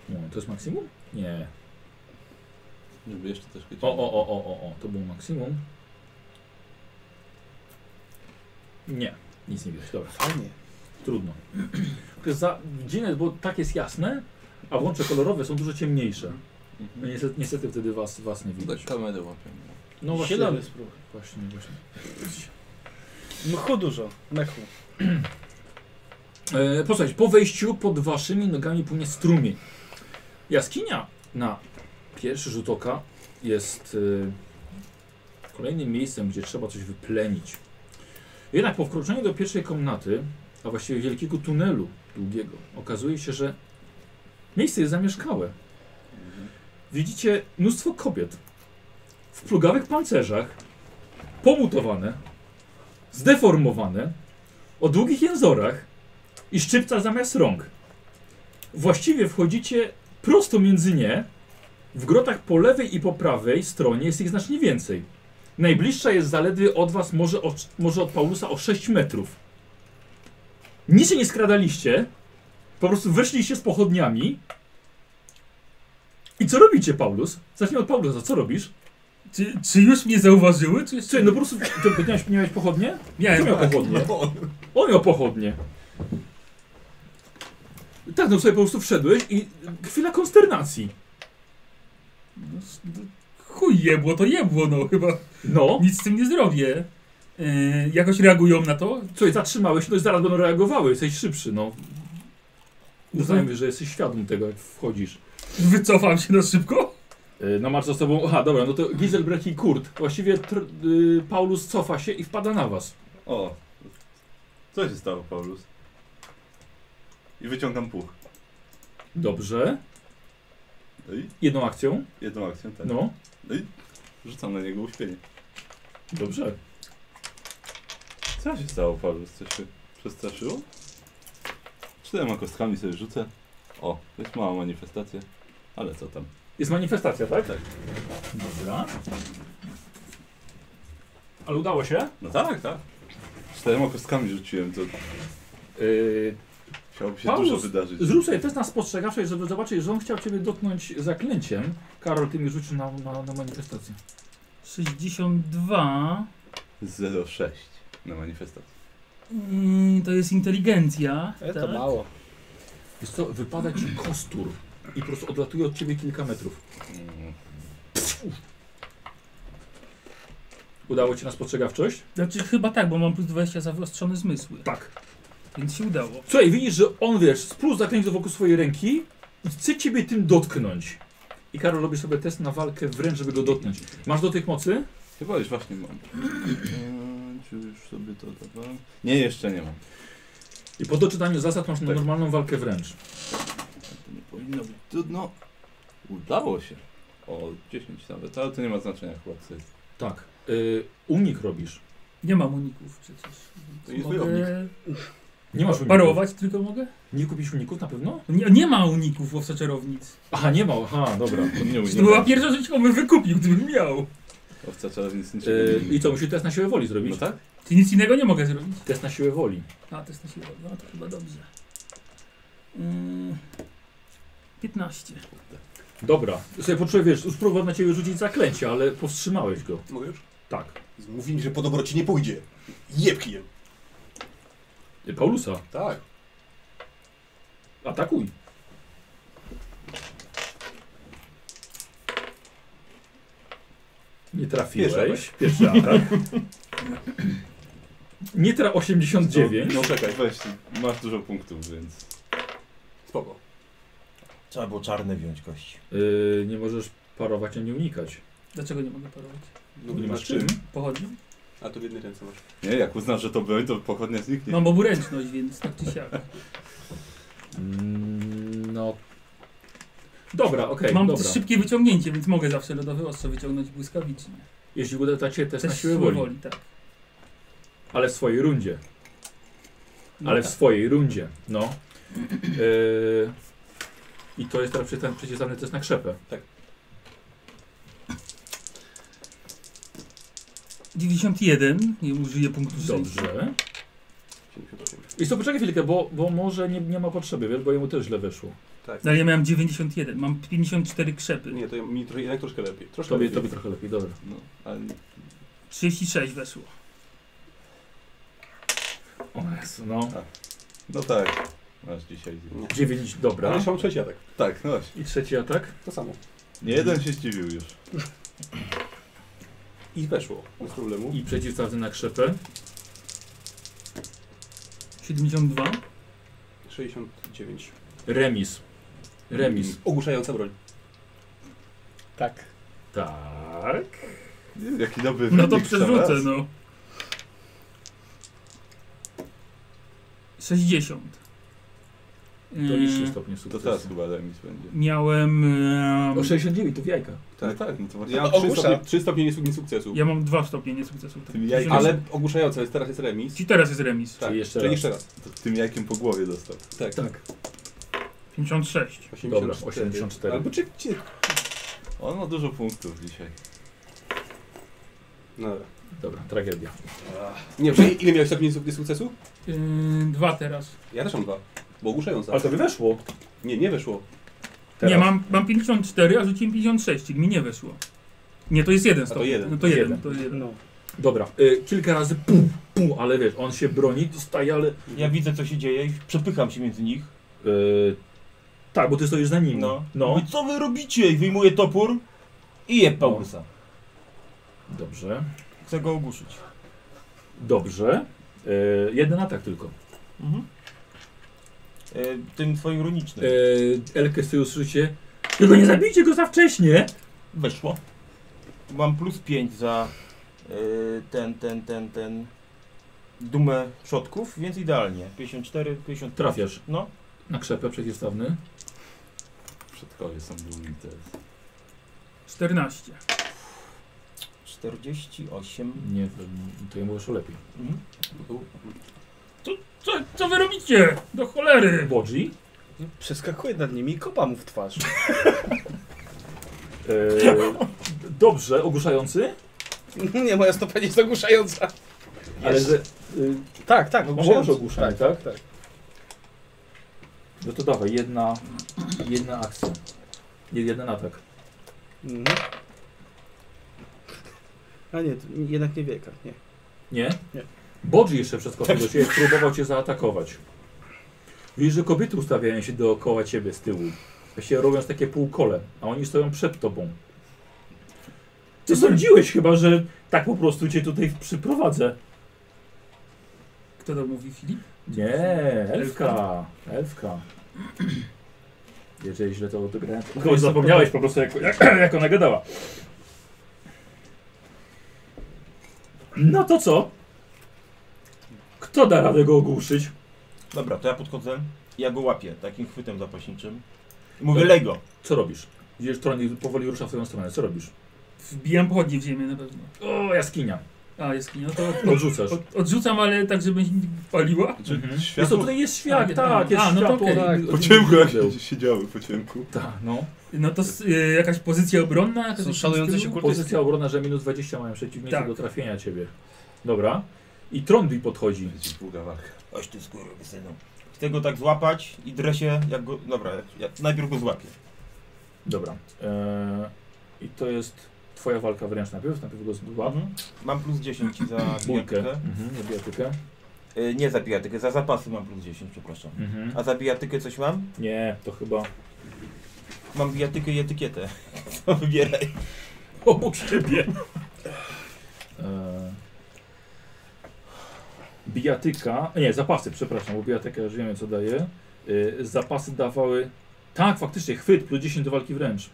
S2: no, to jest maksimum? Nie.
S4: Żeby jeszcze też chcieć.
S2: O, o, o, o, o, o, to było maksimum. Nie, nic nie widać, dobra,
S11: Fajnie.
S2: trudno. Tylko Za dziwne, bo tak jest jasne, a włącze kolorowe są dużo ciemniejsze. No
S4: Mhm.
S2: Niestety, niestety wtedy was, was nie widać.
S4: Tak kamerę łapię.
S2: No właśnie,
S11: Zielony spróbuj.
S2: właśnie, właśnie.
S11: Mchu dużo. Mechu.
S2: E, posłuchajcie, po wejściu pod waszymi nogami płynie strumień. Jaskinia na pierwszy rzut oka jest e, kolejnym miejscem, gdzie trzeba coś wyplenić. Jednak po wkroczeniu do pierwszej komnaty, a właściwie wielkiego tunelu długiego, okazuje się, że miejsce jest zamieszkałe. Widzicie mnóstwo kobiet w plugawych pancerzach, pomutowane, zdeformowane, o długich jęzorach, i szczypca zamiast rąk. Właściwie wchodzicie prosto między nie. W grotach po lewej i po prawej stronie jest ich znacznie więcej. Najbliższa jest zaledwie od was, może od, może od Paulusa, o 6 metrów. Nic się nie skradaliście, po prostu weszliście z pochodniami. I co robicie, Paulus? Zacznij od Paulusa, co robisz?
S3: Czy, czy już mnie zauważyły, czy jeszcze...
S2: Słuchaj, no po prostu, ty miałeś, miałeś pochodnie? Kto
S3: Miałem.
S2: miał pochodnie? On miał pochodnie. Tak, no sobie po prostu wszedłeś i chwila konsternacji.
S3: No, s- no, Chuj jebło, to jebło, no chyba.
S2: No,
S3: Nic z tym nie zrobię. Yy, jakoś reagują na to?
S2: coś zatrzymałeś, no i zaraz będą reagowały, jesteś szybszy, no. Uznajmy, że jesteś świadom tego, jak wchodzisz.
S3: Wycofam się na szybko?
S2: Yy, No masz za sobą, aha, dobra, no to Giselbrecht i Kurt. Właściwie tr, y, Paulus cofa się i wpada na was.
S4: O! Co się stało, Paulus? I wyciągam puch.
S2: Dobrze,
S4: No i
S2: jedną akcją,
S4: jedną akcją, tak.
S2: no,
S4: Rzucam na niego uśpienie.
S2: dobrze.
S4: Co się stało, Paulus? Coś się przestraszyło? Czterema kostkami sobie rzucę. O, to jest mała manifestacja. Ale co tam?
S2: Jest manifestacja, tak?
S4: Tak.
S2: Dobra. Ale udało się?
S4: No tak, tak. Czterema kostkami rzuciłem, to
S2: Yy,
S4: chciałoby się
S2: Paulus,
S4: dużo wydarzyć.
S2: Zrób sobie test na spostrzegawczość, żeby zobaczyć, że on chciał Ciebie dotknąć zaklęciem. Karol, Ty mi rzucił na, na, na manifestację.
S3: 62.
S4: 0,6 na manifestację.
S3: Yy, to jest inteligencja.
S11: E, to
S3: tak?
S11: mało.
S2: Wiesz co, wypada Ci kostur i po prostu odlatuje od Ciebie kilka metrów.
S4: Mm.
S2: Udało ci na spostrzegawczość?
S3: Znaczy chyba tak, bo mam plus 20 za wyostrzone zmysły.
S2: Tak.
S3: Więc się udało.
S2: Słuchaj, widzisz, że on, wiesz, spluł zaklęcie wokół swojej ręki i chce ciebie tym dotknąć. I Karol robi sobie test na walkę wręcz, żeby go dotknąć. Masz do tych mocy?
S4: Chyba już właśnie mam. Eee, Czy już sobie to dawałem? Nie, jeszcze nie mam.
S2: I po doczytaniu zasad masz
S4: Tak.
S2: normalną walkę wręcz.
S4: To nie powinno być trudno. Udało się. O 10 nawet, ale to nie ma znaczenia chłopcy.
S2: Tak. Y, unik robisz.
S3: Nie mam uników przecież.
S4: To jest
S3: Mogę
S4: wojownik.
S2: Nie masz uników.
S3: Parować tylko mogę? No
S2: Nie kupisz uników na pewno?
S3: Nie, nie ma uników w owczaczarownic.
S2: Aha, nie ma. Aha, dobra.
S4: Nie
S3: To była pierwsza rzecz, którą bym wykupił, gdybym miał.
S4: Owca czarownic niczego
S2: Y,
S4: nie
S2: I co, musisz test na siłę woli zrobić?
S4: No tak?
S3: Czy nic innego nie mogę zrobić?
S2: Test na siłę woli.
S3: A, to jest na siłę. No to chyba dobrze. Yy, 15.
S2: Dobra. Sobie poczułem, wiesz, spróbował na ciebie rzucić zaklęcie, ale powstrzymałeś go.
S30: Mogę już?
S2: Tak.
S30: Mówi mi, że po dobroci nie pójdzie. Jeb kijem.
S2: Y, Paulusa,
S30: Tak.
S2: atakuj. Nie trafiłeś.
S4: Pierwszy
S2: Pierwszy atak. Nie tra 89.
S4: No, no czekaj, weź, masz dużo punktów, więc...
S30: Spoko.
S1: Trzeba było czarne wziąć kości.
S4: no.
S2: Yy, nie możesz parować, a nie unikać.
S3: Dlaczego nie mogę parować?
S30: No,
S2: Nie masz
S30: masz
S2: czym.
S30: czym?
S3: Pochodnią?
S30: A to w jednej ręce masz.
S4: Nie, jak uznasz, że to broń, to pochodnia zniknie.
S2: No.
S3: Mam oburęczność, więc tak czy siak.
S2: Mm, No. Dobra, okej,
S3: Mam
S2: dobra.
S3: szybkie wyciągnięcie, więc mogę zawsze lodowe ostrze wyciągnąć błyskawicznie.
S2: Jeśli uda tak dacie test na
S3: Też
S2: siłę woli,
S3: tak.
S2: ale w swojej rundzie.
S3: No
S2: Ale w
S3: tak.
S2: swojej rundzie, no. Yy, I to jest teraz przy- ten przeciwstawny test na krzepę.
S3: 91, nie użyję punktu szczęścia.
S2: Dobrze. I co, poczekaj chwilkę, bo, bo może nie, nie ma potrzeby, wiesz, bo jemu też źle weszło.
S30: Tak.
S3: No ale ja miałem 91, mam 54 krzepy.
S30: Nie, to mi trochę, jednak troszkę lepiej. Troszkę
S2: Tobie,
S30: lepiej.
S2: tobie trochę lepiej, dobra.
S4: No, ale
S3: 36 weszło.
S2: O Jezu, no.
S4: No tak, masz dzisiaj.
S30: Nie.
S2: 9,
S30: Ale
S2: dobra.
S30: już mam trzeci atak.
S4: Tak, no właśnie.
S2: I trzeci atak.
S30: To samo.
S4: Nie jeden się zdziwił już.
S30: I weszło. Bez problemu.
S2: I przeciwstawny na krzepę.
S3: 72.
S30: 69.
S2: Remis. Remis.
S30: Ogłuszająca broń.
S11: Tak.
S2: Tak.
S4: Nie, Jaki dobry
S3: No to
S4: wynik,
S3: przerzucę,
S4: zaraz.
S3: no. 60.
S2: To
S3: Yy,
S2: niższy stopnie
S4: To
S2: sukcesu.
S4: teraz chyba remis będzie.
S3: Miałem...
S2: O
S3: Yy,
S2: 69 to w jajka.
S4: Tak, no tak, no to masz...
S30: Ja mam
S11: To
S30: 3
S11: ogłusza.
S30: stopnie, trzy stopnie nie, nie sukcesu.
S3: ja mam dwa stopnie niesukcesu. Tak.
S4: Tym jajkiem,
S30: Ale ogłuszająca, więc teraz jest remis.
S3: Ci teraz jest remis.
S30: Tak,
S2: jeszcze
S30: czyli
S2: raz.
S30: jeszcze raz.
S4: to tym jajkiem po głowie dostał.
S30: Tak.
S2: Tak.
S3: 56.
S30: 84.
S2: Dobra, 84.
S30: Albo czy, czy...
S4: On ma dużo punktów dzisiaj.
S30: No dobra.
S2: Dobra, tragedia.
S30: Nie, czy ile miałeś stopni niesu- niesukcesu?
S3: Yy, dwa teraz.
S30: Ja też mam dwa. Bo ogłuszająca.
S2: Ale to by weszło.
S30: Nie, nie weszło.
S3: Nie, mam, mam 54, a rzuciłem 56, czyli mi nie weszło. Nie, to jest jeden
S30: to
S3: stopień.
S30: jeden.
S3: No to jeden,
S2: Jeden.
S3: to jeden.
S11: No.
S2: Dobra, y, kilka razy pum, pum, ale wiesz, on się broni, dostaje, ale...
S1: Ja widzę co się dzieje i przepycham się między nich.
S2: Y, tak, bo ty stoisz za nim.
S1: No.
S2: no.
S1: I co wy robicie? I wyjmuję topór i jeb Paulusa.
S2: Dobrze,
S1: Chcę go ogłuszyć.
S2: dobrze. Y, jeden atak tylko.
S1: E, tym swoim runicznym.
S2: Y, Elkę z tyłu słyszycie. Tylko nie zabijcie go za wcześnie!
S1: Weszło. Mam plus 5 za y, ten, ten, ten, ten dumę przodków, więc idealnie. 54, 55.
S2: Trafiasz.
S1: No.
S2: Na krzepę przeciwstawny.
S4: Przedkowie są dumni teraz.
S3: 14.
S1: 48.
S2: Nie, to- to jemu weszło lepiej.
S1: Mhm.
S3: Co, co wy robicie? Do cholery!
S2: Bodzi.
S11: Przeskakuję nad nimi i kopa mu w twarz.
S1: (laughs)
S2: Y, dobrze, ogłuszający.
S11: No nie, moja stopa nie jest ogłuszająca.
S2: Ale że... y,
S11: Tak, tak,
S2: No,
S11: ogłuszająca.
S2: może ogłuszanie, tak?
S11: tak.
S2: No to dawaj, jedna, jedna akcja. Jed- Jeden atak.
S11: Mhm. A nie, to jednak nie wieka, nie.
S2: Nie? Tak.
S11: Nie.
S2: Bodzi jeszcze przeskoczył do ciebie, próbował cię zaatakować. Widzisz, że kobiety ustawiają się dookoła ciebie z tyłu. Właściwie robiąc takie półkole, a oni stoją przed tobą. Ty sądziłeś chyba, że tak po prostu cię tutaj przyprowadzę.
S3: Kto to mówi, Filip?
S2: Nie, elfka. Elfka. Jeżeli źle to odegrałem. to-
S3: Kogoś
S2: Zapomniałeś po prostu, jak, (clears throat) jak, jak ona gadała. No to co? Kto da radę go ogłuszyć?
S1: Dobra, to ja podchodzę. i Ja go łapię takim chwytem zapaśniczym. I Mówię Lego.
S2: Co robisz? Widzisz, tronik powoli rusza w twoją stronę. Co robisz?
S3: Wbijam pochodnie w ziemię na pewno.
S2: O, jaskinia.
S3: A, jaskinia, no to
S2: Odrzucasz.
S3: Od, odrzucam, ale tak, żeby nie paliła.
S4: Mhm.
S2: Wiesz co, tutaj jest świat, tak, jest
S3: A, no to
S2: światło.
S3: okej.
S2: Tak,
S4: Po ciemku jak siedziały, po ciemku.
S2: Tak, no.
S3: No to s- y, jakaś pozycja obronna? jakaś-
S2: Pozycja obronna, że minus 20 mają przeciwnicy
S3: Tak.
S2: do trafienia ciebie. Dobra. I Trondwi podchodzi.
S4: Długa walka.
S1: Oś ty skurwysynu. Chcę go tak złapać i dresie jak go... Dobra, ja najpierw go złapię.
S2: Dobra. Eee, I to jest twoja walka wręcz najpierw, najpierw go zbyła.
S1: Mam plus 10 za (clears throat)
S2: Bójkę.
S1: bijatykę.
S2: Mhm, nie bijatykę.
S1: Y, nie za bijatykę, za zapasy mam plus 10, przepraszam.
S2: Mhm.
S1: A za bijatykę coś mam?
S2: Nie, to chyba...
S1: Mam bijatykę i etykietę. (laughs) To wybieraj.
S2: Obok (laughs) siebie. Eee, bijatyka, nie, zapasy, przepraszam, bo bijatyka już wiemy co daje. Eee, zapasy dawały, tak faktycznie, chwyt plus 10 do walki wręcz.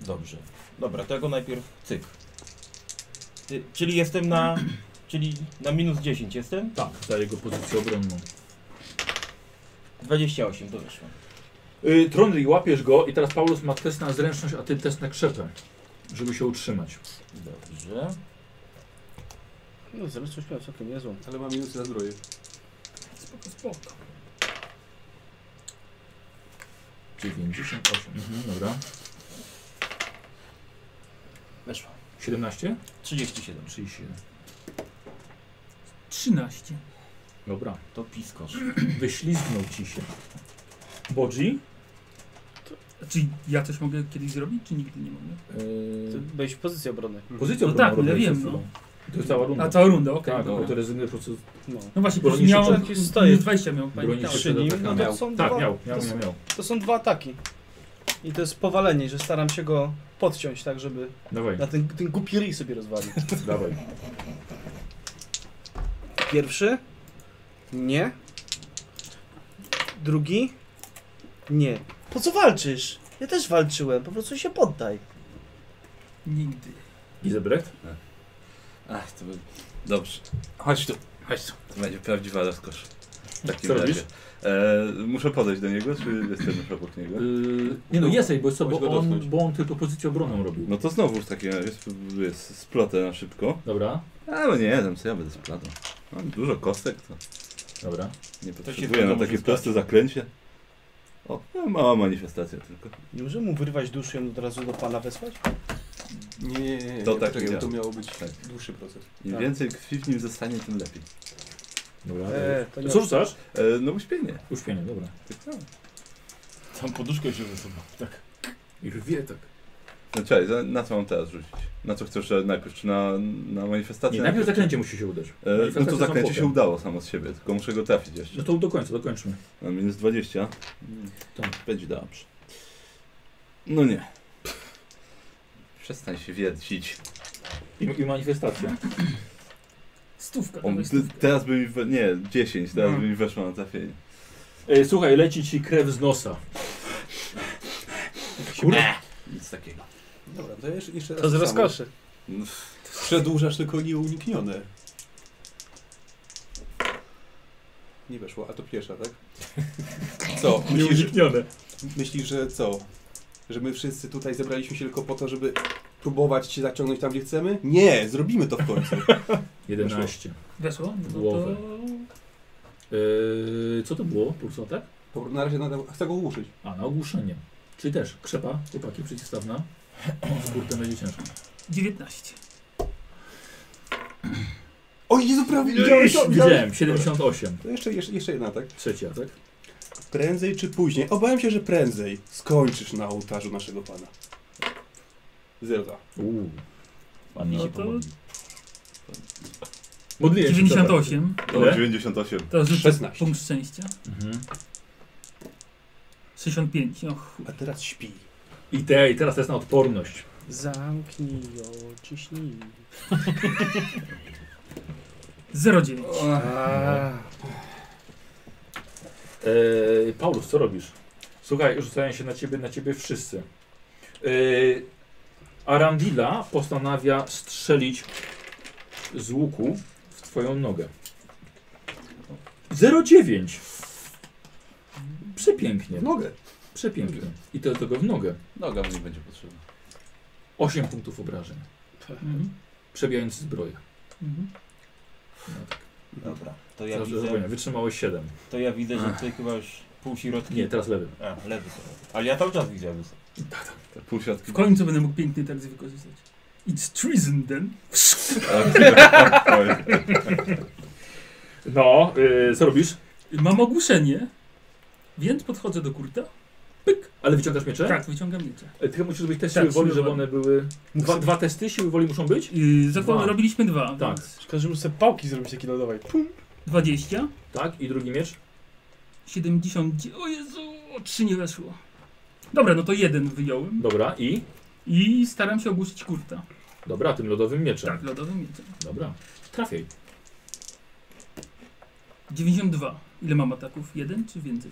S1: Dobrze. Dobra, to ja go najpierw cyk. Ty, czyli jestem na... (clears throat) Czyli na minus 10 jestem?
S2: Tak, za jego pozycję obronną.
S1: 28, to wyszło.
S2: Yy, Trondri, łapiesz go i teraz Paulus ma test na zręczność, a ty test na krzepę, żeby się utrzymać.
S1: Dobrze.
S11: No, zresztą miał całkiem niezłą.
S30: Ale mam minusy na zdrowie.
S3: Spoko, spoko.
S2: 98, mhm, dobra.
S11: Weszła.
S2: 17?
S1: 37.
S2: 37.
S3: 13.
S2: Dobra.
S1: To piskosz.
S2: Wyślizgnął ci się. Bodzi?
S3: A Czy ja coś mogę kiedyś zrobić, czy nigdy nie mogę?
S11: Ty
S2: Yy,
S11: byłeś w pozycji obronnej.
S2: pozycją
S3: No tak,
S2: bronią
S3: ja
S2: robiłeś
S3: wiem,
S2: przed chwilą. To jest cała runda.
S3: A cała runda, okej.
S2: tak,
S3: dobra.
S2: no, to rezygnuję po prostu.
S11: No.
S3: no właśnie,
S2: broni
S3: bo
S2: się
S3: miał
S2: przed-
S11: Tak, stoję.
S3: minus 20 miał,
S2: Broni się
S3: pamiętałem.
S2: przed
S11: Przy nim,
S2: atakiem.
S11: no to są
S2: Tak,
S11: dwa.
S2: miał, miał,
S11: to,
S2: miał,
S11: są,
S2: miał.
S11: to są dwa ataki. I to jest powalenie, że staram się go podciąć tak, żeby
S2: Dawaj,
S11: na ten, ten głupi ryj sobie rozwalił.
S2: dawaj.
S11: Pierwszy. Nie. Drugi. Nie. Po co walczysz? Ja też walczyłem, po prostu się poddaj.
S3: Nigdy.
S2: Gizebrecht?
S4: Ach, to by... Dobrze. Chodź tu, chodź tu. To będzie prawdziwa rozkosz. W takim
S2: Co
S4: razie.
S2: robisz?
S4: E, muszę podejść do niego, czy jestem już obok niego?
S2: Yy, nie no, jesteś, bo, co,
S4: Weź
S2: bo,
S4: go
S2: on,
S4: dotknąć.
S2: bo on tylko pozycję obronną robił.
S4: No to znowu w takim razie sp- jest splotę na szybko.
S2: Dobra,
S4: Ale nie, tam co ja będę splatał. Mam dużo kostek, to
S2: dobra.
S4: nie
S1: z
S4: potrzebuję
S1: tego
S4: na
S1: może
S4: takie
S1: stać.
S4: proste zaklęcie. O, no, mała manifestacja tylko.
S11: Nie możemy mu wyrywać duszy i od razu do pana wysłać?
S33: Nie, nie, nie, nie.
S4: To tak
S33: poczekaj,
S4: nie
S33: to
S4: działa.
S33: miało być
S4: Tak.
S33: dłuższy proces.
S4: Im
S11: Tak.
S4: więcej krwi w nim zostanie, tym lepiej.
S2: dobra.
S11: Eee, to nie.
S2: Co rzucasz?
S4: E, no uśpienie.
S2: Uśpienie, dobra.
S4: Tak samo.
S1: Tam poduszkę się wysuwa. Tak.
S2: I wie tak.
S4: No czekaj, za- na co mam teraz rzucić? Na co chcesz e, najpierw? Czy na, na manifestację?
S2: Nie, najpierw zaklęcie musi się udać.
S4: Znaczy- E, no to
S2: Manifestacje są
S4: zaklęcie się
S2: potem.
S4: udało samo z siebie, tylko muszę go trafić jeszcze.
S2: No to do końca, dokończmy.
S4: Na minus 20.
S2: Tak.
S4: Będzie dobrze. No nie. Przestań się wiercić.
S2: I, i manifestacja.
S3: Stówka,
S4: On,
S3: dawaj
S4: ty-
S3: stówkę.
S4: teraz by mi. We, nie, 10, teraz
S3: No.
S4: by mi weszło na trafienie.
S2: Ej, E, słuchaj, leci ci krew z nosa. Kurde.
S4: Nic takiego.
S30: Dobra, to jeszcze, jeszcze raz
S11: To z
S30: to samo.
S11: rozkoszy.
S4: No,
S30: Przedłużasz tylko nieuniknione. Nie weszło, a to pierwsza, tak? Co? Myślisz,
S2: Nieuniknione.
S30: myślisz, że co? Że my wszyscy tutaj zebraliśmy się tylko po to, żeby próbować się zaciągnąć tam, gdzie chcemy? Nie, zrobimy to w (laughs) końcu.
S2: 11.
S3: Weszło? No
S2: Głowę.
S3: to...
S2: Eee, co to było? Pulsotek?
S30: Po- Na razie nadal chcę go ułuszyć.
S2: A, na ogłuszenie. Czyli też krzepa, chłopaki, przeciwstawna. Z kurtem będzie ciężko.
S3: 19.
S30: O Jezu, prawie widziałeś to! widziałeś?
S2: Widziałem, 78.
S30: To jeszcze, jeszcze, jeszcze jedna, tak?
S2: Trzeci atak.
S30: Prędzej czy później? Obawiam się, że prędzej skończysz na ołtarzu naszego Pana. Zero dwa.
S2: Uuu.
S1: Pan mi
S3: No
S1: się
S3: to-
S1: pomodli.
S2: Modliłem się, przepraszam.
S3: 98.
S4: Dobra, 98.
S3: To rzucę
S30: 16.
S3: punkt szczęścia.
S2: Mhm.
S3: 65. Och,
S30: A teraz śpi.
S2: I, te, I teraz jest na odporność.
S11: Zamknij ją, ciśnij.
S3: 09.
S2: Eee, Paulus, co robisz? Słuchaj, rzucają się na ciebie, na ciebie wszyscy. Eee, Arandila postanawia strzelić z łuku w twoją nogę. 09. Przepięknie. W
S30: nogę.
S2: Przepięknie. I to tego w nogę.
S4: Noga mi nie będzie potrzebna.
S2: 8 punktów obrażeń.
S3: Mhm.
S2: Przebijając zbroję.
S3: Mhm.
S1: Dobra, to ja
S2: Ja
S1: widzę,
S2: Wytrzymałeś 7.
S1: to ja widzę, że tutaj chyba już półśrodki.
S2: Nie, teraz lewy.
S1: A, lewy to. Ale ja cały czas widzę lewy.
S4: Te półsiatki.
S3: W końcu będę mógł piękny tekst wykorzystać. It's treason then.
S4: (laughs)
S2: No, yy, co robisz?
S3: Mam ogłuszenie, więc podchodzę do kurta.
S2: Ale wyciągasz miecze?
S3: Tak, wyciągam miecze.
S2: E, Ty musisz zrobić test
S3: Tak,
S2: siły woli,
S3: siły
S2: żeby
S3: woli.
S2: one były... Dwa,
S11: Muszę-
S2: dwa testy siły woli muszą być?
S3: Yy, zakład-
S2: Dwa.
S3: Robiliśmy dwa,
S2: Tak.
S3: więc
S11: Szkoda, że muszę sobie pałki zrobić jakiej lodowej. Pum.
S3: 20,
S2: Tak, i drugi miecz?
S3: 70, o Jezu, o 3 nie weszło. Dobra, no to jeden wyjąłem
S2: Dobra, i?
S3: i staram się ogłuszyć kurta.
S2: Dobra, tym lodowym mieczem.
S3: Tak, lodowym mieczem.
S2: Dobra, trafiaj.
S3: 92. Ile mam ataków? Jeden czy więcej?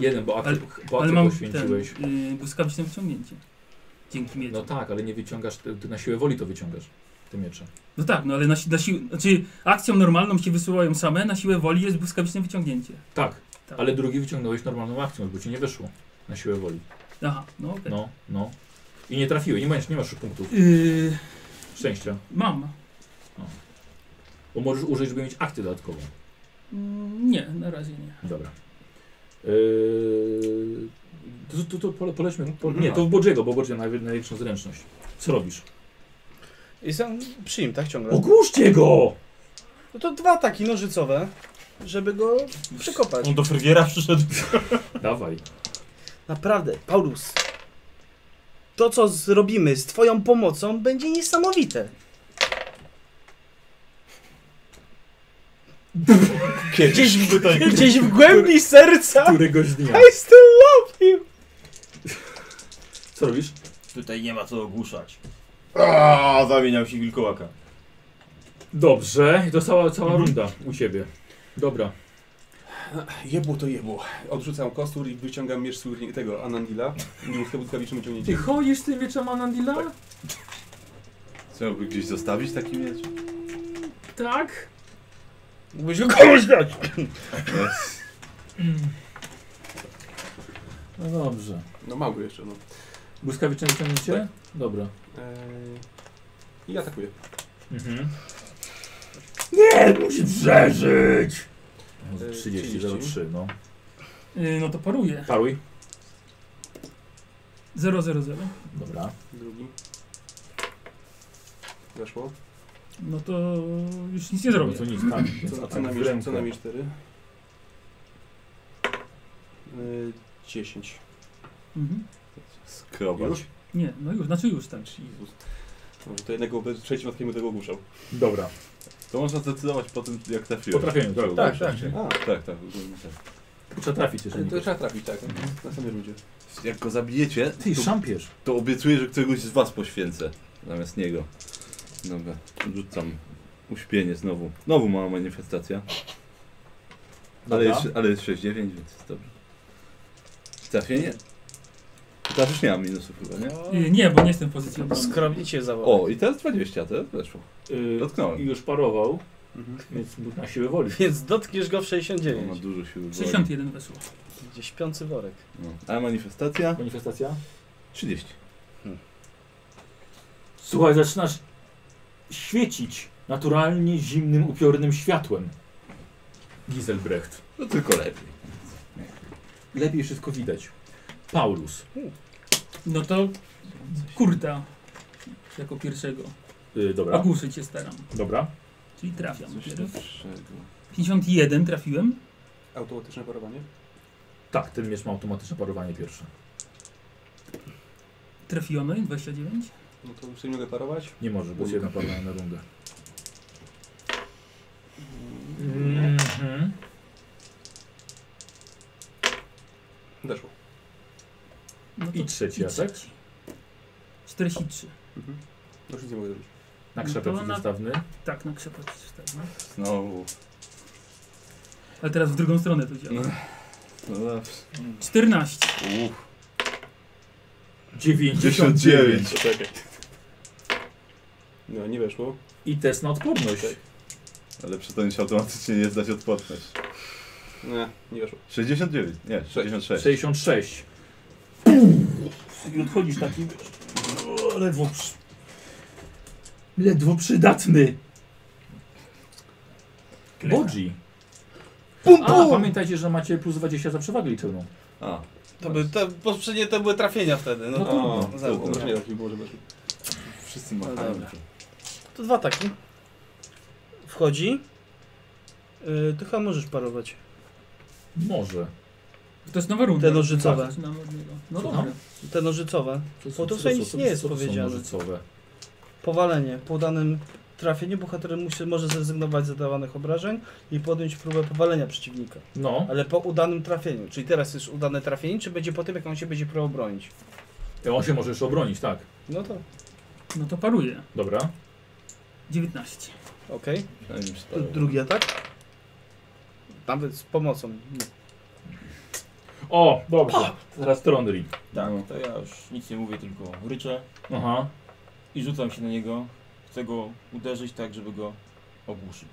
S2: Jeden, bo
S3: Ale-
S2: akcję, bo akcję poświęciłeś.
S3: ten, yy, błyskawiczne wciągnięcie. Dzięki mieczu.
S2: No
S3: No,
S2: tak, ale nie wyciągasz, ty, ty na siłę woli to wyciągasz, te miecze.
S3: tak, no ale na, si- na siłę, znaczy akcją normalną się wysyłają same, na siłę woli jest błyskawiczne wyciągnięcie.
S2: Tak,
S3: Tak.
S2: ale drugi wyciągnąłeś normalną akcją, bo ci nie wyszło na siłę woli.
S3: Aha, no okej.
S2: No, no. I nie trafiły, nie masz, nie masz punktów
S3: Yy,
S2: szczęścia,
S3: mam.
S2: bo możesz użyć, żeby mieć akcję dodatkową.
S3: Mm, Nie, na razie nie.
S2: Dobra. Yy, to, to, to pole, polećmy, po, nie, to w Bodziego, bo Bodzie ma najwy- największą zręczność. Co robisz?
S11: I sam przyjm, tak ciągle.
S2: Ogłuszcie go!
S11: No to dwa taki nożycowe, żeby go przekopać.
S1: On do frygiera przyszedł.
S2: Dawaj.
S11: Naprawdę, Paulus. To, co zrobimy z Twoją pomocą, będzie niesamowite.
S1: Kiedyś by to
S11: Gdzieś w głębi serca
S2: Któregoś dnia.
S11: I still love you.
S2: Co robisz?
S1: Tutaj nie ma co ogłuszać. A, zamieniam się w wilkołaka.
S2: Dobrze, i to cała, cała runda u ciebie. Dobra.
S30: Jebło to jebło. Odrzucam kostur i wyciągam miecz słynnie tego Anandila. Już te błyskawiczne ciągnięcie.
S2: chodzisz z tym wieczem Anandila?
S4: Co miałby gdzieś zostawić taki miecz?
S2: Tak.
S11: Mógłbyś go komuś dać.
S2: No dobrze.
S30: No mam go jeszcze, no. Tak.
S2: Błyskawiczne wyciągnięcie? Dobra.
S30: Eee, I atakuję.
S2: Mhm. Nie, musi przeżyć!
S30: Yy,
S2: 30,
S30: 30.
S2: 03, no.
S3: Yy, no to paruję.
S2: Paruj.
S3: 0, 0, 0.
S2: Dobra.
S30: Drugi. Weszło.
S3: No to już nic nie zrobię.
S2: No to nic, tak.
S30: Co, co,
S2: Atak w
S30: najmniej, co
S2: rękę.
S30: najmniej cztery.
S2: Yy,
S30: Eee, 10.
S3: Mhm.
S4: Skrobać.
S30: Już?
S3: Nie, no już, znaczy już tak.
S30: Jezus. Dobrze, to jednego bez trzeciej matki będę go ogłuszał.
S2: Dobra.
S4: To można zdecydować po tym, jak trafiłeś.
S2: Potrafiłem, tak.
S4: Tak,
S30: tak. A,
S4: Tak, tak, ogólnie tak.
S2: Trzeba trafić jeszcze.
S30: to trzeba trafić, tak. Na samej ludzie.
S4: Jak go zabijecie,
S2: Ty,
S4: to,
S2: szampierz.
S4: to obiecuję, że któregoś z was poświęcę. Zamiast niego. Dobra, rzucam uśpienie znowu. Znowu mała manifestacja. Ale
S2: Dobra.
S4: jest, ale jest 6-9, więc jest dobrze. Trafienie? Teraz już nie mam minusów chyba, nie?
S3: Yy, nie, bo nie jestem w pozycji
S11: E,
S3: obrony.
S11: Skromnicie zawołał.
S4: O, i teraz 20, teraz weszło.
S2: Yy,
S4: Dotknąłem.
S2: I już parował,
S30: Mhm.
S2: więc mógł na siłę woli.
S11: Więc dotkniesz go w
S4: On ma
S11: 69.
S4: dużo siły woli.
S3: 61 weszło.
S11: Gdzie śpiący worek.
S4: No. A manifestacja?
S2: Manifestacja?
S4: 30.
S2: Słuchaj, zaczynasz świecić naturalnie zimnym, upiornym światłem. Giselbrecht.
S4: No tylko lepiej.
S2: Lepiej wszystko widać. Paulus.
S3: No to kurta jako pierwszego.
S2: Yy, dobra.
S3: Ogłuszyć się staram.
S2: Dobra.
S3: Czyli trafiam.
S4: Coś
S3: najpierw.
S4: lepszego.
S3: 51 trafiłem.
S30: Automatyczne parowanie?
S2: Tak, ten miecz ma automatyczne parowanie pierwsze.
S3: Trafiono i 29.
S30: No to już nie mogę parować.
S2: Nie może, bo jest jedno parowanie na rundę. Mhm.
S30: Weszło.
S3: No to No
S2: I trzeci atak.
S3: trzeci. 43.
S30: Mhm. No już nic nie mogę zrobić.
S2: Na krzepę
S3: No to na-
S2: przeciwstawny.
S3: Tak, na krzepę przeciwstawną.
S4: Znowu.
S3: Ale teraz w drugą stronę to działa.
S4: No zawsze.
S3: 14.
S4: Uff.
S2: 99.
S30: Poczekaj. No, nie weszło.
S2: I test na odporność.
S4: Ale przy tym się automatycznie nie zdać odporność.
S30: Nie, nie weszło.
S4: 69, nie, 66.
S2: 66. I odchodzisz taki. O, ledwo. Przy... Ledwo przydatny. Bodzi. A, pamiętajcie, że macie plus 20 za przewagę liczebną.
S4: A,
S11: To by, to, poprzednie to były trafienia wtedy. No,
S2: No
S11: to,
S4: trudno,
S11: zaraz.
S4: trudno.
S30: Może nie, tak nie było, że weszło.
S4: wszyscy
S11: No
S4: machają.
S11: dobra. To dwa taki. Wchodzi. Yy, ty chyba możesz parować.
S2: Może.
S3: To jest nowa runda.
S11: Te nożycowe.
S3: Tak, zaczynamy od niego. No
S2: Co
S3: dobra.
S11: Te nożycowe.
S2: Co
S11: Bo to
S2: co
S11: sobie
S2: są-
S11: nic
S2: co-
S11: nie jest
S2: co to są
S11: powiedziane.
S2: nożycowe?
S11: Powalenie. Po danym trafieniu bohater musi, może zrezygnować z zadawanych obrażeń i podjąć próbę powalenia przeciwnika.
S2: No,
S11: Ale po udanym trafieniu. Czyli teraz jest udane trafienie, czy będzie po tym, jak on się będzie próbował bronić?
S2: on się może jeszcze obronić, tak.
S11: No to
S3: No to paruje.
S2: Dobra.
S3: 19.
S11: okej.
S4: Ja im
S11: To
S4: spadło.
S11: Drugi atak. Nawet z pomocą.
S2: O, dobrze. Teraz Trondri.
S1: Tak,
S4: No.
S1: to ja już nic nie mówię, tylko ryczę
S2: Aha.
S1: i rzucam się na niego. Chcę go uderzyć tak, żeby go ogłuszyć.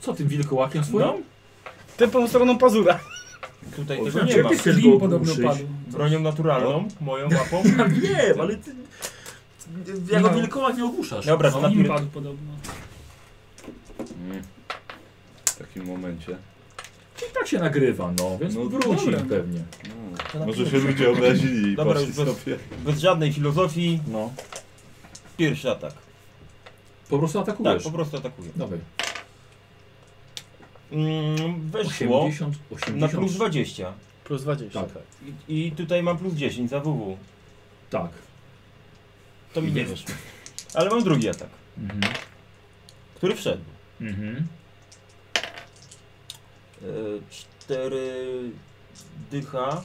S2: Co tym wilkołakiem swoim?
S1: No.
S11: Typą stroną pazura.
S1: Tutaj
S2: O,
S1: tego
S2: że
S1: nie
S2: cię
S1: ma.
S2: ty- Chcesz go
S3: Slim podobno
S2: ogłuszyć?
S3: padł.
S1: Bronią naturalną, (laughs) moją łapą.
S2: Ja wiem, ale ty... Jako
S3: No.
S2: wilkołak nie ogłuszasz.
S1: Dobra, to
S3: Slim
S1: napier...
S3: padł podobno.
S4: Mm. W takim momencie.
S2: I tak się nagrywa, no, więc
S4: No
S2: wróci
S3: dobra.
S2: pewnie.
S4: No. Może się ludzie obrazili i
S1: Dobra,
S4: poszli
S1: już bez-
S4: sobie.
S1: Bez żadnej filozofii,
S2: No.
S1: pierwszy atak.
S2: Po prostu
S1: Tak,
S2: atakujesz.
S1: po prostu atakuję.
S2: Dawaj.
S1: Mm, weszło
S2: 80,
S1: na
S2: 80.
S1: plus 20.
S11: Plus 20.
S2: Tak,
S1: I, I tutaj mam plus 10 za WW.
S2: tak.
S1: To mi nie weszło. Ale mam drugi atak,
S2: Mhm.
S1: który wszedł.
S2: Mhm.
S1: E, cztery dycha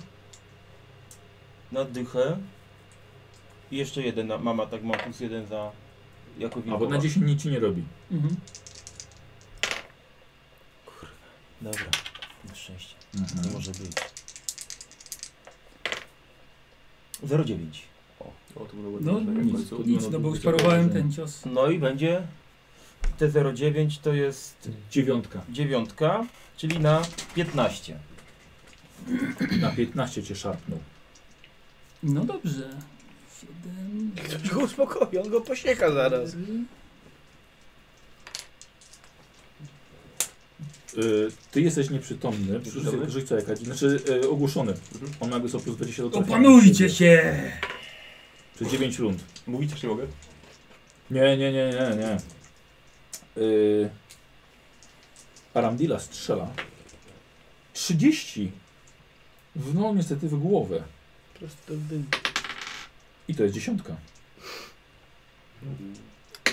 S1: na dychę i jeszcze jeden na, mama tak ma plus jeden za jako
S2: A bo
S1: wilkowa.
S2: na 10 nic ci nie robi.
S3: Mhm.
S1: Dobra, na szczęście, nie
S2: Mhm.
S1: może być. 0,9.
S30: O, to było ładne.
S3: No
S30: wrażenie w
S3: nic,
S30: końcu.
S3: nic, no bo już parowałem ten cios.
S1: No i będzie te 0,9 to jest
S2: Dziewiątka.
S1: dziewiątka, czyli na 15.
S2: Na 15 cię szarpnął.
S3: No dobrze. 7.
S11: Ktoś go uspokoi, on go posieka zaraz.
S2: Y, ty jesteś nieprzytomny.
S30: Dobry.
S2: Rzucaj, rzucaj jakaś. Znaczy y, ogłuszony. On ma są plus 20 do trafienia.
S3: Opanujcie się!
S2: Przez 9 rund.
S30: Mówić też nie mogę?
S2: Nie, nie, nie, nie, nie. Yy, Aramdila strzela. 30. W, no niestety w głowę.
S11: Prosto w dym.
S2: I to jest dziesiątka.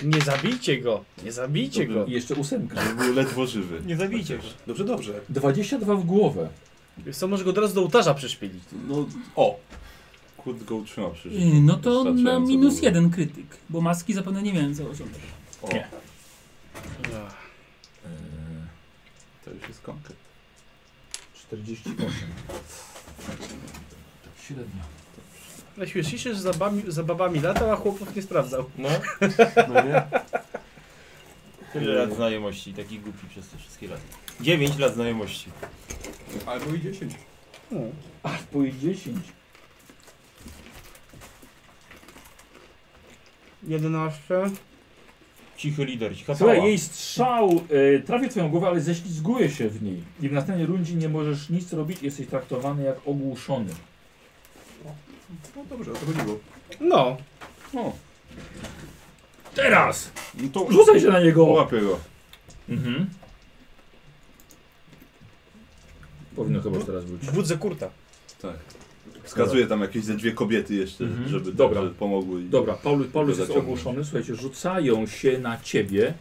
S11: Nie zabijcie go! Nie zabijcie
S4: To
S11: go!
S2: I jeszcze ósemka.
S4: Żeby był ledwo żywy.
S1: Nie zabijcie go.
S30: Dobrze, dobrze.
S2: 22 w głowę.
S11: Wiesz co, może go od razu do ołtarza przyszpilić.
S4: No, o! Kurt go utrzymał przy życiu.
S3: Yy, No to na
S4: Wystarczająco
S3: minus
S4: długo.
S3: jeden krytyk, bo maski zapewne nie miałem założonej.
S4: O,
S2: Nie.
S11: No.
S2: Yy,
S4: E, to już jest konkret.
S2: 48. Tak średnio.
S11: Najśmieszniejsze, że za, bami, za babami latał, a chłopów nie sprawdzał.
S1: No,
S30: (laughs) No nie?
S1: tyle lat znajomości, taki głupi przez te wszystkie lata. 9 lat znajomości.
S30: Albo i 10.
S2: Ach, po 10.
S11: 11.
S1: Cichy lider, cicha
S2: Słuchaj,
S1: pała.
S2: jej strzał y, trafi twoją głowę, ale ześlizguje się w niej. I w następnej rundzie nie możesz nic robić, jesteś traktowany jak ogłuszony.
S30: No dobrze, o to chodziło.
S11: No.
S4: O,
S2: Teraz!
S4: no to
S2: Rzucaj się na niego!
S4: łapię go.
S2: Mhm. Powinno chyba już teraz wrócić.
S11: Budzę kurta.
S4: Wskazuje tam jakieś ze dwie kobiety jeszcze,
S2: Mhm.
S4: żeby,
S2: Dobra.
S4: żeby pomogły. I...
S2: Dobra, Paulus, Paulus jest
S4: Zaciągnął.
S2: ogłuszony. Słuchajcie, rzucają się na ciebie.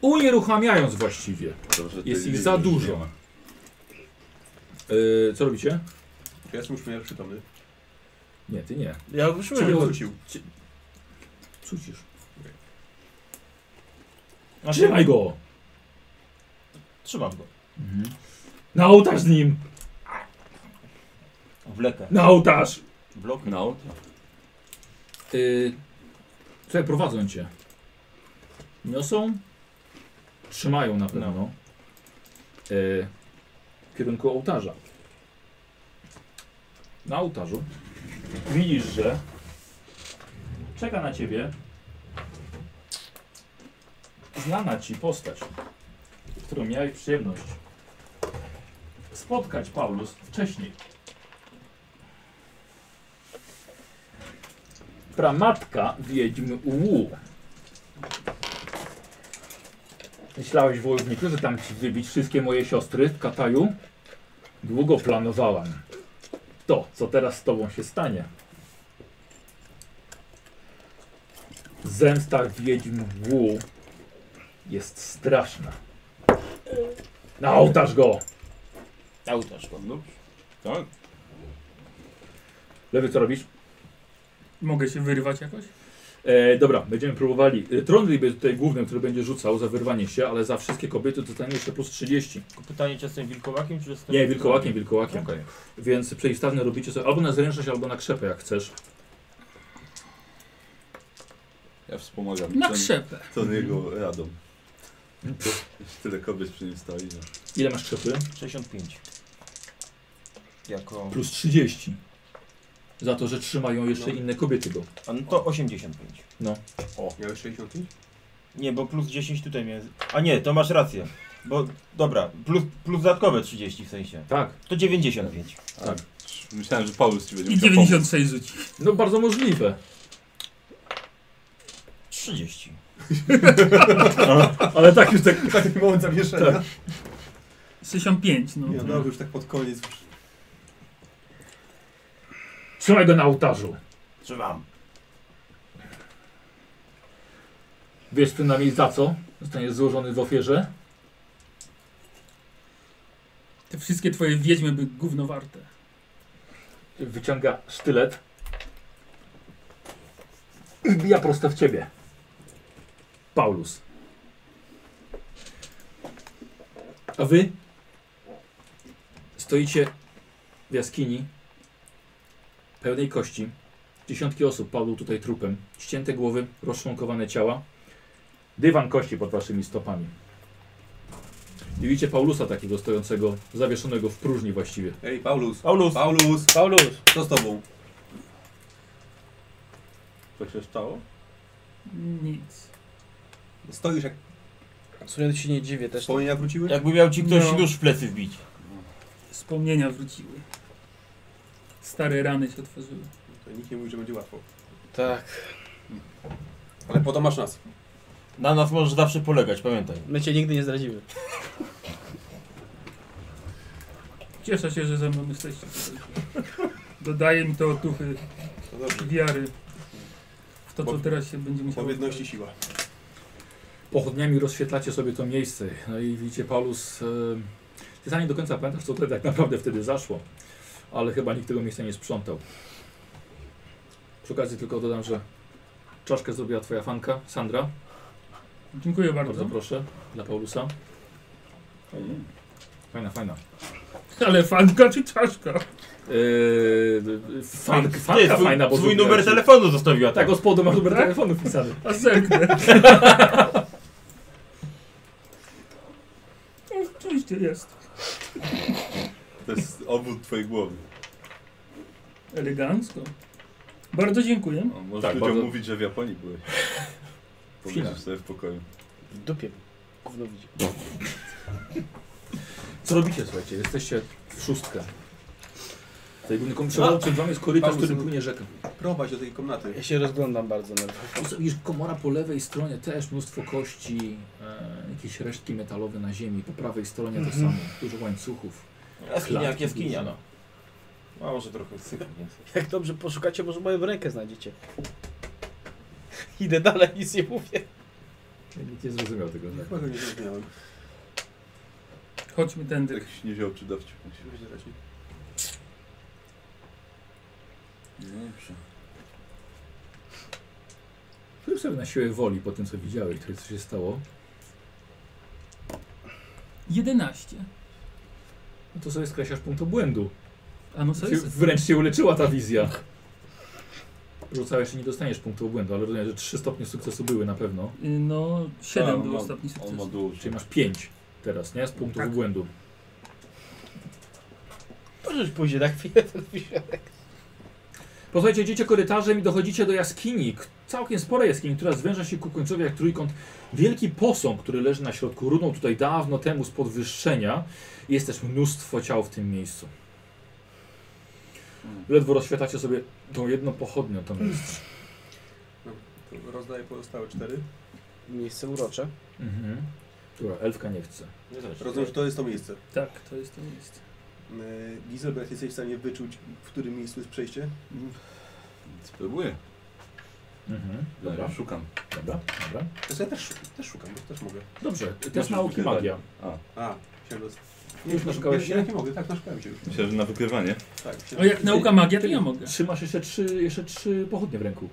S2: Unieruchamiając właściwie.
S4: To, że tej
S2: Jest ich
S4: linii
S2: za
S4: już
S2: dużo.
S4: nie ma.
S2: Y, co robicie?
S30: Ja jestem już przytomny.
S2: Nie, ty nie.
S11: Ja już
S2: Ciebie
S11: mówię.
S2: cucił. Cie- Cucisz.
S1: A
S2: Trzymaj
S1: ty-
S2: go!
S1: Znaczy, Trzymam go.
S2: Na ołtarz z nim!
S1: Wlekę.
S2: Na ołtarz!
S1: Blok.
S4: Na
S2: No.
S4: ołtarz.
S2: Yy, Słuchaj, prowadzą cię. Niosą, trzymają na pewno y, w kierunku ołtarza. Na ołtarzu widzisz, że czeka na ciebie znana ci postać, którą miałeś przyjemność spotkać Paulus wcześniej. Pramatka Wiedźm Łu. Myślałeś, wojowniku, że tam ci wybić wszystkie moje siostry w Kataju? Długo planowałam. To, co teraz z tobą się stanie. Zemsta Wiedźm Łu jest straszna. Na ołtarz go!
S1: Na ołtarz go.
S2: No.
S4: Dobrze. Tak?
S2: Lewy, co robisz?
S3: Mogę się wyrywać jakoś?
S2: E, dobra, będziemy próbowali. E, Trondli będzie tutaj głównym, który będzie rzucał za wyrwanie się, ale za wszystkie kobiety dostanie jeszcze plus 30.
S1: Pytanie, czy jestem wilkołakiem, czy jestem...
S2: Nie, wilkołakiem, wilkołakiem.
S1: Okej.
S2: Więc przeciwstawne robicie sobie albo na zręczność, albo na krzepę, jak chcesz.
S4: Ja wspomagam.
S3: Na
S4: Ten-
S3: krzepę.
S4: Ten jego radą. Już tyle kobiet przy nim stoi. No.
S2: Ile masz krzepy?
S1: 65. Jako...
S2: Plus 30. Za to, że trzymają jeszcze inne kobiety go.
S1: A no to 85.
S2: No.
S1: O.
S30: Miałeś 65?
S1: Nie, bo plus 10 tutaj mnie... A nie, to masz rację. Bo, dobra, plus, plus dodatkowe 30 w sensie.
S2: Tak.
S1: To 95.
S4: Tak. Myślałem, że Paulus ci będzie
S3: I
S4: musiał
S3: 96 rzuci.
S2: No bardzo możliwe.
S1: 30.
S2: Ale tak już tak...
S30: Taki moment zamieszania.
S2: Tak.
S3: 65, no.
S30: Ja dobrze, już tak pod koniec. Już.
S2: Trzymaj go na ołtarzu.
S1: Trzymam.
S2: Wiesz przynajmniej za co? Zostanie złożony w ofierze.
S3: Te wszystkie twoje wiedźmy by gówno warte.
S2: Wyciąga sztylet. I bija prosto w ciebie. Paulus. A wy stoicie w jaskini pełnej kości. Dziesiątki osób padło tutaj trupem. Ścięte głowy, rozczłonkowane ciała. Dywan kości pod waszymi stopami. I widzicie Paulusa takiego stojącego, zawieszonego w próżni właściwie.
S30: Ej, Paulus.
S1: Paulus,
S30: Paulus,
S11: Paulus,
S30: co z tobą?
S4: To się stało?
S3: Nic.
S30: Stoisz jak
S11: w sumie się nie dziwię też.
S30: wspomnienia
S2: tak.
S30: wróciły?
S1: Jakby miał ci ktoś
S3: No.
S1: nóż w plecy wbić.
S3: Wspomnienia wróciły. Stare rany się otworzyły.
S30: To nikt nie mówi, że będzie łatwo.
S11: Tak,
S30: Ale po to masz nas.
S1: Na nas możesz zawsze polegać, pamiętaj.
S11: my cię nigdy nie zdradzimy.
S3: Cieszę się, że ze mną jesteście. Dodaje mi to otuchy
S30: To dobrze.
S3: wiary w to, co
S30: Bo-
S3: teraz się będzie musiało...
S30: Po jedności siła.
S2: pochodniami rozświetlacie sobie to miejsce. No i widzicie, Paulus, e, ty sam nie do końca pamiętasz, co tutaj tak naprawdę wtedy zaszło, ale chyba nikt tego miejsca nie sprzątał. Przy okazji tylko dodam, że czaszkę zrobiła twoja fanka, Sandra.
S3: Dziękuję
S2: Bardzo
S3: bardzo.
S2: proszę, dla Paulusa. Fajna, fajna.
S3: Ale fanka czy czaszka?
S2: Yy, fan,
S1: Ty,
S2: fanka
S1: twój,
S2: fajna, bo
S1: Twój
S2: zrobiła
S1: numer
S2: ci-
S1: telefonu zostawiła, tak?
S2: Tak, od spodu masz numer
S3: Tak?
S2: telefonu wpisany.
S3: A zerknę. No, Oczywiście jest.
S4: To jest obwód twojej głowy.
S3: Elegancko. Bardzo dziękuję.
S4: No, możesz
S2: Tak,
S4: ludziom
S2: bardzo-
S4: mówić, że w Japonii
S2: (laughs)
S4: byłeś.
S2: Chinach.
S4: Powiedzisz sobie w pokoju.
S11: W dupie. Gówno widzi.
S2: Co robicie, słuchajcie? Jesteście w szóstkę. Tutaj główny komiczek, przed wami jest korytarz,
S30: Paulus,
S2: który
S30: no.
S2: płynie rzeka.
S30: Prowadź do tej komnaty.
S11: Ja się rozglądam bardzo nerwowo.
S2: Tu Widzisz komora po lewej stronie też mnóstwo kości, e, jakieś resztki metalowe na ziemi, po prawej stronie to samo, dużo łańcuchów.
S1: Jaskinia, jak
S2: Klatki
S1: jaskinia,
S2: duże.
S1: no. A może trochę syku, więc...
S11: Jak dobrze poszukacie, może moją rękę znajdziecie. Idę dalej, nic nie mówię.
S2: Nikt nie zrozumiał tego. Tak.
S30: Chyba go nie zrozumiałem.
S3: Chodźmy
S4: Tak
S3: tędy.
S4: Jakiś nieziobczy dowcip.
S30: Musimy się zrazić.
S4: Dobrze.
S2: Rób sobie na siłę woli po tym, co widziałeś, to co się stało.
S3: 11.
S2: No to sobie skreślasz punkt obłędu.
S3: A no
S2: Cię-
S3: sobie...
S2: Wręcz się uleczyła ta wizja. Rzucałeś i nie dostaniesz punktu obłędu, ale rozumiem, że 3 stopnie sukcesu były na pewno.
S3: Y, No,
S4: A,
S3: 7
S4: on
S3: był
S4: ma-
S3: ostatni
S4: On ma
S3: sukces.
S4: dużo.
S2: Czyli masz 5 teraz, nie? Z punktów
S3: Tak.
S2: obłędu.
S11: Możesz pójść na chwilę ten wisiorek.
S2: Posłuchajcie, idziecie korytarzem i dochodzicie do jaskini. k- Całkiem sporej jaskini, która zwęża się ku końcowi jak trójkąt. Wielki posąg, który leży na środku, runął tutaj dawno temu z podwyższenia. Jest też mnóstwo ciał w tym miejscu. Ledwo rozświetlacie sobie tą jedną pochodnią, tam jest.
S15: To Rozdaję pozostałe cztery.
S11: Miejsce urocze.
S2: Mhm. Która elfka nie chce.
S1: Nie zależy.
S30: Rozumiem, że to jest to miejsce.
S3: Tak, to jest to miejsce.
S30: Yy, Gizelbert, jesteś w stanie wyczuć, w którym miejscu jest przejście?
S4: Spróbuję.
S2: Mhm. Dobra,
S4: Dobra, szukam.
S2: dobra, dobra.
S30: To ja też, też szukam, bo też mogę.
S2: Dobrze, test
S4: Masz
S2: nauki
S4: wykrywanie.
S2: magia.
S4: A,
S30: A, chciałem dos- Nie,
S2: Już naszukałeś
S30: nie,
S2: się?
S30: Ja nie mogę, tak naszukałem się już.
S4: myślę, że na wykrywanie.
S30: Tak,
S11: No
S3: O, jak nauka magia, to ja mogę.
S2: Trzymasz jeszcze trzy, jeszcze trzy pochodnie w ręku.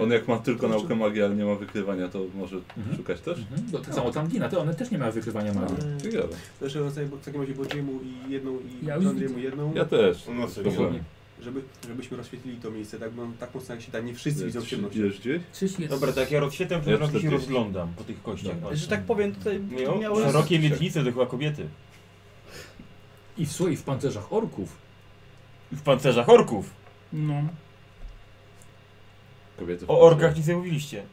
S4: On jak ma tylko naukę magii, ale nie ma wykrywania, to może
S2: Mhm.
S4: szukać też?
S2: Mhm. To tak samo tam gina, to one też nie mają wykrywania magii.
S4: Ciekawe.
S30: Też rozdaję bo w takim razie Bodziemu i jedną i
S3: Ja
S30: ja
S3: już
S30: Andrzejemu jedną,
S4: Ja też.
S29: No co, nie
S2: Pochodnie.
S30: żeby, żebyśmy rozświetlili to miejsce tak, bo on tak mocno jak się da, nie wszyscy widzą w
S4: Jest,
S30: ciemności.
S4: jest gdzieś?
S3: Krzyś jest...
S1: Dobra, tak ja rozświetlam,
S4: Ja
S1: to ja się
S4: 40.
S1: rozglądam po tych kościach.
S2: Dobra.
S1: patrzę.
S11: Że tak powiem, tutaj
S1: Miał
S11: miałeś...
S1: szerokie miednice do chyba kobiety.
S2: I w słuchaj, w pancerzach orków.
S1: I W pancerzach orków.
S3: No.
S4: Kobiety w
S1: O orkach nic nie mówiliście.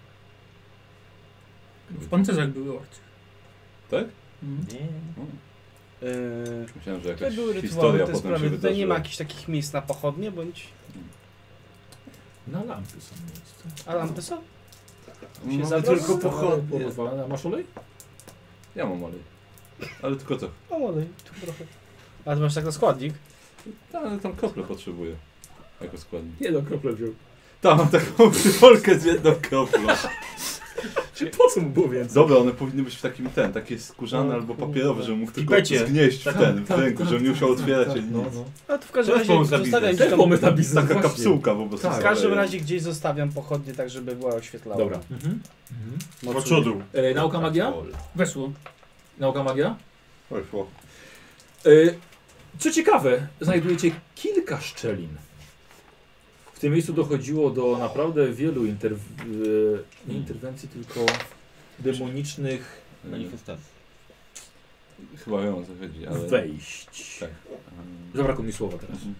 S3: W pancerzach były orcy.
S4: Tak?
S3: Mhm.
S1: Nie.
S11: Yy,
S4: Myślałem, że
S11: tutaj
S4: jakaś
S11: były rytuały,
S4: historia
S11: te
S4: potem
S11: sprawy.
S4: się
S11: Tutaj nie ma
S4: wydarzyła.
S11: jakichś takich miejsc na pochodnie, bądź...
S2: Na lampy są miejsce.
S11: A lampy są?
S4: Mamy
S11: Się za tylko pochodnie.
S2: Porozwalane. Masz olej?
S4: Ja mam olej. Ale tylko to.
S11: O, olej, No, tu trochę. A ty masz tak na składnik?
S4: Ta, ale tam krople potrzebuję. Jako składnik.
S2: Jedną kroplę no, wziął.
S4: Tam mam taką (laughs) rolkę z jedną kroplą.
S2: Po co mu było więcej?
S4: Dobra, one powinny być w takim ten, takie skórzane albo papierowe, żeby mógł tylko
S1: Pipecie.
S4: zgnieść w ten, w ręku, żebym nie musiał otwierać ani
S2: No,
S4: nic.
S2: no.
S11: A tu w każdym
S1: To jest
S11: razie
S1: pomysł na
S11: zostawiam
S1: biznes.
S11: gdzieś
S2: Też
S11: tam...
S2: pomysł na biznes,
S4: Taka
S2: właśnie.
S4: kapsułka po prostu.
S2: Tak.
S11: W każdym razie gdzieś zostawiam pochodnie tak, żeby była oświetlała.
S2: Dobra. Mhm. Mhm.
S1: Do przodu.
S2: E, nauka magia?
S3: Weszło.
S2: Nauka magia?
S4: Poszło.
S2: E, co ciekawe, znajdujecie kilka szczelin. W tym miejscu dochodziło do naprawdę wielu interw e, nie interwencji, tylko demonicznych
S1: Manifestacja.
S4: Chyba wiem o co chodzi, ale...
S2: wejść.
S4: Tak.
S2: Zabrakło mi słowa teraz.
S4: Mhm.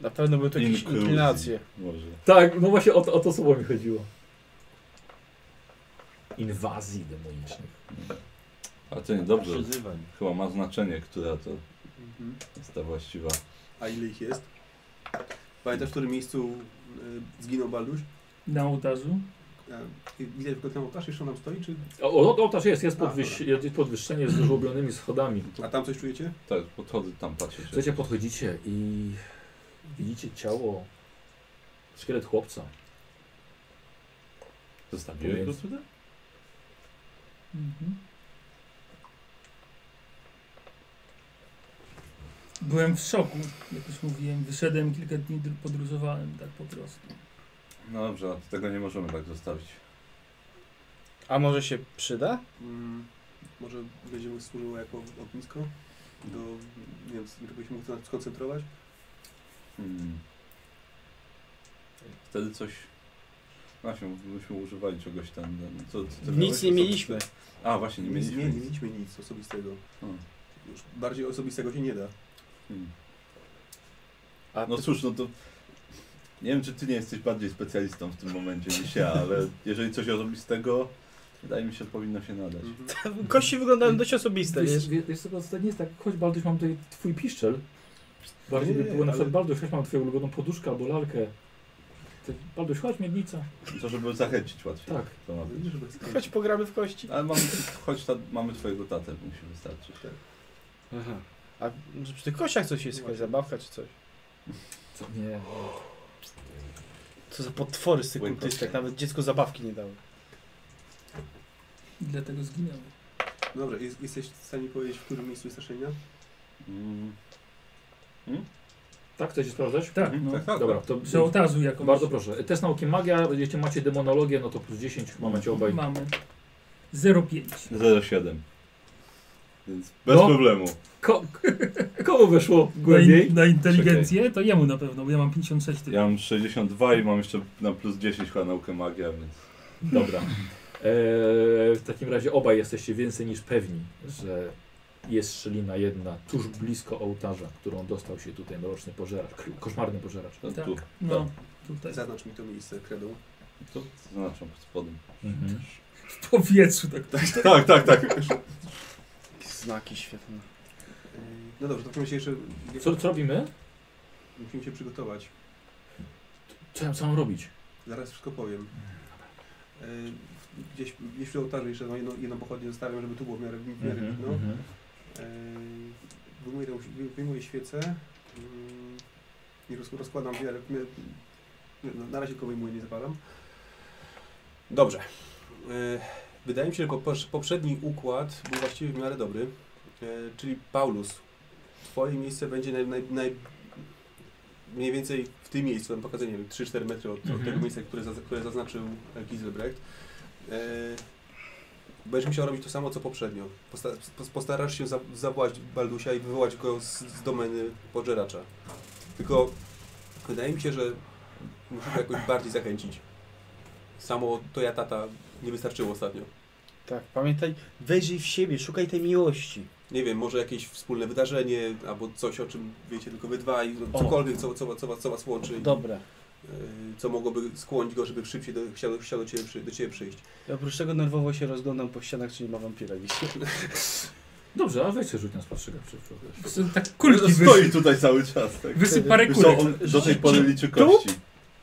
S11: Na pewno były tu jakieś
S4: Inkluzji.
S11: inklinacje.
S4: Może.
S2: Tak, no właśnie o to, o to słowo mi chodziło. Inwazji demonicznych.
S4: A to nie dobrze.
S1: Przyzywań.
S4: Chyba ma znaczenie, która to
S30: Mhm.
S4: jest ta właściwa.
S30: A ile ich jest? Pamiętasz, w którym miejscu y, zginął Baldusz?
S3: Na ołtarzu.
S30: Y, Widać tylko ten ołtarz, jeszcze on nam stoi, czy...
S2: O, o, ołtarz jest, jest,
S30: A,
S2: podwyż, jest podwyższenie z żłobionymi schodami.
S30: A tam coś czujecie?
S4: Tak, podchodzę tam, patrzę. Czy...
S2: Słuchajcie, podchodzicie i widzicie ciało, szkielet chłopca.
S4: Zostawiłeś go tutaj?
S3: Mhm. Byłem w szoku, jak już mówiłem. Wyszedłem, kilka dni dr- podróżowałem tak po prostu.
S4: No dobrze, a to tego nie możemy tak zostawić.
S11: A może się przyda? (laughs)
S30: Mm, może będzie mu służyło jako ognisko? Do, nie wiem, żebyś mógł to skoncentrować?
S4: Hmm. Wtedy coś... no Właśnie, myśmy używali czegoś tam. no, Co, co ty miałeś?
S11: Nic nie mieliśmy.
S4: A właśnie, nie mieliśmy.
S30: nie, nie
S4: nic.
S30: mieliśmy nic osobistego.
S4: O,
S30: Już bardziej osobistego się nie da.
S4: hmm.
S11: A
S4: No cóż, no to... Nie wiem, czy ty nie jesteś bardziej specjalistą w tym momencie niż ja,
S11: (laughs)
S4: ale jeżeli coś osobistego, wydaje mi się, powinno się nadać.
S11: Kości wyglądają dość osobiste, wiesz?
S2: Wiesz, wiesz, wiesz co, to nie jest tak, chodź Balduś, mam tutaj twój piszczel. Bardziej by
S30: Nie,
S2: było na przykład,
S30: ale-
S2: Balduś, chodź, mam twoją ulubioną poduszkę albo lalkę. Ty, Balduś, chodź, miednica.
S11: Mhm.
S4: To, żeby zachęcić łatwiej.
S2: Tak.
S4: To ma być.
S30: Żeby
S11: Choć pogramy w kości.
S4: Ale mamy, choć ta, mamy twojego tatę, musi wystarczyć. Tak?
S11: Aha. A może przy tych kościach coś jest, jakaś zabawka czy coś?
S2: Co? Nie.
S11: Co za potwory z tych
S4: Błękotne.
S11: kultystek, nawet dziecko zabawki nie dało.
S3: I dlatego zginęło.
S30: No Dobrze, jest, jesteś w stanie powiedzieć, w którym miejscu jest ta szczelina?
S4: Mm.
S2: Tak, chcecie sprawdzać?
S3: Tak, no. Tak, tak,
S2: Dobra,
S3: tak.
S2: to
S3: Z ołtarzu jakąś.
S2: Bardzo proszę. Test nauki magia, jeśli macie demonologię, no to plus 10, mamy obaj.
S3: Mamy. 0,5.
S4: 07. tak. Więc bez
S2: No.
S4: problemu.
S2: Ko koło weszło
S3: Na,
S2: głębiej.
S3: in, na inteligencję? To jemu na pewno, bo ja mam 56 tylko.
S4: Ja mam 62 i mam jeszcze na plus 10 chyba naukę magia, więc...
S2: Dobra. E, w takim razie obaj jesteście więcej niż pewni, że jest szczelina jedna tuż blisko ołtarza, którą dostał się tutaj mroczny pożeracz, kry- koszmarny pożeracz.
S4: No
S3: Tak,
S4: tu.
S3: no, tutaj.
S30: Zaznacz mi to miejsce kredą.
S4: To zaznaczam pod spodem.
S2: Mhm.
S3: W powietrzu tak.
S4: (laughs) Tak, tak, tak.
S11: Znaki świetne.
S30: Yy, No dobrze, to w takim razie jeszcze...
S2: Co, co robimy?
S30: Musimy się przygotować.
S2: Co ja mam robić?
S30: Zaraz wszystko powiem. Yy, Gdzieś, gdzieś przy ołtarzu jeszcze jedno, jedno pochodnie zostawiam, żeby tu było w miarę, w miarę
S2: Mhm,
S30: widno.
S2: mhm.
S30: Yy, Wyjmuję, tą- wyjmuję świecę. Yy, I roz- rozkładam w miarę... w miarę- no, Na razie tylko wyjmuję, nie zapalam. Dobrze. Yy, Wydaje mi się, że poprz- poprzedni układ był właściwie w miarę dobry. Yy, Czyli Paulus, twoje miejsce będzie naj, naj, naj, mniej więcej w tym miejscu, tam pokazuję, nie wiem, 3-4 metry od, od
S2: Mhm.
S30: tego miejsca, które, zaz- które zaznaczył Giselbrecht. Yy, Będziesz musiał robić to samo co poprzednio. Posta pos- postarasz się za zawołać Baldusia i wywołać go z, z domeny podżeracza. Tylko wydaje mi się, że musisz go jakoś bardziej zachęcić. Samo to ja tata nie wystarczyło ostatnio.
S11: Tak, pamiętaj, wejrzyj w siebie, szukaj tej miłości.
S30: Nie wiem, może jakieś wspólne wydarzenie, albo coś, o czym wiecie tylko wy dwaj, no,
S11: O.
S30: cokolwiek, co, co, co, was- co was łączy, i,
S11: Dobra.
S30: y, co mogłoby skłonić go, żeby szybciej do, chciał, chciał do, ciebie, przy, do ciebie przyjść.
S11: Ja oprócz tego nerwowo się rozglądam po ścianach, czy nie ma wampira gdzieś.
S2: Dobrze, a weź sobie rzut na spostrzegawczy.
S3: Tak kulki
S4: Stoi
S3: wyszły.
S4: tutaj cały czas, tak.
S3: Wysyp parę
S4: Wiesz co,
S3: kulek.
S4: on do tej pory liczy kości.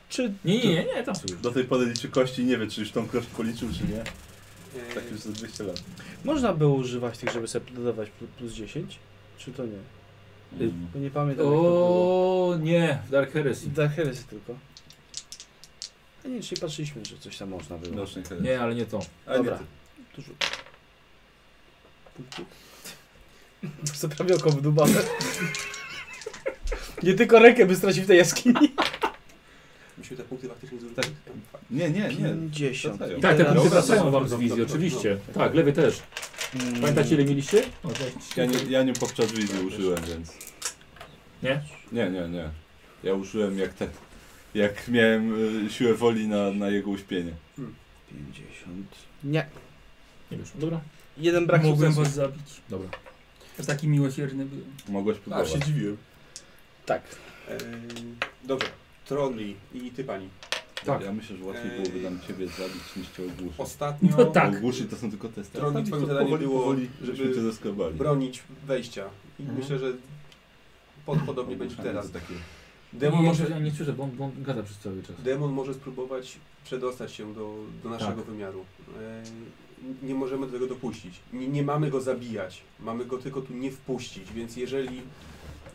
S11: Czy
S2: Nie, nie, nie, nie, tam sobie.
S4: Do tej pory liczy kości i nie wie, czy już tą kość policzył, czy nie.
S30: Y,
S4: Tak już za 200 lat.
S11: można było używać tych, żeby sobie dodawać plu- plus 10? Czy to nie?
S4: Mm.
S11: Bo nie pamiętam jak to było.
S2: O nie, w Dark Heresy.
S11: Dla Heresy tylko. A nie, czyli patrzyliśmy, że coś tam można było.
S4: Roczny heres.
S2: Nie, ale nie to.
S4: A nie,
S11: Dobra. Tu rzut. Co prawie oko wydubane. Nie tylko rękę by stracił w tej jaskini.
S30: Myśmy Tak, te punkty faktycznie Tak, zużyli.
S4: nie, nie. nie.
S11: 50.
S4: Wracają.
S11: I
S2: Tak, te
S11: teraz-
S2: punkty
S4: Dobra,
S2: wracają
S30: dobra,
S2: wam z
S30: dobra,
S2: wizji,
S30: dobra,
S2: oczywiście.
S30: dobra.
S2: Tak, lewy też.
S11: Mm,
S2: Pamiętacie ile mieliście?
S4: Ja nie, ja nie podczas wizji użyłem, więc...
S2: Nie?
S4: Nie, nie, nie. Ja użyłem jak ten... Jak miałem y, siłę woli na, na jego uśpienie.
S30: Hmm.
S11: 50. Nie.
S2: Nie wiesz. Dobra.
S11: Jeden brak
S3: Mogłem
S11: sukcesu.
S3: was zabić.
S2: Dobra.
S3: To taki miłosierny byłem.
S4: Mogłeś
S30: Aż
S4: próbować.
S30: się dziwiłem.
S11: Tak.
S30: Yy, dobrze, Tronli i ty pani.
S2: Tak.
S4: Ja myślę, że łatwiej
S30: Ej.
S4: byłoby nam ciebie zabić niż cię ogłuszyć.
S30: Ostatnio
S3: No tak.
S4: Bo Ogłuszyć to są tylko testy.
S30: Drogi,
S4: Zabić
S30: twoim
S4: to
S30: zadaniem było, żeby
S4: żebyśmy cię zaskarbali.
S30: bronić wejścia. I
S2: Mhm.
S30: myślę, że pod, podobnie będzie
S4: Ogłuszanie
S30: teraz.
S4: to Takie.
S30: Demon
S2: nie,
S30: może,
S2: ja nie słyszę, bo on, bo on gada przez cały czas.
S30: demon może spróbować przedostać się do, do naszego
S2: Tak.
S30: wymiaru. Yy, Nie możemy do tego dopuścić. Nie, nie mamy go zabijać. Mamy go tylko tu nie wpuścić. Więc jeżeli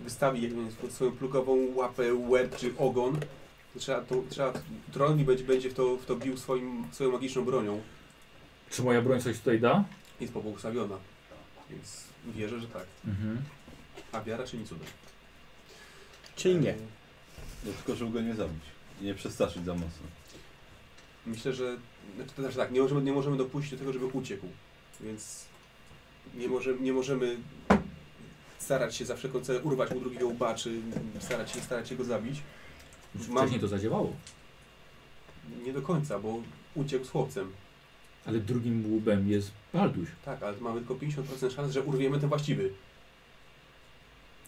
S30: wystawi jakąś swoją plugową łapę, łeb czy ogon, to trzeba, to, trzeba Trolli będzie, będzie w, to, w to bił swoim, swoją magiczną bronią.
S2: Czy moja broń coś tutaj da?
S30: Jest pobłogosławiona. Więc wierzę, że tak.
S2: Mhm.
S30: A wiara czyni cudem.
S11: Czyli nie.
S30: Yy,
S4: No tylko, żeby go nie zabić. I nie przestraszyć za mocno.
S30: Myślę, że. Znaczy, to znaczy tak, nie możemy, nie możemy dopuścić do tego, żeby uciekł. Więc nie, może, nie możemy starać się za wszelką cenę urwać mu drugiego łba, czy starać się, starać się go zabić.
S2: Już
S30: Mam-
S2: Znaczy, wcześniej to zadziałało.
S30: Nie do końca, bo uciekł z chłopcem.
S2: Ale drugim łubem jest Balduś.
S30: Tak, ale mamy tylko 50% szans, że urwiemy ten właściwy.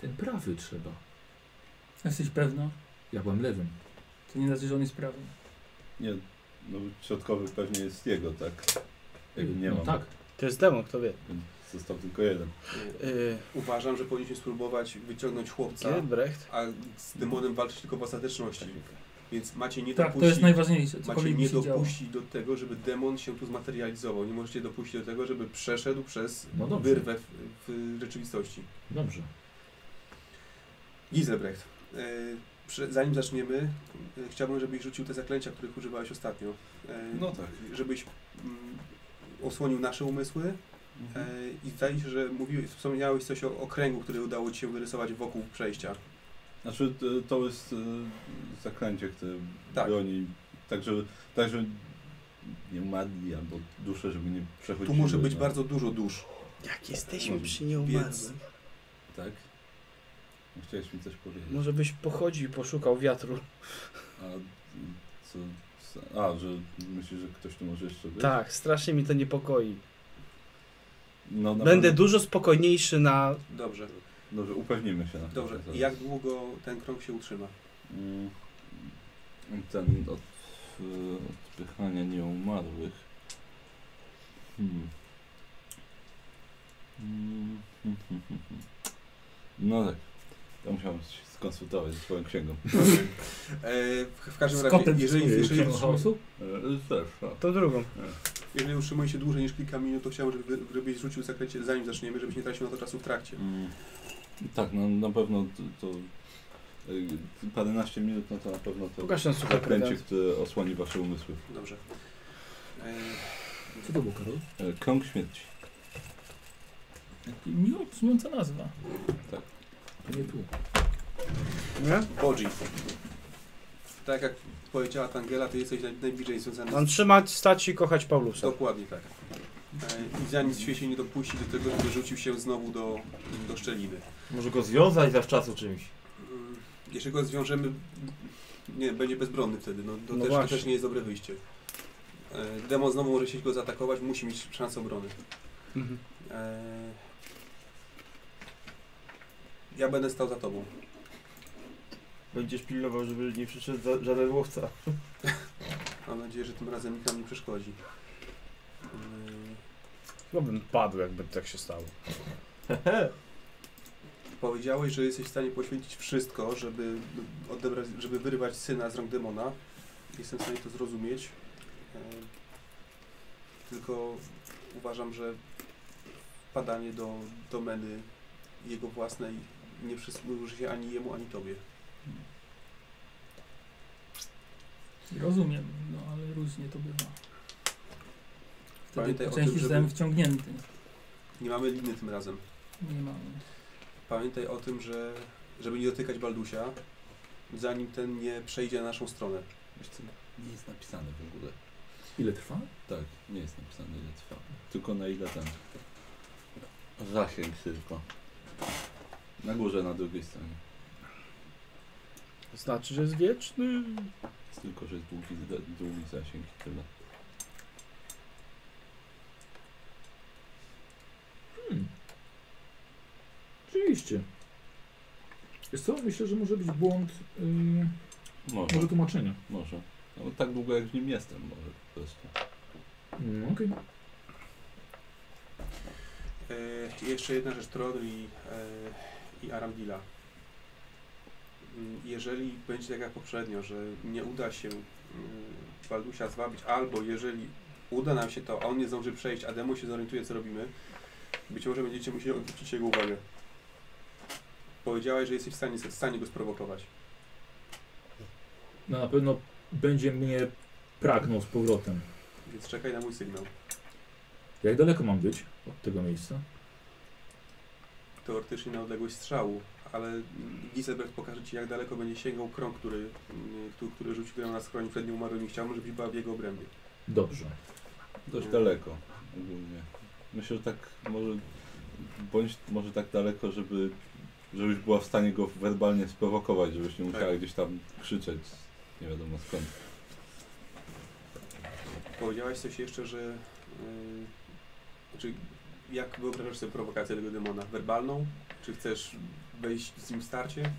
S2: Ten prawy trzeba.
S3: Jesteś pewna?
S2: Ja byłem lewym.
S3: To nie znaczy, że on jest prawy.
S4: Nie, no środkowy pewnie jest jego, tak?
S30: Hmm.
S4: Jego nie
S2: no
S4: mam.
S2: tak.
S11: To jest demon, kto wie.
S4: Więc Został tylko jeden.
S30: Nie.
S11: Yy,
S30: Uważam, że powinniśmy spróbować wyciągnąć chłopca,
S11: Gielbrecht.
S30: a z demonem walczyć tylko w ostateczności. Więc macie nie
S3: Tak,
S30: dopuścić.
S3: to jest najważniejsze.
S30: Macie
S3: Cokolwiek by
S30: nie
S3: się działo.
S30: dopuścić do tego, żeby demon się tu zmaterializował. Nie możecie dopuścić do tego, żeby przeszedł przez
S2: No dobrze.
S30: wyrwę w, w rzeczywistości.
S2: Dobrze.
S30: Giselbrecht, e, prze- zanim zaczniemy, e, chciałbym, żebyś rzucił te zaklęcia, których używałeś ostatnio. E,
S4: No tak.
S30: Żebyś mm, osłonił nasze umysły e, i zdaje się, że mówiłeś, wspomniałeś coś o okręgu, który udało ci się wyrysować wokół przejścia.
S4: Znaczy to- to jest e, zaklęcie, które broni, tak żeby, tak żeby nie umadli albo dusze, żeby nie przechodziły.
S15: Tu może
S30: tak.
S15: być
S4: no.
S15: bardzo dużo dusz.
S11: Jak jesteśmy
S4: Może
S11: przy nieumarłym.
S4: biec. Tak? No, Chciałeś mi coś powiedzieć.
S11: Może byś pochodził i poszukał wiatru.
S4: A, co, a, że myślisz, że ktoś tu może jeszcze być?
S11: Tak, strasznie mi to niepokoi.
S4: No, na
S11: Będę
S4: pewno-
S11: dużo spokojniejszy na...
S30: Dobrze.
S4: Dobrze, upewnimy się na pewno
S30: Dobrze.
S4: teraz.
S30: I jak długo ten krąg się (laughs) utrzyma?
S4: Mm, Ten od, y, odpychania nieumarłych. Hmm. Mm, (laughs) No tak. To musiałem się skonsultować ze swoją księgą.
S30: E, w, w każdym razie, jeżeli, jeżeli,
S4: E, Też, tak.
S11: To drugą.
S30: jeżeli utrzymuje się dłużej niż kilka minut, to chciałbym, żeby, żebyś rzucił zaklęcie zanim zaczniemy, żebyś nie tracił na to czasu w trakcie.
S4: Mm, Tak, no na pewno to, to y, paręnaście minut, no to na pewno to
S11: Pokaż ten suchy
S4: zaklęcie,
S11: prezent.
S4: które osłoni wasze umysły.
S30: Dobrze. E,
S2: Co to było, Karol?
S4: E, Krąg śmierci.
S3: Miło brzmiąca nazwa.
S2: To nie tu.
S11: Nie?
S30: Bodzi. Tak jak powiedziała Tangela, ty jesteś naj, najbliżej związany
S11: Mam trzymać, stać i kochać Paulusa.
S30: Dokładnie tak. E, I zanim świecie się nie dopuści do tego, żeby rzucił się znowu do, do szczeliny.
S1: Może go związać zawczasu czymś.
S30: Mm, Jeśli go zwiążemy, nie, będzie bezbronny wtedy. No, to,
S11: No
S30: też, to
S11: właśnie.
S30: też nie jest dobre wyjście. E, Demon znowu może chcieć go zaatakować, musi mieć szansę obrony.
S11: Mhm.
S30: E, Ja będę stał za tobą.
S1: Będziesz pilnował, żeby nie przyszedł za, żaden łowca.
S30: Mam nadzieję, że tym razem nikt nam nie przeszkodzi. Mm,
S11: No bym padł, jakby tak się stało.
S30: Powiedziałeś, że jesteś w stanie poświęcić wszystko, żeby odebrać, żeby wyrwać syna z rąk demona. Jestem w stanie to zrozumieć. E, Tylko uważam, że padanie do domeny jego własnej nie przysłuży się ani jemu, ani tobie.
S3: Rozumiem, no ale różnie to bywa. Wtedy
S30: Pamiętaj
S3: po
S30: o
S3: części
S30: tym, żeby-
S3: zostałem wciągnięty.
S30: Nie mamy liny tym razem.
S3: Nie mamy.
S30: Pamiętaj o tym, że żeby nie dotykać Baldusia, zanim ten nie przejdzie na naszą stronę.
S4: Wiesz co, nie jest napisane w ogóle.
S2: Ile trwa?
S4: Tak, nie jest napisane ile trwa. Tylko na ile ten. Zasięg tylko. Na górze, na drugiej stronie.
S11: Znaczy, że jest wieczny.
S4: Jest tylko, że jest długi, długi zasięg i tyle.
S2: Oczywiście. Wiesz co, myślę, że może być błąd yy,
S4: Może,
S2: może tłumaczenia.
S4: może. No, tak długo jak w nim jestem, może po prostu.
S2: No, Okej.
S30: E, jeszcze jedna rzecz, Tron i, e, i Aramdila. Mm, Jeżeli będzie tak jak poprzednio, że nie uda się mm, Baldusia zwabić, albo jeżeli uda nam się to, a on nie zdąży przejść, a Demo się zorientuje, co robimy, być może będziecie musieli odwrócić jego uwagę. Powiedziałeś, że jesteś w stanie, w stanie go sprowokować.
S2: No na pewno będzie mnie pragnął z powrotem.
S30: Więc czekaj na mój sygnał.
S2: Jak daleko mam być od tego miejsca?
S30: teoretycznie na odległość strzału, ale mm, Gisebert pokaże Ci, jak daleko będzie sięgał krąg, który, mm, tu- który rzucił grę na skroni przed nią umarłym i chciałbym, żebyś była w jego obrębie.
S2: Dobrze.
S4: Dość
S30: Mm.
S4: daleko ogólnie. Myślę, że tak może, bądź może tak daleko, żeby, żebyś była w stanie go werbalnie sprowokować, żebyś nie musiała
S30: Tak.
S4: gdzieś tam krzyczeć, nie wiadomo skąd.
S30: Powiedziałaś coś jeszcze, że... Yy, znaczy, jak wyobrażasz sobie prowokację tego demona? Werbalną? Czy chcesz wejść z nim w starcie?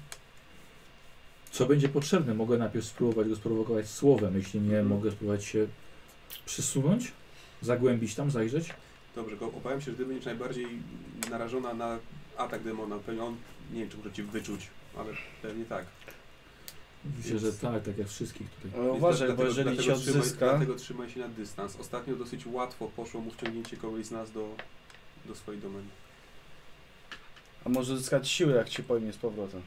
S2: Co będzie potrzebne? Mogę najpierw spróbować go sprowokować słowem. Jeśli nie,
S30: Mhm.
S2: mogę spróbować się przysunąć, zagłębić tam, zajrzeć.
S30: Dobrze, tylko obawiam się, że Ty będziesz najbardziej narażona na atak demona. Pewnie on, nie wiem, czy może Cię wyczuć, ale pewnie tak.
S2: Myślę, że tak, tak jak wszystkich tutaj.
S11: No
S30: Więc
S11: uważaj,
S30: dlatego-
S11: bo jeżeli
S30: dlatego
S11: cię
S30: trzymaj-
S11: odzyska...
S30: Dlatego trzymaj się na dystans. Ostatnio dosyć łatwo poszło mu wciągnięcie kogoś z nas do, do swojej domeny.
S11: A może odzyskać siły, jak cię pojmie z powrotem.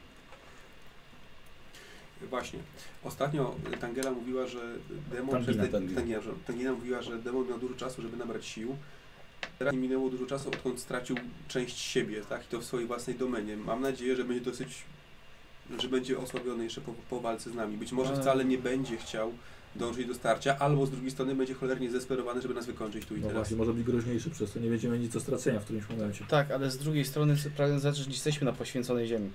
S30: Właśnie. Ostatnio Tangela mówiła, że demon
S2: Tangina,
S30: przez te,
S4: Tangina.
S30: Tangina, przepraszam. Tangina mówiła, że demon miał dużo czasu, żeby nabrać sił. Teraz nie minęło dużo czasu, odkąd stracił część siebie, tak? I to w swojej własnej domenie. Mam nadzieję, że będzie dosyć że będzie osłabiony jeszcze po, po walce z nami. Być może
S15: Ale-
S30: wcale nie będzie chciał dążyć do starcia, albo z drugiej strony będzie cholernie zdesperowany, żeby nas wykończyć tu i
S2: No
S30: teraz.
S2: właśnie, może być groźniejszy przez to, nie będziemy nic do stracenia w którymś momencie.
S11: Tak, ale z drugiej strony pragnę zaznaczyć, że nie jesteśmy na poświęconej ziemi.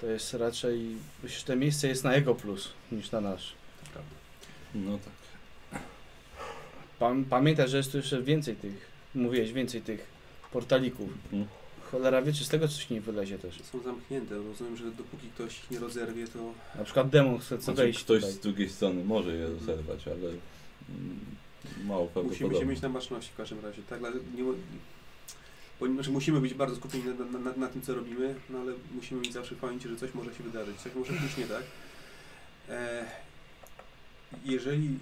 S11: To jest raczej, myślę, że to miejsce jest na jego plus niż na nasz.
S4: No tak.
S11: Pam, pamiętaj, że jest tu jeszcze więcej tych, mówiłeś, więcej tych portalików.
S4: Mhm.
S11: Cholera wie, czy z tego coś nie wylezie też.
S30: Są zamknięte, rozumiem, że dopóki ktoś ich nie rozerwie, to...
S11: Na przykład demon chce co
S4: Znaczy,
S11: wejść
S4: ktoś
S11: tutaj.
S4: z drugiej strony może je rozerwać, ale mm, mało
S30: Musimy się
S4: prawdopodobne.
S30: mieć na baczności w każdym razie, tak? Dla- Nie, bo, znaczy musimy być bardzo skupieni na, na, na, na tym, co robimy, no ale musimy mieć zawsze w pamięci, że coś może się wydarzyć, coś może pójść nie tak. E, jeżeli,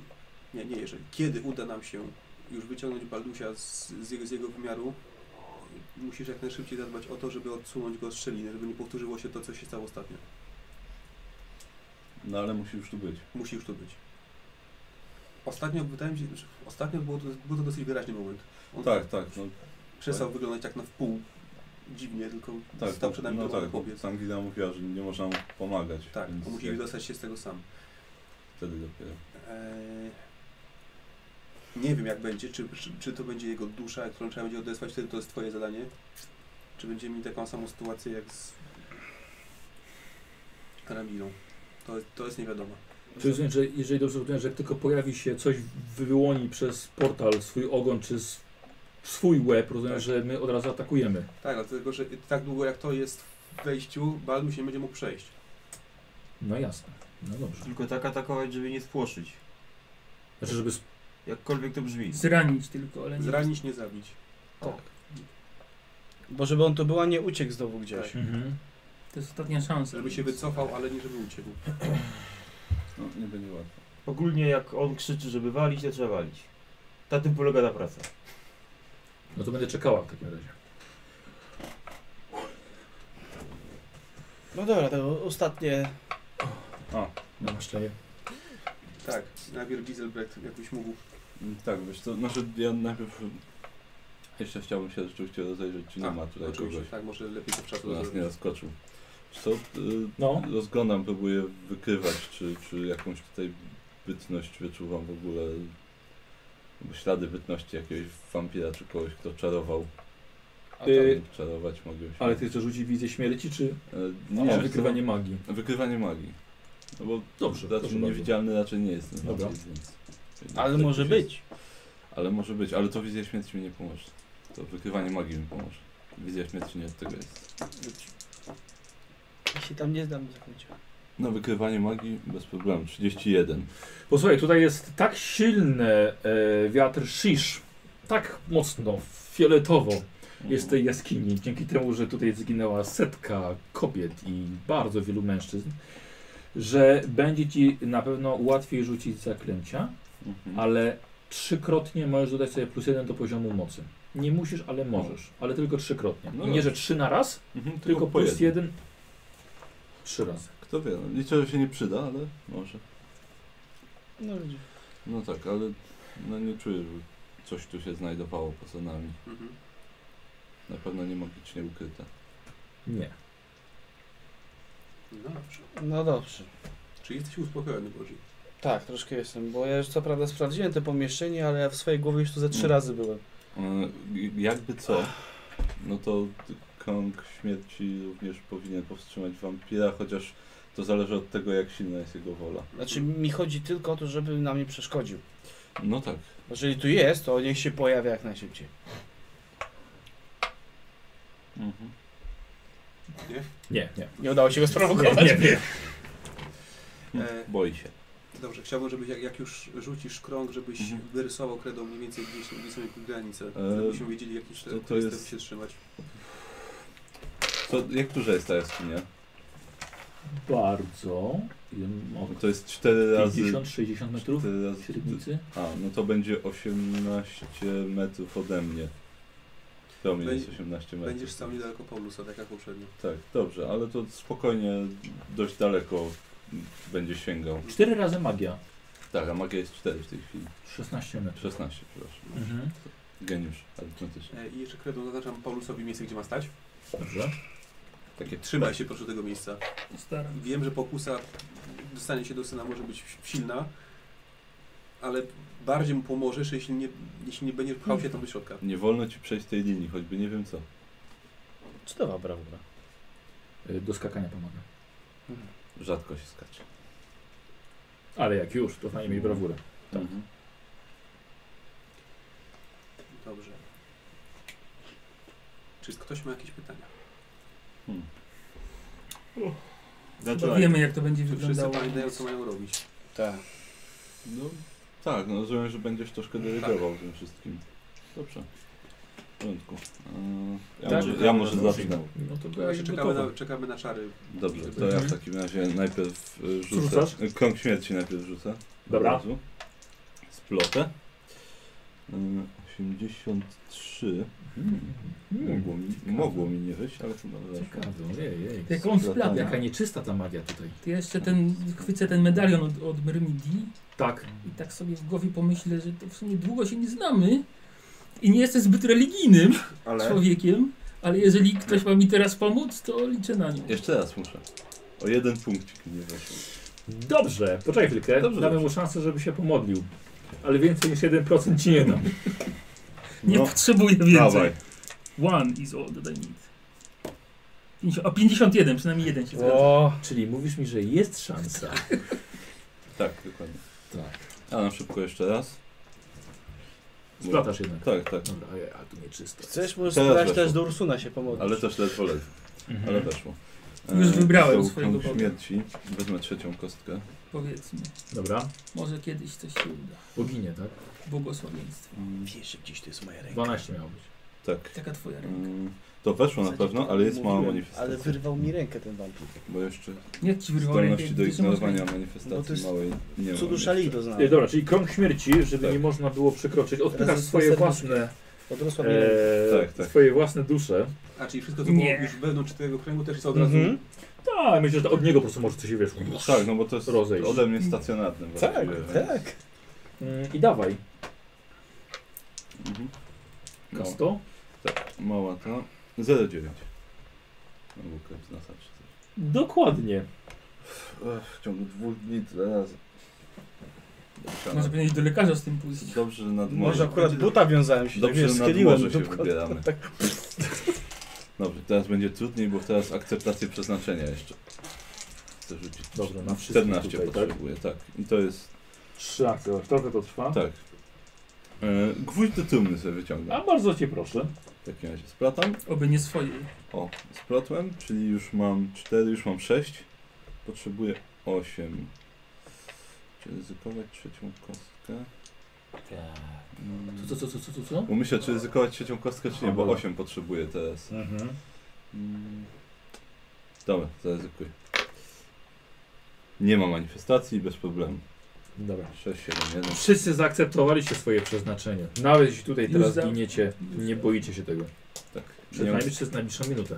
S30: nie, nie jeżeli, kiedy uda nam się już wyciągnąć Baldusia z, z, jego, z jego wymiaru, musisz jak najszybciej zadbać o to, żeby odsunąć go od szczeliny, żeby nie powtórzyło się to, co się stało ostatnio.
S4: No ale musi już tu być.
S30: Musi już tu być. Ostatnio, wydaje mi się, że ostatnio było to, był to dosyć wyraźny moment. On
S4: Tak, tak, no
S30: przestał wyglądać tak na wpół dziwnie, tylko
S4: tak.
S30: stał
S4: to-
S30: przed nami
S4: no
S30: normalny
S4: tak, bo
S30: chłopiec.
S4: tam Gida mówiła, że nie można mu pomagać.
S30: Tak,
S4: więc
S30: bo musi
S4: jak-
S30: wydostać się z tego sam.
S4: Wtedy dopiero.
S30: Eee, nie wiem jak będzie, czy, czy, czy to będzie jego dusza, którą trzeba będzie odesłać, wtedy to jest twoje zadanie. Czy będziemy mieli taką samą sytuację jak z Karaminą. To, jest- to jest nie wiadomo.
S2: Czy rozumiem, że jeżeli dobrze rozumiem, że jak tylko pojawi się coś, wyłoni przez portal swój ogon czy s- swój łeb, rozumiem,
S30: Tak.
S2: że my od razu atakujemy.
S30: Tak, dlatego że tak długo jak to jest w wejściu, Balmu się nie będzie mógł przejść.
S2: No jasne, no dobrze.
S1: Tylko tak atakować, żeby nie spłoszyć.
S2: Znaczy, żeby... sp-
S1: Jakkolwiek to brzmi.
S3: Zranić tylko, ale nie.
S30: Zranić, nie zabić.
S11: Bo żeby on tu był, a nie uciekł znowu gdzieś.
S2: Mhm.
S3: To jest ostatnia szansa.
S30: Żeby się wycofał, ale nie żeby uciekł.
S4: No, nie będzie łatwo.
S1: Ogólnie jak on krzyczy, żeby walić, to trzeba walić. Na tym polega ta praca.
S2: No to będę czekała w takim razie.
S11: No dobra, to ostatnie.
S2: Na szczęście.
S30: Tak, najpierw Dieselbrecht jakbyś mógł.
S4: Mm, Tak, wiesz to znaczy ja najpierw jeszcze chciałbym się rzeczywiście rozejrzeć, czy nie
S30: Tak,
S4: ma tutaj
S30: oczywiście,
S4: kogoś,
S30: Tak, może lepiej to w czasu
S4: kto nas
S30: zrobić.
S4: nie zaskoczył. Wiesz Co, y,
S2: No.
S4: rozglądam, próbuję wykrywać, czy, czy jakąś tutaj bytność wyczuwam w ogóle, albo ślady bytności jakiegoś wampira, czy kogoś, kto czarował.
S11: A
S2: Y,
S4: Mógł Czarować mogłem się.
S2: ale ty chcesz rzucić widzę śmierci, czy
S4: E,
S2: no,
S4: Nie, wiesz co,
S2: wykrywanie magii?
S4: Wykrywanie magii. No bo
S2: Dobrze,
S4: raczej
S2: proszę
S4: niewidzialny raczej nie jest. ten
S2: Dobra.
S4: wampir, więc- więc
S11: Ale
S4: tak
S11: może
S4: to się-
S11: być.
S4: Ale może być, ale to wizja śmierci mi nie pomoże. To wykrywanie magii mi pomoże. Wizja śmierci nie od tego jest.
S11: Ja się tam nie znam do końca.
S4: No wykrywanie magii bez problemu. 31.
S2: Posłuchaj, tutaj jest tak silny e, wiatr shish, tak mocno, fioletowo jest w tej jaskini, dzięki temu, że tutaj zginęła setka kobiet i bardzo wielu mężczyzn, że będzie ci na pewno łatwiej rzucić zaklęcia,
S4: Mhm.
S2: ale trzykrotnie możesz dodać sobie plus jeden do poziomu mocy. Nie musisz, ale możesz, ale tylko trzykrotnie.
S4: No
S2: nie,
S4: dobrze.
S2: że trzy na raz,
S4: Mhm,
S2: tylko
S4: po
S2: plus
S4: jednym.
S2: jeden trzy razy.
S4: Kto wie, no, liczę, że się nie przyda, ale może.
S11: No ludzie.
S4: No tak, ale no nie czuję, że coś tu się znajdowało poza nami.
S30: Mhm.
S4: Na pewno nie magicznie ukryte.
S2: Nie.
S30: No dobrze.
S11: No dobrze.
S30: Czy jesteś uspokojony, Boży?
S11: Tak, troszkę jestem, bo ja już co prawda sprawdziłem to pomieszczenie, ale ja w swojej głowie już tu ze trzy
S4: Mm.
S11: razy byłem.
S4: Y, Jakby co, no to krąg śmierci również powinien powstrzymać wampira, chociaż to zależy od tego, jak silna jest jego wola.
S11: Znaczy mi chodzi tylko o to, żeby nam nie przeszkodził.
S4: No tak.
S11: Jeżeli tu jest, to niech się pojawia jak najszybciej.
S4: Mhm.
S2: Nie, nie.
S11: Nie udało się go sprowokować.
S2: Nie, nie, nie.
S30: E,
S4: Boi się.
S30: dobrze, chciałbym, żebyś jak, jak już rzucisz krąg, żebyś
S4: Mhm.
S30: wyrysował kredą mniej więcej gdzieś, gdzie są jego granice,
S4: E,
S30: żebyśmy wiedzieli, jakich
S4: to- to
S30: to jest...
S4: jest-
S30: się trzymać.
S4: To, jak duża jest ta jaskinia?
S2: Bardzo. Ile
S4: No
S2: mogę?
S4: To jest 4 razy...
S2: 50, 60 metrów
S4: cztery razy
S2: średnicy.
S4: A, no to będzie 18 metrów ode mnie. Promień
S30: Będ-
S4: jest 18 metrów.
S30: Będziesz sam niedaleko Paulusa, tak jak poprzednio.
S4: Tak, dobrze, ale to spokojnie dość daleko będzie sięgał.
S2: 4 razy magia.
S4: Tak, a magia jest 4 w tej chwili.
S2: 16 metrów.
S4: 16, przepraszam.
S2: Mhm.
S4: Geniusz arytmetyczny.
S30: no E, I jeszcze kredą zaznaczam Paulusowi miejsce, gdzie ma stać.
S2: Dobrze.
S15: Takie trzymaj się proszę tego miejsca.
S3: Staram.
S15: Wiem, że pokusa dostanie się do syna może być silna, ale bardziej mu pomożesz, jeśli nie, jeśli nie będziesz pchał się tam do środka.
S4: Nie wolno ci przejść tej linii, choćby nie wiem co.
S11: Czy to dobra w ogóle?
S2: Y, Do skakania pomaga.
S4: Rzadko się skacze.
S2: Ale jak już, to najmniej brawurę.
S4: Tak.
S2: Mhm.
S15: Dobrze. Czy ktoś ma jakieś pytania?
S3: Chyba wiemy jak to będzie
S15: Czy wszyscy
S3: wyglądało.
S15: pamiętają, co mają robić?
S11: Tak.
S4: No tak, no rozumiem, że będziesz
S15: Tak.
S4: troszkę dyrygował tym wszystkim. Dobrze. W porządku. Eee, Ja
S2: Tak,
S4: może,
S2: tak,
S4: ja może
S2: tak.
S4: zacznę.
S2: No to
S15: Ja
S2: daj
S15: się czekamy
S2: gotowe.
S15: na, czekamy na czary.
S4: Dobrze, to ja w takim razie najpierw y, rzucę.
S2: Rzucasz?
S4: y, Krąg śmierci najpierw rzucę. Od
S2: Dobra.
S4: razu. Splotę. Y, 83.
S3: Hmm.
S4: Mogło mi, mogło mi nie wyjść, ale chyba weszło.
S2: Ciekawe, ojej, ojej.
S3: Jak on splata.
S2: Jaka nieczysta ta magia tutaj.
S3: To ja jeszcze ten, chwycę ten medalion od, od Myrmidii
S2: Tak.
S3: i tak sobie w głowie pomyślę, że to w sumie długo się nie znamy i nie jestem zbyt religijnym
S9: Ale
S3: człowiekiem, ale jeżeli ktoś ma mi teraz pomóc, to liczę na nią.
S4: Jeszcze raz muszę. O jeden punkcik nie weszło.
S2: Dobrze, poczekaj chwilkę.
S4: Dobrze,
S2: Damy
S4: dobrze.
S2: mu szansę, żeby się pomodlił. Ale więcej niż 1% ci
S4: (laughs)
S2: nie dam.
S3: Nie
S4: No,
S3: potrzebuję
S4: dawaj.
S3: więcej. One is all that I need. 50, a 51, przynajmniej jeden się zgadza.
S11: O,
S2: Czyli mówisz mi, że jest szansa.
S4: Tak, dokładnie.
S2: Tak.
S4: A na szybko jeszcze raz.
S2: Splatasz jednak.
S4: Tak, tak.
S2: Dobra, ojej, ale tu nieczysto.
S11: chcesz, możesz
S4: Teraz
S11: spróbować
S4: weszło.
S11: też do Ursuna się pomóc.
S4: Ale też ledwo, ledwo.
S2: Mhm.
S4: Ale tak. weszło. E,
S3: Już wybrałem
S4: to
S3: swojego
S4: krąg
S3: Boga.
S4: śmierci. Wezmę trzecią kostkę.
S3: Powiedzmy,
S2: Dobra.
S3: może kiedyś coś się uda.
S2: Boginie, tak?
S3: Błogosławieństwo.
S11: Wiesz, że gdzieś to jest moja ręka.
S2: 12 miało być.
S4: Tak.
S3: Taka twoja ręka.
S4: Ym, To weszło na pewno, ale jest mała
S11: Znaczy, tak Mówiłem,
S4: manifestacja.
S11: Ale wyrwał mi rękę ten wampir.
S4: Bo jeszcze
S3: Jak ci wyrwał rękę?
S4: zdolności
S3: jak
S4: do
S3: ty się masz
S4: ignorowania
S11: No to
S4: manifestacji
S11: jest
S4: małej nie mam.
S11: Cudu szali to znam.
S2: Nie, E, dobra, czyli krąg śmierci, żeby
S4: Tak.
S2: nie można było przekroczyć. Odpychasz
S11: Razem z
S2: swoje
S11: serduszkiem.
S2: własne,
S11: Odrosła mi ręka.
S2: e,
S4: Tak, tak.
S2: swoje własne dusze.
S15: A czyli wszystko, co było
S3: Nie.
S15: już wewnątrz tego kręgu, też jest od razu.
S11: Mhm.
S2: Tak, myślę, że od niego po prostu może coś się wiesz.
S4: Tak, no bo to jest
S2: Rozejść.
S4: ode mnie stacjonarne.
S11: Tak,
S4: właściwie.
S11: tak.
S2: Mm, I dawaj.
S4: Mhm.
S11: No.
S4: Mała,
S2: Kasto.
S4: mała ta. 0,9. Albo krew z nasa czy coś.
S2: Dokładnie.
S4: Ech, w ciągu dwóch dni tyle razy.
S3: Może powinieneś do lekarza z tym pójść.
S4: Dobrze, że nad
S11: Może
S4: morze.
S11: akurat buta wiązałem się,
S4: Dobrze,
S11: wiesz,
S4: że nad morze
S11: schyliłem
S4: się
S11: dupko.
S4: wybieramy.
S2: tak.
S4: (laughs) Dobrze, teraz będzie trudniej, bo teraz akceptację przeznaczenia jeszcze. Chcę rzucić.
S2: Dobrze, na wszystkich
S4: 14
S2: tutaj, tak?
S4: potrzebuję, tak? I to jest.
S2: Trzy akcje, zobacz, trochę to trwa.
S4: Tak. E, gwóźdź do trumny sobie wyciągam.
S2: A bardzo cię proszę.
S4: W takim razie splatam.
S3: Oby nie swojej.
S4: O, splotłem, czyli już mam 4, już mam 6. Potrzebuję 8. Czy ryzykować trzecią kostkę? Mm.
S2: Tak. Co, co, co, co, co, co?
S4: Bo myślę, czy ryzykować trzecią kostkę, czy nie, bo
S2: Dobra.
S4: 8 potrzebuję teraz.
S2: Mhm.
S4: Mm. Dobra, zaryzykuję. Nie ma manifestacji, bez problemu.
S2: Dobra.
S4: 6, 7, 1.
S2: Wszyscy zaakceptowaliście swoje przeznaczenie. Nawet jeśli tutaj
S3: Już
S2: teraz
S3: za-
S2: giniecie,
S3: już
S2: nie
S3: za-
S2: boicie się tego.
S4: Tak,
S2: Przed
S4: nie-
S2: nami przez najbliższą minutę.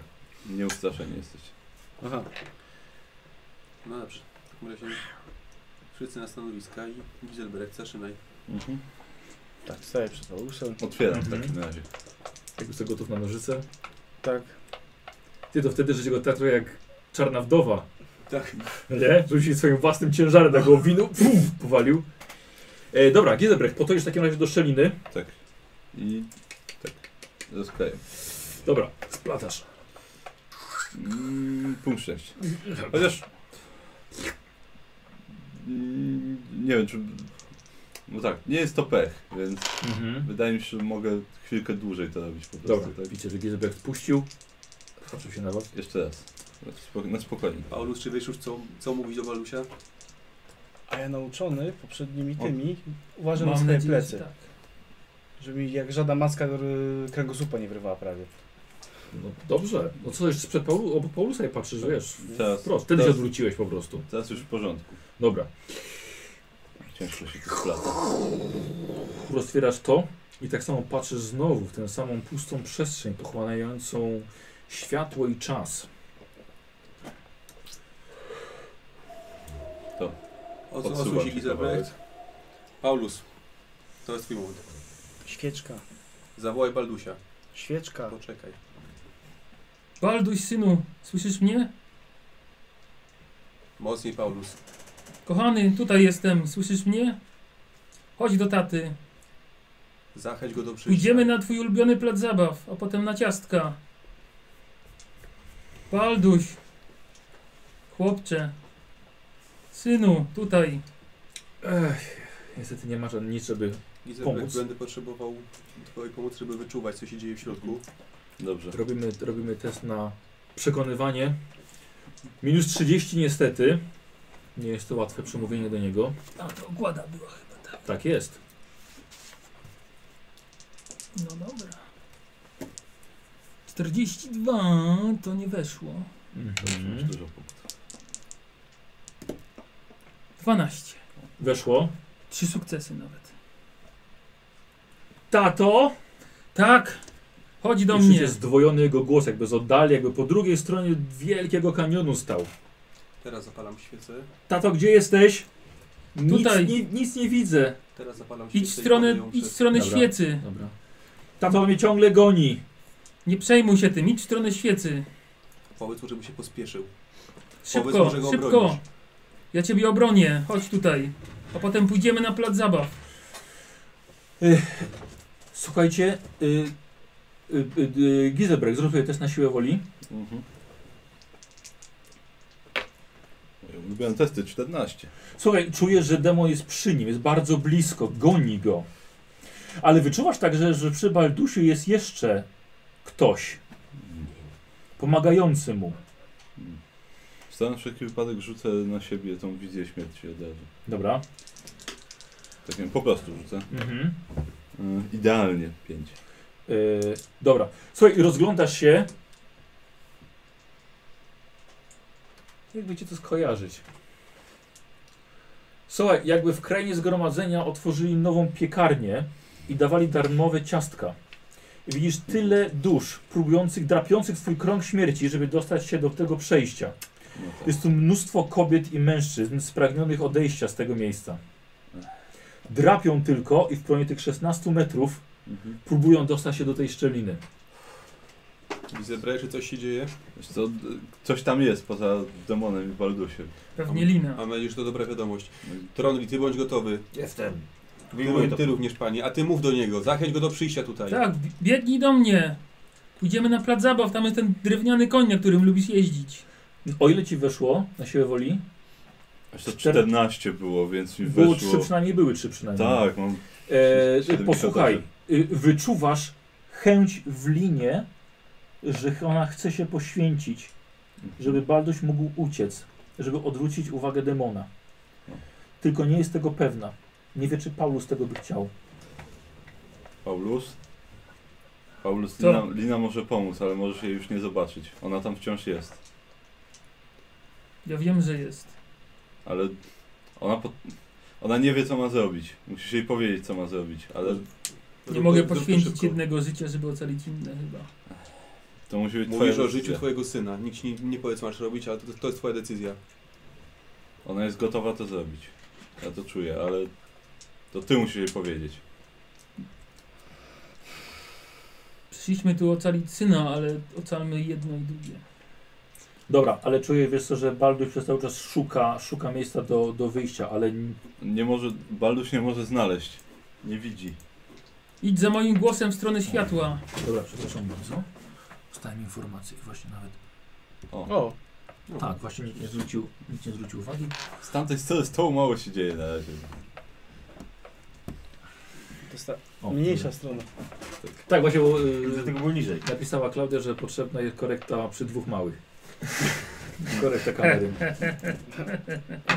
S4: nieustraszeni jesteście.
S15: Aha. No dobrze. W takim razie wszyscy na stanowiska i Giselbrecht, zaczynaj.
S4: Mhm.
S11: Tak, staję przed Ursun.
S4: Otwieram w
S2: Mhm.
S4: takim razie.
S2: Jak jesteś gotów na nożyce?
S11: Tak.
S2: Ty to wtedy, że cię go traktuje jak czarna wdowa.
S15: Tak.
S2: Nie? Rzucił swoim własnym ciężarem na głowę winu, puf, powalił. E, dobra, Gizelbrecht, po to już w takim razie do szczeliny.
S4: Tak. I tak. Rozklejam.
S2: Dobra, splatasz.
S4: Mm, punkt szczęścia. Chociaż. Mm, Nie wiem, czy. No tak, nie jest to pech, więc
S2: Mhm.
S4: wydaje mi się, że mogę chwilkę dłużej to robić po prostu.
S2: Dobra,
S4: Tak?
S2: widzicie, że Gizelbrecht puścił. Patrzył się na was.
S4: Jeszcze raz. Na spoko- Na spokojnie.
S15: Paulus, czy wiesz już, co, co mówić do Walusia?
S11: A ja nauczony poprzednimi
S4: O.
S11: tymi uważam na
S3: Mam
S11: swoje
S3: nadzieję, że
S11: plecy.
S3: tak.
S11: Żeby mi jak żadna maska y, kręgosłupa nie wyrwała prawie.
S2: No dobrze. No co, jeszcze przed Paulu, obok Paulusa i patrzysz, wiesz.
S4: Teraz,
S2: Wprost, wtedy się
S4: teraz,
S2: odwróciłeś po prostu.
S4: teraz już w porządku.
S2: Dobra,
S4: Ciężko się tu splata.
S2: roztwierasz to i tak samo patrzysz znowu w tę samą pustą przestrzeń pochłaniającą światło i czas.
S15: O co
S4: Odsuwam
S15: odsuń się
S4: się
S15: Giselbrecht? Paulus, to jest twój moment.
S11: Świeczka.
S15: Zawołaj Baldusia.
S11: Świeczka.
S15: Poczekaj.
S3: Balduś, synu, słyszysz mnie?
S30: Mocniej, Paulus.
S3: Kochany, tutaj jestem, słyszysz mnie? Chodź do taty.
S30: Zachęć go do przyjścia.
S3: Pójdziemy na twój ulubiony plac zabaw, a potem na ciastka. Balduś. Chłopcze. Synu, tutaj.
S2: Ech, niestety nie ma żadnych nic, żeby
S30: Widzę,
S2: pomóc.
S30: że będę potrzebował twojej pomocy, żeby wyczuwać, co się dzieje w środku.
S3: Mhm.
S4: Dobrze.
S2: Robimy, robimy test na przekonywanie. Minus 30 niestety. Nie jest to łatwe przemówienie do niego.
S3: A to ogłada była chyba.
S2: Tak jest.
S3: No dobra. 42 to nie weszło.
S2: Mhm.
S4: Dużo
S3: 12.
S2: Weszło.
S3: Trzy sukcesy nawet.
S2: Tato!
S3: Tak! Chodź do
S2: Jeszcze
S3: mnie.
S2: jest zdwojony jego głos, jakby z oddali, jakby po drugiej stronie wielkiego kanionu stał.
S30: Teraz zapalam świecę.
S2: Tato, gdzie jesteś? Nic,
S3: Tutaj.
S2: Nie, nic nie widzę.
S30: Teraz zapalam świecę.
S3: Idź w
S30: i
S3: stronę,
S30: podaję ją
S3: idź w
S30: przez-
S3: stronę
S2: Dobra.
S3: świecy.
S2: Dobra. Tato mnie ciągle goni.
S3: Nie przejmuj się tym, idź w stronę świecy.
S30: Powiedz mu, żeby się pospieszył. Powiedz mu,
S3: Szybko,
S30: że go
S3: szybko.
S30: obronisz.
S3: Ja ciebie obronię, chodź tutaj. A potem pójdziemy na plac zabaw.
S2: Słuchajcie, y, y, y, y, Gizebrek, zrób sobie test na siłę woli.
S4: Mhm. Moje ulubione testy 14.
S2: Słuchaj, czujesz, że demon jest przy nim, jest bardzo blisko, goni go. Ale wyczuwasz także, że przy Baldusiu jest jeszcze ktoś pomagający mu.
S4: Wstanę na wszelki wypadek, rzucę na siebie tą wizję śmierci od razu.
S2: Dobra.
S4: Tak nie wiem, po prostu rzucę.
S2: Mhm.
S4: Y, idealnie 5.
S2: Y, dobra. Słuchaj, rozglądasz się. Jakby cię to skojarzyć. Słuchaj, jakby w krainie zgromadzenia otworzyli nową piekarnię i dawali darmowe ciastka. I widzisz tyle dusz próbujących, drapiących swój krąg śmierci, żeby dostać się do tego przejścia.
S4: No tak.
S2: Jest tu mnóstwo kobiet i mężczyzn spragnionych odejścia z tego miejsca. Drapią tylko i w promieniu tych 16 metrów
S4: Mhm.
S2: próbują dostać się do tej szczeliny.
S30: Widzę, Brej, czy coś się dzieje?
S4: Wiesz co, d- coś tam jest poza demonem i Baldusiem.
S3: Pewnie lina.
S30: Mam nadzieję, że to dobra wiadomość.
S3: No
S30: Tronli, ty bądź gotowy.
S9: Jestem.
S30: Ty, rób- ty również, panie. A ty mów do niego. Zachęć go do przyjścia tutaj.
S3: Tak, bi- biegnij do mnie. Pójdziemy na plac zabaw, tam jest ten drewniany koń, na którym lubisz jeździć.
S2: O ile ci weszło na siłę woli?
S4: Aż to 14 było, więc mi
S2: Było trzy
S4: weszło.
S2: przynajmniej, były trzy przynajmniej.
S4: Tak, mam
S2: E,
S4: siedem
S2: posłuchaj,
S4: katarzy.
S2: y, wyczuwasz chęć w linie, że ona chce się poświęcić, żeby Balduś mógł uciec, żeby odwrócić uwagę demona.
S4: No.
S2: Tylko nie jest tego pewna. Nie wie, czy Paulus tego by chciał.
S4: Paulus? Paulus,
S3: Co?
S4: Lina, Lina może pomóc, ale możesz jej już nie zobaczyć. Ona tam wciąż jest.
S3: Ja wiem, że jest.
S4: Ale ona, po... ona nie wie, co ma zrobić. Musisz jej powiedzieć, co ma zrobić, ale
S3: Nie
S30: Rób
S3: mogę
S30: to- rób to
S3: poświęcić
S30: szybko.
S3: jednego życia, żeby ocalić inne chyba.
S4: to musi być
S30: Mówisz
S4: twoja
S30: o życiu
S4: decyzja.
S30: twojego syna. Nikt ci nie, nie powie, co masz robić, ale to, to jest twoja decyzja.
S4: Ona jest gotowa to zrobić. Ja to czuję, ale to ty musisz jej powiedzieć.
S3: Przyszliśmy tu ocalić syna, ale ocalmy jedno i drugie.
S2: Dobra, ale czuję, wiesz co, że Balduś przez cały czas szuka, szuka miejsca do, do wyjścia, ale n-
S4: Nie może, Baldus nie może znaleźć. Nie widzi.
S3: Idź za moim głosem w stronę światła.
S2: Dobra, przepraszam bardzo. Dostałem informację i właśnie nawet.
S4: O.
S11: O,
S4: No.
S2: Tak, właśnie nikt nie zwrócił, nikt nie zwrócił uwagi.
S4: Z tamtej strony z tą mało się dzieje na razie.
S11: to jest ta
S2: O,
S11: mniejsza strona.
S2: Tak, właśnie bo, y,
S9: Dlatego był niżej.
S2: napisała Klaudia, że potrzebna jest korekta przy dwóch małych. (laughs) korekta kamery.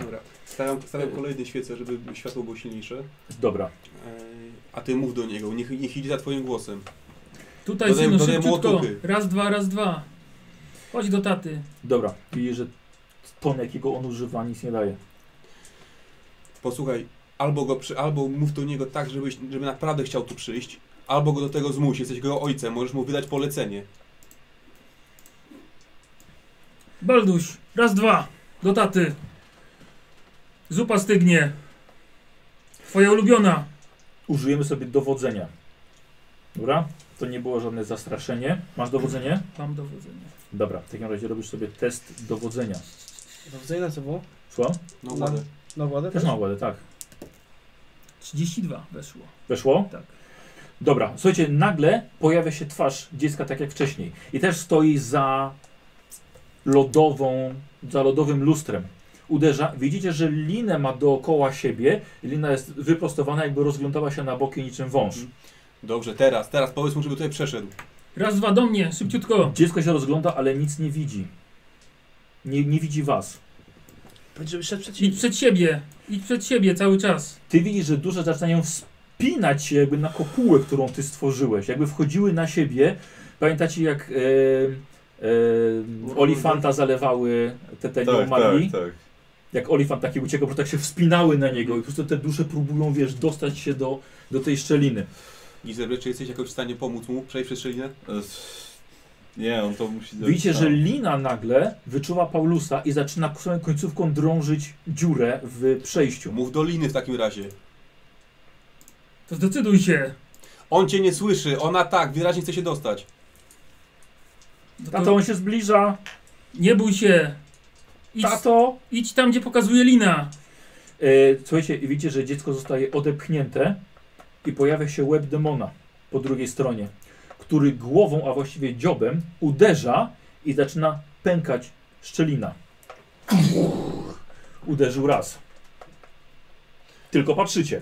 S30: Dobra. Stawiam, stawiam kolejne świece, żeby światło było silniejsze.
S2: Dobra.
S30: Ej, A ty mów do niego. Niech, niech idzie za twoim głosem.
S3: Tutaj
S30: Dodaj-
S3: synu,
S30: dodaj
S3: szybciutko.
S30: młotowy.
S3: Raz, dwa, raz, dwa. Chodź do taty.
S2: Dobra, widzisz, że ton jakiego on używa nic nie daje.
S30: Posłuchaj, albo go przy, albo mów do niego tak, żebyś, żeby naprawdę chciał tu przyjść, albo go do tego zmuś. Jesteś go ojcem, możesz mu wydać polecenie.
S3: Balduś, raz, dwa. Do taty. Zupa stygnie. Twoja ulubiona.
S2: Użyjemy sobie dowodzenia. Dobra? To nie było żadne zastraszenie. Masz dowodzenie?
S3: Mam dowodzenie.
S2: Dobra, w takim razie robisz sobie test dowodzenia.
S11: Dowodzenia co było?
S2: Szło?
S30: No,
S11: Na ogładę. Na ogładę
S2: Też
S11: też?
S2: na ogładę, tak.
S3: 32 weszło.
S2: Weszło?
S3: Tak.
S2: Dobra, słuchajcie, nagle pojawia się twarz dziecka tak jak wcześniej. I też stoi za lodową, za lodowym lustrem. Uderza. Widzicie, że linę ma dookoła siebie. Lina jest wyprostowana, jakby rozglądała się na boki niczym wąż.
S30: Dobrze, teraz, teraz powiedz mu, żeby tutaj przeszedł.
S3: Raz, dwa do mnie, szybciutko.
S2: Dziecko się rozgląda, ale nic nie widzi. Nie, nie widzi was.
S11: Powiedz, żeby szedł
S3: Idź
S11: przed siebie.
S3: przed siebie, idź przed siebie cały czas.
S2: Ty widzisz, że duże zaczynają wspinać się jakby na kopułę, którą ty stworzyłeś. Jakby wchodziły na siebie. Pamiętacie jak e, e, Olifanta zalewały te, te
S4: tak,
S2: nieumali?
S4: tak.
S2: Jak Olifant taki uciekał, bo tak się wspinały na niego i po prostu te dusze próbują, wiesz, dostać się do, do tej szczeliny.
S4: Tak,
S30: Gizelbe, czy jesteś jakoś w stanie pomóc mu przejść przez szczelinę?
S4: E, Nie, on to musi zrobić
S2: Widzicie,
S4: sam.
S2: że Lina nagle wyczuwa Paulusa i zaczyna swoją końcówką drążyć dziurę w przejściu.
S30: Mów do Liny w takim razie.
S3: To zdecyduj się.
S30: On cię nie słyszy, ona tak, wyraźnie chce się dostać.
S3: No
S2: Tato, on się zbliża.
S3: Nie bój się. Idź,
S2: Tato!
S3: idź tam, gdzie pokazuje lina.
S2: E, Słuchajcie, i widzicie, że dziecko zostaje odepchnięte i pojawia się łeb demona po drugiej stronie, który głową, a właściwie dziobem uderza i zaczyna pękać szczelina. Uderzył raz. Tylko patrzycie.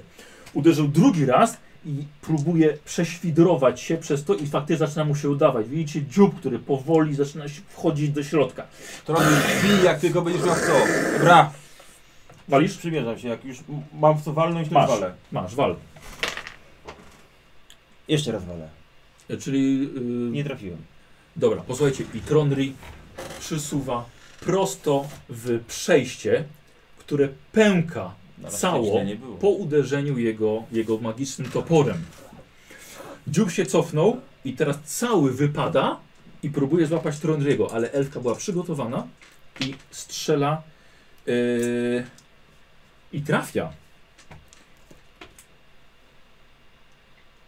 S2: Uderzył drugi raz i próbuje prześwidrować się przez to i faktycznie zaczyna mu się udawać. Widzicie dziób, który powoli zaczyna się wchodzić do środka.
S30: To robi bij, jak tylko będziesz miał co. Bra!
S2: Walisz?
S1: Przymierzam się, jak już m- mam w co walnąć, to
S2: Masz.
S1: Masz. walę.
S2: Masz, wal.
S1: Jeszcze raz walę.
S2: E, Czyli... y,
S1: Nie trafiłem.
S2: Dobra, posłuchajcie, i Tronry przysuwa prosto w przejście, które pęka
S1: Na
S2: Cało.
S1: szczęście nie było.
S2: po uderzeniu jego, jego magicznym toporem. Dziób się cofnął i teraz cały wypada i próbuje złapać Tronry'ego, ale elfka była przygotowana i strzela yy, i trafia.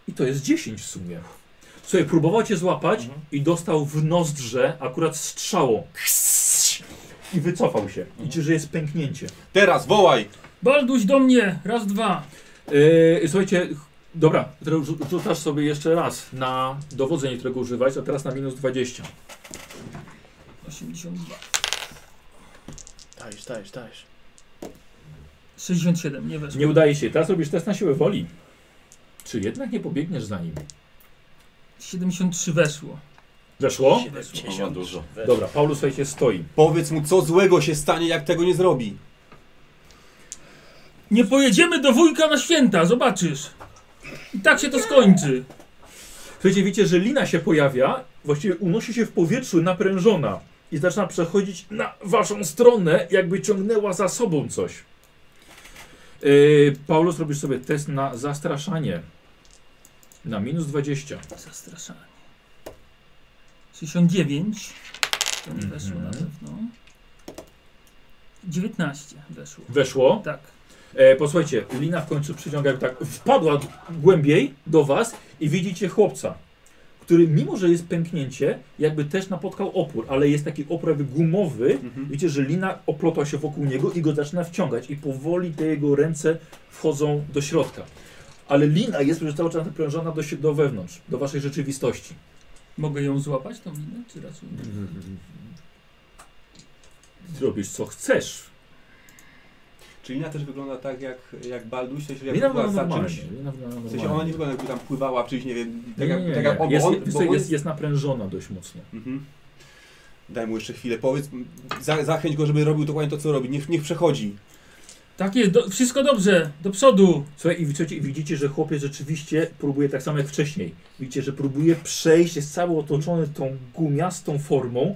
S2: I to jest 10 w sumie. Słuchaj, próbował cię złapać
S1: Mhm.
S2: i dostał w nozdrze akurat strzałą. I wycofał się. Widzicie, że jest pęknięcie.
S30: Teraz, wołaj!
S3: Balduś do mnie, raz, dwa.
S2: Yy, słuchajcie, ch- dobra, teraz rzu- rzucasz sobie jeszcze raz na dowodzenie, którego używać, a teraz na minus 20.
S3: 82.
S11: Dajesz, dajesz, dajesz.
S3: 67, nie weszło.
S2: Nie udaje się. Teraz robisz test na siłę woli. Czy jednak nie pobiegniesz za nim?
S3: 73 weszło.
S2: Weszło?
S4: Chyba dużo.
S2: Dobra, Paulus słuchajcie, stoi.
S30: Powiedz mu, co złego się stanie, jak tego nie zrobi.
S3: Nie pojedziemy do wujka na święta, zobaczysz. I tak się to skończy.
S2: Słuchajcie, widzicie, że lina się pojawia, właściwie unosi się w powietrzu, naprężona i zaczyna przechodzić na waszą stronę, jakby ciągnęła za sobą coś. Yy, Paulus, robisz sobie test na zastraszanie. Na minus 20.
S3: Zastraszanie. 69. To nie weszło
S2: Mhm.
S3: na pewno. 19 weszło.
S2: Weszło.
S3: Tak.
S2: E, posłuchajcie, lina w końcu przyciąga jakby tak, wpadła d- głębiej do was i widzicie chłopca, który mimo, że jest pęknięcie, jakby też napotkał opór, ale jest taki opór jakby gumowy.
S30: Mhm.
S2: Widzicie, że lina oplotła się wokół niego i go zaczyna wciągać i powoli te jego ręce wchodzą do środka. Ale lina jest już cały czas naprężona do, sie- do wewnątrz, do waszej rzeczywistości.
S3: Mogę ją złapać, tą minę, czy raczej nie?
S2: Robisz co chcesz.
S30: Czyli Lina też wygląda tak jak, jak Balduś, w sensie jak
S2: Lina
S30: była
S2: wygląda
S30: za
S2: normalnie.
S30: czymś.
S2: Lina wygląda
S30: W
S2: normalnie.
S30: sensie ona nie wygląda jakby tam pływała, czyli nie wiem,
S2: Nie,
S30: tak jak,
S2: nie, nie.
S30: tak jak bo
S2: Jest,
S30: on,
S2: jest,
S30: bo on
S2: jest, jest naprężona dość mocno.
S30: Mhm. Daj mu jeszcze chwilę, powiedz, m, za, zachęć go, żeby robił dokładnie to, co robi, niech, niech przechodzi.
S3: Tak jest, do, wszystko dobrze, do przodu.
S2: Słuchaj, i widzicie, i widzicie, że chłopiec rzeczywiście próbuje tak samo jak wcześniej. Widzicie, że próbuje przejść, jest cały otoczony tą gumiastą formą,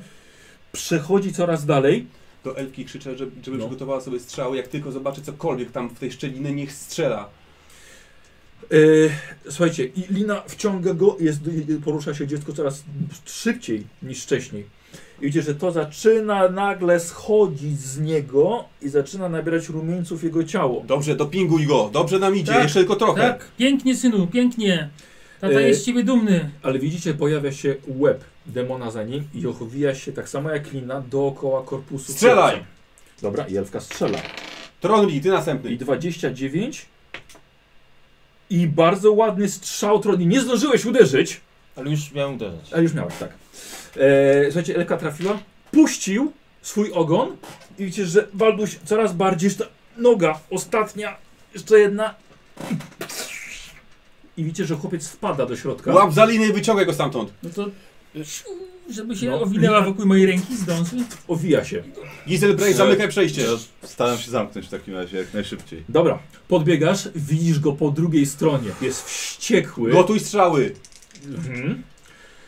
S2: przechodzi coraz dalej.
S30: Do Elki krzyczę, żeby, żeby
S2: No.
S30: przygotowała sobie strzały, jak tylko zobaczy cokolwiek tam w tej szczelinie, niech strzela.
S2: Yy, słuchajcie, i lina wciąga go, jest, porusza się dziecko coraz szybciej niż wcześniej. I widzicie, że to zaczyna nagle schodzić z niego i zaczyna nabierać rumieńców jego ciało.
S30: Dobrze, dopinguj go, dobrze nam idzie,
S3: Tak,
S30: jeszcze tylko trochę.
S3: Tak, pięknie synu, pięknie. Tata
S2: E,
S3: jest z ciebie dumny.
S2: Ale widzicie, pojawia się łeb demona za nim i ochowija się tak samo jak lina dookoła korpusu.
S30: Strzelaj!
S2: chłopca. Dobra, i elfka strzela. No
S30: Tronli, ty następny.
S2: I 29. I bardzo ładny strzał troni. Nie zdążyłeś uderzyć.
S1: Ale już miałem uderzać.
S2: Ale już miałeś, tak. E, słuchajcie, elka trafiła, puścił swój ogon i widzicie, że Walduś coraz bardziej, że ta noga ostatnia, jeszcze jedna. I widzicie, że chłopiec wpada do środka.
S30: Łap za linię i wyciągaj go stamtąd.
S3: No to siu, żeby się
S2: No.
S3: owinęła wokół mojej ręki, zdąży.
S2: Owija się.
S30: Giselbrecht, zamykaj przejście.
S4: Ja staram się zamknąć w takim razie jak najszybciej.
S2: Dobra, podbiegasz, widzisz go po drugiej stronie. Jest wściekły.
S30: Gotuj strzały.
S2: Mhm.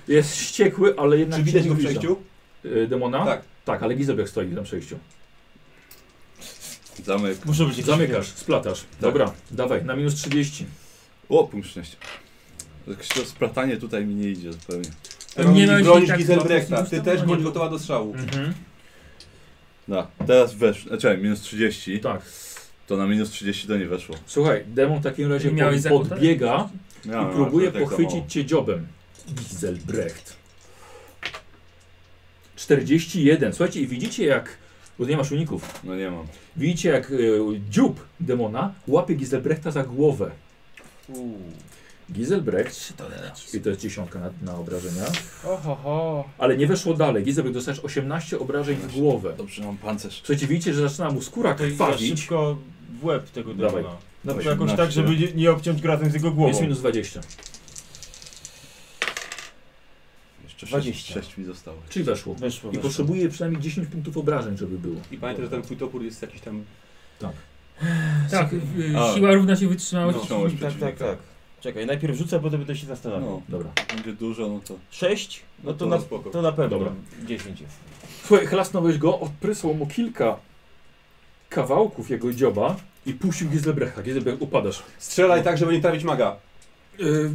S2: Jest wściekły, ale jednak
S30: Czy
S2: cię
S30: widać
S2: nie
S30: go w
S2: widzi.
S30: przejściu?
S2: Y, Demona?
S30: Tak.
S2: Tak, ale Gizelbek stoi na przejściu.
S4: Zamek.
S1: Muszę być jakiś
S2: Zamykasz, splatasz.
S30: Tak.
S2: Dobra, dawaj, na minus 30.
S4: O, punkt szczęścia. Jakieś to splatanie tutaj mi nie idzie zupełnie.
S3: Nie
S30: Tronli,
S3: miałeś
S30: bronisz
S3: tak
S30: Giselbrechta.
S3: słabo,
S30: Ty
S3: to
S30: też
S3: nie
S30: bądź
S3: było.
S30: gotowa do strzału.
S2: Mhm.
S4: No, teraz weszło. Znaczy, minus 30.
S2: Tak.
S4: To na minus 30 to nie weszło.
S2: Słuchaj, demon w takim razie
S3: Nie miałeś
S2: pod-
S3: zakutania?
S2: podbiega
S4: Miałem
S2: i próbuje
S4: akurat tak
S2: pochwycić cię dziobem. Giselbrecht. 41. Słuchajcie, i widzicie jak. Bo nie masz uników.
S4: za mało. No nie mam.
S2: Widzicie jak y, dziób demona łapie Giselbrechta za głowę. Giselbrecht. I to jest dziesiątka na, na obrażenia.
S11: Oho, ho.
S2: Ale nie weszło dalej. Giselbrecht dostajesz 18 obrażeń w głowę.
S4: Dobrze, mam pancerz.
S2: Słuchajcie, widzicie, że zaczyna mu skóra
S1: To i za
S2: krwawić.
S1: szybko w łeb tego
S2: Dawaj.
S1: demona.
S2: Dawaj.
S1: To jakoś
S4: 18.
S1: tak, żeby nie- nie obciąć go razem z jego głową.
S2: Jest minus 20.
S4: Jeszcze 6,
S1: 20.
S4: 6 mi zostało.
S2: Czyli weszło.
S1: Weszło,
S2: I
S1: No, weszło.
S2: potrzebuje przynajmniej 10 punktów obrażeń, żeby było.
S30: I pamiętaj, że ten twój topór jest jakiś tam...
S3: Tak, y,
S4: A.
S3: siła równa się wytrzymałość.
S4: Wyciągnąłeś
S1: Tak, tak,
S4: przeciwnika.
S1: tak. Czekaj, najpierw rzucę, potem będę się zastanawiał.
S4: No,
S2: Dobra.
S4: będzie dużo, no to...
S1: 6? No, to,
S30: na
S1: na,
S30: spoko.
S1: to na pewno.
S2: Dobra.
S1: 10 jest.
S2: Słuchaj, chlasnąłeś go, odprysło mu kilka kawałków jego dzioba i puścił Gizlebrecha. Gizlebrecht, upadasz.
S30: Strzelaj tak, żeby nie trafić maga.
S2: Yy,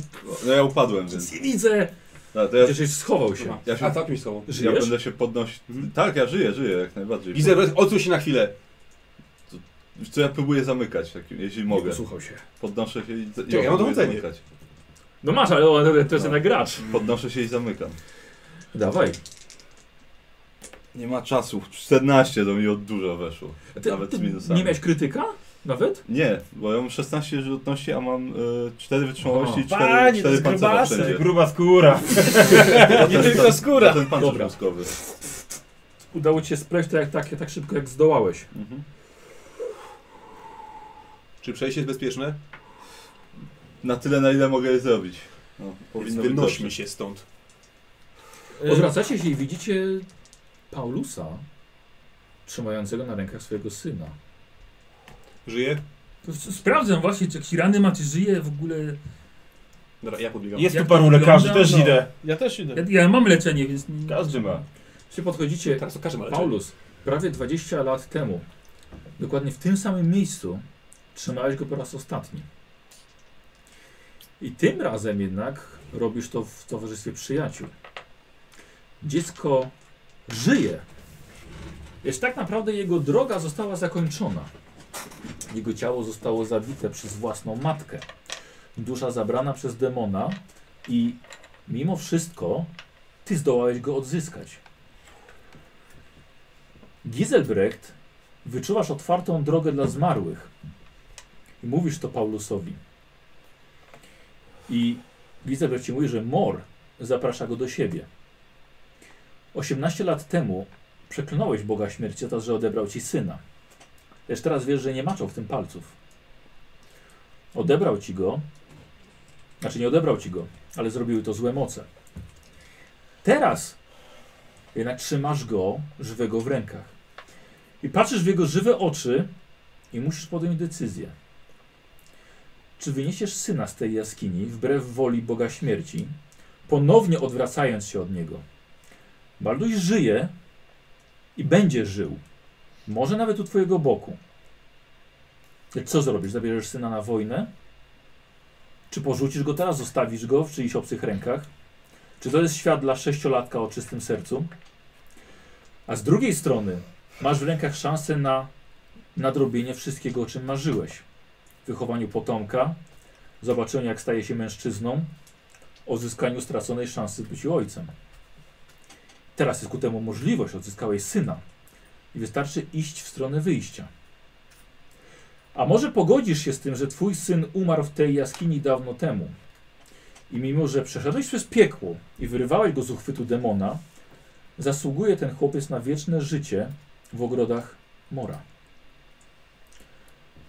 S4: No ja upadłem, więc...
S2: widzę!
S4: No, to ja,
S2: Przecież schował się.
S30: Ja się... A całkiem się schował.
S4: ja
S2: Żyjesz?
S4: będę się podnosić...
S30: Mhm.
S4: Tak, ja żyję, żyję jak najbardziej.
S30: Giselbrecht, odsuń się na chwilę.
S4: Wiesz Co ja próbuję zamykać, takim, jeśli mogę.
S2: Słuchał się.
S4: Podnoszę się i, i
S30: ja mam
S4: próbuję
S30: dowodzenie.
S4: zamykać.
S2: No masz, ale o, to jest
S4: No.
S2: jednak gracz.
S4: Podnoszę się i zamykam.
S2: Dawaj.
S4: Nie ma czasu. 14 do mnie od dużo weszło.
S2: Ty,
S4: Nawet
S2: ty
S4: z minusami.
S2: nie miałeś krytyka? Nawet?
S4: Nie, bo ja mam 16 żywotności, a mam y, 4 wytrzymałości i
S1: Aha.
S4: 4,
S1: Panie, to
S4: 4
S1: jest
S4: pancerza
S1: grubasy.
S4: wszędzie.
S1: Gruba skóra.
S4: Nie tylko skóra. Ten pancerz
S2: Dobra.
S4: mózgowy.
S2: Udało ci się spleść to jak, tak, tak szybko, jak zdołałeś.
S4: Mhm.
S30: Czy przejście jest bezpieczne?
S4: Na tyle, na ile mogę je zrobić. No, powinno być dobrze.
S30: się stąd.
S4: Y-
S2: Odwracacie się i widzicie Paulusa trzymającego na rękach swojego syna.
S30: Żyje?
S3: To s- Sprawdzę właśnie, czy jakiś rany ma, czy żyje w ogóle.
S30: Dobra, ja podbiegam.
S1: Jest
S3: Jak
S1: tu paru
S3: to
S1: lekarzy,
S3: wygląda?
S1: też
S3: No.
S1: idę.
S11: Ja też idę.
S3: Ja, ja mam leczenie, więc. nie-
S1: Każdy ma.
S2: Czy podchodzicie
S30: Teraz to każdy ma leczenie.
S2: Paulus, prawie 20 lat temu, dokładnie w tym samym miejscu, trzymałeś go po raz ostatni. I tym razem jednak robisz to w towarzystwie przyjaciół. Dziecko żyje. Jest tak naprawdę jego droga została zakończona. Jego ciało zostało zabite przez własną matkę. Dusza zabrana przez demona i mimo wszystko ty zdołałeś go odzyskać. Giselbrecht, wyczuwasz otwartą drogę dla zmarłych. I mówisz to Paulusowi. I Giselbrecht ci mówi, że Mor zaprasza go do siebie. 18 lat temu przeklnąłeś Boga śmierci za to, że odebrał ci syna. Lecz teraz wiesz, że nie maczał w tym palców. Odebrał ci go, znaczy nie odebrał ci go, ale zrobiły to złe moce. Teraz jednak trzymasz go żywego w rękach. I patrzysz w jego żywe oczy i musisz podjąć decyzję. Czy wyniesiesz syna z tej jaskini wbrew woli Boga śmierci, ponownie odwracając się od niego? Balduś żyje i będzie żył. Może nawet u twojego boku. Lecz co zrobisz? Zabierzesz syna na wojnę? Czy porzucisz go teraz? Zostawisz go w czyichś obcych rękach? Czy to jest świat dla sześciolatka o czystym sercu? A z drugiej strony masz w rękach szansę na nadrobienie wszystkiego, o czym marzyłeś. Wychowaniu potomka, zobaczeniu jak staje się mężczyzną, odzyskaniu straconej szansy bycia ojcem. Teraz jest ku temu możliwość, odzyskałeś syna i wystarczy iść w stronę wyjścia. A może pogodzisz się z tym, że twój syn umarł w tej jaskini dawno temu i mimo, że przeszedłeś przez piekło i wyrywałeś go z uchwytu demona, zasługuje ten chłopiec na wieczne życie w ogrodach Mora.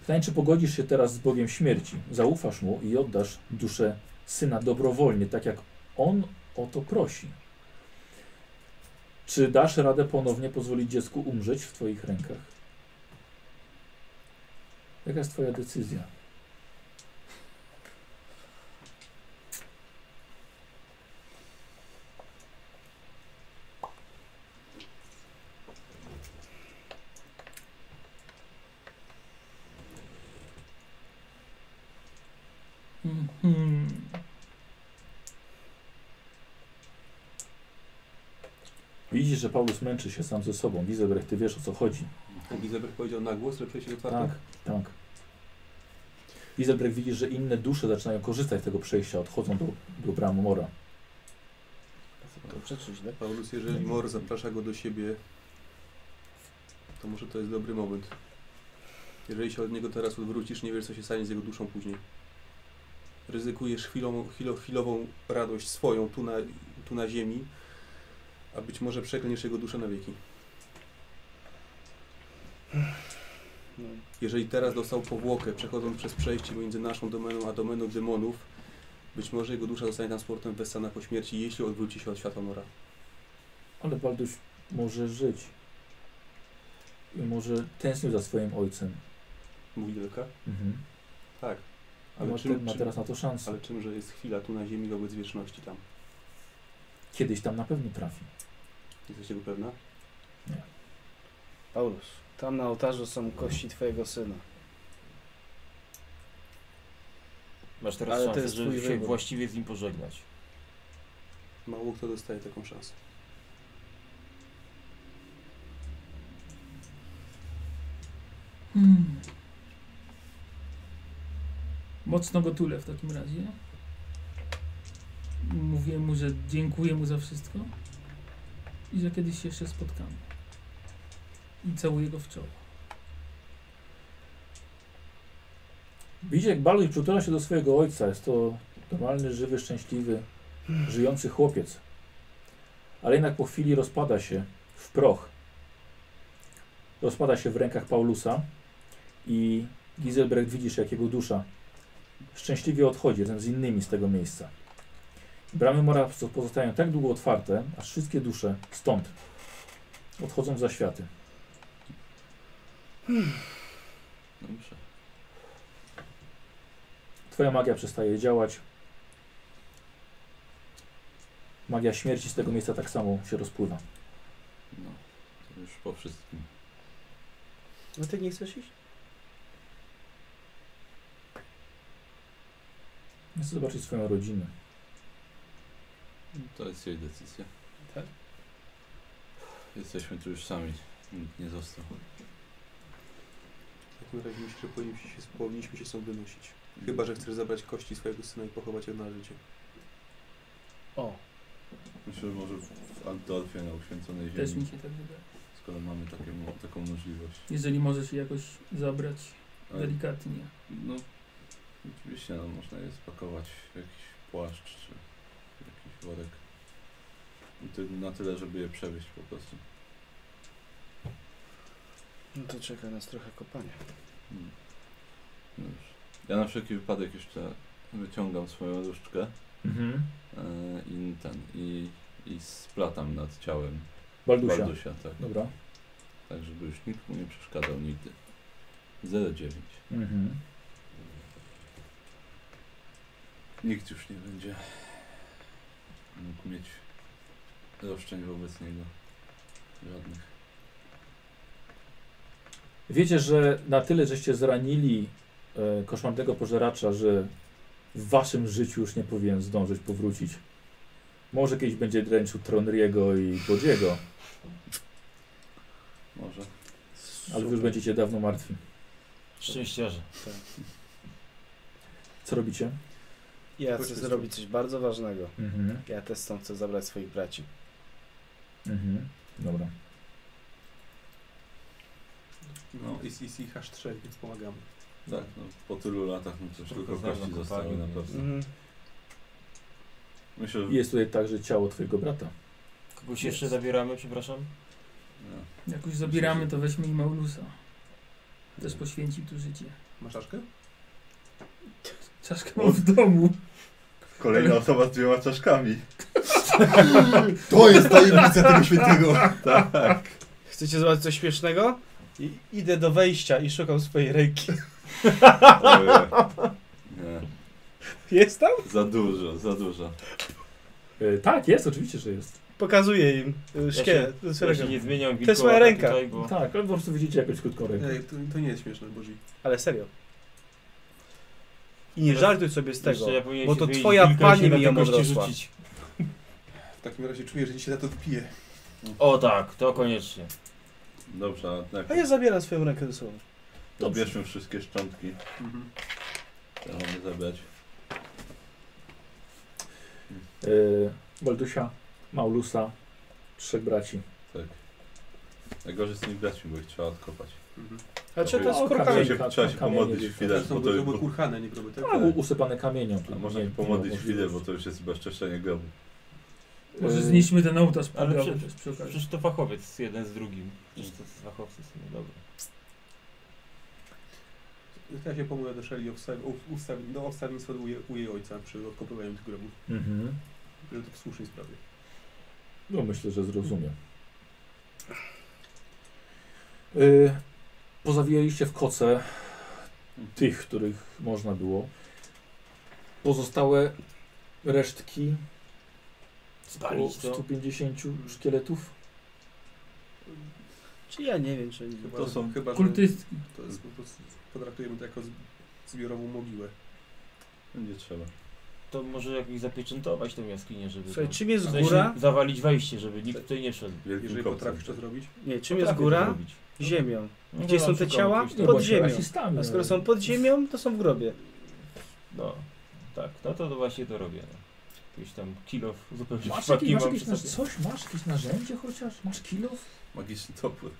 S2: Pytanie, czy pogodzisz się teraz z Bogiem śmierci, zaufasz mu i oddasz duszę syna dobrowolnie, tak jak on o to prosi. Czy dasz radę ponownie pozwolić dziecku umrzeć w Twoich rękach? Jaka jest Twoja decyzja?
S3: Mhm.
S2: Widzisz, że Paulus męczy się sam ze sobą. Gizelbrecht, ty wiesz o co chodzi.
S30: Elizabeth powiedział na głos, że przejście otwarte.
S2: Tak, tak. Gizelbrecht widzisz, że inne dusze zaczynają korzystać z tego przejścia, odchodzą do, do bram Mora.
S11: To przeczuć, tak?
S30: Paulus, jeżeli Mor zaprasza go do siebie, to może to jest dobry moment. Jeżeli się od niego teraz odwrócisz, nie wiesz, co się stanie z jego duszą później. Ryzykujesz chwilową, chwilo- chwilową radość swoją tu na, tu na ziemi, a być może przeklniesz jego duszę na wieki.
S11: No.
S30: Jeżeli teraz dostał powłokę, przechodząc przez przejście między naszą domeną a domeną demonów, być może jego dusza zostanie transportem wessana po śmierci, jeśli odwróci się od światła mora.
S2: Ale Balduś może żyć. I może tęsknił za swoim ojcem.
S30: Mówi Wielka?
S2: Mhm.
S30: Tak.
S2: Ale ma,
S30: czym-
S2: te, ma
S30: czym-
S2: teraz na to szansę.
S30: Ale czymże jest chwila tu na ziemi wobec wieczności tam?
S2: Kiedyś tam na pewno trafi.
S30: Jesteś tego pewna?
S11: Paulus, tam na ołtarzu są kości twojego syna.
S1: Masz teraz
S11: Ale to
S1: szansę,
S11: jest
S1: żeby
S11: twój
S1: się
S11: wybór.
S1: właściwie z nim pożegnać.
S30: Mało kto dostaje taką szansę.
S3: Hmm. Mocno go tulę w takim razie. Mówię mu, że dziękuję mu za wszystko i że kiedyś się jeszcze spotkamy. I całuję go w czoło.
S2: Widzicie, jak Balduś przytula się do swojego ojca. Jest to normalny, żywy, szczęśliwy, żyjący chłopiec. Ale jednak po chwili rozpada się w proch. Rozpada się w rękach Paulusa i Giselbrecht widzisz, jak jego dusza szczęśliwie odchodzi razem z innymi z tego miejsca. Bramy mora pozostają tak długo otwarte, aż wszystkie dusze stąd odchodzą za światy.
S4: Dobrze.
S2: Twoja magia przestaje działać. Magia śmierci z tego miejsca tak samo się rozpływa.
S4: No, to już po wszystkim.
S11: No ty nie chcesz iść?
S2: Chcę zobaczyć swoją rodzinę.
S4: To jest jej decyzja.
S11: Tak?
S4: Jesteśmy tu już sami. Nikt nie został.
S30: W takim razie myślę, że powinniśmy się, powinniśmy się stąd wynosić.
S4: Mhm.
S30: Chyba, że chcesz zabrać kości swojego syna i pochować je na życie.
S11: O,
S4: Myślę, że może w Antolfie na uświęconej ziemi,
S3: Też mi się tak wydaje.
S4: skoro mamy takie, mo- taką możliwość.
S3: Jeżeli możesz je jakoś zabrać
S4: Ale-
S3: delikatnie.
S4: No, oczywiście no, można je spakować w jakiś płaszcz czy jakiś worek. I to na tyle, żeby je przewieźć po prostu.
S11: no to czeka nas trochę kopania.
S4: Mm. No już. Ja na wszelki wypadek jeszcze wyciągam swoją różdżkę
S2: Mhm.
S4: e, i ten i, i splatam nad ciałem
S2: Baldusia.
S4: Baldusia, tak.
S2: Dobra.
S4: Tak, żeby już nikt mu nie przeszkadzał nigdy. 0,9.
S2: Mhm.
S4: Nikt już nie będzie mógł mieć roszczeń wobec niego. Żadnych.
S2: Wiecie, że na tyle, żeście zranili e, koszmarnego pożeracza, że w waszym życiu już nie powinien zdążyć powrócić. Może kiedyś będzie dręczył Tronriego i Bodziego,
S4: Może.
S2: ale wy już będziecie dawno martwi.
S1: Szczęściarze.
S2: Co robicie?
S11: Ja
S30: Chodźmy
S11: chcę
S30: stąd.
S11: zrobić coś bardzo ważnego.
S2: Mhm.
S11: Ja też stąd chcę zabrać swoich braci.
S2: Mhm. Dobra.
S4: No.
S30: No, jest, jest ich aż trzech, więc pomagamy.
S4: Tak, no, po tylu latach no, to już tylko
S9: znamy
S4: kości
S9: kopalnię,
S4: zostały na
S9: nie?
S4: pewno.
S11: Mhm.
S4: Myślę, że...
S2: Jest tutaj także ciało twojego brata.
S1: Kogoś jeszcze zabieramy, przepraszam?
S4: No.
S3: Jak już zabieramy, to weźmy i Maulusa. Też poświęcił tu życie.
S30: Masz czaszkę?
S3: Czaszkę mam w domu.
S4: Kolejna osoba z dwiema czaszkami.
S15: To jest tajemnica tego świętego.
S4: (laughs) Tak.
S11: Chcecie zobaczyć coś śmiesznego? I idę do wejścia i szukam swojej ręki. (laughs)
S4: Ojej. Nie.
S11: Jest tam?
S4: Za dużo, za dużo.
S2: E, tak, jest, oczywiście, że jest.
S11: Pokazuję im y,
S1: się-
S11: szkielet. Ja
S1: Ja się nie zmieniam
S11: To jest moja ręka.
S1: Tutaj, bo...
S2: Tak, ale po prostu widzicie jakąś krótką rękę.
S30: Ej, to, to nie jest śmieszne, Boży.
S11: Ale serio. I nie
S1: Teraz-
S11: żartuj sobie z tego,
S1: Jeszcze ja powinienem
S11: bo
S1: się
S11: to
S1: wyjść
S11: twoja
S1: wilka i się
S11: pani
S1: na
S11: mi
S1: te
S11: ją
S1: kości
S11: odrosła.
S1: rzucić.
S30: W takim razie czuję, że ci się za to wpije.
S1: O tak, to koniecznie.
S4: Dobrze, a
S11: A
S4: najpierw
S11: ja zabieram swoją rękę ze sobą.
S4: dobierzmy wszystkie szczątki. Mhm. Te mamy zabrać.
S2: E, Baldusia, Maulusa, trzech braci.
S4: Tak. Najgorzej z nimi braćmi, bo ich trzeba odkopać.
S11: A czy to
S4: Dobra.
S11: jest
S2: O,
S4: Trzeba
S11: korkami?
S4: się, trzeba się
S2: Kamienie
S4: pomodlić
S2: gdzieś.
S4: chwilę,
S30: To
S4: bo
S30: są
S4: to już...
S30: groby kurhane, nie groby tak?
S2: A, u- usypane kamienią.
S4: A
S2: Tu
S4: można
S2: nie-
S4: się
S2: nie
S4: pomodlić
S2: ma
S4: chwilę, bo
S2: możliwości.
S4: to już jest bezczeszczenie grobu.
S3: Może
S2: Yy.
S3: znieśmy ten ołtarz
S1: Ale
S3: pogrom
S1: przecież-
S3: też przy okazji.
S1: Przecież to fachowiec jeden z drugim. Przecież to jest fachowcy są dobra.
S30: Ja się pomogę do Shelley obstawi- u- ustawi- do obstawieństwa u, je- u jej ojca przy odkopywaniu tych grobów,
S2: Mhm.
S30: żeby to w słusznej sprawie.
S2: No myślę, że zrozumiem. Y, pozawijaliście w koce tych, których można było. Pozostałe resztki około
S1: Spalić to.
S2: 150 szkieletów.
S11: Czy ja nie wiem, czy nie.
S30: Chyba,
S4: To są-
S30: chyba, że
S3: Kultystki.
S30: to jest po prostu, potraktujemy to jako z- zbiorową mogiłę.
S4: No, Nie trzeba.
S1: To może jakoś zapieczętować tą jaskinię, żeby...
S11: Słuchaj,
S1: tam-
S11: czym jest
S1: w sensie
S11: góra?
S1: Zawalić wejście, żeby nikt tutaj nie wszedł.
S4: Wielkim
S30: Jeżeli
S4: kopcem.
S30: potrafisz to zrobić,
S11: Nie, czym jest
S1: Potrafię to
S11: góra?
S1: zrobić.
S11: Ziemią.
S1: No
S11: Gdzie
S1: to
S11: są te
S1: szukamy
S11: ciała?
S1: jakiejś tam-
S11: Pod ziemią.
S2: rasistami.
S11: A skoro są pod ziemią, to są w grobie.
S1: No, tak, no to, to właśnie to robię. No. Jakieś tam kilo w- zupełnie
S2: Masz,
S1: przypadkiem
S2: jakieś, masz
S1: mam
S2: jakieś,
S1: przy
S2: na,
S1: sobie.
S2: coś, masz jakieś narzędzie chociaż? Masz kilof?
S4: Magiczny topór.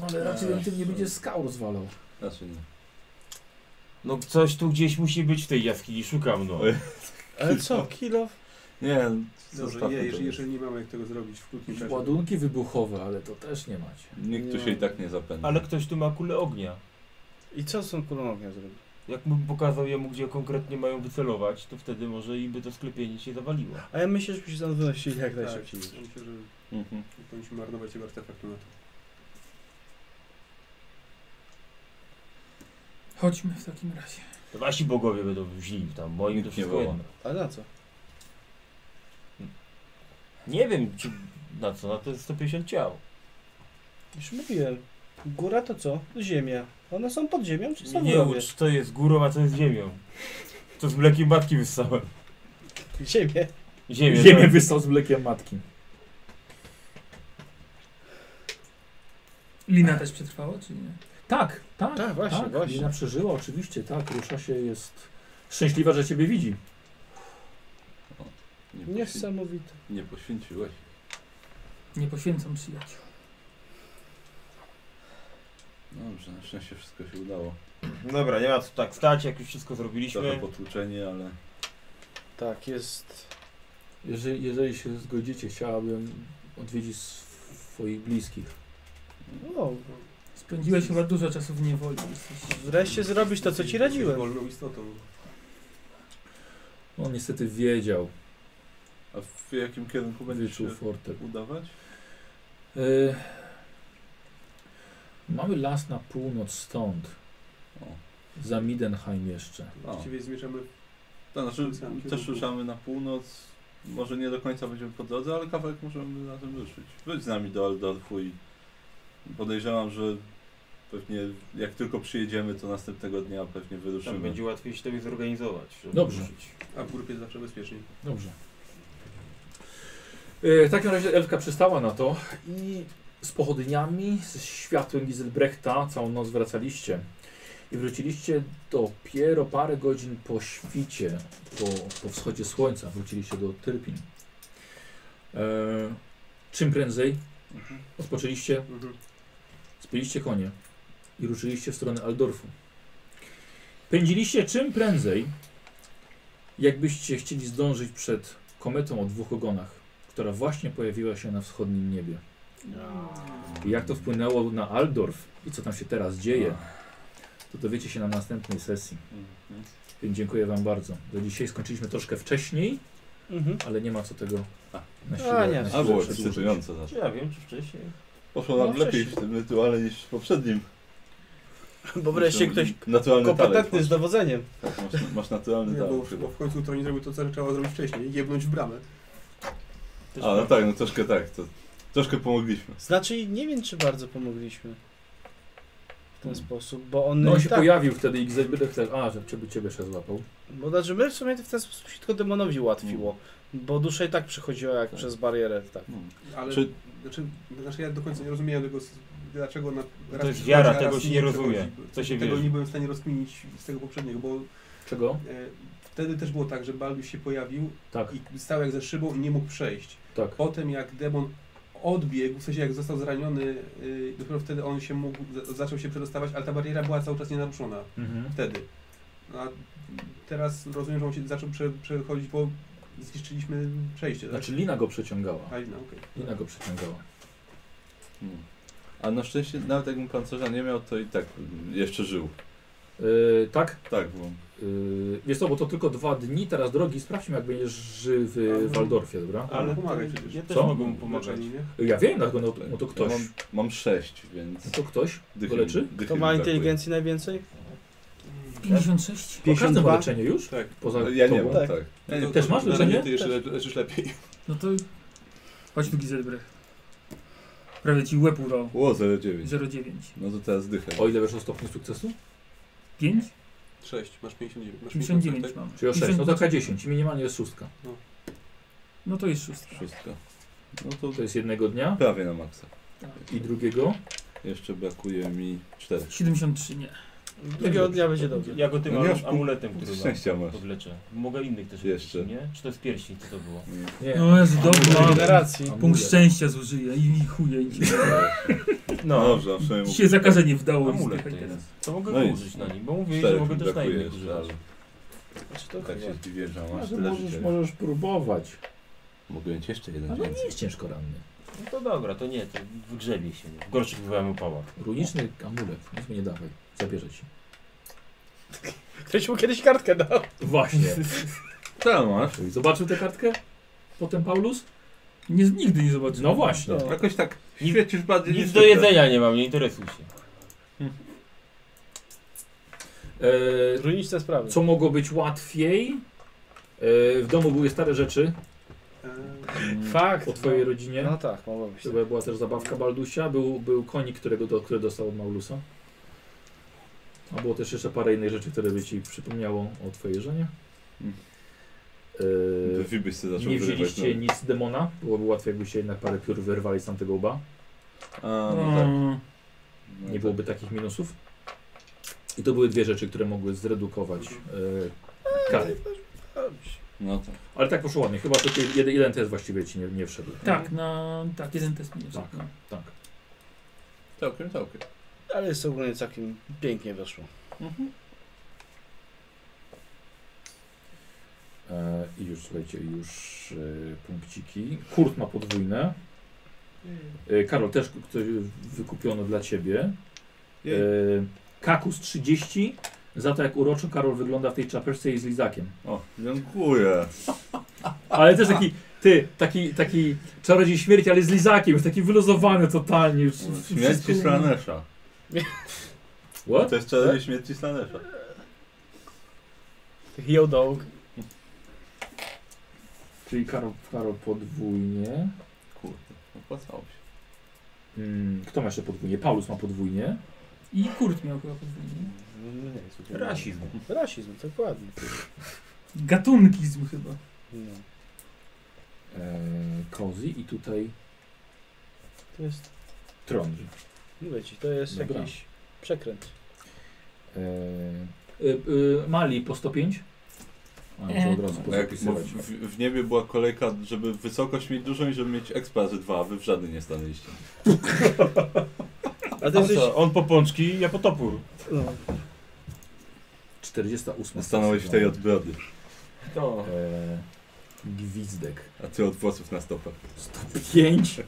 S2: No, ale raczej
S4: Eee,
S2: ten typ nie będzie skał rozwalał.
S4: Znaczy nie.
S1: No coś tu gdzieś musi być w tej jaskini, szukam no.
S4: Oj.
S11: Ale co? Kilo?
S4: Nie,
S30: dobrze,
S4: zostawmy
S30: je,
S4: to
S30: jeżeli,
S4: już.
S30: jeżeli nie mamy jak tego zrobić w krótkim czasie,
S2: Ładunki wybuchowe, ale to też nie macie.
S4: Nikt tu się i tak nie zapędzi.
S1: Ale ktoś tu ma kulę ognia.
S11: I co z tą kulą ognia zrobić?
S1: Jakbym pokazał jemu, gdzie konkretnie mają wycelować, to wtedy może i by to sklepienie się zawaliło.
S11: A ja myślę, żebyśmy się stąd wynosili jak
S30: tak,
S11: najszybciej.
S30: ja myślę, że
S4: Mhm.
S30: nie powinniśmy marnować tego artefaktu na to.
S3: Chodźmy w takim razie.
S1: To wasi bogowie będą źli tam, moim
S4: Nikt
S1: to
S4: nie
S1: wszystko
S4: woła.
S1: jedno.
S11: A na co?
S1: Nie wiem, czy na co, na te 150 ciał.
S11: Już mówiłem. Góra to co? Ziemia. One są pod ziemią, czy są w
S1: Nie
S11: grobie?
S1: ucz, co jest górą, a co jest ziemią. Co z mlekiem matki wyssałem.
S11: Ziemię.
S1: Ziemię,
S2: Ziemię
S1: tak.
S2: wystał z mlekiem matki.
S3: Lina też przetrwała, czy nie?
S2: Tak, tak.
S11: Tak, właśnie,
S2: tak.
S11: właśnie.
S2: Lina przeżyła, oczywiście, tak. Rusza się, jest szczęśliwa, że ciebie widzi.
S4: Nie, poświę...
S11: Niesamowite.
S4: nie poświęciłeś.
S3: Nie poświęcam przyjaciół.
S4: No Dobrze, na szczęście wszystko się udało.
S1: Dobra, nie ma co tak stać, jak już wszystko
S4: Trochę
S1: zrobiliśmy.
S4: potłuczenie, ale
S11: Tak, jest.
S2: Jeżeli, jeżeli się zgodzicie, chciałabym odwiedzić swoich bliskich.
S11: O,
S3: Spędziłeś chyba dużo czasu w niewoli. Jesteś...
S11: wreszcie zrobisz to, co ci radziłem.
S30: Jesteś wolną istotą.
S2: No, On niestety wiedział,
S4: A w jakim kierunku będzie się
S2: wyczuł fortel.
S4: udawać?
S2: Y, mamy las na północ stąd,
S4: O,
S2: za Midenheim jeszcze.
S4: O.
S30: Właściwie zmierzamy
S4: to znaczy
S30: Sam
S4: też
S30: kierunku.
S4: ruszamy na północ. Może nie do końca będziemy po drodze, ale kawałek możemy razem ruszyć. Wyjdź z nami do Aldorfu i podejrzewam, że pewnie jak tylko przyjedziemy, to następnego dnia pewnie wyruszymy. No.
S1: Tam będzie łatwiej się tobie zorganizować. żeby
S2: Dobrze.
S1: ruszyć.
S30: A w grupie zawsze bezpieczniej.
S2: Dobrze. E, W takim razie Elfka przystała na to i z pochodniami, z światłem Giselbrechta całą noc wracaliście. I wróciliście dopiero parę godzin po świcie, po, po wschodzie słońca, wróciliście do Tyrpin. E, czym prędzej odpoczęliście, spiliście konie i ruszyliście w stronę Aldorfu. Pędziliście czym prędzej, jakbyście chcieli zdążyć przed kometą o dwóch ogonach, która właśnie pojawiła się na wschodnim niebie. I jak to wpłynęło na Aldorf i co tam się teraz dzieje, to dowiecie się na następnej sesji.
S4: Mhm.
S2: Więc dziękuję Wam bardzo. Do dzisiaj skończyliśmy troszkę wcześniej,
S11: Mhm.
S2: ale nie ma co tego na
S11: A, nie.
S2: siłę. na
S4: A
S2: siłę
S4: było
S2: przedłużyć.
S4: ekscytujące zawsze.
S1: Ja wiem, czy wcześniej.
S4: Poszło nam
S11: No,
S4: lepiej w
S11: wcześniej.
S4: tym rytuale niż w poprzednim.
S11: Bo wreszcie
S4: Zresztą
S11: ktoś
S4: naturalny talent
S11: kompetentny
S4: masz.
S11: z dowodzeniem.
S4: Tak, masz, masz naturalny
S30: Nie, No bo,
S1: Tak.
S4: talent chyba.
S30: bo w końcu to nie zrobił to, co trzeba zrobić wcześniej. Jebnąć w bramę.
S4: A, no tak, no troszkę tak. To, troszkę pomogliśmy.
S11: Znaczy, nie wiem, czy bardzo pomogliśmy w ten
S4: Mm.
S11: sposób, bo Hmm. on.
S2: No on się
S11: tak,
S2: pojawił wtedy i Gzebedek też, a, że ciebie, ciebie się złapał.
S11: Bo znaczy, my w sumie w ten sposób się tylko demonowi ułatwiło. Bo dusza i Hmm. tak przychodziła jak
S4: Tak.
S11: przez barierę, tak.
S4: No.
S30: Ale
S4: Czy-
S30: znaczy, znaczy ja do końca nie rozumiałem tego, s- dlaczego na
S1: To jest
S30: przychodzi,
S1: wiara,
S30: a
S1: tego
S30: raz
S1: się nie
S30: przychodzi.
S1: rozumie. Co się
S30: Tego
S1: wierzy.
S30: nie byłem w stanie rozkminić z tego poprzedniego, bo
S2: Czego?
S30: e, wtedy też było tak, że Baldus się pojawił
S2: Tak,
S30: i stał jak ze szybą i nie mógł przejść.
S2: tak.
S30: Potem jak demon odbiegł, w sensie jak został zraniony, y, dopiero wtedy on się mógł, za- zaczął się przedostawać, ale ta bariera była cały czas nienaruszona.
S2: Mhm.
S30: Wtedy. A teraz rozumiem, że on się zaczął prze, przechodzić, bo zniszczyliśmy przejście, tak?
S2: Znaczy Lina go przeciągała.
S30: A, no, okej.
S2: Lina go przeciągała.
S4: Mm. A na szczęście nawet jakbym pancerza nie miał, to i tak mm, jeszcze żył.
S2: Yy, tak?
S4: Tak, bo
S2: Yy, wiesz co, bo to tylko dwa dni, teraz drogi, sprawdźmy jak będziesz żywy w Waldorfie, dobra?
S1: Ale
S30: Pomagaj
S1: to-
S30: przecież.
S1: Ja też
S2: Co?
S1: mogę mu pomagać.
S30: Leczenie, nie?
S2: Ja wiem, no to, no, to- no to
S4: Ja
S2: ktoś.
S4: mam, mam sześć, więc
S2: No to ktoś?
S4: dychy,
S2: Go leczy?
S4: dychy
S11: To
S4: mi
S11: ma
S4: brakuje.
S11: inteligencji najwięcej?
S3: 56?
S2: Bo każdy ma
S11: 52?
S2: leczenie już?
S30: Tak.
S2: Poza
S4: Ja nie
S2: tobą?
S4: mam, tak.
S30: No to-
S2: Też masz
S30: to-
S2: leczenie?
S30: Ty jeszcze le- leczysz lepiej.
S3: No to chodź tu Gizelbrecht. Prawie ci łeb urwał.
S4: O, 0,9.
S3: 0,9.
S4: No to teraz dychę.
S2: O ile wiesz o stopniu sukcesu?
S3: 5?
S30: 6, masz 59. Masz
S3: 59 mam.
S2: Czyli o 6, no tak.
S3: 50.
S2: to K10 i minimalnie jest szóstka.
S3: No to jest szóstka.
S4: Wszystko. No to
S2: To jest jednego dnia
S4: prawie na maksa.
S2: i drugiego.
S4: Jeszcze brakuje mi czterech.
S3: 73 nie.
S11: Drugiego dnia będzie dobrze.
S1: Ja go tym
S4: No nie masz
S1: am- amuletem, który mam,
S4: Szczęścia masz.
S1: podleczę. Mogę innych też
S4: Jeszcze.
S1: leczyć, nie? Czy to jest pierścień, co to było?
S4: Nie.
S2: Nie.
S3: No jest dobra.
S11: Generacji.
S2: Amulet.
S3: Punkt szczęścia zużyję i chuje idzie.
S4: No dobrze, a przynajmniej
S3: Dzisiaj zakażenie wdało mi
S1: Amulet
S3: zdychać
S1: to
S3: teraz.
S1: jest. To mogę
S4: No
S1: go
S4: i-
S1: użyć na nim, bo mówię, że
S4: czterech
S1: mogę
S4: mi
S1: też na
S4: brakuje
S1: innych
S4: jeszcze,
S1: używać.
S4: ale
S11: Znaczy, to
S4: tak się
S11: chyba.
S4: zdziwię, że masz
S2: Może
S4: tyle
S2: możesz,
S4: życia.
S2: możesz No próbować.
S4: Mogę mieć jeszcze jeden
S2: Ale nie
S4: więcej.
S2: jest ciężko ranny.
S1: No to dobra, to nie, to wygrzebie się. nie? W gorszych byłem upałach.
S2: Runiczny amulet, nic mi nie dawaj. Zabierze ci.
S11: Ktoś mu kiedyś kartkę dał.
S2: Właśnie.
S4: Ta Tak, masz.
S2: Czyli (laughs) zobaczył tę kartkę? Potem Paulus?
S3: Nie, nigdy nie zobaczę.
S2: No właśnie.
S11: No.
S4: Jakoś tak
S1: Nic-
S4: świecisz bardziej
S1: Nic
S4: niż
S1: do
S4: zwykle.
S1: jedzenia nie mam, nie interesuj się.
S2: E,
S11: Runiczne sprawy.
S2: Co mogło być łatwiej? E, W domu były stare rzeczy
S11: Fakt.
S2: o twojej
S11: no.
S2: rodzinie.
S11: No tak, mogło być. tak.
S2: Chyba była też zabawka Baldusia. Był, był konik, którego do, który dostał od Maulusa. A było też jeszcze parę innych rzeczy, które by ci przypomniało o twojej żonie.
S4: Mm.
S2: E,
S4: To wy byś sobie zaczął
S2: nie
S4: wyrywać. no.
S2: wzięliście nic z demona. Byłoby łatwiej, jakbyście jednak parę piór wyrwali z tamtego łba.
S4: A, no tak. No
S2: Nie
S4: tak.
S2: byłoby takich minusów. I to były dwie rzeczy, które mogły zredukować e, kary.
S4: No tak.
S2: Ale tak poszło ładnie. Chyba tylko jeden, jeden test właściwie ci nie, nie wszedł.
S3: Tak, no tak, jeden test mnie
S2: Tak,
S3: czeka.
S2: tak.
S4: Całkiem, całkiem.
S11: Ale jest ogólnie całkiem pięknie weszło.
S2: E, I już słuchajcie, już e, punkciki. Kurt ma podwójne. E, Karol też ktoś wykupiono dla ciebie. E, kakus 30. Za to jak uroczo Karol wygląda w tej czapeczce i z lizakiem.
S4: O, dziękuję.
S2: Ale też taki, ty, taki, taki czarodziej śmierci, ale z lizakiem. Jest taki wyluzowany totalnie. Już,
S4: Śmierci Slanesza.
S2: What?
S4: To jest czarodziej śmierci Slanesza.
S11: Yo dog.
S2: Czyli Karol, Karol podwójnie.
S4: Kurde, opłacało się.
S2: Mm, kto ma jeszcze podwójnie? Paulus ma podwójnie.
S3: I Kurt miał chyba podwójnie.
S11: No, nie, jest to-
S1: Rasizm.
S11: Rasizm, dokładnie.
S3: Gatunkizm chyba.
S11: No.
S2: E, Kozi i tutaj
S11: To jest,
S2: Trondri.
S11: mówię ci, to jest
S2: Dobra.
S11: jakiś przekręt.
S2: E, e, Mali po 105? A, muszę od razu
S4: No Jak
S2: pozapisywać.
S4: w, w niebie była kolejka, żeby wysokość mieć dużą i żeby mieć ekspa razy dwa, a wy w żadnej nie stanęliście.
S1: A ty jesteś... On po pączki, ja po topór.
S11: No.
S2: 48.
S4: Stanąłeś
S2: no.
S4: w tej od brody,
S1: To.
S2: E, gwizdek.
S4: a ty od włosów na stopach.
S2: 105.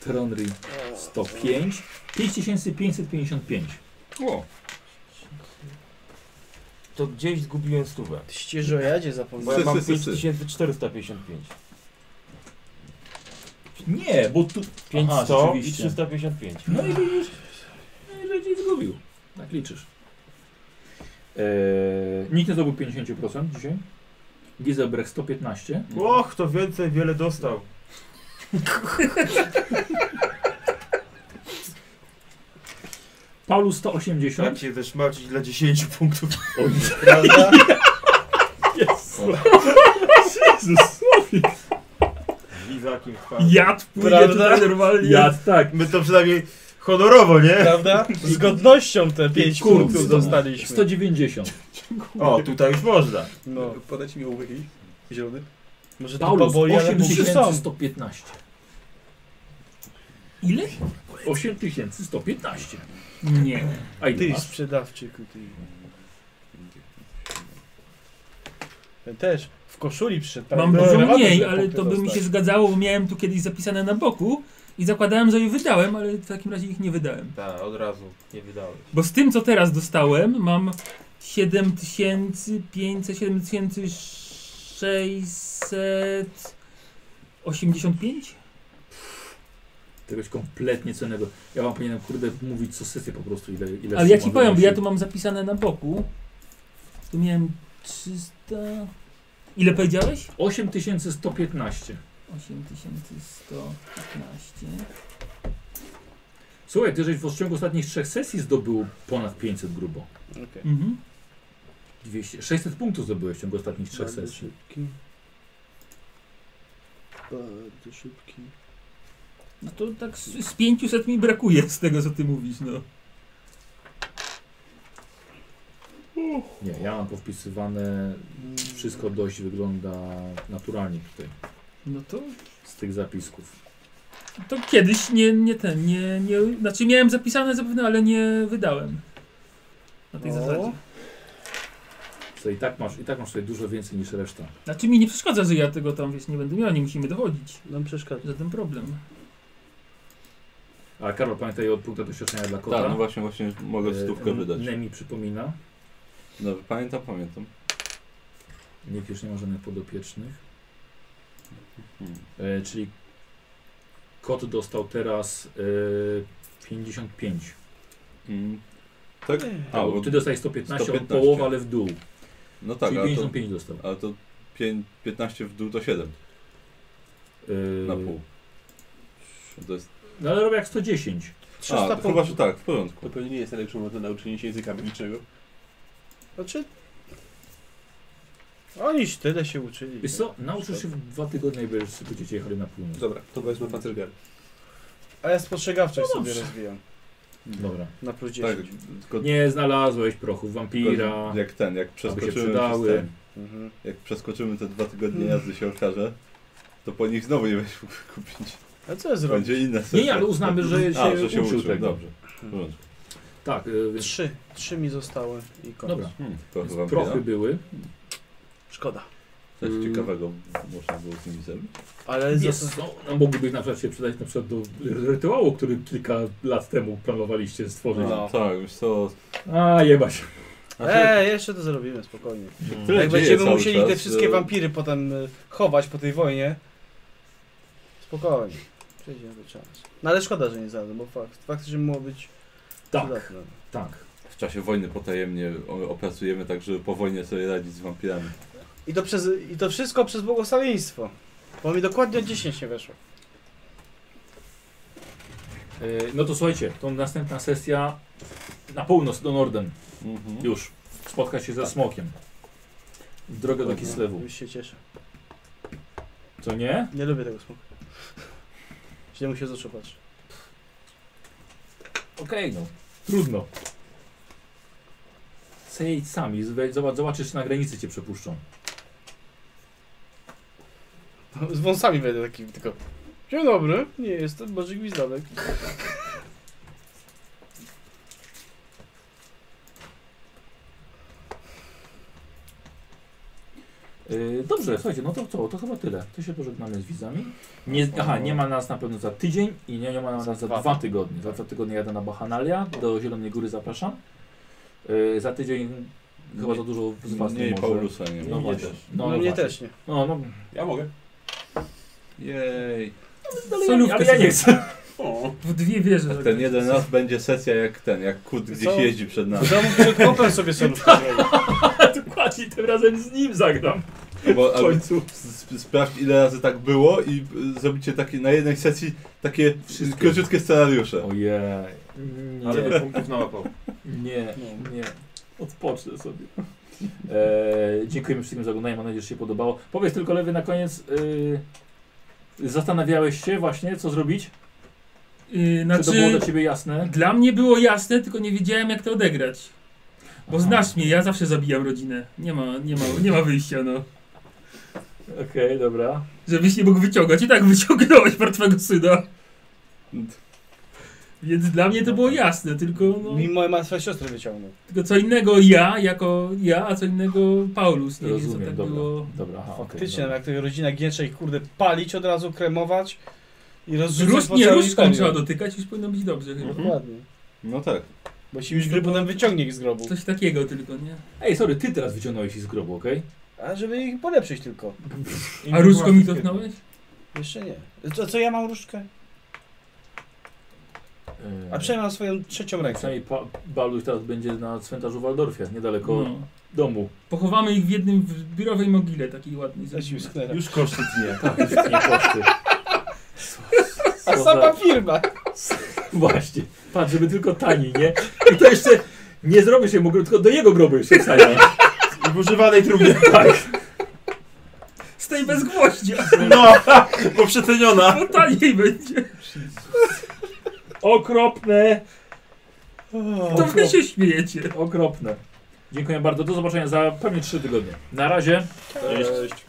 S2: Tronry 105. 5555.
S4: O,
S1: To gdzieś zgubiłem stówę.
S11: Ścieżojadzie
S1: Bo ja
S11: zapomniałem.
S1: mam 5455.
S2: Nie, bo tu...
S1: 500
S2: Aha,
S1: i
S2: rzeczywiście.
S1: 355.
S2: No i widzisz, no i że ci zgubił. Tak liczysz. Eee,
S3: Yy,
S2: nikt nie zdobył 50% dzisiaj. Gizelbrecht 115.
S9: Och, to więcej, wiele dostał.
S2: Paulus 180.
S9: Chciałem cię zeszmacić dla 10 punktów.
S1: Prawda?
S2: Jezus!
S9: Wizakiem
S1: Tak.
S9: chwalę.
S2: Jad pójdzie
S11: Prawda?
S2: tutaj normalnie. Jad, tak.
S9: My to przynajmniej honorowo, nie?
S11: Prawda? Z godnością te 5
S2: Kurwa.
S11: punktów dostaliśmy.
S2: 190.
S9: O, tutaj już można.
S11: No.
S30: Podać mi ołówki zielony.
S11: Może to
S2: Paulus
S11: powoli, ale punkty są.
S2: 8115.
S3: Ile?
S2: 8115.
S3: Nie.
S2: A ile
S11: Ty
S2: masz?
S11: sprzedawczyku, ty. Też w koszuli przyszedł.
S3: Mam
S11: prawie
S3: dużo
S11: do
S3: mniej,
S11: że
S3: ale
S11: punkty
S3: to by mi
S11: dostać.
S3: się zgadzało, bo miałem tu kiedyś zapisane na boku i zakładałem, że je wydałem, ale w takim razie ich nie wydałem.
S1: Tak, od razu. Nie wydałeś.
S3: Bo z tym, co teraz dostałem, mam 7500, 7685?
S2: Czegoś kompletnie cennego. Ja wam powinienem kurde mówić co sesję po prostu ile ile
S3: Ale ja ci
S2: suma
S3: powiem, bo ja
S2: wynosi.
S3: tu mam zapisane na boku. Tu miałem 300... Ile powiedziałeś?
S2: 8115.
S3: 8115.
S2: Słuchaj, ty żeś w ciągu ostatnich trzech sesji zdobył ponad 500 grubo.
S11: Okej.
S3: Mhm.
S2: 200, 600 punktów zdobyłeś w ciągu ostatnich trzech sesji.
S11: Bardzo szybki.
S3: No to tak z, z 500 mi brakuje z tego, co ty mówisz, no.
S2: Nie, ja mam powpisywane, wszystko dość wygląda naturalnie tutaj,
S3: No to,
S2: z tych zapisków.
S3: to kiedyś nie, nie ten, nie, nie... Znaczy miałem zapisane zapewne, ale nie wydałem. Na tej
S11: O.
S3: zasadzie.
S2: Co i tak masz, i tak masz tutaj dużo więcej niż reszta.
S3: Znaczy mi nie przeszkadza, że ja tego tam, wiesz, nie będę miał, nie musimy dochodzić.
S11: Nam przeszkadza.
S3: Żaden problem.
S2: No A Karol, pamiętaj o punktach doświadczenia dla kota.
S4: tak, no właśnie, właśnie mogę
S2: E,
S4: stówkę wydać.
S2: Nemi przypomina.
S4: No, pamiętam, pamiętam.
S2: Nikt już nie ma żadnych podopiecznych.
S4: Hmm.
S2: E, czyli kot dostał teraz e, 55.
S4: Mm. Tak?
S2: A, bo ty dostałeś 115,
S4: 115.
S2: on połowa, ale w dół.
S4: No tak,
S2: czyli
S4: ale to,
S2: 55 dostał.
S4: ale to pię- 15 w dół to 7
S2: E,
S4: na pół. To jest...
S2: No ale robię jak 110.
S4: A, to
S30: 300
S4: chyba, że
S30: punktów.
S4: tak, w porządku.
S30: To pewnie nie jest najlepszą metodą nauczenia się języka publicznego.
S11: Znaczy... Oni się tyle się uczyli.
S2: Wiesz co, nauczysz się w dwa tygodnie, jak będziesz- będziecie jechali na północ.
S30: Dobra, to wezmę pancergar.
S11: A ja spostrzegawczość sobie
S2: dobrze.
S11: rozwijam.
S2: Dobra.
S11: Na plus 10.
S4: No Tak, tylko,
S2: No. Nie znalazłeś prochu wampira.
S4: tylko jak ten, jak przeskoczymy przez
S2: przydały.
S4: ten,
S11: Mhm.
S4: jak przeskoczymy te dwa tygodnie
S30: Hmm.
S4: jazdy się okaże, to po nich znowu nie będziesz mógł (laughs) kupić.
S11: A co ja zrobię?
S4: Będzie inna
S2: Nie, nie, ale uznamy, że się,
S4: A, że się
S2: uczył
S4: uczył,
S2: tego. Hmm.
S4: dobrze. W porządku.
S2: Tak, e, więc
S11: Trzy. Trzy mi zostały i koniec.
S2: Dobra.
S4: Hmm, to chyba
S2: więc prochy
S4: bieda.
S2: były.
S11: Szkoda.
S4: Coś
S2: Mm.
S4: ciekawego można było z nimi zrobić.
S11: Ale
S2: Jest,
S11: zosta-
S2: no, no, mogłyby na przykład się przydać na przykład do rytuału, który kilka lat temu planowaliście stworzyć.
S4: No. Tak, już to...
S2: A jebać.
S11: Eee, jeszcze to zrobimy, spokojnie.
S4: Tyle
S11: Jak
S4: dzieje
S11: będziemy
S4: cały
S11: musieli
S4: czas,
S11: te wszystkie
S4: że-
S11: wampiry potem y, chować po tej wojnie. Spokojnie. Przejdziemy do czasu. No ale szkoda, że nie znalazłem, bo fakt, faktycznie mogło być
S2: Tak,
S11: przydatne.
S2: tak.
S4: W czasie wojny potajemnie o- opracujemy tak, żeby po wojnie sobie radzić z wampirami.
S11: I to, przez, I to wszystko przez błogosławieństwo. Bo mi dokładnie o 10 nie weszło.
S2: E, No to słuchajcie, to następna sesja na północ do Norden.
S4: Mhm.
S2: Już. Spotka się ze
S4: Tak.
S2: smokiem. W drogę do Kislewu.
S11: Już się cieszę.
S2: Co nie?
S11: Nie lubię tego smoka. Źle mu się z oczu patrzy.
S2: Okej, no. Trudno. przejedź sami, zwe- zobacz, zobaczysz, czy na granicy cię przepuszczą.
S1: No,
S11: Z wąsami będę taki tylko. Dzień dobry, nie jestem Boży Gwizdawek.
S2: Yy, dobrze, słuchajcie, no to co, to chyba tyle. To się pożegnamy z widzami. Nie, aha, nie ma nas na pewno za tydzień i nie, nie ma nas za, dwa, tygodnie. Za dwa tygodnie jadę na Bahanalia, do Zielonej Góry zapraszam. Yy, za tydzień chyba za dużo z Was
S4: Nie,
S2: nie może.
S4: Paulusa nie ma.
S2: No
S4: Mnie
S2: właśnie.
S4: też.
S11: No mnie
S2: właśnie.
S11: też nie.
S2: No, no.
S30: Ja mogę.
S4: Jej.
S2: Ale ja, ale ja nie
S3: (laughs)
S2: chcę.
S3: W dwie wieże.
S4: Ten jeden raz będzie sesja jak ten, jak kut gdzieś
S11: Co?
S4: jeździ przed nami.
S11: W domu przed kąpem sobie solówkę zrobię.
S2: Dokładnie, tym razem z nim zagram.
S4: Albo,
S2: W
S4: albo
S2: końcu.
S4: sp- sprawdź ile razy tak było i y, zrobicie takie na jednej sesji takie
S2: Wszystkie.
S4: króciutkie scenariusze.
S2: Ojej.
S9: Ale
S2: Nie.
S9: ile punktów nałapał.
S2: Nie, nie. Odpocznę sobie. E, dziękujemy wszystkim za oglądanie, mam nadzieję, że się podobało. Powiedz tylko Lewy na koniec, y, zastanawiałeś się właśnie, co zrobić?
S3: Yy,
S2: Czy to było
S3: znaczy,
S2: dla Ciebie jasne?
S3: dla mnie było jasne, tylko nie wiedziałem jak to odegrać. Bo znasz mnie, ja zawsze zabijam rodzinę. Nie ma, nie ma, nie ma wyjścia, no.
S2: Okej, dobra.
S3: Żebyś nie mógł wyciągać. I tak (laughs) wyciągnąłeś martwego syna. Więc dla mnie to było jasne, tylko, no,
S11: Mimo martwa siostry wyciągnął.
S3: tylko co innego ja, jako ja, a co innego Paulus. Nie wiem, co
S2: Rozumiem,
S3: tak
S2: dobra.
S3: było.
S2: Dobra, aha, okej.
S11: Faktycznie, no,
S2: dobra.
S11: jak to rodzina gniecze i kurde palić od razu, kremować i rozrzucać
S3: Róż,
S11: po
S3: nie,
S11: całym
S3: różką
S11: imperium.
S3: trzeba dotykać, już powinno być dobrze chyba.
S11: Dokładnie.
S4: No tak.
S11: Bo ci już gry potem wyciągnie ich z grobu.
S3: Coś takiego tylko, nie?
S2: Ej, sorry, Ty teraz wyciągnąłeś ich z grobu, okej?
S11: A żeby ich polepszyć tylko.
S3: A różką mi dotknąłeś?
S11: Jeszcze nie. Co, co ja mam różdżkę?
S2: Okay?
S11: A przynajmniej mam swoją trzecią rękę.
S2: E, Przynajmniej pa- Balduś teraz będzie na cmentarzu w Waldorfie, niedaleko
S3: No.
S2: domu.
S3: Pochowamy ich w jednym w biurowej mogile, takiej ładnej.
S11: Zacił sklera.
S9: Już koszty dnie.
S2: Tak, już nie koszty.
S11: A
S2: Co
S11: sama
S2: za-
S11: firma!
S2: Właśnie. Patrz, żeby tylko tani, nie? I to jeszcze nie zrobię się mu grobu, tylko do jego grobu jeszcze wstanie.
S9: I w używanej trumnie.
S2: Tak.
S3: Z tej bezgłośnia,
S2: (laughs)
S9: No, bo przeceniona.
S3: bo taniej będzie.
S2: Okropne.
S3: To wy się śmiejecie.
S2: Okropne. Dziękuję bardzo. Do zobaczenia za pewnie trzy tygodnie. Na razie.
S9: Cześć.